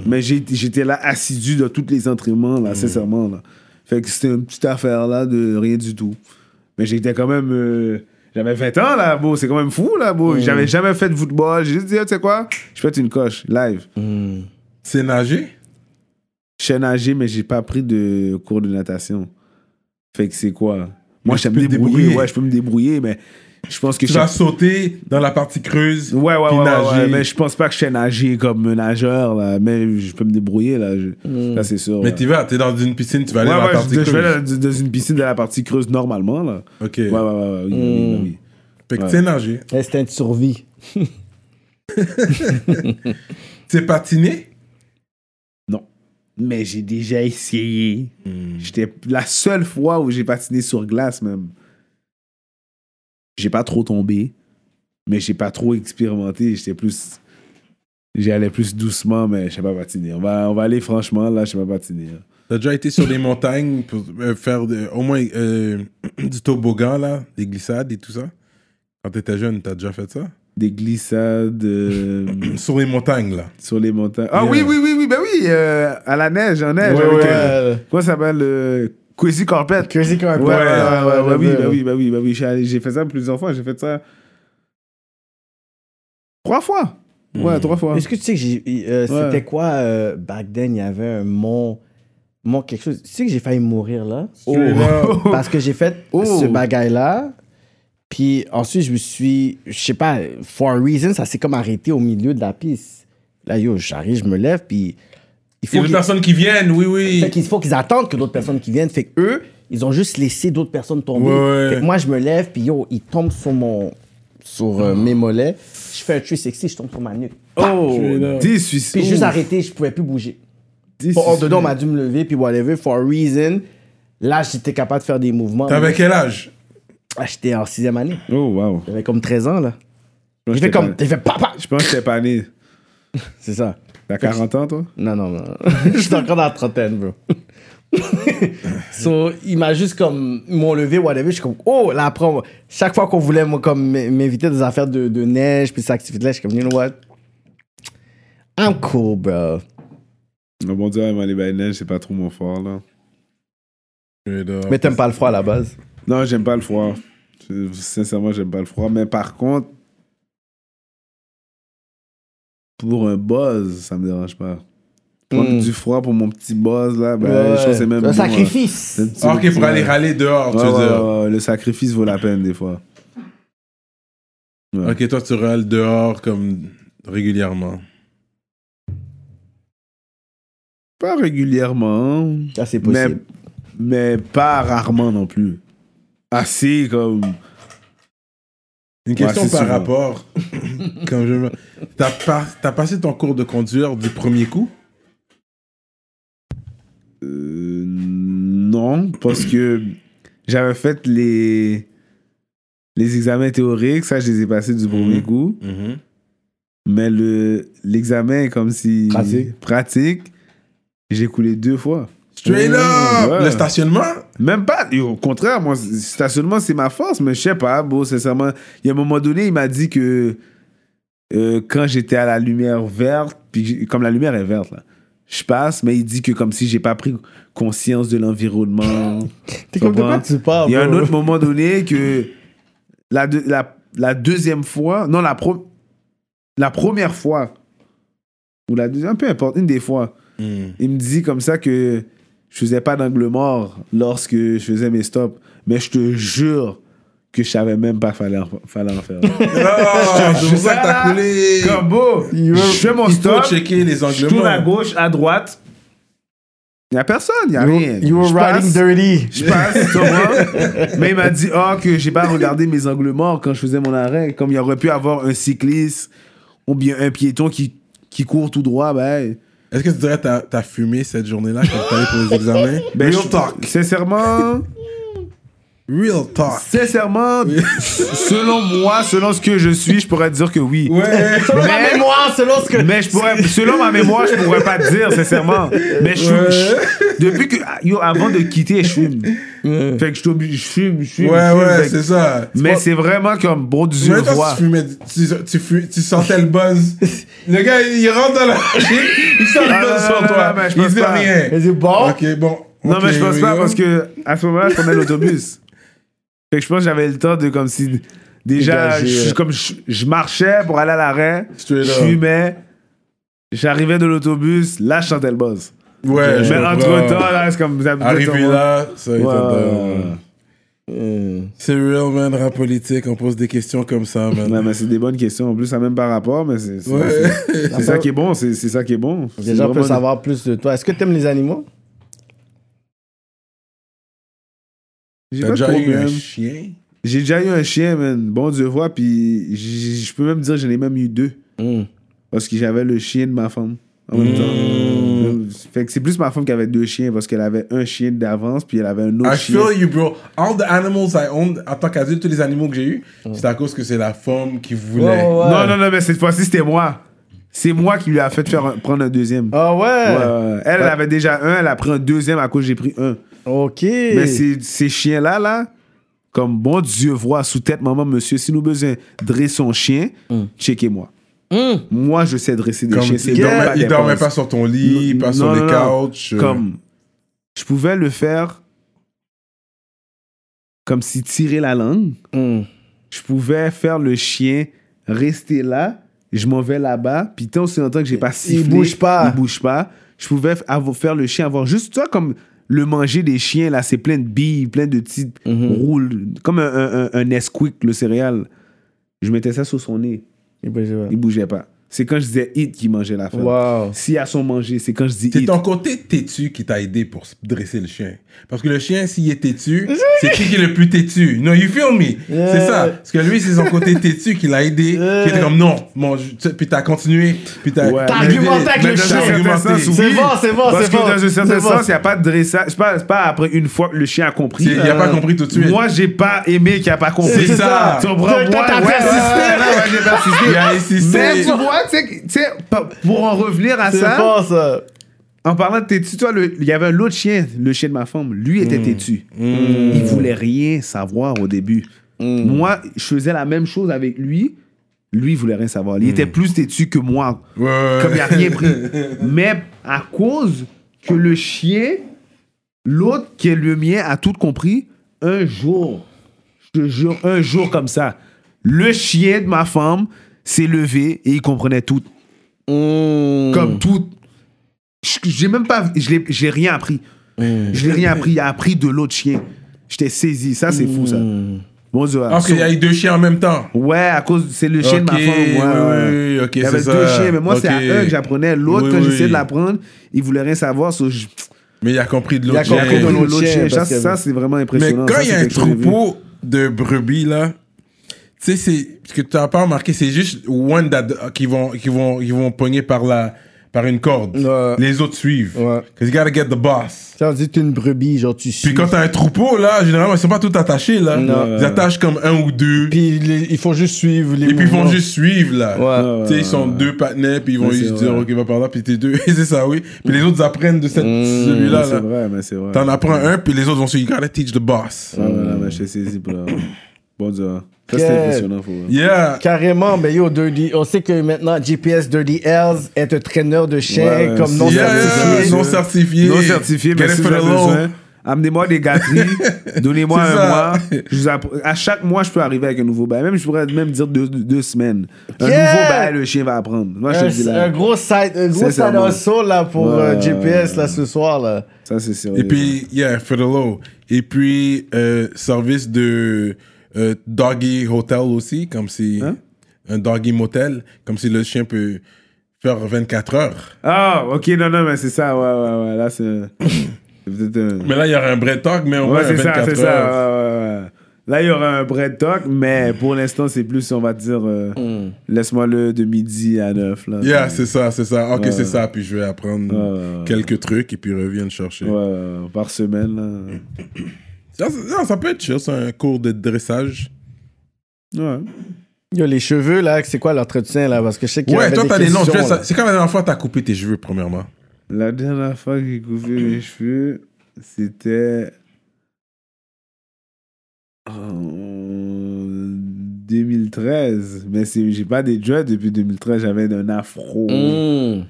Speaker 4: Mais j'ai- j'étais là assidu dans tous les entraînements, là, sincèrement. Là. Fait que c'était une petite affaire là de rien du tout. Mais j'étais quand même. euh, j'avais 20 ans là, beau, c'est quand même fou là, beau. J'avais jamais fait de football. J'ai juste dit, Ah, tu sais quoi, je fais une coche live.
Speaker 2: C'est nager
Speaker 4: J'ai nagé, mais j'ai pas pris de cours de natation. Fait que c'est quoi Moi,
Speaker 2: Mais
Speaker 4: je sais
Speaker 2: tu
Speaker 4: me
Speaker 2: peux te
Speaker 4: débrouiller.
Speaker 2: débrouiller.
Speaker 4: Ouais, je peux me débrouiller, mais je pense que
Speaker 2: Tu
Speaker 4: je-
Speaker 2: vas sauter dans la partie creuse.
Speaker 4: Ouais, ouais, ouais,
Speaker 2: puis
Speaker 4: ouais,
Speaker 2: nager.
Speaker 4: ouais, mais je pense pas que je sais nager comme un nageur, là. Mais je peux me débrouiller, là. je- Ça, c'est sûr.
Speaker 2: Mais
Speaker 4: là.
Speaker 2: tu vas, t'es dans une piscine, tu vas aller
Speaker 4: Ouais,
Speaker 2: dans
Speaker 4: ouais,
Speaker 2: la partie
Speaker 4: je, je vais
Speaker 2: creuse.
Speaker 4: dans, dans une piscine de la partie creuse normalement, là.
Speaker 2: Ok.
Speaker 4: Ouais, ouais, ouais, ouais, oui, oui, oui,
Speaker 2: Fait que tu sais nager.
Speaker 3: Instinct Eh, de survie.
Speaker 2: Tu sais patiner
Speaker 4: Non. Mais j'ai déjà essayé. J'étais la seule fois où j'ai patiné sur glace, même. J'ai pas trop tombé, mais j'ai pas trop expérimenté. J'étais plus. J'allais plus doucement, mais je sais pas patiner. On va, on va aller franchement, là, je sais pas patiner. hein.
Speaker 2: T'as déjà été sur les montagnes pour euh, faire de- au moins euh, [CLEARS THROAT] du toboggan, là, des glissades et tout ça? Quand t'étais jeune, t'as déjà fait ça?
Speaker 4: Des glissades euh, [CLEARS THROAT]
Speaker 2: Sur les montagnes, là.
Speaker 4: sur les montagnes. Ah
Speaker 2: Yeah.
Speaker 4: oui, oui, oui, oui, ben oui, euh, à la neige, en neige. avec, euh, Quoi ça s'appelle euh, Quizzy Carpet.
Speaker 3: Crazy Carpet.
Speaker 4: Ouais, ouais, ouais, ouais,
Speaker 3: ouais,
Speaker 4: oui,
Speaker 3: ouais.
Speaker 4: bah oui, bah oui, bah oui. J'ai allé- J'ai fait ça plusieurs fois. J'ai fait ça trois fois. Ouais, trois fois.
Speaker 3: Est-ce que tu sais que j'ai- euh,
Speaker 4: Ouais.
Speaker 3: c'était quoi euh, back then? Il y avait un mont, mont quelque chose. Tu sais que j'ai failli mourir là? [LAUGHS] Parce que j'ai fait
Speaker 4: Oh.
Speaker 3: ce bagaille-là. Puis ensuite, je me suis, je sais pas, for a reason, ça s'est comme arrêté au milieu de la piste. Là, yo, j'arrive, je me lève, puis il
Speaker 2: Il y
Speaker 3: faut
Speaker 2: a des
Speaker 3: qu'ils
Speaker 2: personnes qui viennent, oui, oui.
Speaker 3: fait qu'il faut qu'ils attendent que d'autres personnes qui viennent. Fait que eux, ils ont juste laissé d'autres personnes tomber.
Speaker 2: Ouais, ouais.
Speaker 3: Fait que moi, je me lève, puis yo, ils tombent sur mon, sur euh, mes mollets. Je fais un 360, je tombe sur ma nuque.
Speaker 4: Oh,
Speaker 2: Je suis là.
Speaker 4: 10 suicides.
Speaker 3: Puis juste arrêté, je pouvais plus bouger.
Speaker 4: Dix
Speaker 3: Bon, hors
Speaker 4: suicides.
Speaker 3: dedans, on m'a dû me lever, puis whatever, for a reason. Là, j'étais capable de faire des mouvements.
Speaker 2: T'avais quel âge?
Speaker 3: Ah, J'étais en sixième année.
Speaker 4: Oh, wow.
Speaker 3: J'avais comme 13 ans, là.
Speaker 4: Je
Speaker 3: J'ai
Speaker 4: t'ai
Speaker 3: fait comme.
Speaker 4: pas-
Speaker 3: J'ai fait papa!
Speaker 4: Je pense que t'es pas né.
Speaker 3: C'est ça.
Speaker 4: T'as 40 ans, toi
Speaker 3: Non, non, [LAUGHS] non. Je suis encore dans la trentaine, bro. [LAUGHS] so, il m'a juste comme. Ils m'ont levé, whatever. Je suis comme. Oh, là, après, on- chaque fois qu'on voulait moi, comme, m'é- m'inviter à des affaires de, de neige, puis cette activité-là, je suis comme, you know what? I'm cool, bro.
Speaker 4: Le bon Oh, Dieu, moi, les bains de neige, c'est pas trop mon fort, là.
Speaker 3: Mais t'aimes pas le froid à la base.
Speaker 4: Non, j'aime pas le froid. Je- Sincèrement, j'aime pas le froid. Mais par contre, pour un buzz, ça me dérange pas. Prendre
Speaker 3: Mm.
Speaker 4: du froid pour mon petit buzz, là, ben,
Speaker 3: Ouais.
Speaker 4: je trouve que c'est même
Speaker 3: Un
Speaker 4: bon,
Speaker 3: sacrifice!
Speaker 4: hein. C'est un petit-
Speaker 2: Ah, Ok, pour aller râler dehors,
Speaker 4: Ouais,
Speaker 2: tu veux
Speaker 4: ouais,
Speaker 2: dire.
Speaker 4: ouais, le sacrifice vaut la peine, des fois. ouais.
Speaker 2: Ok, toi, tu râles dehors comme régulièrement.
Speaker 4: Pas régulièrement,
Speaker 3: Ça, c'est
Speaker 4: mais,
Speaker 3: possible.
Speaker 4: mais pas rarement non plus. Assez comme...
Speaker 2: Une question
Speaker 4: Ouais, c'est
Speaker 2: par
Speaker 4: souvent.
Speaker 2: rapport. [LAUGHS] quand je... T'as pas- t'as passé ton cours de conduire du premier coup?
Speaker 4: Euh, non, parce que j'avais fait les, les examens théoriques, ça je les ai passés du premier
Speaker 2: Mhm.
Speaker 4: coup, mais le l'examen est comme si
Speaker 3: Pratique.
Speaker 4: pratique, j'ai coulé deux fois.
Speaker 2: Straight
Speaker 4: Mmh,
Speaker 2: up!
Speaker 4: ouais.
Speaker 2: Le stationnement?
Speaker 4: Même pas, et au contraire, moi, c- stationnement c'est ma force, mais je sais pas, bon, sincèrement, il y a un moment donné, il m'a dit que euh, quand j'étais à la lumière verte, puis j'ai- comme la lumière est verte là. Je passe, mais il dit que comme si j'ai pas pris conscience de l'environnement.
Speaker 3: T'es comme de quoi
Speaker 4: comprends?
Speaker 3: tu
Speaker 2: Ah,
Speaker 3: parles,
Speaker 4: Il y a un
Speaker 3: bro?
Speaker 4: autre moment donné que la, deux- la, la deuxième fois, non, la, pro- la première fois, ou la deuxième, peu importe, une des fois,
Speaker 2: Hmm.
Speaker 4: il me dit comme ça que je faisais pas d'angle mort lorsque je faisais mes stops, mais je te jure que je savais même pas qu'il fallait, en- fallait en
Speaker 2: [LAUGHS]
Speaker 4: faire.
Speaker 2: Non, c'est pour ça que t'as coulé.
Speaker 4: comme beau, je fais mon
Speaker 2: Il faut
Speaker 4: stop,
Speaker 2: checker les
Speaker 4: je
Speaker 2: angles
Speaker 4: tourne à
Speaker 2: morts.
Speaker 4: gauche, à droite, il n'y a personne, il n'y a
Speaker 3: You
Speaker 4: rien.
Speaker 3: you were
Speaker 4: Je
Speaker 3: riding
Speaker 4: passe.
Speaker 3: dirty.
Speaker 4: Je passe, tu vois. Mais il m'a dit, oh, que j'ai pas regardé mes angles morts quand je faisais mon arrêt. Comme il aurait pu avoir un cycliste ou bien un piéton qui, qui court tout droit, ben.
Speaker 2: Est-ce que tu dirais que t'as- t'as fumé cette journée-là quand t'allais pour les examens?
Speaker 4: [LAUGHS] ben,
Speaker 2: Real
Speaker 4: je-
Speaker 2: talk.
Speaker 4: Sincèrement,
Speaker 2: [LAUGHS] Real talk.
Speaker 4: sincèrement, selon moi, selon ce que je suis, je pourrais dire que oui.
Speaker 2: Ouais.
Speaker 3: Selon ma
Speaker 4: Mais-
Speaker 3: mémoire, selon ce que.
Speaker 4: Mais je pourrais, selon ma mémoire, je pourrais pas te dire, sincèrement. Mais je,
Speaker 2: Ouais.
Speaker 4: je- depuis que, yo, avant de quitter, je fume. Fait que je suis obligé- je fume, je fume,
Speaker 2: Ouais,
Speaker 4: je fume.
Speaker 2: ouais,
Speaker 4: Fait que-
Speaker 2: c'est ça.
Speaker 4: mais c'est vraiment comme, bon Dieu,
Speaker 2: Mais toi,
Speaker 4: vois.
Speaker 2: si tu fumais, tu, tu, fu- tu sentais
Speaker 4: [LAUGHS]
Speaker 2: le buzz. Le gars, il rentre dans la il sent
Speaker 4: Ah,
Speaker 2: le buzz
Speaker 4: non,
Speaker 2: sur
Speaker 4: non,
Speaker 2: toi.
Speaker 4: non, mais je
Speaker 2: il
Speaker 4: pense
Speaker 2: dit
Speaker 4: pas.
Speaker 2: rien. Oh.
Speaker 3: Mais c'est bon.
Speaker 2: Ok, bon.
Speaker 4: Non,
Speaker 2: Ok,
Speaker 4: mais je pense
Speaker 2: here we
Speaker 4: pas
Speaker 2: go.
Speaker 4: parce que à ce moment-là, je prenais
Speaker 2: [LAUGHS]
Speaker 4: l'autobus. fait que je pense que j'avais le temps de comme si. Déjà,
Speaker 3: Dégager,
Speaker 4: je,
Speaker 3: ouais.
Speaker 4: comme je, je marchais pour aller à l'arrêt,
Speaker 2: Straight
Speaker 4: je
Speaker 2: up.
Speaker 4: fumais, j'arrivais de l'autobus, là, je chantais le buzz.
Speaker 2: Ouais, je
Speaker 4: Mais
Speaker 2: comprends.
Speaker 4: entre temps, là, c'est comme. ça-
Speaker 2: Arrivé là, ça a été
Speaker 4: Ouais, ouais,
Speaker 2: de-
Speaker 4: ouais.
Speaker 3: Euh,
Speaker 2: C'est real, man, rap politique. On pose des questions comme ça, man.
Speaker 4: Ouais, mais c'est des bonnes questions. En plus, ça même par rapport, mais c'est c'est-
Speaker 2: Ouais. [LAUGHS]
Speaker 4: c'est- c'est ça qui est bon. C'est c'est ça qui est bon.
Speaker 3: Les gens
Speaker 4: C'est
Speaker 3: peuvent
Speaker 4: vraiment-
Speaker 3: savoir plus de toi. Est-ce que t'aimes les animaux?
Speaker 4: J'ai
Speaker 2: T'as
Speaker 4: pas de
Speaker 2: déjà eu hein. un
Speaker 4: problème.
Speaker 2: chien?
Speaker 4: J'ai déjà eu un chien, man. Bon Dieu voit, Hmm. puis j- je peux même dire que j'en ai même eu deux. Parce que j'avais le chien de ma femme. en même temps. Euh, Fait que c'est plus ma femme qui avait deux chiens parce qu'elle avait un chien d'avance puis elle avait un autre
Speaker 2: I
Speaker 4: chien.
Speaker 2: feel you, bro. All the animals I owned, en tant qu'adulte, tous les animaux que j'ai eus, c'est à cause que c'est la femme qui voulait.
Speaker 3: Ouais, ouais, ouais.
Speaker 4: Non, non, non, mais cette fois-ci, c'était moi. C'est moi qui lui a fait faire un- prendre un deuxième.
Speaker 3: Ah
Speaker 4: Ouais,
Speaker 3: ouais.
Speaker 4: ouais, ouais. Elle, elle avait déjà un, elle a pris un deuxième à cause j'ai pris un.
Speaker 3: Ok.
Speaker 4: Mais ces, ces chiens-là, là, comme bon Dieu voit sous tête, maman, monsieur, si nous besoin dresser son chien, checkez-moi.
Speaker 3: Hum.
Speaker 4: Moi, je sais dresser des
Speaker 2: Comme,
Speaker 4: chiens. c'est
Speaker 2: il,
Speaker 4: normal,
Speaker 2: dormait, il
Speaker 4: elle
Speaker 2: dormait
Speaker 4: pense.
Speaker 2: pas sur ton lit, pas sur
Speaker 4: Non,
Speaker 2: les
Speaker 4: non, non.
Speaker 2: couches. euh,
Speaker 4: Comme je pouvais le faire comme si tirer la langue.
Speaker 3: Hum.
Speaker 4: Je pouvais faire le chien rester là. Je m'en vais là-bas. Puis tant aussi longtemps que j'ai pas sifflé.
Speaker 3: bouge pas.
Speaker 4: Il bouge pas. Je pouvais f- avoir- faire le chien avoir juste, tu vois, comme le manger des chiens, là, c'est plein de billes, plein de petites
Speaker 2: Mhm.
Speaker 4: roules. Comme un, un, un- un Nesquik, le céréal. Je mettais ça sur son nez.
Speaker 3: Il bougeait pas.
Speaker 4: Il bougeait pas. C'est quand je disais hit qu'il mangeait la femme.
Speaker 3: Wow.
Speaker 4: Si à son manger, c'est quand je dis
Speaker 2: C'est
Speaker 4: hit.
Speaker 2: ton côté têtu qui t'a aidé pour s- dresser le chien. Parce que le chien, s'il est
Speaker 3: [LAUGHS]
Speaker 2: têtu, c'est qui qui est le plus têtu? Non, you feel me?
Speaker 3: Yeah.
Speaker 2: C'est ça. Parce que lui, c'est son côté têtu qui l'a aidé.
Speaker 3: Yeah.
Speaker 2: Qui était comme non, mon, tu sais, puis t'as continué. Puis t'as
Speaker 4: Ouais.
Speaker 3: T'as argumenté avec
Speaker 2: mais
Speaker 4: Dans un
Speaker 2: t'as
Speaker 3: le chien.
Speaker 4: certain
Speaker 2: argumenté.
Speaker 4: sens,
Speaker 3: C'est
Speaker 4: oui.
Speaker 3: bon, c'est bon,
Speaker 4: Parce
Speaker 3: c'est
Speaker 4: que
Speaker 3: bon.
Speaker 4: dans un certain
Speaker 3: C'est bon.
Speaker 4: sens, il n'y a pas de dressage. C'est pas, c'est pas après une fois que le chien a compris. Euh,
Speaker 2: C'est- il a pas compris tout de suite.
Speaker 4: Moi, j'ai pas aimé qu'il a pas compris.
Speaker 2: C'est ça.
Speaker 4: Tu comprends?
Speaker 3: Toi,
Speaker 4: Moi,
Speaker 3: t'as
Speaker 4: Ah, ouais,
Speaker 3: persisté.
Speaker 4: ouais, ouais, ouais, j'ai persisté.
Speaker 2: Il a insisté.
Speaker 4: Mais tu vois, tu sais, que- tu sais, pa- pour en revenir à
Speaker 3: C'est
Speaker 4: ça,
Speaker 3: fort ça.
Speaker 4: en parlant de têtu, toi, le- il y avait un autre chien, le chien de ma femme. Lui était têtu. Il voulait rien savoir au début. Moi, je faisais la même chose avec lui. Lui, il voulait rien savoir. Il était plus têtu que moi
Speaker 2: Ouais, ouais, ouais.
Speaker 4: comme il a rien pris. Mais à cause que le chien, l'autre qui est le mien, a tout compris, un jour, je te jure, un jour comme ça, le chien de ma femme s'est levé et il comprenait tout. Comme tout. Je- J'ai même pas. Je l'ai- j'ai rien appris. Je l'ai rien appris. Il a appris de l'autre chien. J'étais saisi. Ça, c'est fou, ça. Bon Dieu.
Speaker 2: Ah, [LAUGHS] parce qu'il y a eu deux chiens en même temps.
Speaker 4: Ouais, à cause. C'est le chien de ma
Speaker 2: Ok,
Speaker 4: femme. ouais, ouais.
Speaker 2: oui, oui, ok,
Speaker 4: Il y avait
Speaker 2: c'est
Speaker 4: deux
Speaker 2: ça.
Speaker 4: chiens, mais moi, c'est
Speaker 2: Ok.
Speaker 4: à un que j'apprenais. L'autre,
Speaker 2: Oui,
Speaker 4: quand
Speaker 2: oui.
Speaker 4: j'essayais de l'apprendre, il voulait rien savoir. so je-
Speaker 2: Mais il a compris de
Speaker 4: il a
Speaker 2: l'autre
Speaker 4: compris
Speaker 2: chien.
Speaker 4: de
Speaker 3: l'autre
Speaker 4: l'autre
Speaker 3: chien,
Speaker 4: chien. Ça,
Speaker 3: parce que-
Speaker 4: ça, c'est vraiment
Speaker 2: Mais
Speaker 4: impressionnant.
Speaker 2: quand
Speaker 4: Ça,
Speaker 2: il y a
Speaker 4: c'est
Speaker 2: un
Speaker 4: quelque chose que j'ai vu.
Speaker 2: troupeau de brebis, là, tu sais, c'est. Ce que tu n'as pas remarqué, c'est juste one that- euh, qui vont, qui vont, qui vont pogner par, la, par une corde.
Speaker 3: Ouais.
Speaker 2: Les autres suivent.
Speaker 3: Ouais.
Speaker 2: Cause you gotta get the boss.
Speaker 3: Ça, on dit que t'es une brebis, genre tu suis.
Speaker 2: Puis quand t'as un troupeau, là, généralement, ils sont pas tous attachés, là.
Speaker 3: Non.
Speaker 2: Ils attachent comme un ou deux.
Speaker 3: Puis les- il faut juste suivre les
Speaker 2: et puis ils vont
Speaker 3: mouvements.
Speaker 2: juste suivre, là.
Speaker 3: Ouais.
Speaker 2: Tu sais, ils sont deux partenaires, puis ils vont
Speaker 4: Ouais,
Speaker 2: juste
Speaker 4: c'est
Speaker 2: dire,
Speaker 4: vrai.
Speaker 2: OK, va par là, puis t'es deux. [LAUGHS] c'est ça, oui. Puis les autres apprennent de cette,
Speaker 4: Ouais,
Speaker 2: celui-là,
Speaker 4: C'est
Speaker 2: là.
Speaker 4: vrai, mais c'est vrai.
Speaker 2: T'en apprends un, puis les autres vont suivre. You gotta teach the boss.
Speaker 4: Ouais, ouais, ouais, je t'ai saisi pour la- Bon Dieu. Ça,
Speaker 3: Ok.
Speaker 4: c'est impressionnant. faut-
Speaker 2: Yeah.
Speaker 3: Carrément, mais yo, Dirty, on sait que maintenant GPS Dirty Hells est un traîneur de
Speaker 4: Ouais,
Speaker 3: chiens
Speaker 4: ouais,
Speaker 3: comme
Speaker 4: c'est-
Speaker 3: non
Speaker 2: Yeah,
Speaker 3: certifié.
Speaker 2: yeah, non certifié.
Speaker 4: Non certifié, mais
Speaker 2: Get it
Speaker 4: si vous
Speaker 2: for the
Speaker 4: avez
Speaker 2: low.
Speaker 4: besoin, amenez-moi des
Speaker 2: [LAUGHS]
Speaker 4: gâteries, donnez-moi
Speaker 2: C'est
Speaker 4: un
Speaker 2: ça.
Speaker 4: mois. Je vous appre- à chaque mois, je peux arriver avec un nouveau bail. Même, je pourrais même dire deux, deux semaines. Un
Speaker 3: Yeah.
Speaker 4: nouveau bail, le chien va apprendre. Moi, je te dis
Speaker 3: Un, un
Speaker 4: là.
Speaker 3: gros side, un gros side
Speaker 4: Sincèrement.
Speaker 3: hustle, là pour
Speaker 4: Ouais,
Speaker 3: euh,
Speaker 4: ouais,
Speaker 3: GPS
Speaker 4: ouais.
Speaker 3: là ce soir là.
Speaker 4: Ça, c'est sérieux.
Speaker 2: Et puis, yeah, for the low. Et puis, euh, service de euh, doggy hotel aussi, comme si.
Speaker 4: Hein?
Speaker 2: Un doggy motel, comme si le chien peut faire 24 heures.
Speaker 4: Ah, ok, non, non, mais c'est ça. Ouais, ouais, ouais. Là, c'est. [COUGHS] c'est peut-être un.
Speaker 2: Mais là, il y aura un vrai dog, mais au moins
Speaker 4: Ouais,
Speaker 2: un
Speaker 4: c'est ça,
Speaker 2: 24
Speaker 4: c'est ça.
Speaker 2: heures.
Speaker 4: ouais, ouais, ouais. Là, il y aura un bread talk, mais pour l'instant, c'est plus, on va dire, euh, laisse-moi le de midi à 9. Là,
Speaker 2: Yeah, c'est ça, c'est ça. Ok,
Speaker 4: Ouais.
Speaker 2: c'est ça. Puis je vais apprendre
Speaker 4: Ouais, ouais.
Speaker 2: quelques trucs et puis reviens le chercher.
Speaker 4: Ouais, ouais, par semaine. Là.
Speaker 2: Ça, ça- ça peut être chill, c'est un cours de dressage.
Speaker 4: Ouais.
Speaker 3: Yo, les cheveux là, c'est quoi l'entretien là parce que je sais qu'il y
Speaker 2: Ouais,
Speaker 3: avait
Speaker 2: toi,
Speaker 3: des
Speaker 2: t'as des noms.
Speaker 3: questions,
Speaker 2: Je vais-
Speaker 3: là.
Speaker 2: C'est quand la dernière fois que t'as coupé tes cheveux, premièrement?
Speaker 4: La dernière fois que j'ai coupé mes cheveux, c'était. en 2013. Mais c'est- j'ai pas des dreads depuis 2013, j'avais un afro.
Speaker 3: Mm.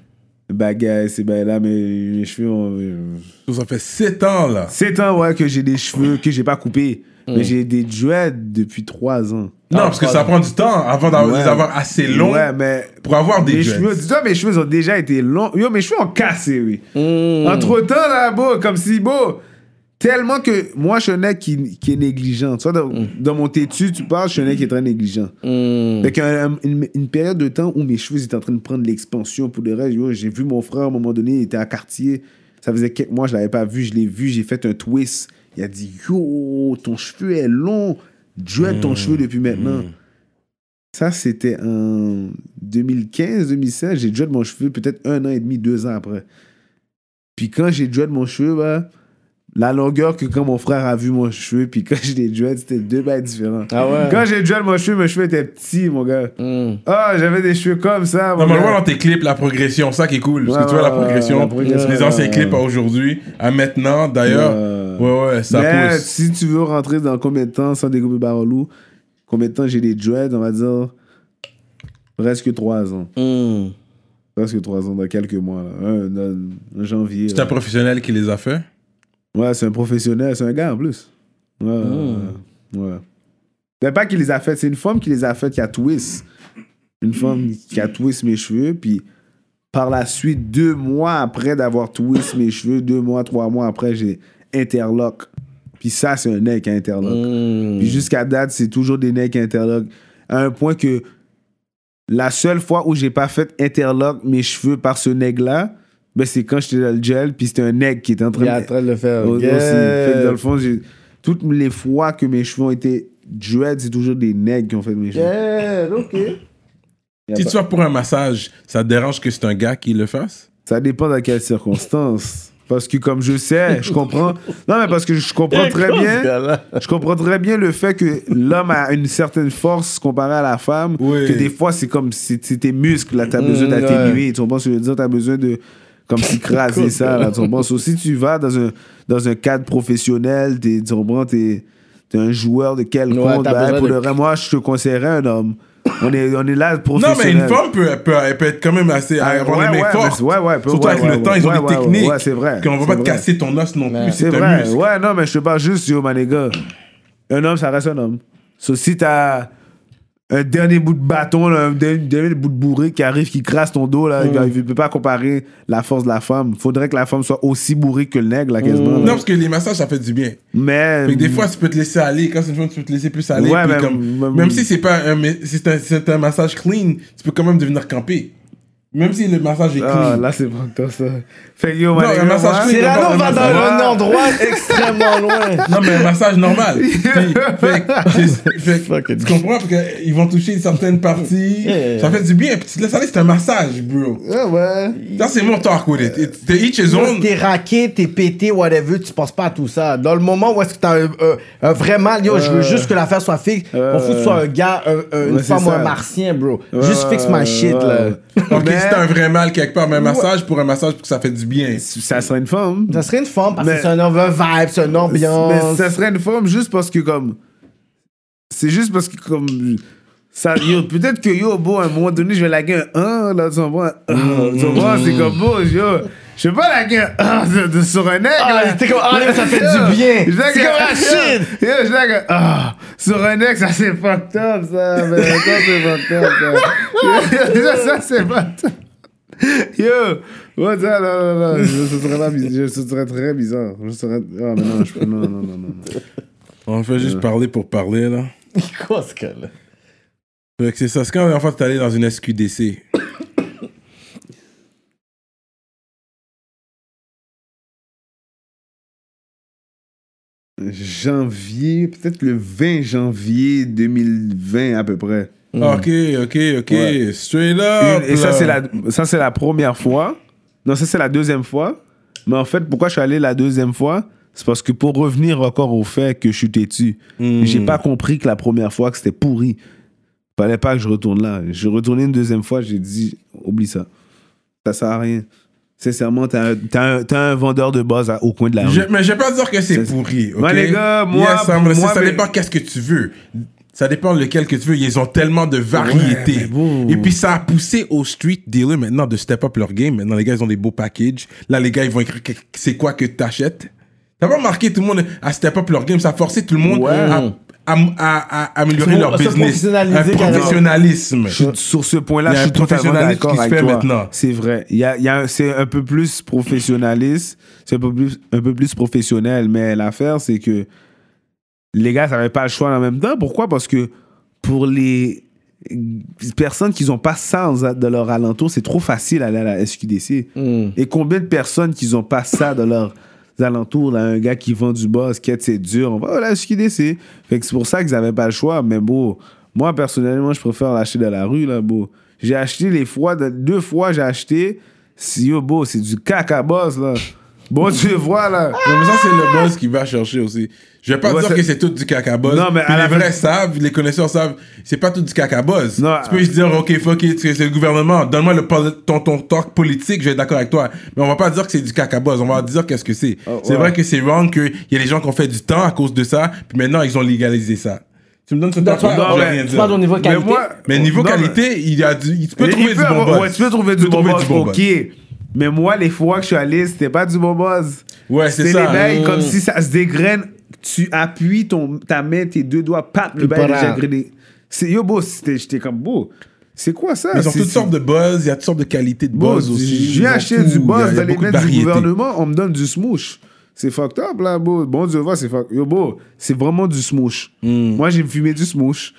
Speaker 4: Bagaille, c'est ben là, mais mes cheveux ont.
Speaker 2: Ça fait 7 ans, là.
Speaker 4: C'est un ouais que j'ai des cheveux que j'ai pas coupés. Mais j'ai des dreads depuis 3 ans.
Speaker 2: Non, parce que ça prend du temps avant d'avoir- de les
Speaker 4: Ah, Ouais.
Speaker 2: avoir assez longs
Speaker 4: Ouais, mais.
Speaker 2: pour avoir des
Speaker 4: Mes
Speaker 2: dreads.
Speaker 4: cheveux, dis-toi, mes cheveux ont déjà été longs. Yo, mes cheveux ont cassé, oui.
Speaker 2: Hmm.
Speaker 3: Mm.
Speaker 4: Entre temps, là, beau, comme si, beau. Tellement que moi, je suis un mec qui, qui est négligent. Tu vois, dans,
Speaker 2: Hmm.
Speaker 4: dans mon têtu, tu parles, je suis un mec qui est très négligent.
Speaker 3: Mm.
Speaker 4: Fait qu'un- un- une, une période de temps où mes cheveux étaient en train de prendre l'expansion pour le reste, yo, j'ai vu mon frère à un moment donné, il était à quartier. Ça faisait quelques mois, je l'avais pas vu, je l'ai vu, j'ai fait un twist. Il a dit Yo, ton cheveu est long, dread ton cheveu depuis maintenant. Ça, c'était en 2015-2016. J'ai dread mon cheveu peut-être un an et demi, deux ans après. Puis quand j'ai dread mon cheveu, bah, la longueur que quand mon frère a vu mon cheveu, puis quand j'ai dread, c'était deux bails différents.
Speaker 3: Ah ouais.
Speaker 4: Quand j'ai dread mon cheveu, mes cheveux étaient petits, mon gars.
Speaker 3: Hmm.
Speaker 4: Ah, j'avais des cheveux comme ça, mon
Speaker 2: Non, mais on le
Speaker 4: gars.
Speaker 2: voit dans tes clips, la progression, ça qui est cool. Parce
Speaker 4: Ouais,
Speaker 2: que tu vois la
Speaker 4: ouais, ouais, la
Speaker 2: progression,
Speaker 4: progression,
Speaker 2: des anciens
Speaker 4: ouais.
Speaker 2: clips à aujourd'hui, à maintenant, d'ailleurs.
Speaker 4: Euh,
Speaker 2: hein. Ouais, ouais, ça
Speaker 4: mais
Speaker 2: pousse.
Speaker 4: si tu veux rentrer dans combien de temps sans découper Barolou, combien de temps j'ai des dreads, on va dire presque trois ans.
Speaker 3: Hmm.
Speaker 4: Presque trois ans, dans quelques mois. là. Un, dans- en janvier.
Speaker 2: C'est
Speaker 4: là.
Speaker 2: un professionnel qui les a fait.
Speaker 4: Ouais, c'est un professionnel, c'est un gars en plus. Ouais,
Speaker 3: Hmm.
Speaker 4: ouais, ouais. Mais pas qu'il les a faites, c'est une femme qui les a faites, qui a twist. Une femme qui a twist mes cheveux, puis par la suite, deux mois après d'avoir twist mes cheveux, deux mois, trois mois après, j'ai interlock. Puis ça, c'est un nec à interlock.
Speaker 3: Hmm.
Speaker 4: Puis jusqu'à date, c'est toujours des necks interlock. À un point que la seule fois où j'ai pas fait interlock mes cheveux par ce neg-là, ben c'est quand j'étais dans le gel, puis c'était un neg qui était en train
Speaker 3: Il est
Speaker 4: de
Speaker 3: en train de le faire.
Speaker 4: aussi.
Speaker 3: Yeah.
Speaker 4: Fait que dans le fond, j'ai- toutes les fois que mes cheveux ont été dreads, c'est toujours des nègres qui ont fait mes cheveux.
Speaker 3: Yeah, ok.
Speaker 2: Si
Speaker 4: bah.
Speaker 2: tu vas pour un massage, ça te dérange que c'est un gars qui le fasse
Speaker 4: Ça dépend dans quelles circonstances. Parce que comme je sais, je comprends. Non, mais parce que je comprends très
Speaker 3: [LAUGHS]
Speaker 4: bien. Je comprends très bien le fait que l'homme a une certaine force comparée à la femme.
Speaker 2: Oui.
Speaker 4: Que des fois, c'est comme si c'est tes muscles, là, t'as
Speaker 3: Mm,
Speaker 4: besoin d'atténuer.
Speaker 3: ouais.
Speaker 4: Tu comprends ce que je veux dire? T'as besoin de.
Speaker 3: [LAUGHS]
Speaker 4: Comme s'écraser ça, là. Tu comprends? So, si tu vas dans un, dans un cadre professionnel, t'es- tu comprends? T'es t'es un joueur de quelconque.
Speaker 3: Ouais, t'as
Speaker 4: bah,
Speaker 3: besoin
Speaker 4: pour
Speaker 3: de-
Speaker 4: le vrai, moi, je te conseillerais un homme. On est, on est là
Speaker 2: Non, mais
Speaker 4: professionnel.
Speaker 2: une femme peut, peut, elle peut être quand même assez.
Speaker 4: Ah,
Speaker 2: avoir les
Speaker 4: ouais,
Speaker 2: mecs
Speaker 4: ouais,
Speaker 2: fortes.
Speaker 4: mais- ouais, ouais, peut-
Speaker 2: Surtout
Speaker 4: ouais,
Speaker 2: avec
Speaker 4: ouais,
Speaker 2: le temps,
Speaker 4: ouais,
Speaker 2: ils ont
Speaker 4: ouais,
Speaker 2: des
Speaker 4: ouais,
Speaker 2: techniques.
Speaker 4: ouais, c'est vrai,
Speaker 2: Qu'on va
Speaker 4: c'est
Speaker 2: pas te
Speaker 4: vrai.
Speaker 2: casser ton os non
Speaker 3: Ouais.
Speaker 2: plus.
Speaker 4: C'est
Speaker 2: C'est un
Speaker 4: vrai.
Speaker 2: muscle.
Speaker 4: Ouais, non, mais je te parle juste, yo, man, les gars. Un homme, ça reste un homme. So, si t'as un dernier bout de bâton, là, un dernier, dernier bout de bourré qui arrive, qui crasse ton dos, là,
Speaker 2: Mm.
Speaker 4: il va- il peut pas comparer la force de la femme. Faudrait que la femme soit aussi bourrée que le nègre, là, quasiment.
Speaker 2: Mm. Non,
Speaker 4: là.
Speaker 2: parce que les massages, ça fait du bien.
Speaker 4: Mais.
Speaker 2: Fait que des fois, tu peux te laisser aller. Quand c'est une femme, tu peux te laisser plus aller.
Speaker 4: Ouais,
Speaker 2: puis
Speaker 4: mais-
Speaker 2: comme-
Speaker 4: mais-
Speaker 2: même si c'est pas un, mais si c'est un, si c'est un massage clean, tu peux quand même devenir camper. Même si le massage est
Speaker 4: Ah,
Speaker 2: clean.
Speaker 4: là, c'est bon, toi, ça. Fait que, yo, man,
Speaker 2: Non,
Speaker 4: les
Speaker 2: un
Speaker 4: gars,
Speaker 2: massage
Speaker 4: moi-
Speaker 2: clean,
Speaker 3: Cyrano
Speaker 2: d'abord,
Speaker 3: va dans
Speaker 2: massage-
Speaker 3: un endroit extrêmement [LAUGHS] loin.
Speaker 2: Non, mais un
Speaker 4: [LAUGHS]
Speaker 2: massage normal. Puis, fait que- c'est- fait que-
Speaker 3: Fucking-
Speaker 2: tu comprends? Parce qu'ils vont toucher certaines parties.
Speaker 3: Yeah, yeah, yeah.
Speaker 2: Ça fait du bien. Puis tu te laisses aller, c'est un massage, bro.
Speaker 3: Ouais, Ah, ouais.
Speaker 2: Ça, c'est mon talk with it. It's- T'es each his own.
Speaker 3: T'es raqué, t'es pété, whatever, tu penses pas à tout ça. Dans le moment où est-ce que t'as un, un- un vrai mal, yo, je veux juste que l'affaire soit fixe.
Speaker 4: Euh.
Speaker 3: On fout que ce soit un gars, un- un- une
Speaker 4: Ouais, c'est
Speaker 3: femme ou un
Speaker 4: ça.
Speaker 3: martien, bro. juste fixe ma shit,
Speaker 4: ouais.
Speaker 3: là.
Speaker 2: [LAUGHS] Ok,
Speaker 4: Mais-
Speaker 2: c'est un vrai mal quelque part, mais un massage pour un massage pour que ça fait du bien.
Speaker 4: Ça serait une femme.
Speaker 3: Ça serait une forme parce
Speaker 4: Mais-
Speaker 3: que c'est un, un vibe, c'est une
Speaker 4: Mais
Speaker 3: ambiance.
Speaker 4: ça serait une forme juste parce que comme. C'est juste parce que comme. Ça, yo, peut-être que yo, bon, à un moment donné, je vais laguer un 1, là, tu comprends? un, ah, Tu comprends? C'est comme, bon, yo, je vais pas laguer un 1 de, de- sur un aigle,
Speaker 3: Ah,
Speaker 4: là.
Speaker 3: t'es comme, ah, là, ça fait du bien.
Speaker 4: Je lague
Speaker 3: C'est
Speaker 4: un-
Speaker 3: comme ah, la Chine.
Speaker 4: Yo, yo, je lague un 1 sur un aigle, ça c'est fucked up, ça. Mais ça c'est fucked up, ça. Yo, ça, ça c'est fucked up. Yo, what the- non, non, non, je- ce serait, pas bizarre, je- ce serait très bizarre. Je serais, oh, mais non, je peux, non, non, non, non, non.
Speaker 2: On fait juste parler pour parler, là.
Speaker 3: Quoi, ce gars-là?
Speaker 2: Fait que c'est ça. C'est quand la dernière fois que t'es allé dans une SQDC.
Speaker 4: Janvier, peut-être le 20 janvier 2020 à peu près.
Speaker 2: Ok, ok, ok.
Speaker 4: Mm. Ouais.
Speaker 2: Straight up.
Speaker 4: Une- et ça
Speaker 2: là.
Speaker 4: c'est la, ça c'est la première fois. Non, ça c'est la deuxième fois. Mais en fait, pourquoi je suis allé la deuxième fois C'est parce que pour revenir encore au fait que je suis têtu,
Speaker 2: Mm.
Speaker 4: j'ai pas compris que la première fois que c'était pourri. Fallait pas que je retourne là. Je suis retourné une deuxième fois, j'ai dit oublie ça. Ça sert à rien. Sincèrement, t'as un, t'as un- t'as un vendeur de base à- au coin de la rue.
Speaker 2: Je- mais je vais pas dire que c'est
Speaker 4: C'est-
Speaker 2: pourri. ok?
Speaker 4: Ouais, les gars, moi,
Speaker 2: Yes, ça, me-
Speaker 4: moi,
Speaker 2: ça
Speaker 4: mais-
Speaker 2: dépend qu'est-ce que tu veux. Ça dépend lequel que tu veux. Ils ont tellement de variétés.
Speaker 4: Ouais, mais bon.
Speaker 2: Et puis ça a poussé aux street dealers maintenant de step up leur game. Maintenant, les gars, ils ont des beaux packages. Là, les gars, ils vont écrire que- c'est quoi que t'achètes. T'as pas remarqué tout le monde à step up leur game. Ça a forcé tout le monde
Speaker 4: Ouais.
Speaker 2: à, à- à- à améliorer
Speaker 3: Se-
Speaker 2: leur
Speaker 3: se
Speaker 2: business. Un
Speaker 3: professionnaliser, carrément.
Speaker 2: professionnalisme.
Speaker 4: Je suis- sur ce point-là,
Speaker 2: Il y
Speaker 4: je
Speaker 2: a
Speaker 4: suis
Speaker 2: un
Speaker 4: totalement
Speaker 2: professionnalisme
Speaker 4: d'accord
Speaker 2: qui se
Speaker 4: avec
Speaker 2: fait
Speaker 4: toi.
Speaker 2: maintenant.
Speaker 4: C'est vrai. Il y a, il y a un- c'est un peu plus professionnaliste, c'est un peu plus, un peu plus professionnel. Mais l'affaire, c'est que les gars, ça n'avait pas le choix en même temps. Pourquoi Parce que pour les personnes qui n'ont pas ça en- dans leur alentour, c'est trop facile d'aller à la SQDC.
Speaker 3: Hmm.
Speaker 4: Et combien de personnes qui n'ont pas ça dans leurs alentours, là, un gars qui vend du boss, quête, c'est dur, on va à la SQDC. Fait que c'est pour ça qu'ils n'avaient pas le choix, mais bon, Moi, personnellement, je préfère l'acheter dans la rue, là, beau. J'ai acheté les fois, de- deux fois, j'ai acheté. Si, yo, beau, c'est du caca boss, là. Bon, tu le vois, là.
Speaker 2: Non,
Speaker 3: Ah!
Speaker 2: mais ça, c'est le boss qui va chercher aussi. Je vais pas
Speaker 4: Ouais,
Speaker 2: dire
Speaker 4: c'est-
Speaker 2: que c'est tout du cacaboz.
Speaker 4: Non, mais à
Speaker 2: Puis
Speaker 4: la
Speaker 2: les
Speaker 4: fin-
Speaker 2: vrais savent, les connaisseurs savent, c'est pas tout du cacaboz.
Speaker 4: Non,
Speaker 2: tu peux
Speaker 4: euh,
Speaker 2: juste dire, OK, fuck it, c'est c'est le gouvernement, donne-moi le pol- ton, ton talk politique, je vais être d'accord avec toi. Mais on va pas dire que c'est du cacaboz, on va dire qu'est-ce que c'est. c'est
Speaker 4: Oh, ouais.
Speaker 2: vrai que c'est wrong qu'il y a des gens qui ont fait du temps à cause de ça, puis maintenant ils ont légalisé ça. Tu me donnes ce temps
Speaker 3: tu parles-
Speaker 2: je vais
Speaker 4: mais-
Speaker 2: rien
Speaker 3: tu
Speaker 2: dire.
Speaker 3: parles au niveau
Speaker 4: Mais
Speaker 3: qualité.
Speaker 4: moi.
Speaker 2: Mais niveau
Speaker 4: Non,
Speaker 2: qualité, il y a du, il- tu peux
Speaker 4: Il
Speaker 2: trouver
Speaker 4: peut
Speaker 2: du bon
Speaker 4: avoir-
Speaker 2: boss.
Speaker 4: ouais, tu peux trouver
Speaker 2: Tu
Speaker 4: du
Speaker 2: peux
Speaker 4: bon
Speaker 2: trouver
Speaker 4: boss,
Speaker 2: du bon
Speaker 4: ok. Mais moi, les fois que je suis allé, c'était pas du bon boss.
Speaker 2: Ouais, c'est
Speaker 4: C'est
Speaker 2: ça.
Speaker 4: les bails
Speaker 2: Mmh.
Speaker 4: comme si ça se dégraine. Tu appuies ton, ta main, tes deux doigts, pap, le
Speaker 3: Puis
Speaker 4: bail est
Speaker 3: voilà.
Speaker 4: déjà grainé. C'est- Yo, beau, c'était- j'étais comme, beau, c'est quoi ça?
Speaker 2: Mais Ils ont
Speaker 4: C'est-
Speaker 2: toutes
Speaker 4: c'est-
Speaker 2: sortes de buzz, il y a toutes sortes de qualités de
Speaker 4: Bon,
Speaker 2: buzz aussi.
Speaker 4: J'ai
Speaker 2: Ils ont
Speaker 4: acheté
Speaker 2: tout,
Speaker 4: du
Speaker 2: il y a-
Speaker 4: buzz
Speaker 2: il y a
Speaker 4: dans les
Speaker 2: beaucoup
Speaker 4: mains
Speaker 2: de
Speaker 4: du
Speaker 2: variétés.
Speaker 4: gouvernement, on me donne du smoosh. C'est fucked up, là, beau. Bon Dieu, va, c'est fuck. Yo, beau, c'est vraiment du smoosh.
Speaker 2: Hmm.
Speaker 4: Moi, j'ai fumé du smoosh.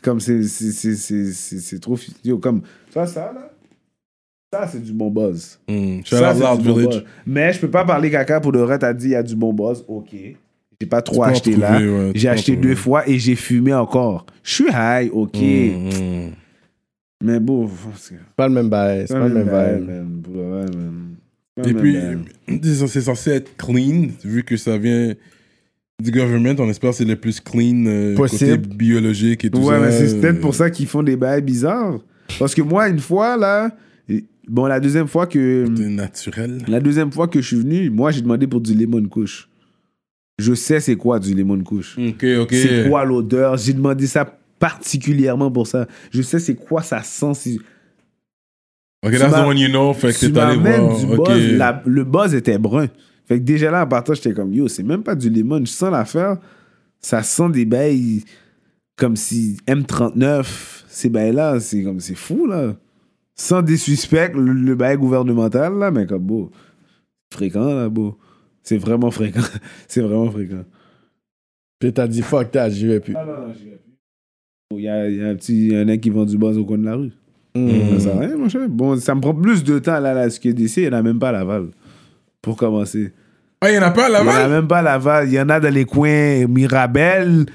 Speaker 4: Comme, c'est- c'est- c'est c'est- c'est- c'est trop. fi- Yo, comme, ça, ça, là. Ça, c'est du bon buzz.
Speaker 2: Shout
Speaker 4: Mm. Ça,
Speaker 2: out
Speaker 4: c'est
Speaker 2: Loud
Speaker 4: du bon
Speaker 2: Village.
Speaker 4: buzz. Mais je peux pas parler caca pour de vrai. T'as dit, il y a du bon buzz. OK. J'ai pas trop
Speaker 2: peux en
Speaker 4: acheté
Speaker 2: trouver,
Speaker 4: là.
Speaker 2: ouais, tu
Speaker 4: j'ai
Speaker 2: peux en
Speaker 4: acheté
Speaker 2: trouver.
Speaker 4: deux fois et j'ai fumé encore. Je suis high, OK.
Speaker 2: Hmm.
Speaker 4: mm. Ah, Mais bon, c'est
Speaker 3: C'est pas le même bail. C'est pas le même bail.
Speaker 4: man. Pour le vrai, man. C'est pas
Speaker 2: Et
Speaker 4: le
Speaker 2: puis,
Speaker 4: même vibe.
Speaker 2: [CLEARS THROAT] disons, c'est censé être clean, vu que ça vient du government. On espère que c'est le plus clean euh, côté
Speaker 3: Possible.
Speaker 2: biologique et tout
Speaker 4: ouais,
Speaker 2: ça.
Speaker 4: mais c'est
Speaker 2: euh,
Speaker 4: peut-être pour ça qu'ils font des bails bizarres. Parce que moi, une fois, là, et- bon, la deuxième fois que,
Speaker 2: C'est naturel.
Speaker 4: la deuxième fois que je suis venu, moi, j'ai demandé pour du lemon couche. Je sais c'est quoi du lemon couche.
Speaker 2: Ok, ok.
Speaker 4: C'est quoi l'odeur. J'ai demandé ça particulièrement pour ça. Je sais c'est quoi ça sent. si-
Speaker 2: Ok,
Speaker 4: Tu
Speaker 2: that's the
Speaker 4: m'as-
Speaker 2: one you know. Fait que
Speaker 4: Tu
Speaker 2: t'es allé
Speaker 4: m'amènes
Speaker 2: voir.
Speaker 4: du
Speaker 2: Ok.
Speaker 4: buzz. La- le buzz était brun. Fait que déjà là, en partant, j'étais comme, yo, c'est même pas du lemon. Je sens l'affaire. Ça sent des bails comme si M39, ces bails-là, c'est comme, c'est fou, là. Sans des suspects, le, le bail gouvernemental, là, mais comme, beau. Fréquent, là, beau. C'est vraiment fréquent. [LAUGHS] c'est vraiment fréquent.
Speaker 3: Puis t'as dit fuck that, j'y vais plus.
Speaker 4: Il y a, il y a un petit, il y en a qui vend du buzz au coin de la rue. Ça sert à rien, mon cher. Bon, ça me prend plus de temps, là, là, ce qui est d'ici. Il n'y en a même pas à Laval. Pour commencer.
Speaker 2: Ah, y'en a pas
Speaker 4: Il
Speaker 2: à
Speaker 4: n'y en a
Speaker 2: Laval?
Speaker 4: même pas à Laval. Il y en a dans les coins Mirabel,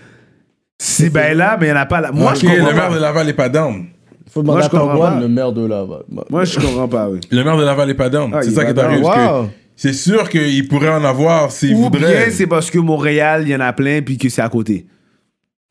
Speaker 4: c'est ben là, mais il n'y en a pas à Laval. Moi,
Speaker 2: Ok,
Speaker 4: je
Speaker 2: le
Speaker 4: comprends
Speaker 2: maire de
Speaker 4: pas.
Speaker 2: Laval est pas down.
Speaker 3: Faut demander
Speaker 4: Moi, je
Speaker 3: à ton
Speaker 4: comprends
Speaker 3: one,
Speaker 4: pas.
Speaker 3: le maire de là. bah.
Speaker 4: Moi, je comprends pas, oui.
Speaker 2: Le maire de Laval est pas down.
Speaker 4: Ah,
Speaker 2: c'est
Speaker 4: il
Speaker 2: ça
Speaker 4: est
Speaker 2: qui est
Speaker 4: pas
Speaker 2: arrivé.
Speaker 4: down.
Speaker 2: parce que
Speaker 3: Wow.
Speaker 2: C'est sûr qu'il pourrait en avoir s'il
Speaker 4: Ou bien
Speaker 2: voudrait.
Speaker 4: c'est parce que Montréal, il y en a plein, puis que c'est à côté.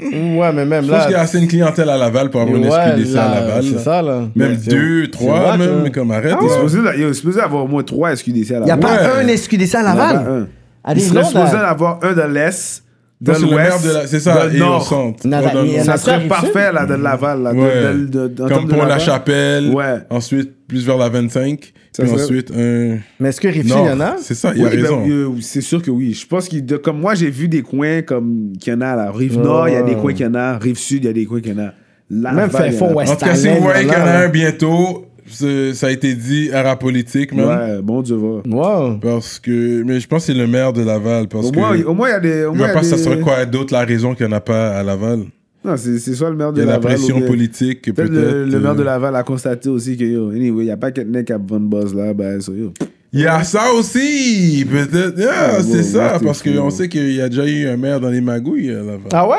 Speaker 3: mm, Ouais, mais même
Speaker 2: Je pense qu'il y a
Speaker 3: là.
Speaker 2: assez une clientèle à Laval pour avoir une
Speaker 3: Ouais,
Speaker 2: SQDC à
Speaker 3: là,
Speaker 2: Laval.
Speaker 3: c'est
Speaker 2: là.
Speaker 3: ça là.
Speaker 2: Même
Speaker 3: Ouais, c'est-
Speaker 2: deux, trois,
Speaker 3: vrai que-
Speaker 2: même, comme arrête.
Speaker 4: Il est
Speaker 2: là.
Speaker 4: supposé, il est supposé avoir au moins trois SQDC à
Speaker 3: Ah Y a
Speaker 4: Laval.
Speaker 2: Ouais.
Speaker 3: pas un SQDC à
Speaker 4: Il y en a pas
Speaker 3: Laval?
Speaker 4: un.
Speaker 3: À
Speaker 4: Il
Speaker 3: des
Speaker 4: serait
Speaker 3: noms
Speaker 4: supposé en
Speaker 3: là.
Speaker 4: avoir un dans l'Est,
Speaker 2: Ça,
Speaker 4: dans
Speaker 2: c'est le maire
Speaker 4: l'Ouest,
Speaker 2: de la- C'est
Speaker 4: dans
Speaker 2: ça,
Speaker 4: le
Speaker 2: et au
Speaker 4: Nord.
Speaker 2: centre.
Speaker 3: Nada-
Speaker 2: Ouais, dans le
Speaker 3: il y en a
Speaker 2: centre.
Speaker 4: Ça
Speaker 3: Nada-
Speaker 4: serait
Speaker 3: Nada-
Speaker 4: parfait, là, de Laval. Là, de-
Speaker 2: Ouais.
Speaker 4: de- de- de- en
Speaker 2: Comme
Speaker 4: termes de
Speaker 2: pour la
Speaker 4: Laval.
Speaker 2: chapelle.
Speaker 4: Ouais.
Speaker 2: Ensuite, plus vers la 25.
Speaker 4: Ça
Speaker 2: puis
Speaker 4: serait-
Speaker 2: ensuite, un.
Speaker 3: Mais est-ce que Riffy, il y
Speaker 2: Non,
Speaker 3: en a?
Speaker 2: C'est ça, Ah, il
Speaker 4: Oui,
Speaker 2: a
Speaker 4: ben,
Speaker 2: raison.
Speaker 4: euh, c'est sûr que oui. Je pense que, de- comme moi, j'ai vu des coins comme qu'il y en a à la rive nord, il y a des coins qu'il y en a, rive sud, il y a des coins qu'il y en a. Laval,
Speaker 3: Même fin
Speaker 4: il y en a
Speaker 3: fond
Speaker 4: pas.
Speaker 3: ouest.
Speaker 2: En tout cas, si vous
Speaker 3: Stalin,
Speaker 2: voyez qu'il y en a
Speaker 3: voilà,
Speaker 2: un
Speaker 3: là.
Speaker 2: bientôt, ce- ça a été dit à la politique, même.
Speaker 4: Ouais, bon Dieu va.
Speaker 3: Wow.
Speaker 2: Parce que. Mais je pense que c'est le maire de Laval. Parce
Speaker 4: Au
Speaker 2: que.
Speaker 4: moins, au moins, il y a des. Au moins,
Speaker 2: je vois
Speaker 4: il y a
Speaker 2: pas ça
Speaker 4: des-
Speaker 2: serait quoi d'autre la raison qu'il n'y en a pas à Laval.
Speaker 4: Non, c'est c'est soit le maire
Speaker 2: Il
Speaker 4: de
Speaker 2: y a la
Speaker 4: Laval. ou
Speaker 2: pression
Speaker 4: bien-
Speaker 2: politique, que
Speaker 4: Peut-être
Speaker 2: peut-être.
Speaker 4: le, le maire de
Speaker 2: euh,
Speaker 4: Laval a constaté aussi que, yo, anyway, il n'y a pas quelqu'un qui a bonne boss là, ben, so, yo.
Speaker 2: Il y a ça aussi, peut-être. Yeah,
Speaker 4: Ah,
Speaker 2: c'est
Speaker 4: bon,
Speaker 2: ça,
Speaker 4: là, c'est
Speaker 2: parce
Speaker 4: fou.
Speaker 2: qu'on sait qu'il y a déjà eu un maire dans les magouilles à Laval.
Speaker 3: Ah ouais?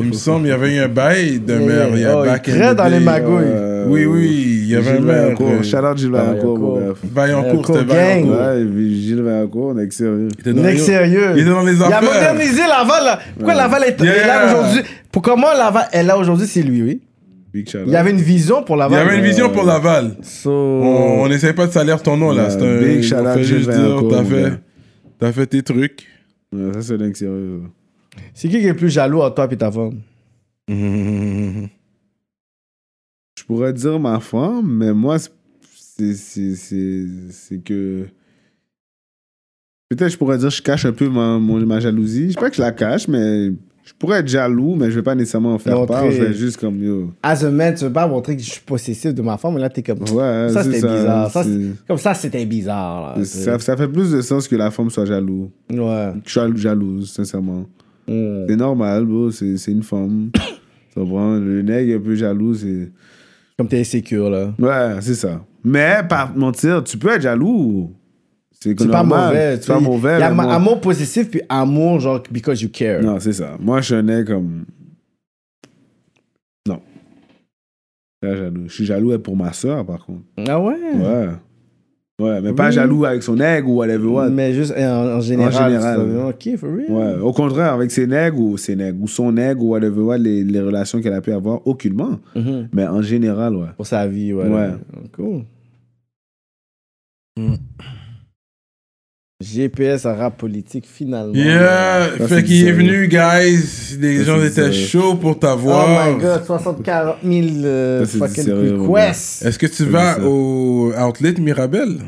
Speaker 2: Il me semble qu'il y avait eu un bail d'un maire. Il y a
Speaker 3: Oh, il
Speaker 2: back in
Speaker 3: crée
Speaker 2: the
Speaker 3: dans les
Speaker 2: day.
Speaker 3: magouilles.
Speaker 4: Euh,
Speaker 2: oui, oui, il y avait un
Speaker 4: Gilles
Speaker 2: maire.
Speaker 4: Vaillancourt.
Speaker 2: euh,
Speaker 4: Shout out Gilles Vaillancourt, mon gars.
Speaker 2: Vaillancourt,
Speaker 3: Vaillancourt
Speaker 2: c'était Vaillancourt.
Speaker 3: gang.
Speaker 4: Ouais, Gilles Vaillancourt, on est sérieux.
Speaker 2: Il était dans
Speaker 3: Mec
Speaker 2: les-
Speaker 3: sérieux.
Speaker 2: Il était dans les
Speaker 3: Il a
Speaker 2: affaires.
Speaker 3: modernisé Laval. là. Pourquoi Laval est,
Speaker 2: Yeah.
Speaker 3: est là aujourd'hui? Pourquoi moi Laval est là aujourd'hui, c'est lui, oui.
Speaker 4: Big shout out.
Speaker 3: Il y avait une vision pour
Speaker 2: Il y
Speaker 3: Laval.
Speaker 2: avait une vision pour Laval.
Speaker 3: So-
Speaker 2: On on n'essaye pas de salir ton nom, là.
Speaker 4: Ouais,
Speaker 2: C'est un...
Speaker 4: Oh. big shout
Speaker 2: on
Speaker 4: out
Speaker 2: fait
Speaker 4: Gilles
Speaker 2: juste dire,
Speaker 4: Vaillancourt,
Speaker 2: t'as
Speaker 4: mon
Speaker 2: fait,
Speaker 4: gars.
Speaker 2: t'as fait
Speaker 4: [LAUGHS]
Speaker 2: tes trucs.
Speaker 4: Ouais, Ça, c'est un sérieux. ça.
Speaker 3: C'est qui qui est le plus jaloux à toi et ta femme?
Speaker 4: Je pourrais dire ma femme, mais moi, c'est- c'est- c'est c'est- c'est que. Peut-être je pourrais dire je cache un peu ma, mon- ma jalousie. Je sais pas que je la cache, mais je pourrais être jaloux, mais je vais pas nécessairement en faire
Speaker 3: Montrer.
Speaker 4: part. Je vais juste comme yo.
Speaker 3: As a man, tu veux pas montrer que je suis possessif de ma femme, mais là t'es comme.
Speaker 4: Ouais, c'est
Speaker 3: ça c'était
Speaker 4: ça,
Speaker 3: bizarre. Ça,
Speaker 4: c'est-
Speaker 3: c'est- Ah, comme ça c'était bizarre. Là,
Speaker 4: Ça, ça fait plus de sens que la femme soit jaloux.
Speaker 3: Ouais.
Speaker 4: Je suis jalouse, sincèrement.
Speaker 3: Mm.
Speaker 4: C'est normal, bro. C'est c'est une femme. [COUGHS] tu comprends? Le nègre est un peu jaloux, c'est.
Speaker 3: Comme t'es insécure là.
Speaker 4: Ouais, c'est ça. Mais par mentir, tu peux être jaloux. C'est
Speaker 3: C'est pas
Speaker 4: normal.
Speaker 3: mauvais.
Speaker 4: C'est pas mauvais.
Speaker 3: Il y a
Speaker 4: mais
Speaker 3: ma-
Speaker 4: moi-
Speaker 3: amour possessif puis amour genre because you care.
Speaker 4: Non, c'est ça. Moi, je suis un nègre comme. Très jaloux. Je suis jaloux elle, pour ma soeur, par contre.
Speaker 3: Ah ouais?
Speaker 4: Ouais. Ouais, mais pas jaloux avec son aigle ou whatever. what.
Speaker 3: Mais juste euh, en, en général.
Speaker 4: général.
Speaker 3: tu vois, Ok, for real.
Speaker 4: Ouais. Au contraire, avec ses nègres ou ses nègres ou son nègre ou whatever, what, les, les relations qu'elle a pu avoir, aucunement.
Speaker 3: Mhm.
Speaker 4: Mais en général, ouais.
Speaker 3: Pour sa vie, ouais.
Speaker 4: Ouais.
Speaker 3: Cool. Mm. GPS à rap politique, finalement.
Speaker 2: Yeah,
Speaker 4: Ça, c'est
Speaker 2: fait qu'il est
Speaker 4: sérieux.
Speaker 2: venu, guys. Les
Speaker 4: Ça,
Speaker 2: gens
Speaker 4: c'est
Speaker 2: étaient
Speaker 4: sérieux.
Speaker 2: chauds pour
Speaker 3: Oh
Speaker 2: t'avoir.
Speaker 3: my god, 64 000 euh,
Speaker 4: Ça, c'est du
Speaker 3: fucking
Speaker 4: sérieux,
Speaker 3: requests.
Speaker 2: Est-ce que tu
Speaker 4: Je
Speaker 2: vas
Speaker 4: dis ça.
Speaker 2: au Outlet Mirabel?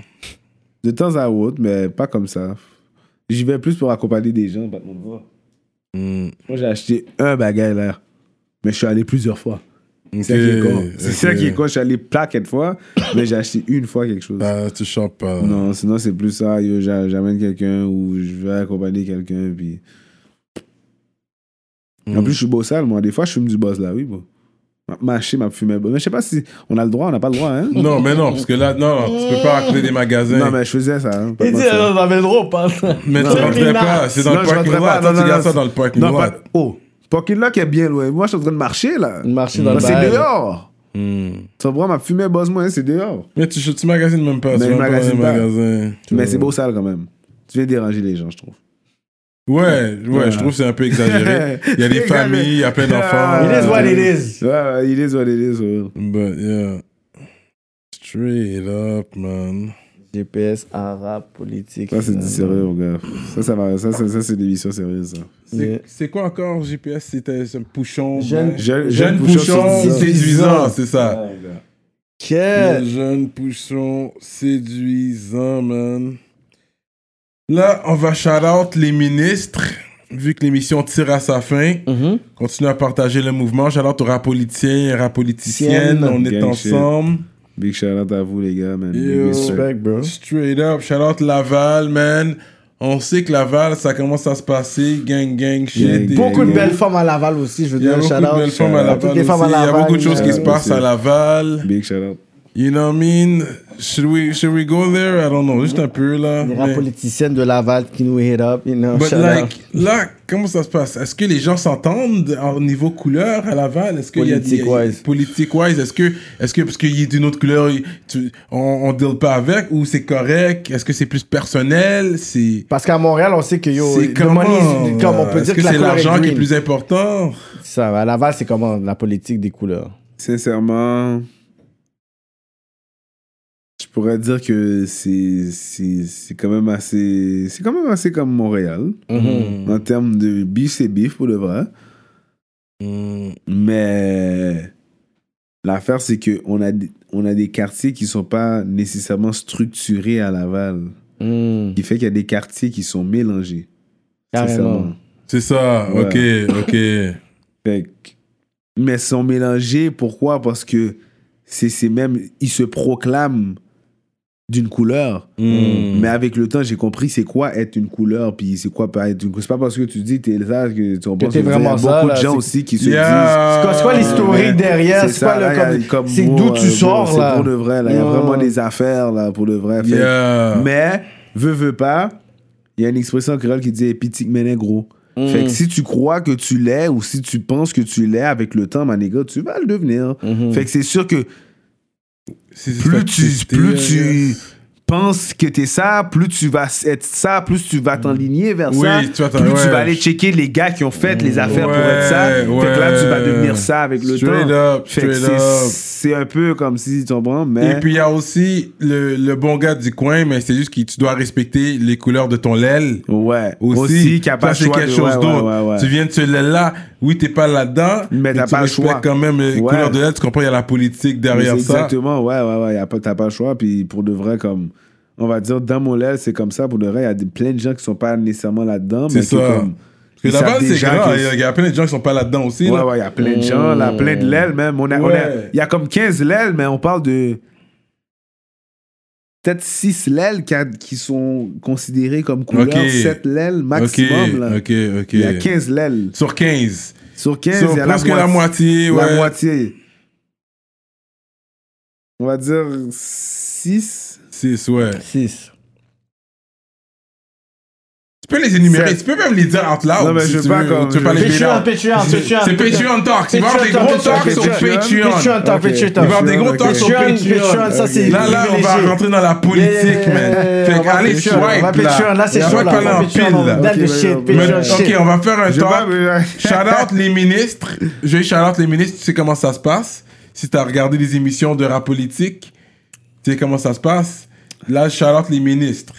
Speaker 4: De temps à autre, mais pas comme ça. J'y vais plus pour accompagner des gens, pas de mon doigt. Moi, j'ai acheté un bagage là. Mais je suis allé plusieurs fois. C'est ça qui est con. C'est ça qui est con. Je suis allé plein de fois, mais j'ai acheté une fois quelque chose.
Speaker 2: Bah, tu chantes pas.
Speaker 4: Non, sinon, c'est plus ça. yo, j'a- J'amène quelqu'un ou je vais accompagner quelqu'un. Puis... En plus, je suis bossal, moi. Des fois, je fume du boss là, oui. Bon. Ma- Mâcher, ma fumée. Mais je sais pas si on a le droit, on n'a pas le droit, hein.
Speaker 2: Non, mais non, parce que là, non, tu peux pas rentrer des magasins.
Speaker 4: Non, mais je faisais ça. hein, pas
Speaker 3: Il dit, euh,
Speaker 4: de mentir.
Speaker 3: on avait le hein. droit, ou pas ça.
Speaker 2: mais tu
Speaker 3: Non, mais-
Speaker 2: rentrais pas, c'est dans
Speaker 4: Non,
Speaker 2: le
Speaker 4: je
Speaker 2: parking
Speaker 4: rentrais
Speaker 2: lot.
Speaker 4: pas.
Speaker 2: Toi,
Speaker 4: Non,
Speaker 2: tu
Speaker 4: non,
Speaker 2: gardes
Speaker 4: non.
Speaker 2: ça dans le parking
Speaker 4: Non,
Speaker 2: lot.
Speaker 4: pas- Oh, parking lot qui est bien loin. Moi, je suis en train de marcher, là.
Speaker 3: Marcher dans le
Speaker 4: Bah, C'est
Speaker 3: bail.
Speaker 4: dehors. Tu comprends, ma fumée bosse moi, hein, c'est dehors.
Speaker 2: Mais tu, tu magasines même
Speaker 4: Mais
Speaker 2: pas, tu
Speaker 4: je
Speaker 2: rentres pas dans les
Speaker 4: magasine pas.
Speaker 2: magasins.
Speaker 4: Mais c'est beau sale quand même. Tu viens déranger les gens, je trouve.
Speaker 2: Ouais, ouais,
Speaker 4: Ouais.
Speaker 2: je trouve que c'est un peu exagéré. Il
Speaker 4: [LAUGHS]
Speaker 2: y a des
Speaker 4: Exagéré.
Speaker 2: familles, il y a plein d'enfants.
Speaker 3: It is what it is.
Speaker 4: Ouais, ouais, il est sur il est sur.
Speaker 2: But yeah. Straight up, man.
Speaker 3: GPS, arabe, politique.
Speaker 4: Ça, c'est du
Speaker 3: finalement.
Speaker 4: sérieux, mon gars. Ça, ça va. Ça, ça, ça, c'est des missions sérieuses, ça.
Speaker 2: C'est c'est quoi encore GPS C'était un pouchon.
Speaker 3: Jeune-
Speaker 4: Jeune, Ah,
Speaker 2: jeune pouchon
Speaker 4: sur-
Speaker 2: séduisant, c'est ça. Le
Speaker 3: Que.
Speaker 2: jeune pouchon séduisant, man. Là, on va shout out les ministres. Vu que l'émission tire à sa fin,
Speaker 3: Mhm.
Speaker 2: continue à partager le mouvement. Shout out aux rap politiciens et rap politiciennes.
Speaker 3: Tienne.
Speaker 2: On est
Speaker 4: Gang shit.
Speaker 2: ensemble.
Speaker 4: Big shout out à vous, les gars, man. Big
Speaker 2: Yo.
Speaker 4: respect.
Speaker 3: Respect, bro.
Speaker 2: Straight up, shout out Laval, man. On sait que Laval, ça commence à se passer, gang, gang, shit.
Speaker 4: Gang,
Speaker 2: et-
Speaker 4: gang.
Speaker 3: Beaucoup de
Speaker 4: Yeah.
Speaker 3: belles femmes à Laval aussi, je veux
Speaker 2: Il y
Speaker 3: dire.
Speaker 2: a beaucoup
Speaker 3: shout-out.
Speaker 2: de belles femmes à
Speaker 3: Shout-out
Speaker 2: Laval
Speaker 3: toutes les femmes à
Speaker 2: aussi. Il y a
Speaker 3: Laval,
Speaker 2: beaucoup de choses qui
Speaker 3: euh,
Speaker 2: se passent à Laval.
Speaker 4: Big shout out.
Speaker 2: You know what I mean? Should we, should we go there? I don't know, juste un peu là.
Speaker 3: Les rap
Speaker 2: mais-
Speaker 3: politiciennes de Laval qui nous hit up, you know.
Speaker 2: But
Speaker 3: shout-out.
Speaker 2: like, là, comment ça se passe? Est-ce que les gens s'entendent au niveau couleur à Laval? Est-ce qu'il y a des...
Speaker 3: Politique-wise.
Speaker 2: Politique-wise. Est-ce que, est-ce que parce qu'il est d'une autre couleur, il- tu- on, on deal pas avec ou c'est correct? Est-ce que c'est plus personnel? C'est...
Speaker 3: Parce qu'à Montréal, on sait que yo,
Speaker 2: C'est
Speaker 3: le
Speaker 2: comment,
Speaker 3: money is-
Speaker 2: euh,
Speaker 3: comme on peut
Speaker 2: est-ce
Speaker 3: dire
Speaker 2: que
Speaker 3: la
Speaker 2: c'est
Speaker 3: couleur
Speaker 2: l'argent qui est
Speaker 3: green.
Speaker 2: plus important.
Speaker 3: Ça, à Laval, c'est comment la politique des couleurs.
Speaker 4: Sincèrement, je pourrais dire que c'est- c'est c'est quand même assez. C'est quand même assez comme Montréal. En termes de bif, c'est bif pour le vrai.
Speaker 3: Hmm.
Speaker 4: Mais l'affaire, c'est qu'on a, des- on a des quartiers qui sont pas nécessairement structurés à Laval.
Speaker 3: Mhm.
Speaker 4: qui fait qu'il y a des quartiers qui sont mélangés.
Speaker 3: Carrément.
Speaker 4: sincèrement.
Speaker 2: C'est ça,
Speaker 4: Ouais.
Speaker 2: ok, ok.
Speaker 4: Fait que- mais ils sont mélangés, pourquoi Parce que c'est c'est même. Ils se proclament d'une couleur.
Speaker 3: Hmm.
Speaker 2: Mm.
Speaker 4: Mais avec le temps, j'ai compris c'est quoi être une couleur, puis c'est quoi pas être une couleur. C'est pas parce que tu dis t'es ça que tu en penses.
Speaker 3: t'es
Speaker 4: que-
Speaker 3: vraiment
Speaker 4: Il y a
Speaker 3: ça,
Speaker 4: beaucoup
Speaker 3: là,
Speaker 4: de gens
Speaker 3: [LAUGHS] c'est-
Speaker 4: aussi qui se disent.
Speaker 2: Yeah.
Speaker 3: C'est quoi- c'est quoi l'historique
Speaker 4: Ouais,
Speaker 3: derrière?
Speaker 4: c'est
Speaker 3: C'est quoi
Speaker 4: ça,
Speaker 3: le-
Speaker 4: là, il y a
Speaker 3: comme-
Speaker 4: comme
Speaker 3: c'est
Speaker 4: mot,
Speaker 3: d'où tu
Speaker 4: euh,
Speaker 3: sors, là.
Speaker 4: C'est pour de vrai, là. Il y a
Speaker 3: Ouais.
Speaker 4: vraiment des affaires, là, pour de vrai. Fait que-
Speaker 2: Yeah.
Speaker 4: Mais, veux, veux pas, il y a une expression en créole qui dit épitique mais gros.
Speaker 3: Mm.
Speaker 4: Fait que si tu crois que tu l'es ou si tu penses que tu l'es avec le temps, manéga, tu vas le devenir.
Speaker 3: Mm.
Speaker 4: Fait que c'est sûr que
Speaker 2: C'est- c'est
Speaker 4: plus
Speaker 2: ça,
Speaker 4: tu,
Speaker 2: c'est-
Speaker 4: plus
Speaker 2: c'est-
Speaker 4: tu penses que t'es ça, plus tu vas être ça, plus tu vas t'enligner vers
Speaker 2: Oui,
Speaker 4: ça,
Speaker 2: tu vas t'en-
Speaker 4: plus tu
Speaker 2: ouais. Mm.
Speaker 4: vas aller checker les gars qui ont fait les affaires pour
Speaker 2: Ouais,
Speaker 4: être ça. Fait que là, tu vas
Speaker 2: ouais.
Speaker 4: devenir ça avec le
Speaker 2: Straight
Speaker 4: temps.
Speaker 2: up,
Speaker 4: fait que
Speaker 2: straight
Speaker 4: c'est- hein.
Speaker 2: up.
Speaker 4: c'est un peu comme si tu comprends, mais...
Speaker 2: Et puis il y a aussi le, le bon gars du coin, mais c'est juste que tu dois respecter les couleurs de ton l'aile.
Speaker 4: Ouais,
Speaker 2: Aussi,
Speaker 4: aussi, qui a pas
Speaker 2: ça
Speaker 4: le
Speaker 2: c'est
Speaker 4: choix
Speaker 2: quelque
Speaker 4: de-
Speaker 2: chose
Speaker 4: ouais,
Speaker 2: d'autre.
Speaker 4: ouais, ouais, ouais.
Speaker 2: Tu viens de ce l'aile-là, oui, t'es pas là-dedans,
Speaker 4: Mais t'as
Speaker 2: tu
Speaker 4: pas le
Speaker 2: respectes
Speaker 4: choix.
Speaker 2: quand même les
Speaker 4: Ouais.
Speaker 2: couleurs de l'aile. Tu comprends, il y a la politique
Speaker 4: Mais
Speaker 2: derrière
Speaker 4: c'est
Speaker 2: ça.
Speaker 4: Exactement, ouais, ouais, ouais. y a pas- T'as pas le choix. Puis pour de vrai, comme. On va dire, dans mon lèvre, c'est comme ça. Pour de vrai, il y a des- plein de gens qui sont pas nécessairement là-dedans. mais
Speaker 2: C'est
Speaker 4: qui,
Speaker 2: ça.
Speaker 4: Comme,
Speaker 2: Parce
Speaker 4: ils
Speaker 2: que là-bas,
Speaker 4: savent
Speaker 2: c'est
Speaker 4: déjà
Speaker 2: grand.
Speaker 4: que-
Speaker 2: Il y a- il y a plein de gens qui sont pas là-dedans aussi.
Speaker 4: Ouais,
Speaker 2: là.
Speaker 4: ouais, il y a plein de gens, là, plein de l'aile même. On a, on a-
Speaker 2: Ouais.
Speaker 4: il y a comme 15 lèvres, mais on parle de. Peut-être 6 lèvres qui, a- qui sont considérées comme couleurs,
Speaker 2: Ok.
Speaker 4: 7 lèvres maximum.
Speaker 2: ok,
Speaker 4: là.
Speaker 2: ok, ok.
Speaker 4: Il y a 15 lèvres.
Speaker 2: Sur 15.
Speaker 4: Sur 15,
Speaker 2: Sur
Speaker 4: il y a
Speaker 2: presque
Speaker 4: la
Speaker 2: la moitié. ouais.
Speaker 4: la moitié. On va dire 6.
Speaker 2: 6, ouais.
Speaker 3: 6.
Speaker 2: Tu peux les énumérer, tu peux même les dire out loud.
Speaker 4: Non, mais
Speaker 2: si
Speaker 4: je
Speaker 2: tu
Speaker 4: veux pas
Speaker 2: veux,
Speaker 4: comme-
Speaker 2: ou tu veux pas les dire.
Speaker 3: Patreon, Patreon, Patreon.
Speaker 2: C'est Patreon Talks. Il va y avoir des
Speaker 3: Patreon,
Speaker 2: gros talks sur
Speaker 4: Patreon,
Speaker 2: Patreon.
Speaker 4: Ok.
Speaker 3: Patreon, Talk, Patreon,
Speaker 2: Il va y avoir
Speaker 3: Talk.
Speaker 2: des gros talks sur
Speaker 3: Patreon, Patreon,
Speaker 2: Patreon.
Speaker 3: ça c'est
Speaker 2: Là, là, on va
Speaker 3: privilégié.
Speaker 2: rentrer dans la politique, man. Fait que allez,
Speaker 3: Patreon, on va
Speaker 2: swipe,
Speaker 3: Patreon, là
Speaker 2: là.
Speaker 3: c'est
Speaker 2: Swipe
Speaker 3: chaud
Speaker 2: pas là
Speaker 3: là.
Speaker 2: en
Speaker 3: Patreon, on
Speaker 2: pile, là.
Speaker 3: donne le shit,
Speaker 4: Ok,
Speaker 2: Mais-
Speaker 3: Patreon,
Speaker 2: Ok,
Speaker 3: shit.
Speaker 2: on va faire un
Speaker 4: Je
Speaker 2: talk.
Speaker 4: vais-
Speaker 2: Shout out les ministres. Je shout out les ministres. Tu sais comment ça se passe. Si t'as regardé les émissions de rap politique, tu sais comment ça se passe. Là, shout out les ministres.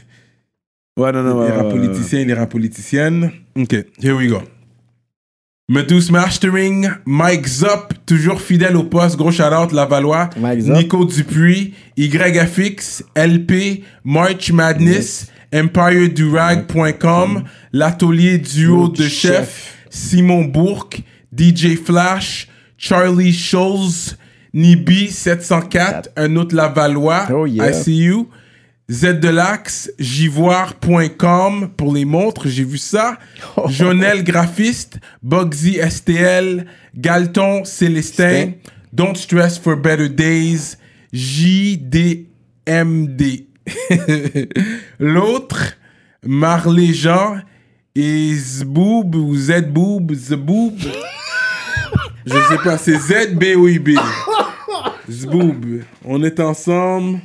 Speaker 4: Ouais, non, non,
Speaker 2: Les
Speaker 4: ouais,
Speaker 2: rap
Speaker 4: ouais, ouais.
Speaker 2: politiciens et les rap politiciennes. Ok, here we go. Medus Mastering, Mike Zop, toujours fidèle au poste, gros shout out Lavallois,
Speaker 3: Mike Zop.
Speaker 2: Nico Dupuis, YFX, LP, March Madness, EmpireDurag.com, l'atelier duo de chef, Simon Bourque, DJ Flash, Charlie Scholes, Nibi704, un autre Lavallois,
Speaker 3: Oh yeah.
Speaker 2: I see you. Z de l'Axe, Jivoire.com pour les montres, j'ai vu
Speaker 3: [LAUGHS]
Speaker 2: ça. Jonel Graphiste, Bugsy STL, Galton Célestin, Don't Stress for Better Days, JDMD. [LAUGHS] L'autre, Marley Jean et Zboob ou Zboob, Zboob. Je sais pas, c'est
Speaker 3: [LAUGHS]
Speaker 2: Z-B-O-I-B. Zboob. On est ensemble.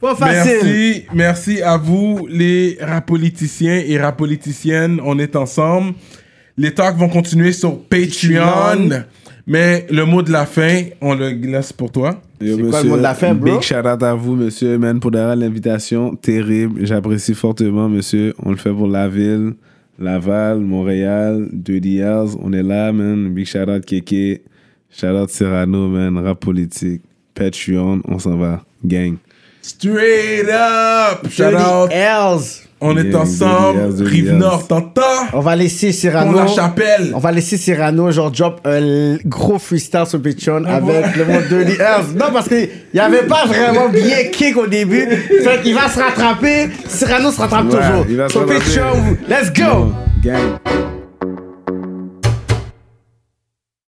Speaker 3: Pas facile.
Speaker 2: Merci, merci à vous, les rapoliticiens et rapoliticiennes. On est ensemble. Les talks vont continuer sur Patreon.
Speaker 3: Patreon.
Speaker 2: Mais le mot de la fin, on le glace pour toi.
Speaker 4: Yo,
Speaker 3: C'est quoi le
Speaker 4: monsieur,
Speaker 3: mot de la fin, bro?
Speaker 4: Big shout out à vous, monsieur, man, pour derrière l'invitation. Terrible. J'apprécie fortement, monsieur. On le fait pour la ville, Laval, Montréal, Deux Diaz. On est là, man. Big shout out Keke. Shout out Cyrano, man. Rap politique. Patreon. On s'en va. Gang.
Speaker 2: Straight up! Shout out!
Speaker 3: Hells.
Speaker 2: On est
Speaker 4: Yeah,
Speaker 2: ensemble.
Speaker 4: yes, yes,
Speaker 2: Rive
Speaker 4: yes.
Speaker 2: Nord, t'entends?
Speaker 3: On va laisser Cyrano.
Speaker 2: Pour la chapelle!
Speaker 3: On va laisser Cyrano, genre, drop un l- gros freestyle sur Patreon
Speaker 4: Ah
Speaker 3: avec le mot Dirty
Speaker 4: [LAUGHS]
Speaker 3: Earth. Non, parce qu'il n'y avait pas vraiment bien kick au début. Fait qu'il va se rattraper. Cyrano se rattrape
Speaker 4: Ouais,
Speaker 3: toujours.
Speaker 4: il va se
Speaker 3: sur
Speaker 4: rattraper.
Speaker 3: Patreon, let's go!
Speaker 4: Gang.